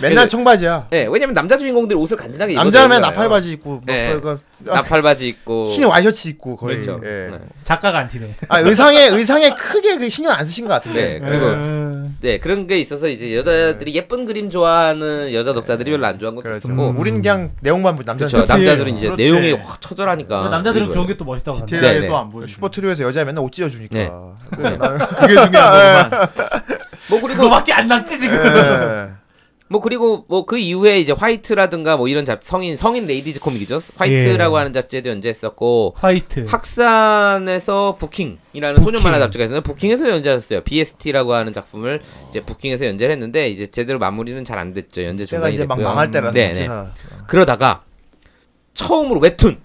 Speaker 2: 맨날 청바지야.
Speaker 7: 예 왜냐면 남자 주인공들이 옷을 간지나게 입고
Speaker 2: 남자면 나팔바지 입고 뭐
Speaker 7: 예.
Speaker 2: 그러니까
Speaker 7: 나팔바지 입고
Speaker 2: 흰 와이셔츠 입고 거의.
Speaker 7: 어. 그렇죠
Speaker 2: 예.
Speaker 7: 네.
Speaker 1: 작가가 안 티네.
Speaker 2: 아 의상에 의상에 크게 그 신경 안 쓰신 것 같은데. 예.
Speaker 7: 네, 그리고
Speaker 1: 음.
Speaker 7: 네 그런 게 있어서 이제 여자들이
Speaker 1: 네.
Speaker 7: 예쁜 그림 좋아하는 여자 독자들이 별로 안 좋아하는 것도
Speaker 2: 그렇죠.
Speaker 7: 있었고
Speaker 1: 음.
Speaker 2: 우린 그냥 내용만 보지 남자.
Speaker 7: 그렇죠 남자들은 이제
Speaker 3: 그렇지.
Speaker 7: 내용이 확 처절하니까
Speaker 1: 아. 남자들은 그런
Speaker 7: 게
Speaker 1: 게 또 멋있다고 하는데.
Speaker 3: 디테일하게
Speaker 7: 네,
Speaker 3: 또 안 보여.
Speaker 2: 슈퍼 트리오에서 여자 맨날 옷 찢어 주니까.
Speaker 7: 네.
Speaker 3: 그게 중요한 거만.
Speaker 7: 뭐 그리고
Speaker 1: 너밖에 안 남지 지금.
Speaker 2: 예.
Speaker 7: 뭐 그리고 뭐 그 이후에 이제 화이트라든가 뭐 이런 잡 성인 성인 레이디즈 코믹이죠 화이트라고
Speaker 1: 예.
Speaker 7: 하는 잡지에도 연재했었고
Speaker 2: 네.
Speaker 1: 화이트.
Speaker 7: 학산에서 부킹이라는
Speaker 1: 부킹.
Speaker 7: 소년 만화 잡지가 있는데 부킹에서 연재하셨어요. BST라고 하는 작품을 이제 부킹에서 연재를 했는데 이제 제대로 마무리는 잘 안 됐죠. 연재
Speaker 2: 제가
Speaker 7: 중단이
Speaker 2: 이제
Speaker 7: 됐고요.
Speaker 2: 막 망할 때라서.
Speaker 7: 네, 네.
Speaker 2: 기사.
Speaker 7: 그러다가 처음으로 웹툰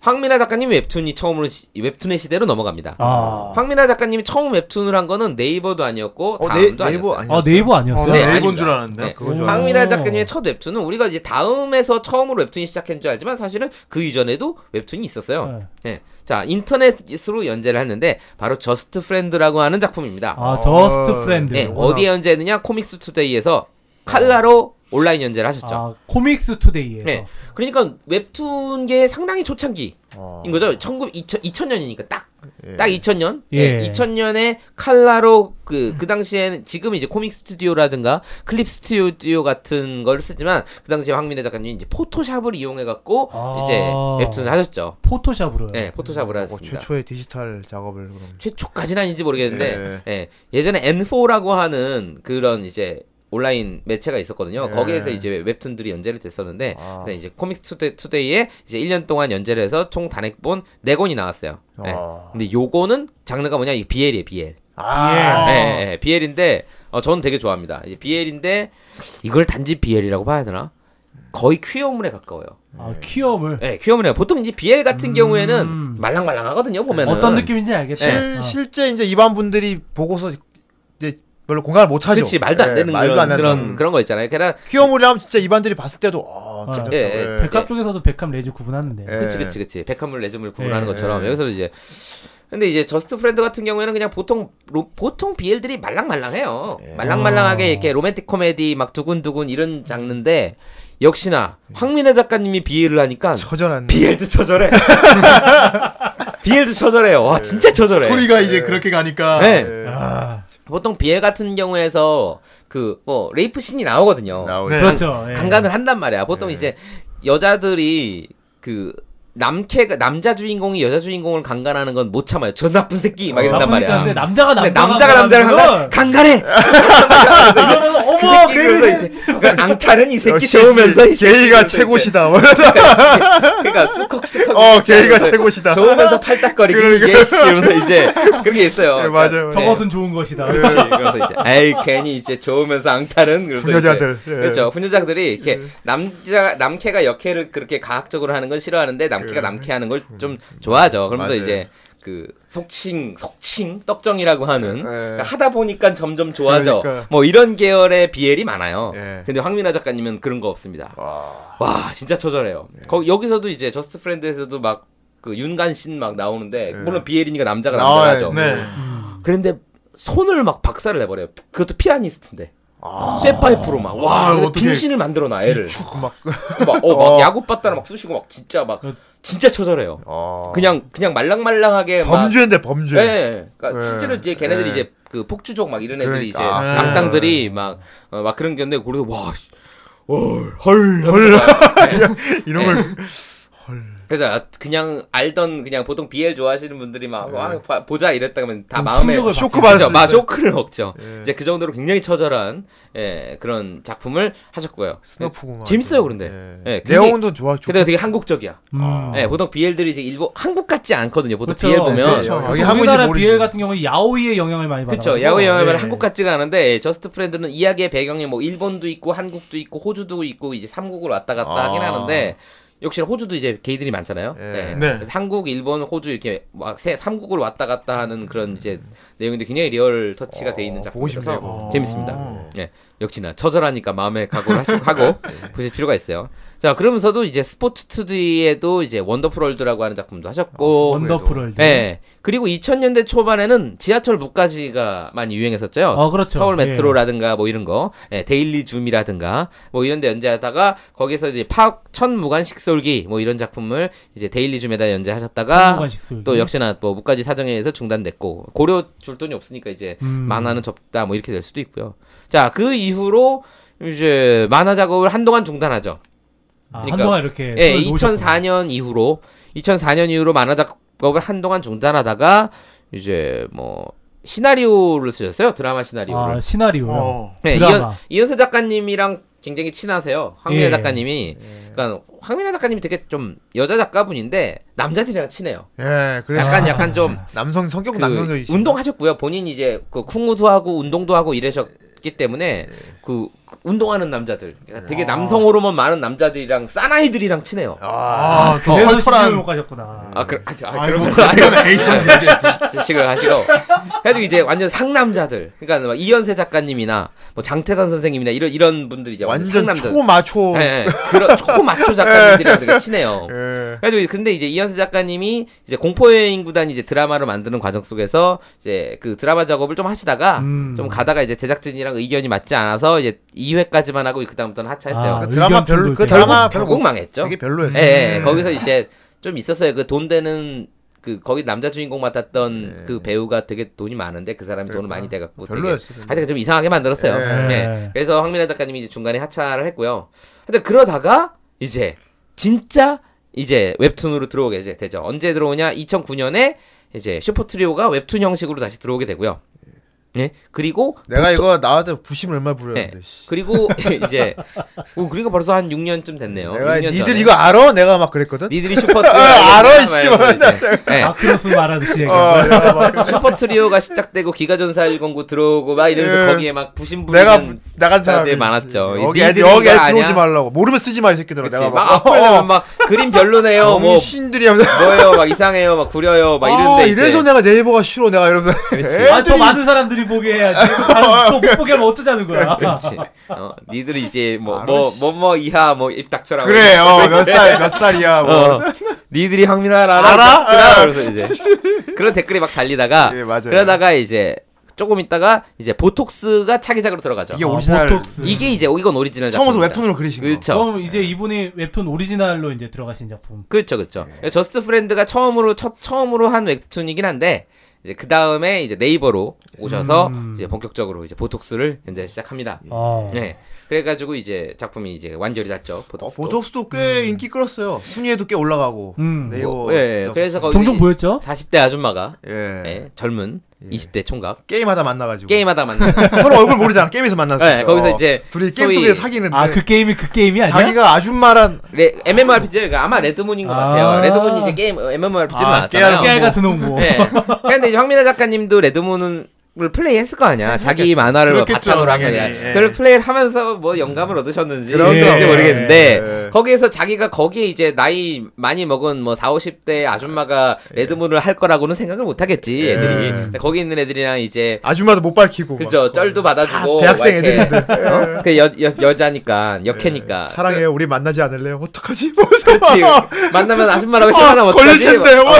Speaker 7: 황민아 작가님 웹툰이 처음으로 시- 웹툰의 시대로 넘어갑니다.
Speaker 1: 아.
Speaker 7: 황민아 작가님이 처음 웹툰을 한 거는 네이버도 아니었고
Speaker 2: 어, 네,
Speaker 7: 다음도
Speaker 2: 네이버
Speaker 7: 아니었어요.
Speaker 2: 아니었어요.
Speaker 1: 아 네이버
Speaker 3: 어,
Speaker 1: 아니었어요?
Speaker 3: 나
Speaker 7: 네,
Speaker 3: 일본
Speaker 7: 아닙니다.
Speaker 3: 줄 알았는데.
Speaker 7: 네.
Speaker 2: 그건 줄 알았어요.
Speaker 7: 황민아 작가님의 첫 웹툰은 우리가 이제 다음에서 처음으로 웹툰이 시작한 줄 알지만 사실은 그 이전에도 웹툰이 있었어요.
Speaker 1: 네.
Speaker 7: 예. 자, 인터넷으로 연재를 했는데 바로 저스트 프렌드라고 하는 작품입니다.
Speaker 1: 아 네, 저스트 프렌드.
Speaker 7: 예,
Speaker 2: 워낙-
Speaker 7: 어디에 연재했느냐? 코믹스 투데이에서 칼라로 온라인 연재를 하셨죠.
Speaker 1: 아 코믹스 투데이에서.
Speaker 7: 예. 그러니까 웹툰계 상당히 초창기인
Speaker 2: 어.
Speaker 1: 아.
Speaker 7: 거죠. 19 2000, 2000년이니까 딱 딱
Speaker 2: 예.
Speaker 7: 2000년.
Speaker 1: 예.
Speaker 7: 2000년에 칼라로 그 그 당시에는 지금 이제 코믹 스튜디오라든가 클립 스튜디오 같은 걸 쓰지만 그 당시에 황민혜 작가님이 이제 포토샵을 이용해 갖고
Speaker 1: 아. 어,
Speaker 7: 이제 웹툰을 하셨죠.
Speaker 1: 포토샵으로요.
Speaker 7: 예, 포토샵을
Speaker 2: 뭐
Speaker 7: 하셨습니다.
Speaker 2: 최초의 디지털 작업을 그럼.
Speaker 7: 최초까지는 아닌지 모르겠는데
Speaker 1: 네.
Speaker 7: 예. 예전에 N4라고 하는 그런 이제 온라인 매체가
Speaker 1: 네.
Speaker 7: 있었거든요.
Speaker 2: 예.
Speaker 7: 거기에서 이제 웹툰들이 연재를 됐었는데
Speaker 2: 아.
Speaker 7: 근데 이제 코믹스 투데, 투데이에 이제 1년 동안 연재를 해서 총 단행본 4권이 나왔어요. 예.
Speaker 2: 아.
Speaker 7: 근데 요거는 장르가 뭐냐? 이 BL이에요, BL.
Speaker 1: 아.
Speaker 7: 예, 예, 예. BL인데 어, 저는 되게 좋아합니다. 이제 BL인데 이걸 단지 BL이라고 봐야 되나? 거의 퀴어물에 가까워요.
Speaker 1: 아 퀴어물.
Speaker 7: 예, 퀴어물에 보통 이제 BL 같은 경우에는 말랑말랑하거든요, 보면은.
Speaker 1: 음. 어떤 느낌인지
Speaker 7: 네.
Speaker 1: 알겠다.
Speaker 2: 실,
Speaker 1: 어.
Speaker 2: 실제 이제 일반 분들이 보고서 이제 별로 공감을 못 하죠.
Speaker 7: 그렇지 말도 안
Speaker 2: 예,
Speaker 7: 되는
Speaker 2: 말도
Speaker 7: 그런,
Speaker 2: 안 되는 예.
Speaker 7: 그런 그런 거 있잖아요. 게다가
Speaker 2: 퀴어물이라면 진짜 일반들이 봤을 때도 아,
Speaker 1: 어.
Speaker 2: 진짜
Speaker 7: 예,
Speaker 2: 좋다.
Speaker 7: 예.
Speaker 1: 백합 쪽에서도 백합 레즈 구분하는데.
Speaker 2: 예.
Speaker 7: 그치 그치 그치 백합물 레즈물 구분하는
Speaker 1: 예,
Speaker 7: 것처럼
Speaker 2: 예.
Speaker 7: 여기서 이제 근데 이제 저스트 프렌드 같은 경우에는 그냥 보통 로- 보통 BL들이 말랑말랑해요.
Speaker 2: 예.
Speaker 7: 말랑말랑하게 이렇게 로맨틱 코미디 막 두근두근 이런 장르인데 역시나 황민혜 작가님이 BL을 하니까
Speaker 2: 처절한
Speaker 7: BL도 처절해. BL도 처절해요. 와 진짜 처절해.
Speaker 3: 스토리가 이제 그렇게 가니까
Speaker 7: 네.
Speaker 2: 예.
Speaker 1: 아.
Speaker 7: 보통 BL 같은 경우에서 그 뭐 레이프 씬이 나오거든요.
Speaker 2: 나오죠.
Speaker 3: 네.
Speaker 1: 그렇죠. 예.
Speaker 7: 강간을 한단 말이야. 보통 이제 여자들이 그 남캐가 남자 주인공이 여자 주인공을 강간하는 건 못 참아요. 저 나쁜 새끼 막 이런단
Speaker 1: 나쁘니까
Speaker 7: 말이야.
Speaker 1: 근데 남자가
Speaker 7: 근데
Speaker 1: 남자가
Speaker 7: 남자가 남자를 강간,
Speaker 1: 강간하는
Speaker 7: 강간해. 아,
Speaker 1: 건 이거는 어머
Speaker 7: 그 새끼 그래서
Speaker 1: 그래.
Speaker 7: 이제 그 앙탈은 이 새끼
Speaker 2: 역시
Speaker 7: 좋으면서 이
Speaker 2: 게이가
Speaker 7: 새끼
Speaker 2: 최고시다.
Speaker 7: 그러니까 수컥수컥.
Speaker 2: 어, 게이가
Speaker 7: 이러면서
Speaker 2: 최고시다.
Speaker 7: 좋으면서 팔딱거리고
Speaker 2: 그러니까.
Speaker 7: 이게 씨 이러면서 이제 그런 게 있어요. 그러니까
Speaker 2: 네,
Speaker 7: 네,
Speaker 2: 맞아요.
Speaker 1: 저것은 좋은 것이다.
Speaker 7: 그렇지. 그래서 이제 에이 괜히 이제 좋으면서 앙탈은 그래서
Speaker 2: 부녀자들,
Speaker 7: 이제,
Speaker 2: 예.
Speaker 7: 그렇죠. 훈녀자들이 이렇게 남자 남캐가 여캐를 그렇게 가학적으로 하는 건 싫어하는데 남캐가 남캐하는 걸 좀 좋아하죠. 그러면서
Speaker 2: 예. 음. 맞아요.
Speaker 7: 이제 그 속칭 속칭 떡정이라고 하는 그러니까
Speaker 2: 예.
Speaker 7: 하다 보니까 점점 좋아져.
Speaker 2: 그러니까.
Speaker 7: 뭐 이런 계열의 BL이 많아요.
Speaker 2: 예.
Speaker 7: 근데 황민아 작가님은 그런 거 없습니다.
Speaker 2: 와. 예.
Speaker 7: 와 진짜 처절해요. 거 여기서도 이제 저스트 프렌드에서도 막 그 윤간 씬 막
Speaker 2: 예.
Speaker 7: 나오는데 물론 BL이니까 남자가
Speaker 2: 아,
Speaker 7: 남자 하죠.
Speaker 3: 네.
Speaker 7: 그런데 손을 막 박살을 내버려요. 그것도 피아니스트인데. 네. 쇠파이프로
Speaker 2: 아,
Speaker 7: 막,
Speaker 3: 와,
Speaker 7: 와, 근데
Speaker 3: 어떻게-
Speaker 7: 빙신을 만들어 놔, 애를. 막, 어, 막 야구 빠따를 막 쑤시고 막 진짜 막,
Speaker 2: 그
Speaker 7: 진짜 처절해요.
Speaker 2: 어.
Speaker 7: 그냥, 그냥 말랑말랑하게 막.
Speaker 2: 범죄인데 범죄.
Speaker 7: 예. 그러니까
Speaker 2: 예.
Speaker 7: 실제로 이제 걔네들이
Speaker 2: 예.
Speaker 7: 이제 그 폭주족 막 이런 애들이
Speaker 2: 그러니까.
Speaker 7: 이제
Speaker 2: 아.
Speaker 7: 악당들이 막, 어, 막 그런 건데, 그래서 와, 씨. 헐, 헐, 헐. 네.
Speaker 2: 이런 걸
Speaker 7: 그래서 그냥 알던 그냥 보통 BL 좋아하시는 분들이 막 와, 봐- 보자 이랬다면 다
Speaker 1: 좀
Speaker 7: 마음에
Speaker 1: 충격을
Speaker 2: 쇼크
Speaker 1: 받게
Speaker 2: 예. 받았을
Speaker 7: 그죠? 마
Speaker 2: 때. 예.
Speaker 7: 쇼크를 먹죠. 이제 그 정도로 굉장히 처절한 예, 그런 작품을 하셨고요.
Speaker 2: 스너프구만.
Speaker 7: 재밌어요, 그런데.
Speaker 2: 예.
Speaker 7: 예, 굉장히-
Speaker 2: 내용도 좋아. 좋...
Speaker 7: 근데 되게 한국적이야.
Speaker 1: 음.
Speaker 7: 예, 보통 BL들이 이제 일본 한국 같지 않거든요. 보통
Speaker 1: 그렇죠.
Speaker 7: BL 보면
Speaker 2: 그렇죠.
Speaker 1: 보통
Speaker 2: 여기 한국인지
Speaker 1: 우리나라
Speaker 2: 모르지.
Speaker 1: BL 같은 경우는 야오이의 영향을 많이 네. 받아.
Speaker 7: 그렇죠. 야외 영화는 한국 같지가 않은데 예, 저스트 프렌드는 이야기의 배경이 뭐 일본도 있고 한국도 있고 호주도 있고 이제 삼국으로 왔다 갔다
Speaker 2: 아.
Speaker 7: 하긴 하는데 역시 호주도 이제 게이들이 많잖아요.
Speaker 2: 예.
Speaker 7: 네.
Speaker 3: 네.
Speaker 7: 그래서 한국, 일본, 호주 이렇게 막세 삼국으로 왔다 갔다 하는 그런 이제 내용인데 굉장히 리얼 터치가 돼 있는
Speaker 2: 어, 보고 싶네요,
Speaker 7: 작품이라서
Speaker 2: 그거. 어.
Speaker 7: 재밌습니다. 예. 역시나 처절하니까 마음의 각오를 하시- 하고 보실 필요가 있어요. 자, 그러면서도 이제 스포츠 2D에도 이제 원더풀 월드라고 하는 작품도 하셨고
Speaker 1: 원더풀을. 네.
Speaker 7: 예. 그리고 2000년대 초반에는 지하철 무까지가 많이 유행했었죠.
Speaker 1: 어, 그렇죠.
Speaker 7: 서울
Speaker 1: 예.
Speaker 7: 메트로라든가 뭐 이런 거, 예, 데일리 줌이라든가 뭐 이런 데 연재하다가 거기서 이제 파악 천 무관식 솔기 뭐 이런 작품을 이제 데일리 줌에다 연재하셨다가 또 역시나 뭐 무까지 사정에 의해서 중단됐고 고려 줄 돈이 없으니까 이제
Speaker 1: 음.
Speaker 7: 만화는 접다 뭐 이렇게 될 수도 있고요. 자, 그 이후로 이제 만화 작업을 한동안 중단하죠.
Speaker 1: 아,
Speaker 7: 그러니까-
Speaker 1: 한동안 이렇게
Speaker 7: 예,
Speaker 1: 손을 놓으셨구나.
Speaker 7: 2004년 이후로 2004년 이후로 만화 작업을 한동안 중단하다가 이제 뭐 시나리오를 쓰셨어요 드라마 시나리오를.
Speaker 1: 아, 시나리오.
Speaker 3: 어.
Speaker 7: 네,
Speaker 1: 드라마.
Speaker 7: 이현, 이현세 작가님이랑 굉장히 친하세요. 황민혜
Speaker 1: 예.
Speaker 7: 작가님이. 그러니까 황민혜 작가님이 되게 좀 여자 작가분인데 남자들이랑 친해요.
Speaker 2: 예. 그래서
Speaker 7: 약간 약간 좀
Speaker 2: 남성 성격
Speaker 7: 그
Speaker 2: 남성적이
Speaker 7: 운동하셨고요. 본인 이제 그 쿵우도 하고 운동도 하고 이러셨기 때문에 그, 그 운동하는 남자들 그러니까 되게 남성 호르몬 많은 남자들이랑 싸나이들이랑 친해요.
Speaker 3: 아,
Speaker 7: 어,
Speaker 3: 더
Speaker 1: 그래서 시즌을
Speaker 3: 털털한.
Speaker 1: 못 가셨구나.
Speaker 7: 아, 그, 아, 아,
Speaker 3: 아이고,
Speaker 7: 그런 거
Speaker 3: 그건
Speaker 7: 아니고
Speaker 3: 에이컨이지.
Speaker 7: 지식을 하시고. 해가지고 이제 완전 상남자들. 그러니까 막 이현세 작가님이나 뭐 장태선 선생님이나 이런 이런 분들이 이제 완전,
Speaker 2: 완전
Speaker 7: 상남자들.
Speaker 2: 초마초.
Speaker 7: 예, 예. 그런 초코 마초 작가님들이랑 되게 친해요.
Speaker 2: 예.
Speaker 7: 그래가지고 근데 이제 이현세 작가님이 이제 공포여행 구단 이제 드라마를 만드는 과정 속에서 이제 그 드라마 작업을 좀 하시다가
Speaker 1: 음.
Speaker 7: 좀 가다가 이제 제작진이랑 의견이 맞지 않아서 이제 2회까지만 하고 그 다음부터는 하차했어요.
Speaker 1: 아,
Speaker 2: 그 드라마
Speaker 1: 의견
Speaker 2: 별로
Speaker 1: 충돌
Speaker 2: 그
Speaker 1: 때.
Speaker 2: 드라마 별로
Speaker 7: 결국 망했죠.
Speaker 2: 되게 별로였어요.
Speaker 7: 예, 예. 거기서 이제 좀 있었어요. 그 돈 되는 그 거기 남자 주인공 맡았던 그 배우가 되게 돈이 많은데 그 사람이 돈을 많이 대갖고 되게
Speaker 2: 네. 별로였어요.
Speaker 7: 하여튼 좀 이상하게 만들었어요.
Speaker 2: 예.
Speaker 7: 예. 그래서 황민아 작가님이 이제 중간에 하차를 했고요. 하여튼 그러다가 이제 진짜 이제 웹툰으로 들어오게 이제 되죠. 언제 들어오냐? 2009년에 이제 슈퍼 트리오가 웹툰 형식으로 다시 들어오게 되고요. 예. 그리고
Speaker 2: 내가 이거 나한테 부심 얼마 부렸는데.
Speaker 7: 네.
Speaker 2: 씨.
Speaker 7: 그리고 이제 어, 그리고 벌써 한 6년쯤 됐네요.
Speaker 2: 내가
Speaker 7: 6년
Speaker 2: 니들
Speaker 7: 전에.
Speaker 2: 이거 알아? 내가 막 그랬거든.
Speaker 7: 니들이 슈퍼 트리오
Speaker 2: 아, 알아, 이 씨발.
Speaker 1: 아크로스 말하듯이 얘기한
Speaker 2: 어,
Speaker 1: 거야.
Speaker 2: 내가 막-
Speaker 7: 네. 슈퍼 트리오가 시작되고 기가전사 109 들어오고 막 이러면서
Speaker 2: 예.
Speaker 7: 거기에 막
Speaker 2: 내가
Speaker 7: 부심부리는
Speaker 2: 부- 나간
Speaker 7: 사람들이
Speaker 2: 사람이
Speaker 7: 많았죠.
Speaker 2: 여기
Speaker 7: 니들이
Speaker 2: 애들 여기
Speaker 7: 이거
Speaker 2: 애들
Speaker 7: 아냐?
Speaker 2: 들어오지 말라고. 모르면 쓰지 마 이 새끼들아.
Speaker 7: 그렇지
Speaker 2: 내가
Speaker 7: 막
Speaker 2: 막 어.
Speaker 7: 악플 면막 그림 별로네요 뭐
Speaker 2: 신들이 하면서
Speaker 7: 뭐예요 막 이상해요 막 구려요 막 이런데
Speaker 2: 아,
Speaker 7: 이제
Speaker 2: 이래서 내가 네이버가 싫어 내가 이러면서
Speaker 7: 그렇지.
Speaker 1: 아, 더 많은 사람들이 보게 해야지. 또못 보게 하면 어쩌자는 거야.
Speaker 7: 그렇지 어, 니들이 이제 뭐 뭐 뭐 뭐 이하 뭐 입 닥쳐라
Speaker 2: 그래 어몇 살 몇 살이야 뭐
Speaker 7: 어, 니들이 황민아를 알아?
Speaker 2: 알아? 어.
Speaker 7: 알아? 그래서 이제 그런 댓글이 막 달리다가
Speaker 2: 예, 맞아요.
Speaker 7: 그러다가 이제 조금 있다가 이제 보톡스가 차기작으로 들어가죠.
Speaker 2: 이게
Speaker 1: 아,
Speaker 2: 오리지널
Speaker 1: 보톡스.
Speaker 7: 이게 이제 이건 오리지널
Speaker 2: 처음부터
Speaker 7: 작품입니다.
Speaker 2: 웹툰으로 그리신 거
Speaker 7: 그렇죠.
Speaker 1: 그럼 이제 이분이 웹툰 오리지널로 이제 들어가신 작품. 예.
Speaker 7: 그렇죠, 그렇죠. 저스트 프렌드가 처음으로 첫 처음으로 한 웹툰이긴 한데 이제 그 다음에 이제 네이버로 오셔서
Speaker 1: 음.
Speaker 7: 이제 본격적으로 이제 보톡스를 현재 시작합니다.
Speaker 1: 아.
Speaker 7: 네. 그래가지고 이제 작품이 이제 완결이 났죠.
Speaker 2: 어,
Speaker 7: 보톡스.
Speaker 2: 보톡스도 꽤 인기 끌었어요. 순위에도 꽤 올라가고.
Speaker 1: 음.
Speaker 2: 네이버. 뭐,
Speaker 7: 예. 그래서 거기
Speaker 1: 종종 보였죠?
Speaker 7: 40대 아줌마가
Speaker 2: 예.
Speaker 7: 예, 젊은 20대
Speaker 1: 음.
Speaker 7: 총각
Speaker 2: 게임하다 만나가지고.
Speaker 7: 게임하다 만나는
Speaker 2: 서로 얼굴 모르잖아. 게임에서 만났어.
Speaker 7: 네, 거기서 이제
Speaker 3: 둘이 게임
Speaker 7: 소위-
Speaker 3: 속에 사귀는데
Speaker 1: 아, 그 게임이 그 게임이 아니야?
Speaker 2: 자기가 아줌마란
Speaker 7: 레, MMORPG 가 아마 레드문인 것
Speaker 1: 아.
Speaker 7: 같아요. 레드문이 이제 게임 MMORPG로
Speaker 2: 아,
Speaker 7: 나왔잖아요.
Speaker 1: 깨알 같은
Speaker 2: 뭐.
Speaker 1: 놈고. 뭐.
Speaker 7: 예. 근데 이제 황민아 작가님도 레드문을 플레이했을 거
Speaker 2: 음,
Speaker 7: 아니야. 자기 만화를 뭐
Speaker 3: 그렇겠죠,
Speaker 7: 바탕으로 한 거냐.
Speaker 3: 당연히,
Speaker 7: 그걸 플레이를 하면서 뭐 영감을 얻으셨는지
Speaker 2: 예. 음. 그럼요.
Speaker 7: 그런지 모르겠는데
Speaker 2: 예.
Speaker 7: 거기에서 자기가 거기에 이제 나이 많이 먹은 뭐 4, 50대 아줌마가 레드문을 할 거라고는 생각을 못 하겠지, 애들이.
Speaker 2: 예.
Speaker 7: 근데 거기 있는 애들이랑 이제
Speaker 2: 아줌마도 못 밝히고.
Speaker 7: 그죠 쩔도 받아주고
Speaker 2: 대학생
Speaker 7: 막 이렇게,
Speaker 2: 애들인데.
Speaker 7: 어? 그 여, 여, 여자니까 역해니까
Speaker 2: 막, 사랑해요. 우리 만나지 않을래요? 어떡하지? 뭐
Speaker 7: 그렇지. 만나면 아줌마라고 시원하면
Speaker 2: 아,
Speaker 7: 어떡하지?
Speaker 2: 걸릴 텐데,
Speaker 7: 막,
Speaker 2: 뭐.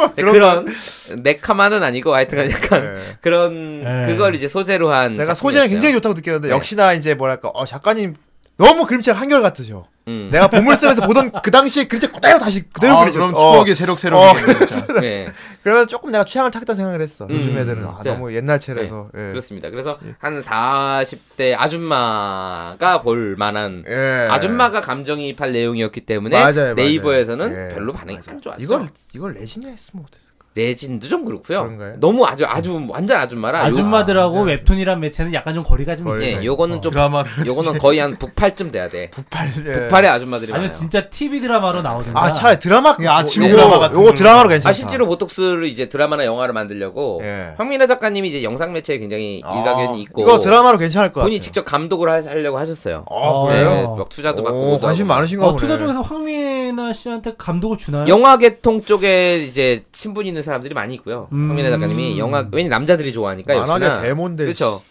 Speaker 7: 어, 어. 그런 네카만은 아니고 하여튼간 약간
Speaker 2: 예.
Speaker 7: 그런
Speaker 1: 예.
Speaker 7: 그걸 이제 소재로 한
Speaker 2: 제가
Speaker 7: 작품이었어요.
Speaker 2: 소재는 굉장히 좋다고 느꼈는데
Speaker 7: 음, 네.
Speaker 2: 역시나 이제 뭐랄까 어, 작가님 너무 그림체가 한결 같으셔.
Speaker 7: 음.
Speaker 2: 내가 보물섬에서 보던 그 당시 그림체 그대로 다시
Speaker 7: 네.
Speaker 2: 그대로
Speaker 3: 아,
Speaker 2: 그리죠.
Speaker 3: 그럼
Speaker 2: 어.
Speaker 3: 추억이 새록새록
Speaker 2: 어.
Speaker 3: 있는 거죠.
Speaker 7: 예.
Speaker 2: 그래서 조금 내가 취향을 타겠다 생각을 했어. 요즘
Speaker 7: 음.
Speaker 2: 애들은 아,
Speaker 7: 네.
Speaker 2: 너무 옛날 체라서. 예.
Speaker 7: 그렇습니다. 그래서 한 40대 아줌마가 볼 만한
Speaker 2: 예.
Speaker 7: 아줌마가 감정이입할 내용이었기 때문에
Speaker 2: 맞아요, 맞아요.
Speaker 7: 네이버에서는
Speaker 2: 예.
Speaker 7: 별로 반응이 안 좋았죠.
Speaker 2: 이걸 이걸 레진에 했으면 어땠을까?
Speaker 7: 레진도 좀 그렇고요.
Speaker 2: 그런가요?
Speaker 7: 너무 아주 아주 완전 아줌마라 요-
Speaker 1: 아줌마들하고 웹툰이란 매체는 약간 좀 거리가 좀
Speaker 2: 거리.
Speaker 1: 있지.
Speaker 7: 예, 요거는
Speaker 2: 어,
Speaker 7: 좀
Speaker 3: 드라마를
Speaker 7: 요거는 거의 한 북팔쯤 돼야 돼.
Speaker 2: 북팔. 예.
Speaker 7: 북팔의 아줌마들이 많아요.
Speaker 1: 아니면 진짜 TV 드라마로 나오든가. 어,
Speaker 2: 아 차라리 드라마.
Speaker 3: 예, 아침
Speaker 2: 요거-
Speaker 3: 드라마 같은
Speaker 2: 요거
Speaker 3: 걸로.
Speaker 2: 드라마로 괜찮다.
Speaker 7: 아 실제로 보톡스를 이제 드라마나 영화를 만들려고
Speaker 2: 예.
Speaker 7: 황민아 작가님이 이제 영상 매체에 굉장히
Speaker 2: 아,
Speaker 7: 뭐 일가견이 있고
Speaker 2: 이거 드라마로 괜찮을 것 같아.
Speaker 7: 본인이 직접 감독을 하, 려고 하셨어요.
Speaker 2: 아,
Speaker 1: 어,
Speaker 2: 그래요?
Speaker 7: 네, 막 투자도 받고
Speaker 2: 오,
Speaker 7: 그러고.
Speaker 2: 관심 많으신가
Speaker 1: 어,
Speaker 2: 보네.
Speaker 1: 투자 쪽에서 황미나 씨한테 감독을 주나요?
Speaker 7: 영화 계통 쪽에 이제 친분 있는 사람들이 많이 있고요.
Speaker 1: 음.
Speaker 7: 황민아 작가님이 영화 왠지 남자들이 좋아하니까
Speaker 2: 만화계
Speaker 7: 역시나
Speaker 2: 데몬데.
Speaker 7: 그러니까 그렇죠.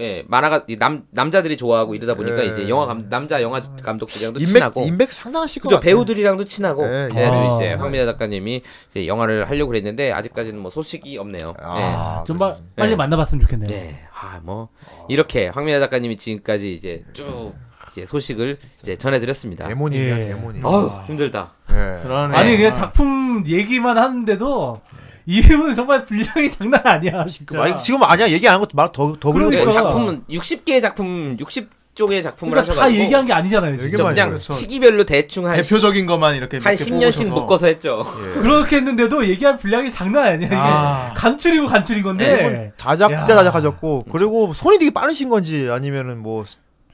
Speaker 7: 예, 만화가 이 남 남자들이 좋아하고 이러다 보니까
Speaker 2: 예.
Speaker 7: 이제 영화 감, 남자 영화 감독들이랑도
Speaker 2: 인맥
Speaker 7: 친하고
Speaker 2: 인맥 상당하실 것
Speaker 7: 그죠
Speaker 2: 같아.
Speaker 7: 배우들이랑도 친하고
Speaker 2: 예, 예.
Speaker 7: 그래가지고
Speaker 1: 아.
Speaker 7: 이제 황민아 작가님이 이제 영화를 하려고 그랬는데 아직까지는 뭐 소식이 없네요. 예.
Speaker 2: 아,
Speaker 1: 좀 바,
Speaker 2: 그렇죠.
Speaker 1: 빨리
Speaker 7: 네.
Speaker 1: 만나봤으면 좋겠네요.
Speaker 7: 네. 아, 뭐 이렇게 황민아 작가님이 지금까지 이제 쭉 이제 소식을 이제 전해드렸습니다.
Speaker 2: 데몬이야
Speaker 1: 예.
Speaker 2: 데몬이.
Speaker 7: 아우 힘들다.
Speaker 2: 예.
Speaker 3: 그러네.
Speaker 1: 아니 그냥 작품 얘기만 하는데도 이분은 정말 분량이 장난 아니야. 진짜.
Speaker 2: 아, 지금 아니야 얘기 안 한 것도 말더더 그리고
Speaker 1: 그러니까.
Speaker 7: 예, 작품은 60개의 작품, 60쪽의 작품을
Speaker 1: 그러니까 다
Speaker 7: 하셔가지고
Speaker 1: 얘기한 게 아니잖아요. 지금.
Speaker 2: 얘기만
Speaker 7: 그냥
Speaker 2: 그렇죠.
Speaker 7: 시기별로 대충 한,
Speaker 3: 대표적인 것만 이렇게
Speaker 7: 한
Speaker 3: 몇 개
Speaker 7: 10년씩
Speaker 3: 뽑으셔서.
Speaker 7: 묶어서 했죠.
Speaker 1: 그렇게 했는데도 얘기할 분량이 장난 아니야. 이게
Speaker 3: 아.
Speaker 1: 간추리고 간추린
Speaker 7: 네.
Speaker 1: 건데.
Speaker 2: 자작
Speaker 1: 야.
Speaker 2: 진짜
Speaker 7: 음.
Speaker 2: 자작하셨고 그리고 손이 되게 빠르신 건지 아니면은 뭐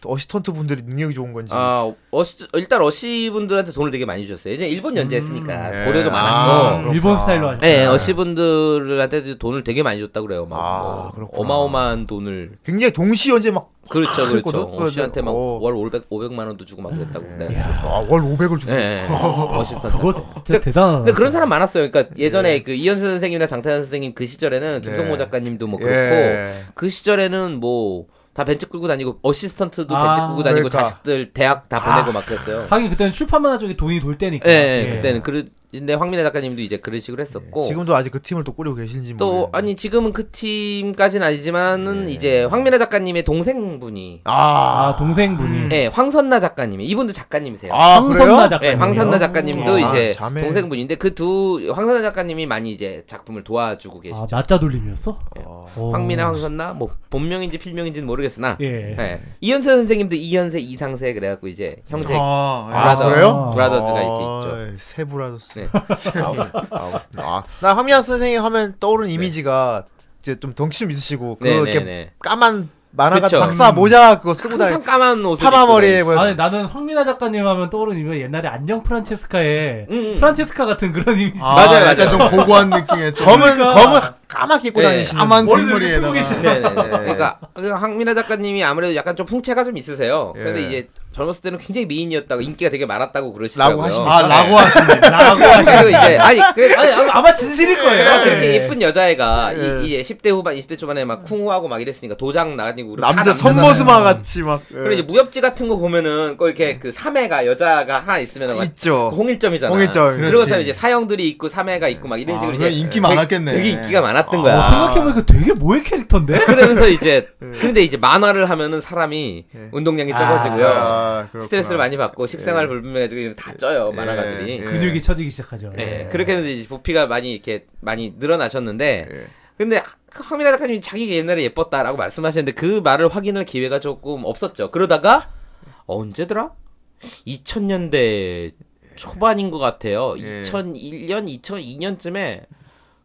Speaker 2: 어시턴트 분들이 능력이 좋은 건지.
Speaker 7: 아, 어시, 일단 어시 분들한테 돈을 되게 많이 주셨어요. 이제 일본 연재했으니까
Speaker 2: 예.
Speaker 7: 고려도
Speaker 2: 아,
Speaker 7: 많았고.
Speaker 2: 그렇구나.
Speaker 1: 일본 스타일로 하죠.
Speaker 7: 예, 어시 분들한테 돈을 되게 많이 줬다고 그래요. 막
Speaker 2: 아,
Speaker 7: 뭐
Speaker 2: 그렇구나.
Speaker 7: 어마어마한 돈을
Speaker 2: 굉장히 동시 언제 막
Speaker 7: 그렇죠, 그렇죠.
Speaker 2: 그랬거든?
Speaker 7: 어시한테 막
Speaker 2: 어.
Speaker 7: 월 500, 500만 원도 주고 막 그랬다고. 네.
Speaker 2: 아, 월 500을 주고.
Speaker 7: 예. 어시스턴트.
Speaker 1: 그거 진짜 대단하다.
Speaker 7: 근데 그런 사람 많았어요. 그러니까 예전에 그 이현수 선생님이나 장태현 선생님 그 시절에는 김성모
Speaker 2: 네.
Speaker 7: 작가님도 뭐
Speaker 2: 예.
Speaker 7: 그렇고 그 시절에는 뭐 다 벤츠 끌고 다니고 어시스턴트도
Speaker 1: 아,
Speaker 7: 벤츠 끌고 다니고
Speaker 2: 그러니까.
Speaker 7: 자식들 대학 다 보내고 막 그랬어요.
Speaker 1: 하긴 그때는 출판만 쪽에 돈이 돌 때니까.
Speaker 7: 예,
Speaker 1: 예.
Speaker 7: 그때는 그런데 황민혜 작가님도 이제 그런 식으로 했었고
Speaker 2: 지금도 아직 그 팀을 또 꾸리고 계신지
Speaker 7: 뭐 또
Speaker 2: 모르겠네. 예.
Speaker 7: 아니 지금은 그 팀까지는 아니지만은 이제 황민혜 작가님의 동생분이
Speaker 1: 아 동생분이.
Speaker 7: 예, 황선나 작가님이 이분도 작가님이세요.
Speaker 2: 아,
Speaker 1: 황선나
Speaker 2: 그래요?
Speaker 7: 예,
Speaker 1: 작가님.
Speaker 7: 황선나 작가님도
Speaker 2: 아,
Speaker 7: 이제
Speaker 2: 자매.
Speaker 7: 동생분인데 그 두 황선나 작가님이 많이 이제 작품을 도와주고 계시죠.
Speaker 1: 아, 낮자 돌림이었어? 어.
Speaker 7: 예. 황민아 황선나 뭐 본명인지 필명인지는 모르겠으나
Speaker 1: 예.
Speaker 7: 예. 이현세 선생님도 이현세 이상세 그래갖고 이제 형제
Speaker 3: 아,
Speaker 2: 아,
Speaker 7: 브라더
Speaker 2: 그래요?
Speaker 7: 브라더즈가 이렇게 있죠.
Speaker 2: 있죠. 세 브라더스.
Speaker 7: 네.
Speaker 2: 아, 아. 나 황미아 선생님 하면 떠오르는 이미지가 이제 좀 덩치 좀 있으시고 그
Speaker 7: 네, 네,
Speaker 2: 이렇게
Speaker 7: 네.
Speaker 2: 까만 만화가
Speaker 7: 그쵸.
Speaker 1: 음.
Speaker 2: 박사 모자 그거 쓰고 다니
Speaker 7: 항상 까만 옷을
Speaker 2: 파마머리에
Speaker 7: 입고
Speaker 2: 뭐
Speaker 1: 아니 나는 황민아 작가님 하면 떠오르면 옛날에 안녕 프란체스카의
Speaker 7: 음, 음.
Speaker 1: 프란체스카 같은 그런 이미지.
Speaker 3: 아,
Speaker 7: 맞아요,
Speaker 3: 약간
Speaker 7: 맞아요.
Speaker 3: 좀 고고한 느낌의 좀
Speaker 2: 검은
Speaker 1: 그러니까.
Speaker 2: 검은 까맣게 입고
Speaker 7: 네.
Speaker 2: 다니시는
Speaker 3: 까만
Speaker 1: 머리를 이렇게
Speaker 3: 생머리에다가
Speaker 1: 쓰고 계시네.
Speaker 7: 다니는. 네네네. 그러니까 그 황민아 작가님이 아무래도 약간 좀 풍채가 좀 있으세요. 그런데
Speaker 2: 예.
Speaker 7: 이제 젊었을 때는 굉장히 미인이었다고 인기가 되게 많았다고
Speaker 2: 라고
Speaker 7: 그러시더라고요.
Speaker 2: 하십니까?
Speaker 3: 아 라고 하시네.
Speaker 1: 라고
Speaker 7: 그래서 이제 아니 그래
Speaker 1: 아니 아마- 아마 진실일 거예요. 네.
Speaker 7: 내가 그렇게 예쁜 여자애가
Speaker 2: 예.
Speaker 7: 이, 이제 10대 후반, 20대 초반에 막 쿵후하고 막 이랬으니까 도장 나가지고 그리고 다
Speaker 2: 남자
Speaker 7: 남자잖아요.
Speaker 2: 선모스마 같이 막 예.
Speaker 7: 그리고 이제 무협지 같은 거 보면은 꼭 이렇게 그 삼해가 여자가 하나 있으면
Speaker 2: 아,
Speaker 7: 막
Speaker 2: 있죠.
Speaker 7: 어, 홍일점이잖아.
Speaker 2: 홍일점,
Speaker 7: 그리고
Speaker 2: 그렇지.
Speaker 7: 참 이제 사형들이 있고 삼해가 있고 막 이런 식으로
Speaker 3: 아,
Speaker 7: 이제
Speaker 3: 인기
Speaker 7: 되게-
Speaker 3: 많았겠네.
Speaker 7: 되게 인기가 많았던
Speaker 1: 어,
Speaker 7: 거야. 네.
Speaker 1: 생각해보니까 되게 모의 캐릭터인데?
Speaker 7: 그래서 이제 근데 이제 만화를 하면은 사람이 운동량이 적어지고요.
Speaker 2: 아, 그렇구나. 네.
Speaker 7: 스트레스를 많이 받고 식생활 불분명해지고 이러면 다 쪄요 만화가들이.
Speaker 2: 예.
Speaker 7: 네,
Speaker 1: 근육이 처지기 시작하죠. 네.
Speaker 7: 예, 그렇게 해서 이제 부피가 많이 이렇게 많이 늘어나셨는데 근데 황미라 작가님이 자기가 옛날에 예뻤다라고 말씀하시는데 그 말을 확인할 기회가 조금 없었죠. 그러다가 언제더라? 2000년대 초반인 것 같아요.
Speaker 2: 예.
Speaker 7: 2001년, 2002년쯤에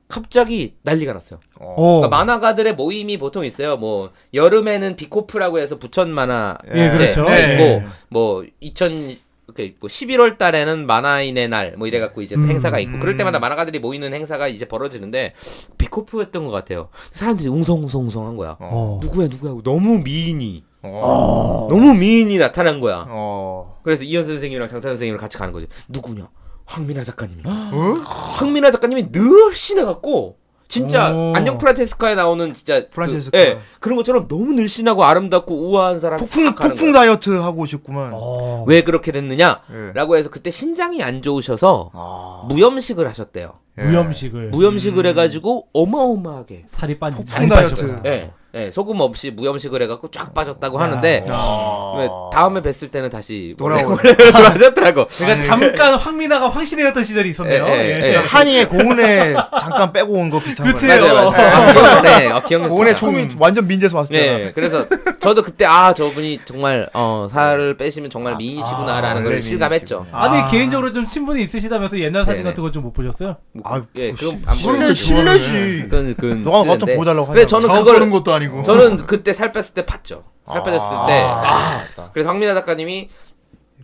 Speaker 7: 갑자기 난리가 났어요.
Speaker 1: 어.
Speaker 7: 그러니까 만화가들의 모임이 보통 있어요. 뭐 여름에는 비코프라고 해서 부천 만화
Speaker 1: 예, 그렇죠.
Speaker 7: 네.
Speaker 1: 예.
Speaker 7: 있고 뭐 2000, 이렇게 뭐 11월 달에는 만화인의 날 뭐 이래 갖고 이제 또
Speaker 1: 음.
Speaker 7: 행사가 있고 그럴 때마다 만화가들이 모이는 행사가 이제 벌어지는데 비코프였던 것 같아요. 사람들이 웅성웅성웅성한 거야.
Speaker 1: 어.
Speaker 7: 누구야 누구야 하고 너무 미인이
Speaker 2: 어.
Speaker 7: 너무 미인이 나타난 거야.
Speaker 2: 어.
Speaker 7: 그래서 이현 선생님이랑 장타 선생님을 같이 가는 거지. 누구냐? 황민아 작가님이야.
Speaker 2: 어?
Speaker 7: 황민아 작가님이 늘 신해갖고 진짜
Speaker 1: 오.
Speaker 7: 안녕 프란체스카에 나오는 진짜
Speaker 2: 프란체스카.
Speaker 7: 그, 예, 그런 것처럼 너무 늘씬하고 아름답고 우아한 사람
Speaker 2: 폭풍
Speaker 7: 싹 하는
Speaker 2: 폭풍
Speaker 7: 거야.
Speaker 2: 다이어트 하고 오셨구만.
Speaker 1: 어.
Speaker 7: 왜 그렇게 됐느냐?
Speaker 2: 예.
Speaker 7: 라고 해서 그때 신장이 안 좋으셔서
Speaker 2: 아. 음.
Speaker 7: 무염식을 하셨대요.
Speaker 1: 무염식을
Speaker 7: 네. 무염식을 해가지고 어마어마하게
Speaker 1: 살이 빠진
Speaker 3: 폭풍 다이어트.
Speaker 2: 아.
Speaker 7: 예, 예, 소금 없이 무염식을 해갖고 쫙 빠졌다고 하는데 왜 다음에 뵀을 때는 다시
Speaker 2: 아. 돌아오네.
Speaker 7: 원래 돌아오셨더라고.
Speaker 1: 그러니까 잠깐 황미나가 황신이었던 시절이 있었네요.
Speaker 7: 예, 예,
Speaker 1: 예.
Speaker 7: 예.
Speaker 2: 한이의 고은에 잠깐 빼고 온 거 비슷한
Speaker 1: 그치.
Speaker 2: 거예요.
Speaker 7: 맞아요, 맞아요. 네, 어, 기억났어요.
Speaker 2: 고은의 총이 완전 민재에서 왔었잖아.
Speaker 7: 네, 그래서 저도 그때 아 저분이 정말 어 살을 빼시면 정말 미인이시구나라는
Speaker 2: 아,
Speaker 7: 걸
Speaker 2: 그래,
Speaker 7: 실감했죠.
Speaker 2: 미인이시구나.
Speaker 1: 아니
Speaker 2: 아.
Speaker 1: 개인적으로 좀 친분이 있으시다면서 옛날 사진
Speaker 7: 네네.
Speaker 1: 같은 거 좀 못 보셨어요?
Speaker 2: 아,
Speaker 7: 예,
Speaker 2: 그거
Speaker 7: 그건
Speaker 2: 시-
Speaker 7: 안
Speaker 2: 실례
Speaker 7: 보여요.
Speaker 2: 실례지.
Speaker 7: 그건 그건
Speaker 2: 너가 나좀
Speaker 7: 쓰는데.
Speaker 2: 보여달라고
Speaker 7: 근데
Speaker 2: 하냐.
Speaker 7: 저는
Speaker 3: 작업
Speaker 7: 그걸
Speaker 3: 보는 것도 아니고.
Speaker 7: 저는 그때 살 뺐을 때 봤죠. 살 빼졌을
Speaker 2: 아.
Speaker 7: 때.
Speaker 2: 아.
Speaker 7: 그래서 황민아 작가님이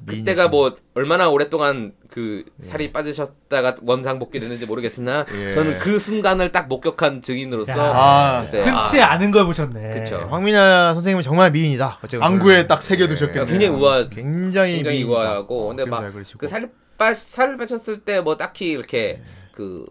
Speaker 7: 그때가 뭐 얼마나 오랫동안 그 살이 빠지셨다가 원상복귀 됐는지 모르겠으나
Speaker 2: 예.
Speaker 7: 저는 그 순간을 딱 목격한 증인으로서
Speaker 1: 야.
Speaker 7: 이제
Speaker 2: 그
Speaker 1: 흔치
Speaker 7: 아,
Speaker 1: 않은 걸 보셨네.
Speaker 7: 그쵸.
Speaker 2: 황민아 선생님은 정말 미인이다. 어쨌든
Speaker 3: 안구에 딱
Speaker 7: 그러니까
Speaker 3: 새겨두셨겠네요.
Speaker 7: 굉장히 우아
Speaker 2: 굉장히
Speaker 7: 굉장히
Speaker 2: 미인이다. 어,
Speaker 7: 우아하고 근데
Speaker 2: 그림 잘
Speaker 7: 막
Speaker 2: 그리시고. 네.
Speaker 7: 그 살을 빠 살을 빼셨을 때 뭐 딱히 이렇게 그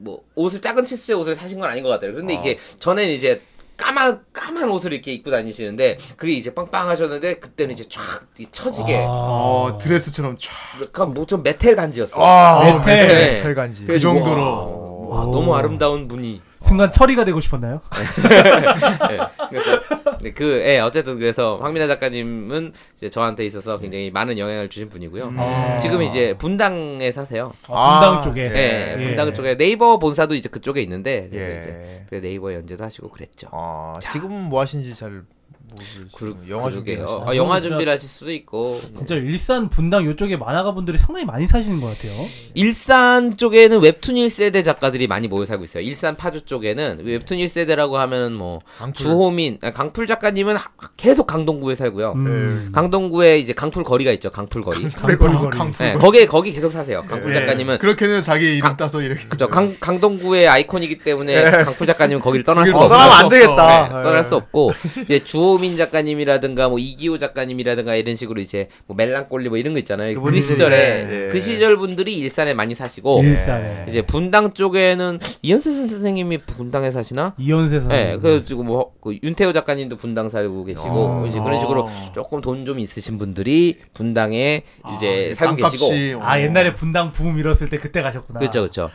Speaker 7: 뭐 옷을 작은 치수의 옷을 사신 건 아닌 것 같아요. 근데 이게 전에는 이제 까만 까만 옷을 이렇게 입고 다니시는데 그게 이제 빵빵하셨는데 그때는 이제 촥 이 처지게
Speaker 2: 아.
Speaker 3: 어,
Speaker 7: 아.
Speaker 3: 드레스처럼 촥.
Speaker 7: 약간 뭐좀 메텔 간지였어요.
Speaker 2: 와,
Speaker 1: 멘탈.
Speaker 2: 멘탈
Speaker 7: 네.
Speaker 2: 아, 철간지.
Speaker 3: 그 정도로.
Speaker 7: 와, 어, 너무 아름다운 분이.
Speaker 1: 순간 처리가 되고 싶었나요?
Speaker 7: 그래서 네, 그, 예, 어쨌든 그래서 황민아 작가님은 이제 저한테 있어서 굉장히 많은 영향을 주신
Speaker 2: 그
Speaker 7: 분이고요.
Speaker 2: 음.
Speaker 7: 아. 지금 이제 분당에 사세요.
Speaker 1: 아, 분당
Speaker 2: 아,
Speaker 1: 쪽에.
Speaker 7: 예,
Speaker 1: 예.
Speaker 7: 분당 쪽에 네이버 본사도 이제 그쪽에 있는데 그래서
Speaker 2: 예.
Speaker 7: 이제 그 네이버 연재도 하시고 그랬죠.
Speaker 2: 아, 지금 뭐 하신지 잘 모르겠어요.
Speaker 7: 그-
Speaker 2: 영화
Speaker 7: 그러게요.
Speaker 2: 중이에요.
Speaker 7: 아, 영화
Speaker 1: 진짜-
Speaker 7: 준비를 하실 수도 있고
Speaker 1: 진짜 일산 분당 요쪽에 만화가 분들이 상당히 많이 사시는 것 같아요.
Speaker 7: 일산 쪽에는 웹툰 1세대 작가들이 많이 모여 살고 있어요. 일산 파주 쪽에는 웹툰 1세대라고 하면 뭐
Speaker 2: 강풀.
Speaker 7: 주호민, 아, 강풀 작가님은 하- 계속 강동구에 살고요.
Speaker 1: 음.
Speaker 7: 강동구에 이제 강풀 거리가 있죠. 강풀 거리.
Speaker 1: 강풀거리.
Speaker 7: 네, 거기에 거기 계속 사세요. 강풀 작가님은
Speaker 3: 그렇게는 자기 이름
Speaker 7: 아. 네. 강-
Speaker 3: 따서 이렇게.
Speaker 7: 그죠. 강 강동구의 아이콘이기 때문에 강풀 작가님은 거기를 떠날 수
Speaker 3: 거기를
Speaker 7: 없어요.
Speaker 2: 떠나면 안
Speaker 7: 네,
Speaker 2: 되겠다. 예.
Speaker 7: 떠날 수 없고 이제 주호민 작가님이라든가 뭐 이기호 작가님이라든가 이런 식으로 이제 뭐 멜랑꼴리 뭐 이런 거 있잖아요. 그
Speaker 2: 그분들이,
Speaker 7: 시절에
Speaker 2: 네. 예.
Speaker 7: 그 시절 분들이 일산에 많이 사시고
Speaker 1: 일산에.
Speaker 7: 네. 이제 분당 쪽에는 이현수 선생님이 분당에 사시나?
Speaker 1: 이현세 선.
Speaker 2: 음.
Speaker 7: 네, 그래가지고 뭐그 윤태호 작가님도 분당 살고
Speaker 2: 어.
Speaker 7: 계시고 이제 그런 식으로 조금 돈 좀 있으신 분들이 분당에
Speaker 2: 아,
Speaker 7: 이제 살고 계시고
Speaker 1: 아 옛날에 분당 부음 일었을 때 그때
Speaker 2: 아.
Speaker 1: 가셨구나.
Speaker 7: 그렇죠, 그렇죠.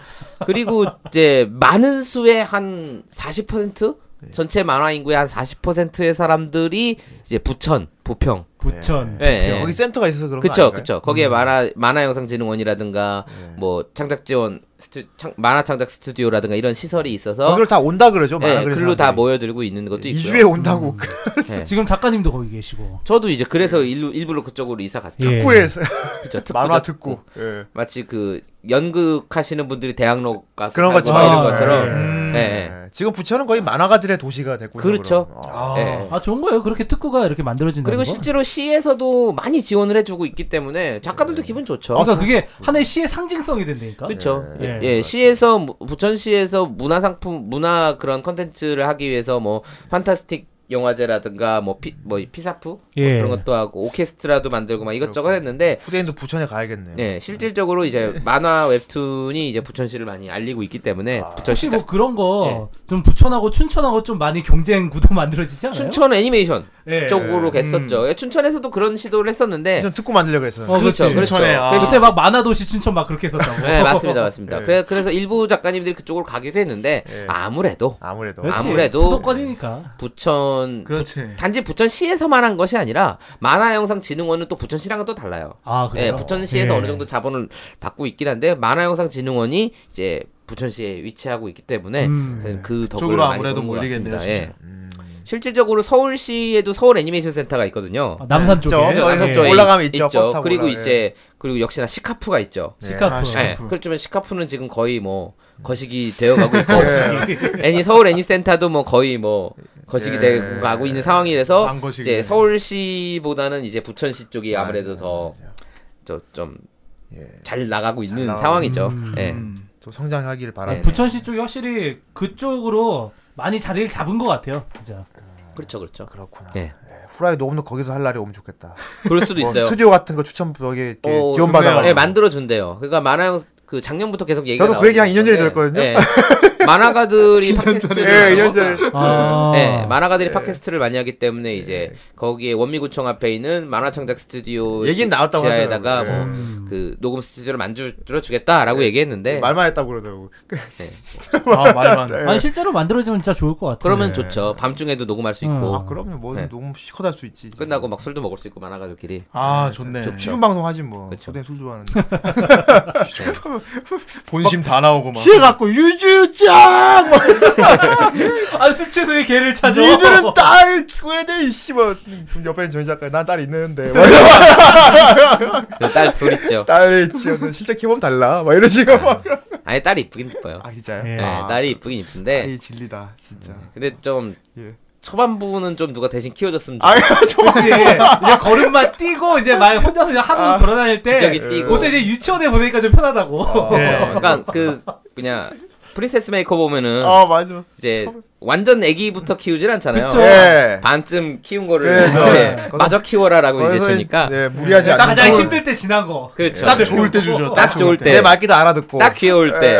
Speaker 7: 그리고 이제 많은 수의 한 40%
Speaker 2: 네.
Speaker 7: 전체 만화 인구의 한 40%의 사람들이 이제 부천, 부평,
Speaker 1: 부천.
Speaker 7: 예, 예.
Speaker 2: 거기 센터가 있어서 그런
Speaker 7: 그쵸,
Speaker 2: 거 아닌가요?
Speaker 7: 그쵸. 거기에 만화 만화 영상 지능원이라든가
Speaker 2: 네.
Speaker 7: 뭐 창작 지원 스튜, 창, 만화 창작 스튜디오라든가 이런 시설이 있어서
Speaker 2: 거기로 다 온다 그러죠.
Speaker 7: 예,
Speaker 2: 많아 그래서
Speaker 7: 글로 다 음.
Speaker 2: 사람들이.
Speaker 7: 모여들고 있는 것도 있고요. 네.
Speaker 2: 이주에 온다고
Speaker 1: 네. 지금 작가님도 거기 계시고.
Speaker 7: 저도 이제 그래서 일로, 일부러 그쪽으로 이사 갔죠.
Speaker 1: 예.
Speaker 2: 특구에서
Speaker 7: 그쵸, 특구
Speaker 2: 네. 만화
Speaker 7: 작-
Speaker 2: 듣고. 예.
Speaker 7: 마치 그 연극 하시는 분들이 대학로 가서
Speaker 2: 그런
Speaker 7: 살고
Speaker 2: 것처럼.
Speaker 7: 이런 것처럼.
Speaker 2: 아, 음.
Speaker 7: 예, 예.
Speaker 2: 예. 지금 부천은 거의 만화가들의 도시가 됐고
Speaker 7: 그렇죠.
Speaker 2: 아,
Speaker 7: 예.
Speaker 1: 아 좋은 거예요. 그렇게 특구가 이렇게 만들어진다는
Speaker 7: 그리고
Speaker 1: 거.
Speaker 7: 실제로 시에서도 많이 지원을 해주고 있기 때문에 작가들도 기분 좋죠.
Speaker 1: 그러니까 그게 하나의 시의 상징성이 된다니까.
Speaker 7: 그렇죠.
Speaker 1: 예.
Speaker 7: 예,
Speaker 1: 예.
Speaker 7: 예, 시에서 뭐, 부천시에서 문화 상품 문화 그런 컨텐츠를 하기 위해서 뭐 판타스틱 영화제라든가 뭐 피 뭐 피사프 뭐
Speaker 1: 예.
Speaker 7: 그런 것도 하고 오케스트라도 만들고 막 이것저것 했는데
Speaker 2: 후대인도 부천에 가야겠네요.
Speaker 7: 예, 실질적으로 이제 만화 웹툰이 이제 부천시를 많이 알리고 있기 때문에
Speaker 1: 혹시
Speaker 7: 부천시
Speaker 1: 뭐 그런 거
Speaker 7: 예.
Speaker 1: 좀 부천하고 춘천하고 좀 많이 경쟁 구도 만들어지지 않아요?
Speaker 7: 춘천 애니메이션
Speaker 1: 예.
Speaker 7: 쪽으로 갔었죠. 예, 춘천에서도 그런 시도를 했었는데
Speaker 2: 좀 듣고 만들려고 했었는데.
Speaker 1: 어,
Speaker 7: 네. 그렇죠,
Speaker 1: 그렇지.
Speaker 7: 그렇죠.
Speaker 3: 춘천에, 아.
Speaker 7: 그래서
Speaker 1: 그때 막 만화도시 춘천 막 그렇게 했었다고.
Speaker 7: 네 맞습니다 맞습니다
Speaker 2: 예.
Speaker 7: 그래, 그래서 일부 작가님들이 그쪽으로 가기도 했는데
Speaker 2: 예.
Speaker 7: 아무래도
Speaker 2: 아무래도
Speaker 1: 그렇지.
Speaker 7: 아무래도-
Speaker 1: 수도권이니까.
Speaker 7: 부천
Speaker 3: 그렇지.
Speaker 7: 단지 부천시에서만 한 것이 아니라 만화영상진흥원은 또 부천시랑은 또 달라요
Speaker 1: 아 그래요.
Speaker 7: 예, 네, 부천시에서
Speaker 1: 예.
Speaker 7: 어느 정도 자본을 받고 있긴 한데 만화영상진흥원이 이제 부천시에 위치하고 있기 때문에
Speaker 1: 음.
Speaker 7: 사실 그 덕을
Speaker 3: 쪽으로
Speaker 7: 많이
Speaker 3: 아무래도
Speaker 7: 보는 것
Speaker 3: 몰리겠네요,
Speaker 7: 같습니다.
Speaker 3: 진짜.
Speaker 7: 예.
Speaker 2: 음,
Speaker 7: 실질적으로 서울시에도 서울 애니메이션 센터가 있거든요.
Speaker 1: 아, 남산
Speaker 2: 그쵸.
Speaker 1: 쪽에
Speaker 2: 그쵸, 남산
Speaker 1: 예.
Speaker 2: 쪽에. 올라가면 네. 있죠, 버스 타고
Speaker 7: 그리고
Speaker 2: 올라가-
Speaker 7: 이제 그리고 역시나 시카프가 있죠.
Speaker 1: 시카프.
Speaker 3: 아, 시카프.
Speaker 7: 예.
Speaker 2: 음.
Speaker 7: 그렇지만 시카프는 지금 거의 뭐 거식이 되어가고 있고 애니 서울 애니 센터도 뭐 거의 뭐 거식이
Speaker 2: 예.
Speaker 7: 되고 가고 있는 상황이라서
Speaker 3: 쌍거식이.
Speaker 7: 이제 서울시보다는 이제 부천시 쪽이 아무래도
Speaker 2: 예.
Speaker 7: 더좀좀 잘 나가고 있는
Speaker 2: 나가고.
Speaker 7: 상황이죠. 예.
Speaker 2: 좀 성장하길 바라.
Speaker 7: 네.
Speaker 1: 부천시 쪽이 확실히 그쪽으로 많이 자리를 잡은 것 같아요. 진짜.
Speaker 7: 그렇죠, 그렇죠.
Speaker 2: 그렇구나.
Speaker 7: 예.
Speaker 2: 후라이 녹음도 거기서 할 날이 오면 좋겠다.
Speaker 7: 그럴 수도
Speaker 2: 뭐
Speaker 7: 있어요.
Speaker 2: 스튜디오 같은 거 추천 여기 이렇게
Speaker 7: 어,
Speaker 2: 지원
Speaker 3: 좋네요.
Speaker 2: 받아가지고.
Speaker 7: 네, 만들어 준대요. 그러니까 만화영 그 작년부터 계속 얘기가
Speaker 2: 저도 그 얘기 한 2년 전에 들었거든요.
Speaker 7: 네. 만화가들이 팟캐스트를
Speaker 2: 예,
Speaker 7: 하고-
Speaker 2: 2년 전에.
Speaker 1: 아.
Speaker 7: 네, 만화가들이 팟캐스트를 많이 하기
Speaker 2: 네.
Speaker 7: 때문에 이제 거기에 원미구청 앞에 있는 만화창작 스튜디오
Speaker 2: 얘기는
Speaker 7: 지-
Speaker 2: 나왔다고
Speaker 7: 지하에다가
Speaker 2: 하더라고요. 네.
Speaker 7: 뭐 그 녹음 스튜디오를 만들어 주겠다라고 얘기했는데
Speaker 2: 네, 말만 했다고 그러더라고.
Speaker 3: 아, 말만.
Speaker 1: 아니 실제로 만들어지면 진짜 좋을 것 같아요.
Speaker 2: 네.
Speaker 7: 그러면 좋죠. 밤중에도 녹음할 수 있고
Speaker 2: 아, 그럼요. 뭐
Speaker 7: 네.
Speaker 2: 녹음 시컷 할수 있지.
Speaker 7: 끝나고 막 술도 먹을 수 있고 만화가들끼리
Speaker 3: 아, 좋네.
Speaker 2: 시중 방송 하지 뭐.
Speaker 7: 그쵸.
Speaker 2: 초대 술 좋아하는.
Speaker 3: 본심 다 나오고 막.
Speaker 2: 취해 갖고 유주짱. 막
Speaker 1: 아 스치도의 개를 찾아.
Speaker 2: 니들은 딸을 키워야 돼. 씨발. 옆에는 전 작가. 난 딸 있는데. 막
Speaker 7: 딸 둘 있죠.
Speaker 2: 딸을 키워도 실제 키보면 달라. 막 이런 식으로. 막.
Speaker 7: 아니 딸이 이쁘긴 이뻐요.
Speaker 2: 아 진짜요?
Speaker 1: 예.
Speaker 7: 네,
Speaker 2: 아,
Speaker 7: 딸이 음. 이쁘긴 이쁜데
Speaker 2: 이 진리다 진짜.
Speaker 7: 근데 좀
Speaker 2: 예.
Speaker 7: 초반부는 좀 누가 대신 키워줬으면
Speaker 2: 아,
Speaker 1: 그렇지. 이제 걸음만 뛰고 이제 말 혼자서 그냥 하루 돌아다닐
Speaker 2: 예.
Speaker 1: 때
Speaker 7: 기저귀 띄고.
Speaker 1: 그때 이제 유치원에 보내니까 좀 편하다고.
Speaker 7: 좋겠죠. 그러니까 그 그냥 프린세스 메이커 보면은
Speaker 2: 아 맞아.
Speaker 7: 이제 완전 애기부터 키우질 않잖아요.
Speaker 1: 그쵸.
Speaker 2: 예.
Speaker 7: 반쯤 키운 거를
Speaker 2: 그래서-
Speaker 7: 이제
Speaker 2: 거기서-
Speaker 7: 마저 키워라라고 이제
Speaker 2: 거기서
Speaker 7: 주니까
Speaker 2: 예, 무리하지 않고.
Speaker 1: 네, 가장 힘들 때 지난 거.
Speaker 7: 그렇죠.
Speaker 1: 네.
Speaker 3: 딱 좋을 때 주죠.
Speaker 7: 딱 좋을 때.
Speaker 2: 내 말귀도 알아듣고.
Speaker 7: 딱 귀여울 때 예,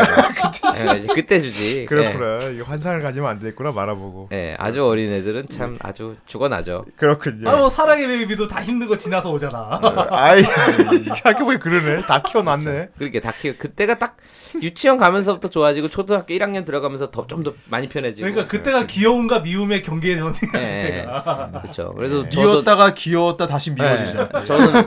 Speaker 7: 이제 그때 주지.
Speaker 2: 그렇구나. 이 환상을 가지면 안 되겠구나 말아보고.
Speaker 7: 예, 예, 아주 어린 애들은 참 아주 죽어나죠. 네.
Speaker 2: 그렇군요.
Speaker 1: 아 뭐 사랑의 베이비도 다 힘든 거 지나서 오잖아.
Speaker 2: 아이 생각해보니 그러네. 다 키워놨네.
Speaker 7: 그렇게 그러니까 다 키워 그때가 딱 유치원 가면서부터 좋아지고 초등학교 1학년 들어가면서 더 좀 더 많이 편해지고.
Speaker 1: 그러니까
Speaker 7: 네.
Speaker 1: 그때가 귀여움과 미움의 경계에 전.
Speaker 7: 예, 예, 그렇죠. 그래서 저도
Speaker 3: 네. 미웠다가 귀여웠다 다시
Speaker 7: 예,
Speaker 3: 미워지죠.
Speaker 7: 저는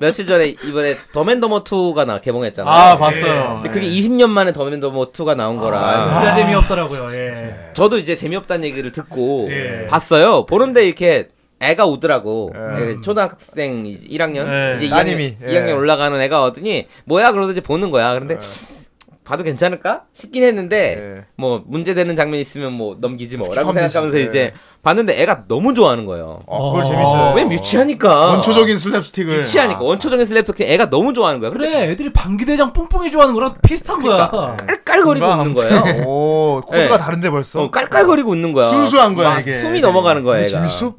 Speaker 7: 며칠 전에 이번에 더맨더머 2가 나 개봉했잖아요. 네.
Speaker 3: 아, 봤어요.
Speaker 7: 근데 그게 20년 만에 더맨더머 2가 나온 거라.
Speaker 1: 아, 진짜 재미없더라고요. 예.
Speaker 7: 저도 이제 재미없다는 얘기를 듣고
Speaker 1: 예.
Speaker 7: 봤어요. 보는데 이렇게 애가 오더라고. 예, 초등학생 1학년
Speaker 3: 예, 예.
Speaker 7: 이제
Speaker 2: 따님이,
Speaker 7: 2학년,
Speaker 2: 예.
Speaker 7: 2학년 올라가는 애가 오더니 뭐야 그러서 이제 보는 거야. 그런데 봐도 괜찮을까 싶긴 했는데
Speaker 2: 예.
Speaker 7: 뭐 문제되는 장면 있으면 뭐 넘기지 뭐라고
Speaker 2: 스킵하면
Speaker 3: 예.
Speaker 7: 생각하면서
Speaker 2: 되지.
Speaker 7: 이제 봤는데 애가 너무 좋아하는 거예요.
Speaker 2: 어, 그걸 재밌어요.
Speaker 7: 왜 유치하니까.
Speaker 3: 원초적인 아. 슬랩스틱을.
Speaker 7: 유치하니까 원초적인 슬랩스틱 애가 너무 좋아하는 거야. 그래
Speaker 1: 그래 애들이 방귀대장 뿡뿡이 좋아하는 거랑 비슷한 거야.
Speaker 7: 그러니까. 깔깔거리고
Speaker 3: 뭔가
Speaker 7: 웃는 거예요.
Speaker 2: 오 코드가
Speaker 7: 예.
Speaker 2: 다른데 벌써.
Speaker 7: 어, 깔깔거리고 웃는 거야.
Speaker 3: 순수한 거야,
Speaker 7: 막
Speaker 3: 이게.
Speaker 7: 숨이 넘어가는 거야,
Speaker 3: 이게
Speaker 7: 애가.
Speaker 3: 재밌어?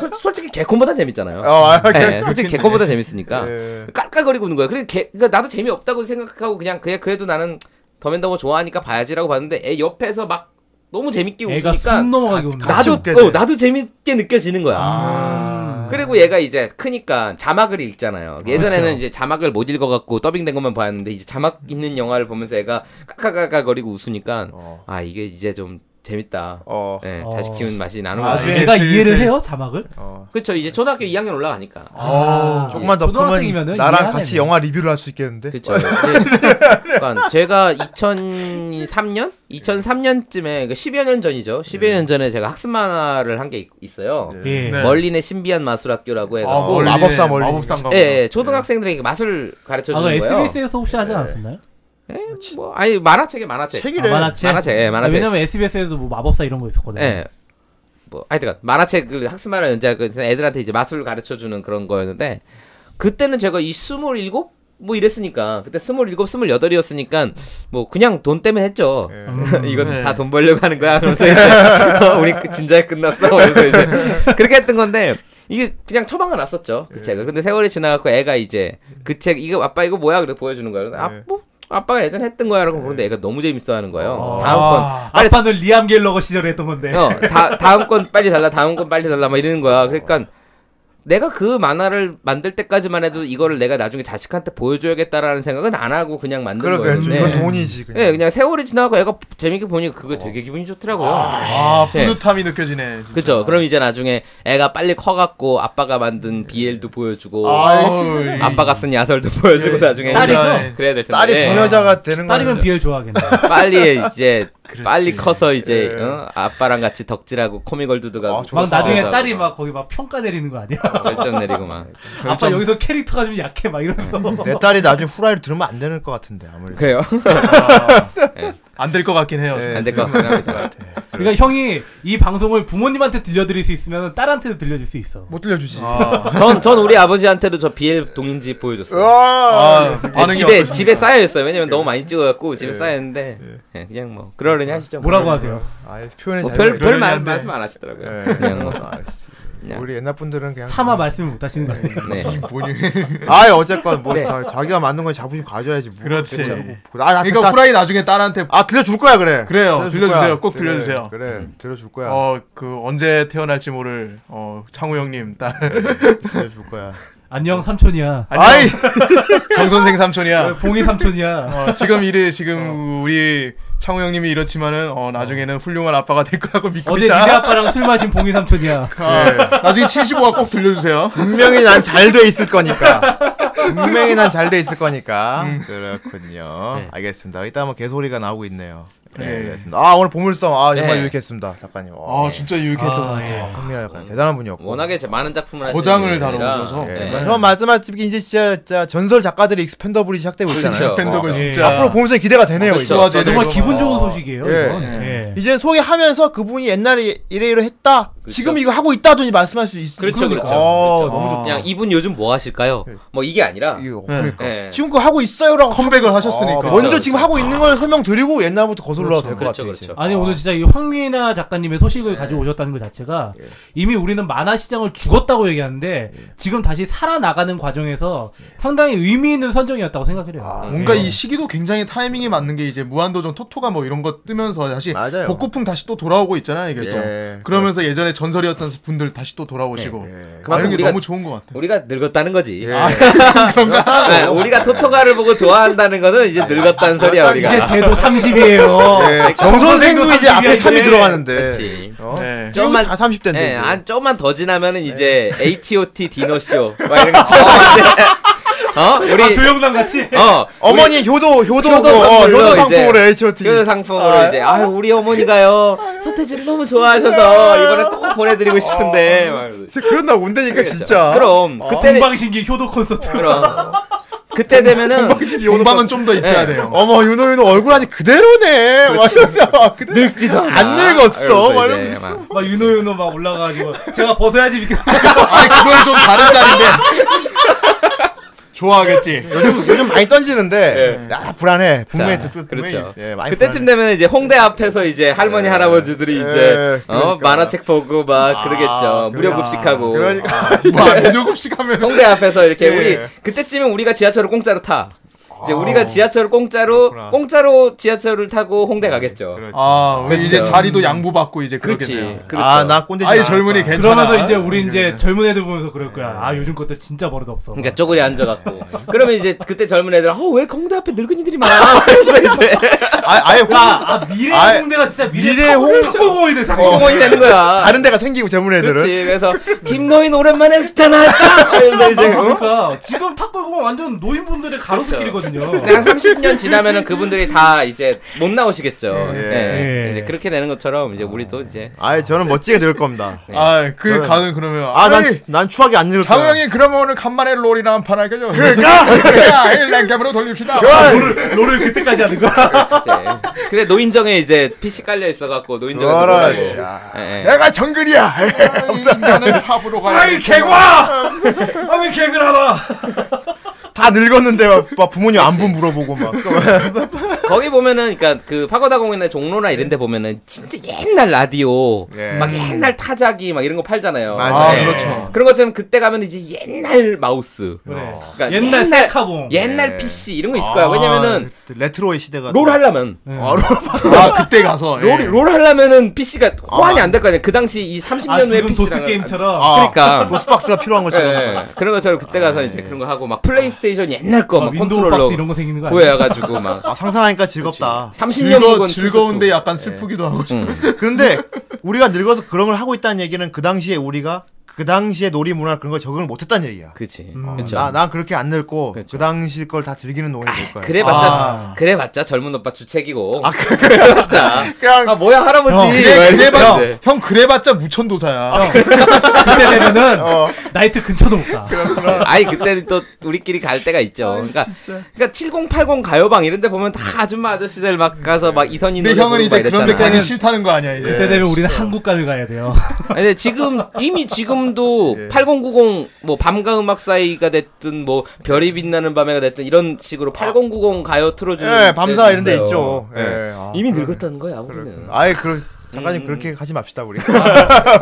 Speaker 7: 솔- 솔직히 개콘보다 재밌잖아요.
Speaker 2: 어, 아,
Speaker 7: 네, 솔직히 개콘보다 재밌으니까
Speaker 2: 예.
Speaker 7: 깔깔거리고 우는 거야. 그래, 개, 그러니까 나도 재미없다고 생각하고 그냥 그래 그래도 나는 더맨더머 뭐 좋아하니까 봐야지라고 봤는데 애 옆에서 막 너무 재밌게
Speaker 1: 애가
Speaker 7: 웃으니까
Speaker 1: 숨 넘어가게 네. 웃는
Speaker 7: 나도
Speaker 2: 웃게 돼.
Speaker 7: 어, 나도 재밌게 느껴지는 거야. 그리고 얘가 이제 크니까 자막을 읽잖아요. 예전에는 이제 자막을 못 읽어갖고 더빙된 것만 봤는데 이제 자막 있는 영화를 보면서 애가 깔깔깔깔거리고 웃으니까
Speaker 2: 어.
Speaker 7: 아 이게 이제 좀 재밌다.
Speaker 2: 어.
Speaker 7: 예,
Speaker 1: 어.
Speaker 7: 자식 키우는 맛이
Speaker 2: 아,
Speaker 7: 나는구나.
Speaker 2: 예,
Speaker 1: 얘가
Speaker 2: 슬슬.
Speaker 1: 이해를 해요 자막을? 아,
Speaker 2: 어.
Speaker 7: 그렇죠. 이제 초등학교 2학년 올라가니까.
Speaker 2: 어, 조금만 더 크면
Speaker 1: 초등학생이면은
Speaker 2: 나랑
Speaker 1: 이해하네,
Speaker 2: 같이
Speaker 1: 뭐.
Speaker 2: 영화 리뷰를 할 수 있겠는데.
Speaker 7: 그렇죠. 그러니까 제가 2003년, 2003년쯤에 10여 년 전이죠. 10여 년 전에 제가 학습 만화를 한 게 있어요.
Speaker 1: 예.
Speaker 3: 네.
Speaker 7: 멀린의 신비한 뭐 마술학교라고 해가
Speaker 3: 아,
Speaker 7: 고
Speaker 3: 멀리. 네.
Speaker 2: 마법사 멀리.
Speaker 3: 마법사인가 보다.
Speaker 7: 예, 예, 초등학생들에게 마술 가르쳐
Speaker 1: 아그
Speaker 7: 주는 거예요. 네.
Speaker 1: SBS에서 혹시 하지 않았었나요?
Speaker 7: 예, 뭐 아니 만화책에 만화책.
Speaker 2: 책이래.
Speaker 1: 아, 만화책.
Speaker 7: 만화책, 예, 만화책.
Speaker 1: 왜냐면 SBS에도 뭐 마법사 이런 거 있었거든요.
Speaker 7: 예. 뭐 하여튼간 만화책을 학습 만화 연재하고 애들한테 이제 마술 가르쳐 주는 그런 거였는데 그때는 제가 이 스물일곱 뭐 이랬으니까 그때 스물일곱 스물여덟이었으니까 뭐 그냥 돈 때문에 했죠. 이건
Speaker 3: 네.
Speaker 7: 다 돈 벌려고 하는 거야. 그러면서 이제 어, 우리 그 진작에 끝났어. 그래서 이제 그렇게 했던 건데 이게 그냥 처방을 났었죠 그 책을. 근데 세월이 지나갖고 애가 이제 그 책 이거 아빠 이거 뭐야? 그래 보여주는 거야. 그래서
Speaker 2: 예.
Speaker 7: 아 뭐. 아빠가 예전에 했던 거야라고 그러는데 애가 너무 재밌어하는 거예요.
Speaker 1: 어.
Speaker 7: 다음 건 빨리
Speaker 1: 아빠는 리암 갤러거 시절에 했던 건데.
Speaker 7: 어, 다, 다음 건 빨리 달라, 다음 건 빨리 달라, 막 이러는 거야. 그러니까, 내가 그 만화를 만들 때까지만 해도 이거를 내가 나중에 자식한테 보여줘야겠다라는 생각은 안 하고 그냥 만든
Speaker 3: 네. 그러게 좀
Speaker 7: 거였는데
Speaker 3: 이건 돈이지 그냥.
Speaker 7: 네, 그냥 세월이 지나고 애가 재밌게 보니까 그게 되게 기분이 좋더라고요.
Speaker 3: 아
Speaker 7: 네.
Speaker 3: 뿌듯함이 느껴지네. 진짜.
Speaker 7: 그렇죠. 그럼 이제 나중에 애가 빨리 커갖고 아빠가 만든 BL도 보여주고
Speaker 3: 아유, 이- 예.
Speaker 7: 아빠가 쓴 야설도 보여주고 나중에
Speaker 3: 딸이죠?
Speaker 7: 이제 그래야 될 텐데
Speaker 2: 딸이
Speaker 7: 예.
Speaker 2: 부녀자가 되는 거야.
Speaker 1: 딸이면 비엘 좋아하겠네.
Speaker 7: 빨리 이제 빨리 커서 이제
Speaker 3: 예.
Speaker 7: 어? 아빠랑 같이 덕질하고 코미걸드도 가고 뭐
Speaker 3: 아,
Speaker 1: 막
Speaker 3: 좋았어.
Speaker 1: 나중에
Speaker 7: 하고
Speaker 1: 딸이 막 거기 막 평가 내리는 거 아니야?
Speaker 7: 결정 내리고 막 그렇죠.
Speaker 1: 아빠 여기서 캐릭터가 좀 약해 막 이러면서.
Speaker 2: 내 딸이 나중에 후라이를 들으면 안 되는 것 같은데 아무래도.
Speaker 7: 그래요
Speaker 3: 안될 것 같긴 해요.
Speaker 2: 네.
Speaker 3: 좀.
Speaker 7: 안 될 것 같긴 합니다
Speaker 1: 그러니까 형이 이 방송을 부모님한테 들려드릴 수 있으면 딸한테도 들려줄 수 있어.
Speaker 3: 못 들려주지.
Speaker 7: 전, 전 우리 아버지한테도 저 BL 동인지 보여줬어요
Speaker 3: 아,
Speaker 7: 예,
Speaker 3: 반응이
Speaker 7: 집에
Speaker 3: 어떠십니까?
Speaker 7: 집에 쌓여 있어요 왜냐면 너무 많이 찍어갖고 집에 쌓여 있는데 예, 그냥 뭐 그러려니 하시죠
Speaker 1: 뭐라고 하세요?
Speaker 2: 아, 표현이
Speaker 7: 뭐
Speaker 2: 잘
Speaker 7: 별, 별
Speaker 3: 그러려니
Speaker 7: 말,
Speaker 3: 한데.
Speaker 7: 말씀 안 하시더라고요
Speaker 2: 예.
Speaker 7: 그냥 뭐
Speaker 2: 모 우리 옛날 분들은 그냥
Speaker 1: 차마 말씀을 못 하시는 거 아니에요?
Speaker 7: 네.
Speaker 3: 뭐니?
Speaker 2: 아 어쨌건 뭐
Speaker 7: 네.
Speaker 2: 자, 자기가 만든 건 자부심 가져야지. 뭐.
Speaker 3: 그렇지.
Speaker 2: 아, 나,
Speaker 3: 그러니까
Speaker 2: 나,
Speaker 3: 후라이 나중에 딸한테
Speaker 2: 아 들려줄 거야 그래.
Speaker 3: 그래요. 어,
Speaker 7: 네,
Speaker 2: 거야.
Speaker 3: 들려주세요. 꼭
Speaker 2: 그래,
Speaker 3: 들려주세요.
Speaker 2: 그래
Speaker 7: 음.
Speaker 2: 들려줄 거야.
Speaker 3: 어 그 언제 태어날지 모를 어 창우 형님 딸
Speaker 2: 들려줄 거야.
Speaker 1: 안녕 삼촌이야.
Speaker 2: 아이
Speaker 3: 정 선생 삼촌이야.
Speaker 1: 봉이 삼촌이야.
Speaker 3: 어, 지금 이래 지금 우리 창우 형님이 이렇지만은 어 나중에는 훌륭한 아빠가 될 거라고 믿고
Speaker 1: 어제 니네
Speaker 2: 그러니까.
Speaker 3: 있다.
Speaker 1: 아빠랑 술 마신 봉이 삼촌이야.
Speaker 3: 아, 나중에 75화 꼭 들려주세요.
Speaker 2: 분명히 난 잘 돼 있을 거니까. 분명히 난 잘 돼 있을 거니까. 그렇군요.
Speaker 7: 네.
Speaker 2: 알겠습니다. 이따 한번 개소리가 나오고 있네요. 네,
Speaker 3: 네.
Speaker 2: 알겠습니다. 아 오늘 보물섬 아 정말
Speaker 7: 네.
Speaker 2: 유익했습니다. 작가님. 와, 네.
Speaker 3: 아 진짜 유익했던 것
Speaker 1: 아,
Speaker 3: 같아요.
Speaker 1: 예.
Speaker 2: 흥미가 약간 대단한 분이었고.
Speaker 7: 워낙에 제 많은 작품을
Speaker 3: 고장을
Speaker 7: 하시는 분이라.
Speaker 3: 다뤄보셔서.
Speaker 7: 예.
Speaker 2: 예. 저 마지막 집이 이제 진짜, 진짜 전설 작가들의 익스펜더블이 시작되고 있잖아요.
Speaker 7: 그렇죠.
Speaker 3: 팬덤을
Speaker 1: 어,
Speaker 3: 진짜
Speaker 2: 앞으로 보물섬이 기대가 되네요.
Speaker 7: 그렇죠.
Speaker 2: 이제.
Speaker 3: 좋아져야
Speaker 1: 정말
Speaker 3: 되고.
Speaker 1: 기분 좋은 소식이에요.
Speaker 2: 예.
Speaker 1: 이건. 예.
Speaker 2: 이제 소개하면서 그분이 옛날에 이래 이래 했다. 지금 이거 하고 있다더니 말씀할 수 있습니다.
Speaker 7: 그렇죠, 그렇죠.
Speaker 2: 어,
Speaker 7: 그렇죠.
Speaker 2: 너무
Speaker 3: 아.
Speaker 7: 그냥 이분 요즘 뭐 하실까요? 뭐 이게 아니라
Speaker 2: 이거
Speaker 3: 네.
Speaker 2: 그러니까.
Speaker 7: 예.
Speaker 2: 지금 그거 하고 있어요라고
Speaker 3: 컴백을 하셨으니까.
Speaker 2: 아, 먼저
Speaker 7: 그렇죠,
Speaker 2: 지금
Speaker 7: 그렇죠.
Speaker 2: 하고 있는 걸 설명드리고 옛날부터 거슬러 도 될 것
Speaker 7: 그렇죠,
Speaker 2: 같아요.
Speaker 7: 그렇죠.
Speaker 2: 이제.
Speaker 1: 아니 오늘 진짜 이 황미나 작가님의
Speaker 2: 예.
Speaker 1: 소식을 가지고 오셨다는 것 자체가 이미 우리는 만화 시장을 죽었다고 얘기하는데
Speaker 2: 예.
Speaker 1: 지금 다시 살아나가는 과정에서 상당히 의미 있는 선정이었다고 생각해요.
Speaker 2: 아,
Speaker 1: 예.
Speaker 3: 뭔가 이 시기도 굉장히 타이밍이 맞는 게 이제 무한도전 토토가 뭐 이런 거 뜨면서 다시
Speaker 2: 맞아요.
Speaker 3: 복고풍 다시 또 돌아오고 있잖아요 이게
Speaker 7: 그렇죠.
Speaker 3: 또
Speaker 2: 예.
Speaker 3: 그러면서 예전에 전설이었던 분들 다시 또 돌아오시고 아,
Speaker 7: 그만큼
Speaker 3: 이런 게
Speaker 7: 우리가-
Speaker 3: 너무 좋은 것 같아요.
Speaker 7: 우리가 늙었다는 거지.
Speaker 2: 아,
Speaker 7: 네, 우리가 토토가를 보고 좋아한다는 거는 이제 늙었다는 소리야 우리가.
Speaker 1: 이제 제도 30이에요.
Speaker 2: 예. 정 선생도 이제 앞에 3이 들어가는데.
Speaker 7: 그렇지.
Speaker 2: 어?
Speaker 3: 네.
Speaker 2: 지금
Speaker 7: 좀만-
Speaker 2: 다 30대인데.
Speaker 7: 예, 한 조금만 더
Speaker 2: 네.
Speaker 7: 지나면은 이제 H.O.T. 디너쇼 막 이런 거.
Speaker 2: 아.
Speaker 7: 처음 어,
Speaker 1: 아,
Speaker 7: 우리
Speaker 1: 조영남 같이.
Speaker 7: 어
Speaker 2: 어머니 효도 효도
Speaker 7: 효도
Speaker 2: 뭐, 어,
Speaker 7: 선물로
Speaker 2: 효도
Speaker 7: 이제-
Speaker 2: 상품으로 H.O.T.
Speaker 7: 효도 그 상품으로 이제 아 우리 어머니가요 서태지를 너무 좋아하셔서 이번에 또 보내드리고 싶은데. 막 이러면서.
Speaker 2: 진짜 그런 날 온다니까 아. 진짜.
Speaker 7: 그렇죠.
Speaker 2: 아,
Speaker 7: 그럼 그때는 어.
Speaker 1: 동방신기 효도 콘서트.
Speaker 7: 그럼 그때 되면은
Speaker 3: 동방은 좀 더 있어야 돼요.
Speaker 2: 어머 윤호 윤호 얼굴 아직 그대로네. 막 이러면서 그대로.
Speaker 7: 늙지도 않아.
Speaker 2: 안 늙었어. 막
Speaker 7: 이러면서 이제
Speaker 2: 이러면서.
Speaker 7: 막
Speaker 1: 막 윤호윤호 막 올라가가지고 제가 벗어야지 믿겠어.
Speaker 3: 아니 그건 좀 다른 짤인데 좋아하겠지.
Speaker 2: 요즘, 요즘 많이 던지는데 아 불안해. 분명히
Speaker 7: 네. 자,
Speaker 2: 듣 분명히.
Speaker 7: 그렇죠.
Speaker 2: 예, 많이 예.
Speaker 7: 그때쯤 되면 이제 홍대 앞에서 이제 할머니 할아버지들이 이제 어,
Speaker 2: 그러니까. 아,
Speaker 7: 만화책 보고 막 그러겠죠. 무료 급식하고. 아,
Speaker 2: 그러니까
Speaker 3: 와 무료급식 하면
Speaker 7: 홍대 앞에서 이렇게
Speaker 2: 예. 아.
Speaker 7: 우리 그때쯤엔 우리가 지하철을 공짜로 타. 이제 우리가 지하철을 공짜로 공짜로 지하철을 타고 홍대 가겠죠.
Speaker 2: 그러니까.
Speaker 3: 아 우리 이제
Speaker 7: 그렇죠.
Speaker 3: 자리도 양보받고 이제 그렇겠네요.
Speaker 7: 그렇지. 그렇죠.
Speaker 2: 아나 꼰대지.
Speaker 3: 아이 젊은이 괜찮아. 음,
Speaker 1: 그러면서 이제 우리 이제 젊은 애들 보면서 그럴 거야. 아 요즘 것들 진짜 버릇 없어.
Speaker 7: 그러니까 쪼그리 앉아갖고 그러면 이제 그때 젊은 애들 어왜 홍대 앞에 늙은이들이 많아 그래서 이제
Speaker 2: 아, 아예 홍
Speaker 1: 아, 아 미래
Speaker 2: 아이,
Speaker 1: 홍대가 진짜 미래
Speaker 2: 미래 홍대.
Speaker 1: 홍보공이 됐어.
Speaker 7: 공공이 되는 거야
Speaker 2: 다른 데가 생기고 젊은 애들은.
Speaker 7: 그렇지 그래서 김노인 오랜만에 스타나 했다 이러면서 이제 어?
Speaker 1: 그러니까 지금 탁골공원 완전 노인분들의 가로수길이거든요.
Speaker 7: 근데 한 30년 지나면은 그분들이 다 이제 못 나오시겠죠.
Speaker 2: 예.
Speaker 7: 예.
Speaker 1: 예.
Speaker 7: 이제 그렇게 되는 것처럼 이제 우리도 이제
Speaker 2: 아예 저는 멋지게 들을 겁니다. 네.
Speaker 3: 아그 가는 그러면
Speaker 2: 아 난 어.
Speaker 3: 아니,
Speaker 2: 난 추하게 안 읽을
Speaker 3: 장우
Speaker 2: 거야.
Speaker 3: 형이 그러면 오늘 간만에 롤이나 한 판 할게요. 그러니까 그러니까 랭캠으로 돌립시다.
Speaker 2: 그러니까!
Speaker 1: 롤을, 롤을 그때까지 하는 거야.
Speaker 7: 이제 근데 노인정에 이제 PC 깔려 있어가고 노인정에서
Speaker 2: 그렇지.
Speaker 7: 놀고.
Speaker 2: 야.
Speaker 7: 예, 예.
Speaker 2: 내가 정글이야.
Speaker 3: 인간은 탑으로 가야
Speaker 1: 아, 아이 개과! 아왜 개그를 하나?
Speaker 2: 다 늙었는데 막, 막 부모님 안부 물어보고 막.
Speaker 7: 거기 보면은 그러니까 그 파고다 공원이나 종로나 이런 데 보면은 진짜 옛날 라디오
Speaker 2: 예.
Speaker 7: 막 옛날 타자기 막 이런 거 팔잖아요.
Speaker 2: 맞아요.
Speaker 3: 아,
Speaker 2: 네.
Speaker 3: 그렇죠.
Speaker 7: 그런 것처럼 그때 가면 이제 옛날 마우스
Speaker 1: 그래. 아,
Speaker 7: 그러니까
Speaker 1: 옛날 셀카봉.
Speaker 7: 옛날
Speaker 2: 예.
Speaker 7: PC 이런
Speaker 3: 아,
Speaker 7: 거 있을 거야. 왜냐면은
Speaker 2: 레트로의 시대가.
Speaker 7: 롤 하려면
Speaker 3: 예.
Speaker 2: 아, 롤.
Speaker 3: 아, 그때 가서. 예.
Speaker 7: 롤, 롤 하려면은 PC가 호환이 안 될 거 아니야. 그 당시 이 30년
Speaker 1: 아
Speaker 7: 후에
Speaker 1: 지금
Speaker 7: PC랑
Speaker 1: 도스 게임처럼.
Speaker 3: 아,
Speaker 1: 아,
Speaker 7: 그러니까.
Speaker 2: 도스박스가 필요한 것처럼.
Speaker 7: 예, 그런 것처럼 그때 가서 이제 그런 거 하고 막 플레이스테이션 옛날 거
Speaker 1: 막
Speaker 7: 막
Speaker 1: 예. 아, 어, 윈도우 박스 이런
Speaker 7: 컨트롤러
Speaker 1: 거 생기는 거 아니야?
Speaker 7: 구해가지고 막
Speaker 2: 아, 상상하니까 즐겁다.
Speaker 7: 30년
Speaker 3: 즐거,
Speaker 7: 묵은 그
Speaker 3: 즐거운데
Speaker 7: 투수투.
Speaker 3: 약간 슬프기도
Speaker 2: 예.
Speaker 3: 하고.
Speaker 2: 근데 우리가 늙어서 그런 걸 하고 있다는 얘기는 그 당시에 우리가 그 당시에 놀이 문화 그런 걸 적응을 못했다는 얘기야.
Speaker 7: 그치.
Speaker 1: 음.
Speaker 7: 그쵸.
Speaker 2: 나, 난 그렇게 안 늙고 그
Speaker 7: 그쵸.
Speaker 2: 당시 걸 다 즐기는 노인이 될 거야.
Speaker 7: 그래봤자
Speaker 3: 아. 그,
Speaker 7: 그래봤자 젊은 오빠 주책이고. 아 그래봤자.
Speaker 3: 그냥 어,
Speaker 7: 아 뭐야 할아버지.
Speaker 1: 형,
Speaker 3: 그래, 그래봤자,
Speaker 7: 네.
Speaker 3: 형, 그래봤자
Speaker 2: 아,
Speaker 3: 무천도사야.
Speaker 1: 그때 되면은 나이트 근처도 못 가.
Speaker 7: 아이 그때는 또 우리끼리 갈 때가 있죠. 그러니까 그러니까 7080 가요방 이런데 보면 다 아줌마 아저씨들 막 가서 막 이선희
Speaker 3: 근데
Speaker 7: 노래
Speaker 3: 형은
Speaker 7: 부르고 막
Speaker 3: 이제 그런 데
Speaker 7: 이랬잖아.
Speaker 3: 가기 싫다는 거 아니야, 이제.
Speaker 1: 그때 되면 우리는 한국가를 가야 돼요.
Speaker 7: 아니, 근데 지금 이미 지금도
Speaker 3: 예.
Speaker 7: 8090 뭐 밤과 음악 사이가 됐든 뭐 별이 빛나는 밤에가 됐든 이런 식으로 8090 가요 틀어주는
Speaker 2: 예, 밤사
Speaker 7: 데도
Speaker 2: 이런 데
Speaker 7: 있어요.
Speaker 2: 있죠. 예.
Speaker 7: 예.
Speaker 2: 아,
Speaker 7: 이미
Speaker 2: 그래.
Speaker 7: 늙었다는 거야 우리는.
Speaker 2: 아예 그 작가님
Speaker 7: 음.
Speaker 2: 그렇게 하지 맙시다 우리.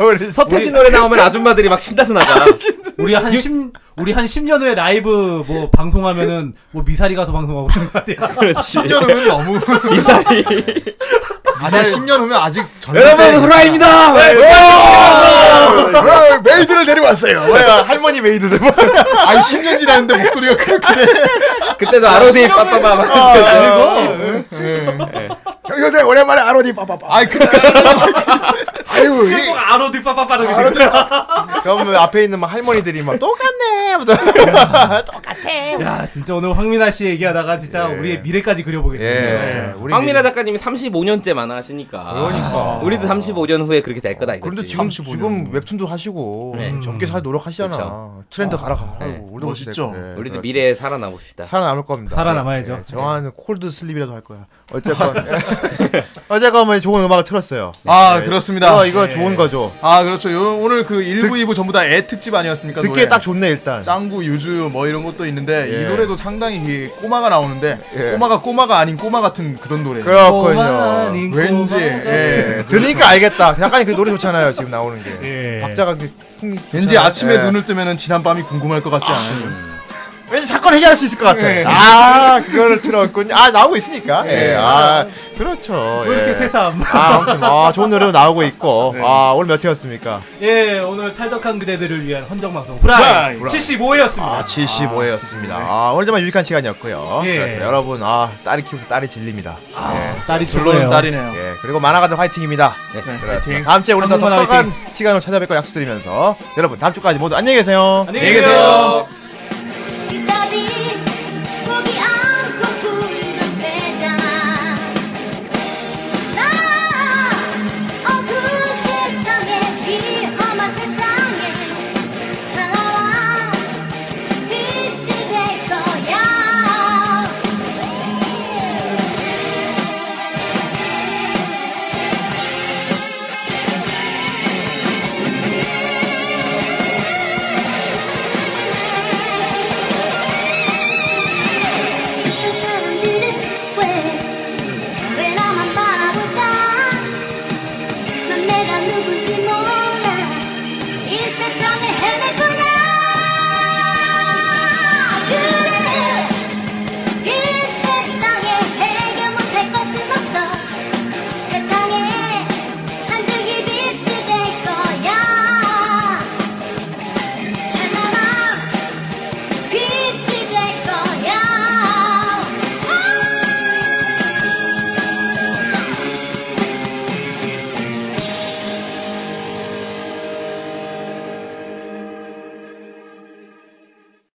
Speaker 2: 우리
Speaker 7: 서태지 노래 나오면 아줌마들이 막 신다서 나가.
Speaker 1: 우리 한 10, 우리 한 10년 후에 라이브 뭐 방송하면은 뭐 미사리 가서 방송하고 그런 거 아니야?
Speaker 3: 10년 후면 너무.
Speaker 7: 미사리.
Speaker 3: 아니, 10년 후면 아직 젊은
Speaker 7: 여러분
Speaker 3: 때니까.
Speaker 7: 후라이입니다.
Speaker 2: 아, 메이드를 데려왔어요. 뭐야 할머니 메이드들.
Speaker 3: 아니, 10년 지났는데 목소리가 그렇게 돼.
Speaker 7: 그때도
Speaker 3: 아,
Speaker 7: ROD 빠빠빠.
Speaker 2: 경 선생 오랜만에 아로니 빠빠빠.
Speaker 3: 아니, 그러니까 10년
Speaker 2: 아이고.
Speaker 1: 그게 꼭 아로디 빠빠빠라고 되는 거야.
Speaker 2: 그러면 앞에 있는 막 할머니들이 막 똑같네. 막
Speaker 1: 야, 진짜 오늘 황민아 씨 얘기하다가 진짜
Speaker 2: 예.
Speaker 1: 우리의 미래까지 그려보겠네요.
Speaker 2: 예. 우리
Speaker 7: 황민아 작가님이 35년째 만화 하시니까.
Speaker 2: 그러니까.
Speaker 7: 우리도 35년 후에 그렇게 될 거다 이거지.
Speaker 2: 그런데 지금 지금 웹툰도 하시고
Speaker 7: 네.
Speaker 2: 젊게 살 노력하시잖아.
Speaker 7: 그쵸.
Speaker 2: 트렌드 가라.
Speaker 7: 네.
Speaker 2: 고 우리도
Speaker 3: 멋있죠.
Speaker 2: 그렇게 돼.
Speaker 7: 우리도
Speaker 2: 그렇지.
Speaker 7: 미래에 살아남읍시다.
Speaker 2: 살아남을 겁니다.
Speaker 1: 살아남아야죠.
Speaker 2: 네, 정한 콜드 슬립이라도 할 거야. 어쨌건 어쨌건 뭐 좋은 음악을 틀었어요.
Speaker 3: 아,
Speaker 2: 이거
Speaker 3: 그렇습니다.
Speaker 2: 어, 이거 좋은 거죠.
Speaker 3: 아, 그렇죠. 요, 오늘 그 1부, 2부 전부 다 애 특집 아니었습니까?
Speaker 2: 듣기에
Speaker 3: 노래?
Speaker 2: 딱 좋네 일단.
Speaker 3: 짱구 유주 뭐 이런 것도 있는데
Speaker 2: 예.
Speaker 3: 이 노래도 상당히 이 꼬마가 나오는데
Speaker 2: 예.
Speaker 3: 꼬마가 꼬마가 아닌 꼬마 같은 그런 노래.
Speaker 2: 그렇군요.
Speaker 1: 꼬마니,
Speaker 3: 왠지
Speaker 1: 꼬마가.
Speaker 3: 예.
Speaker 2: 들으니까 알겠다. 약간 그 노래 좋잖아요. 지금 나오는 게.
Speaker 1: 예.
Speaker 2: 박자가 이렇게 풍-
Speaker 3: 왠지
Speaker 2: 좋잖아요.
Speaker 3: 아침에
Speaker 2: 예.
Speaker 3: 눈을 뜨면은 지난 밤이 궁금할 것 같지 않아요?
Speaker 2: 왠지 사건 해결할 수 있을 것 같아.
Speaker 3: 예.
Speaker 2: 아 그거를 들었군요. 아 나오고 있으니까. 예. 아 그렇죠.
Speaker 1: 왜뭐 이렇게
Speaker 2: 예.
Speaker 1: 새삼.
Speaker 2: 아, 아무튼 아 좋은 노래도 나오고 있고. 아 오늘 몇 회였습니까?
Speaker 1: 예, 오늘 탈덕한 그대들을 위한 헌정방송 후라이 75회였습니다.
Speaker 2: 아, 75회였습니다. 아, 오늘 정말 유익한 시간이었고요.
Speaker 1: 예.
Speaker 2: 그래서 여러분, 아, 딸이 키우서 딸이 질립니다.
Speaker 1: 딸이
Speaker 3: 결론은
Speaker 1: 졸로요.
Speaker 3: 딸이네요.
Speaker 2: 예, 그리고 만화가들 화이팅입니다.
Speaker 3: 네,
Speaker 2: 그렇습니다.
Speaker 3: 화이팅.
Speaker 2: 다음 주에 우리 더
Speaker 1: 한국만
Speaker 2: 똑똑한 시간으로 찾아뵐 거 약속드리면서 여러분 다음 주까지 모두 안녕히 계세요.
Speaker 1: 안녕히 계세요.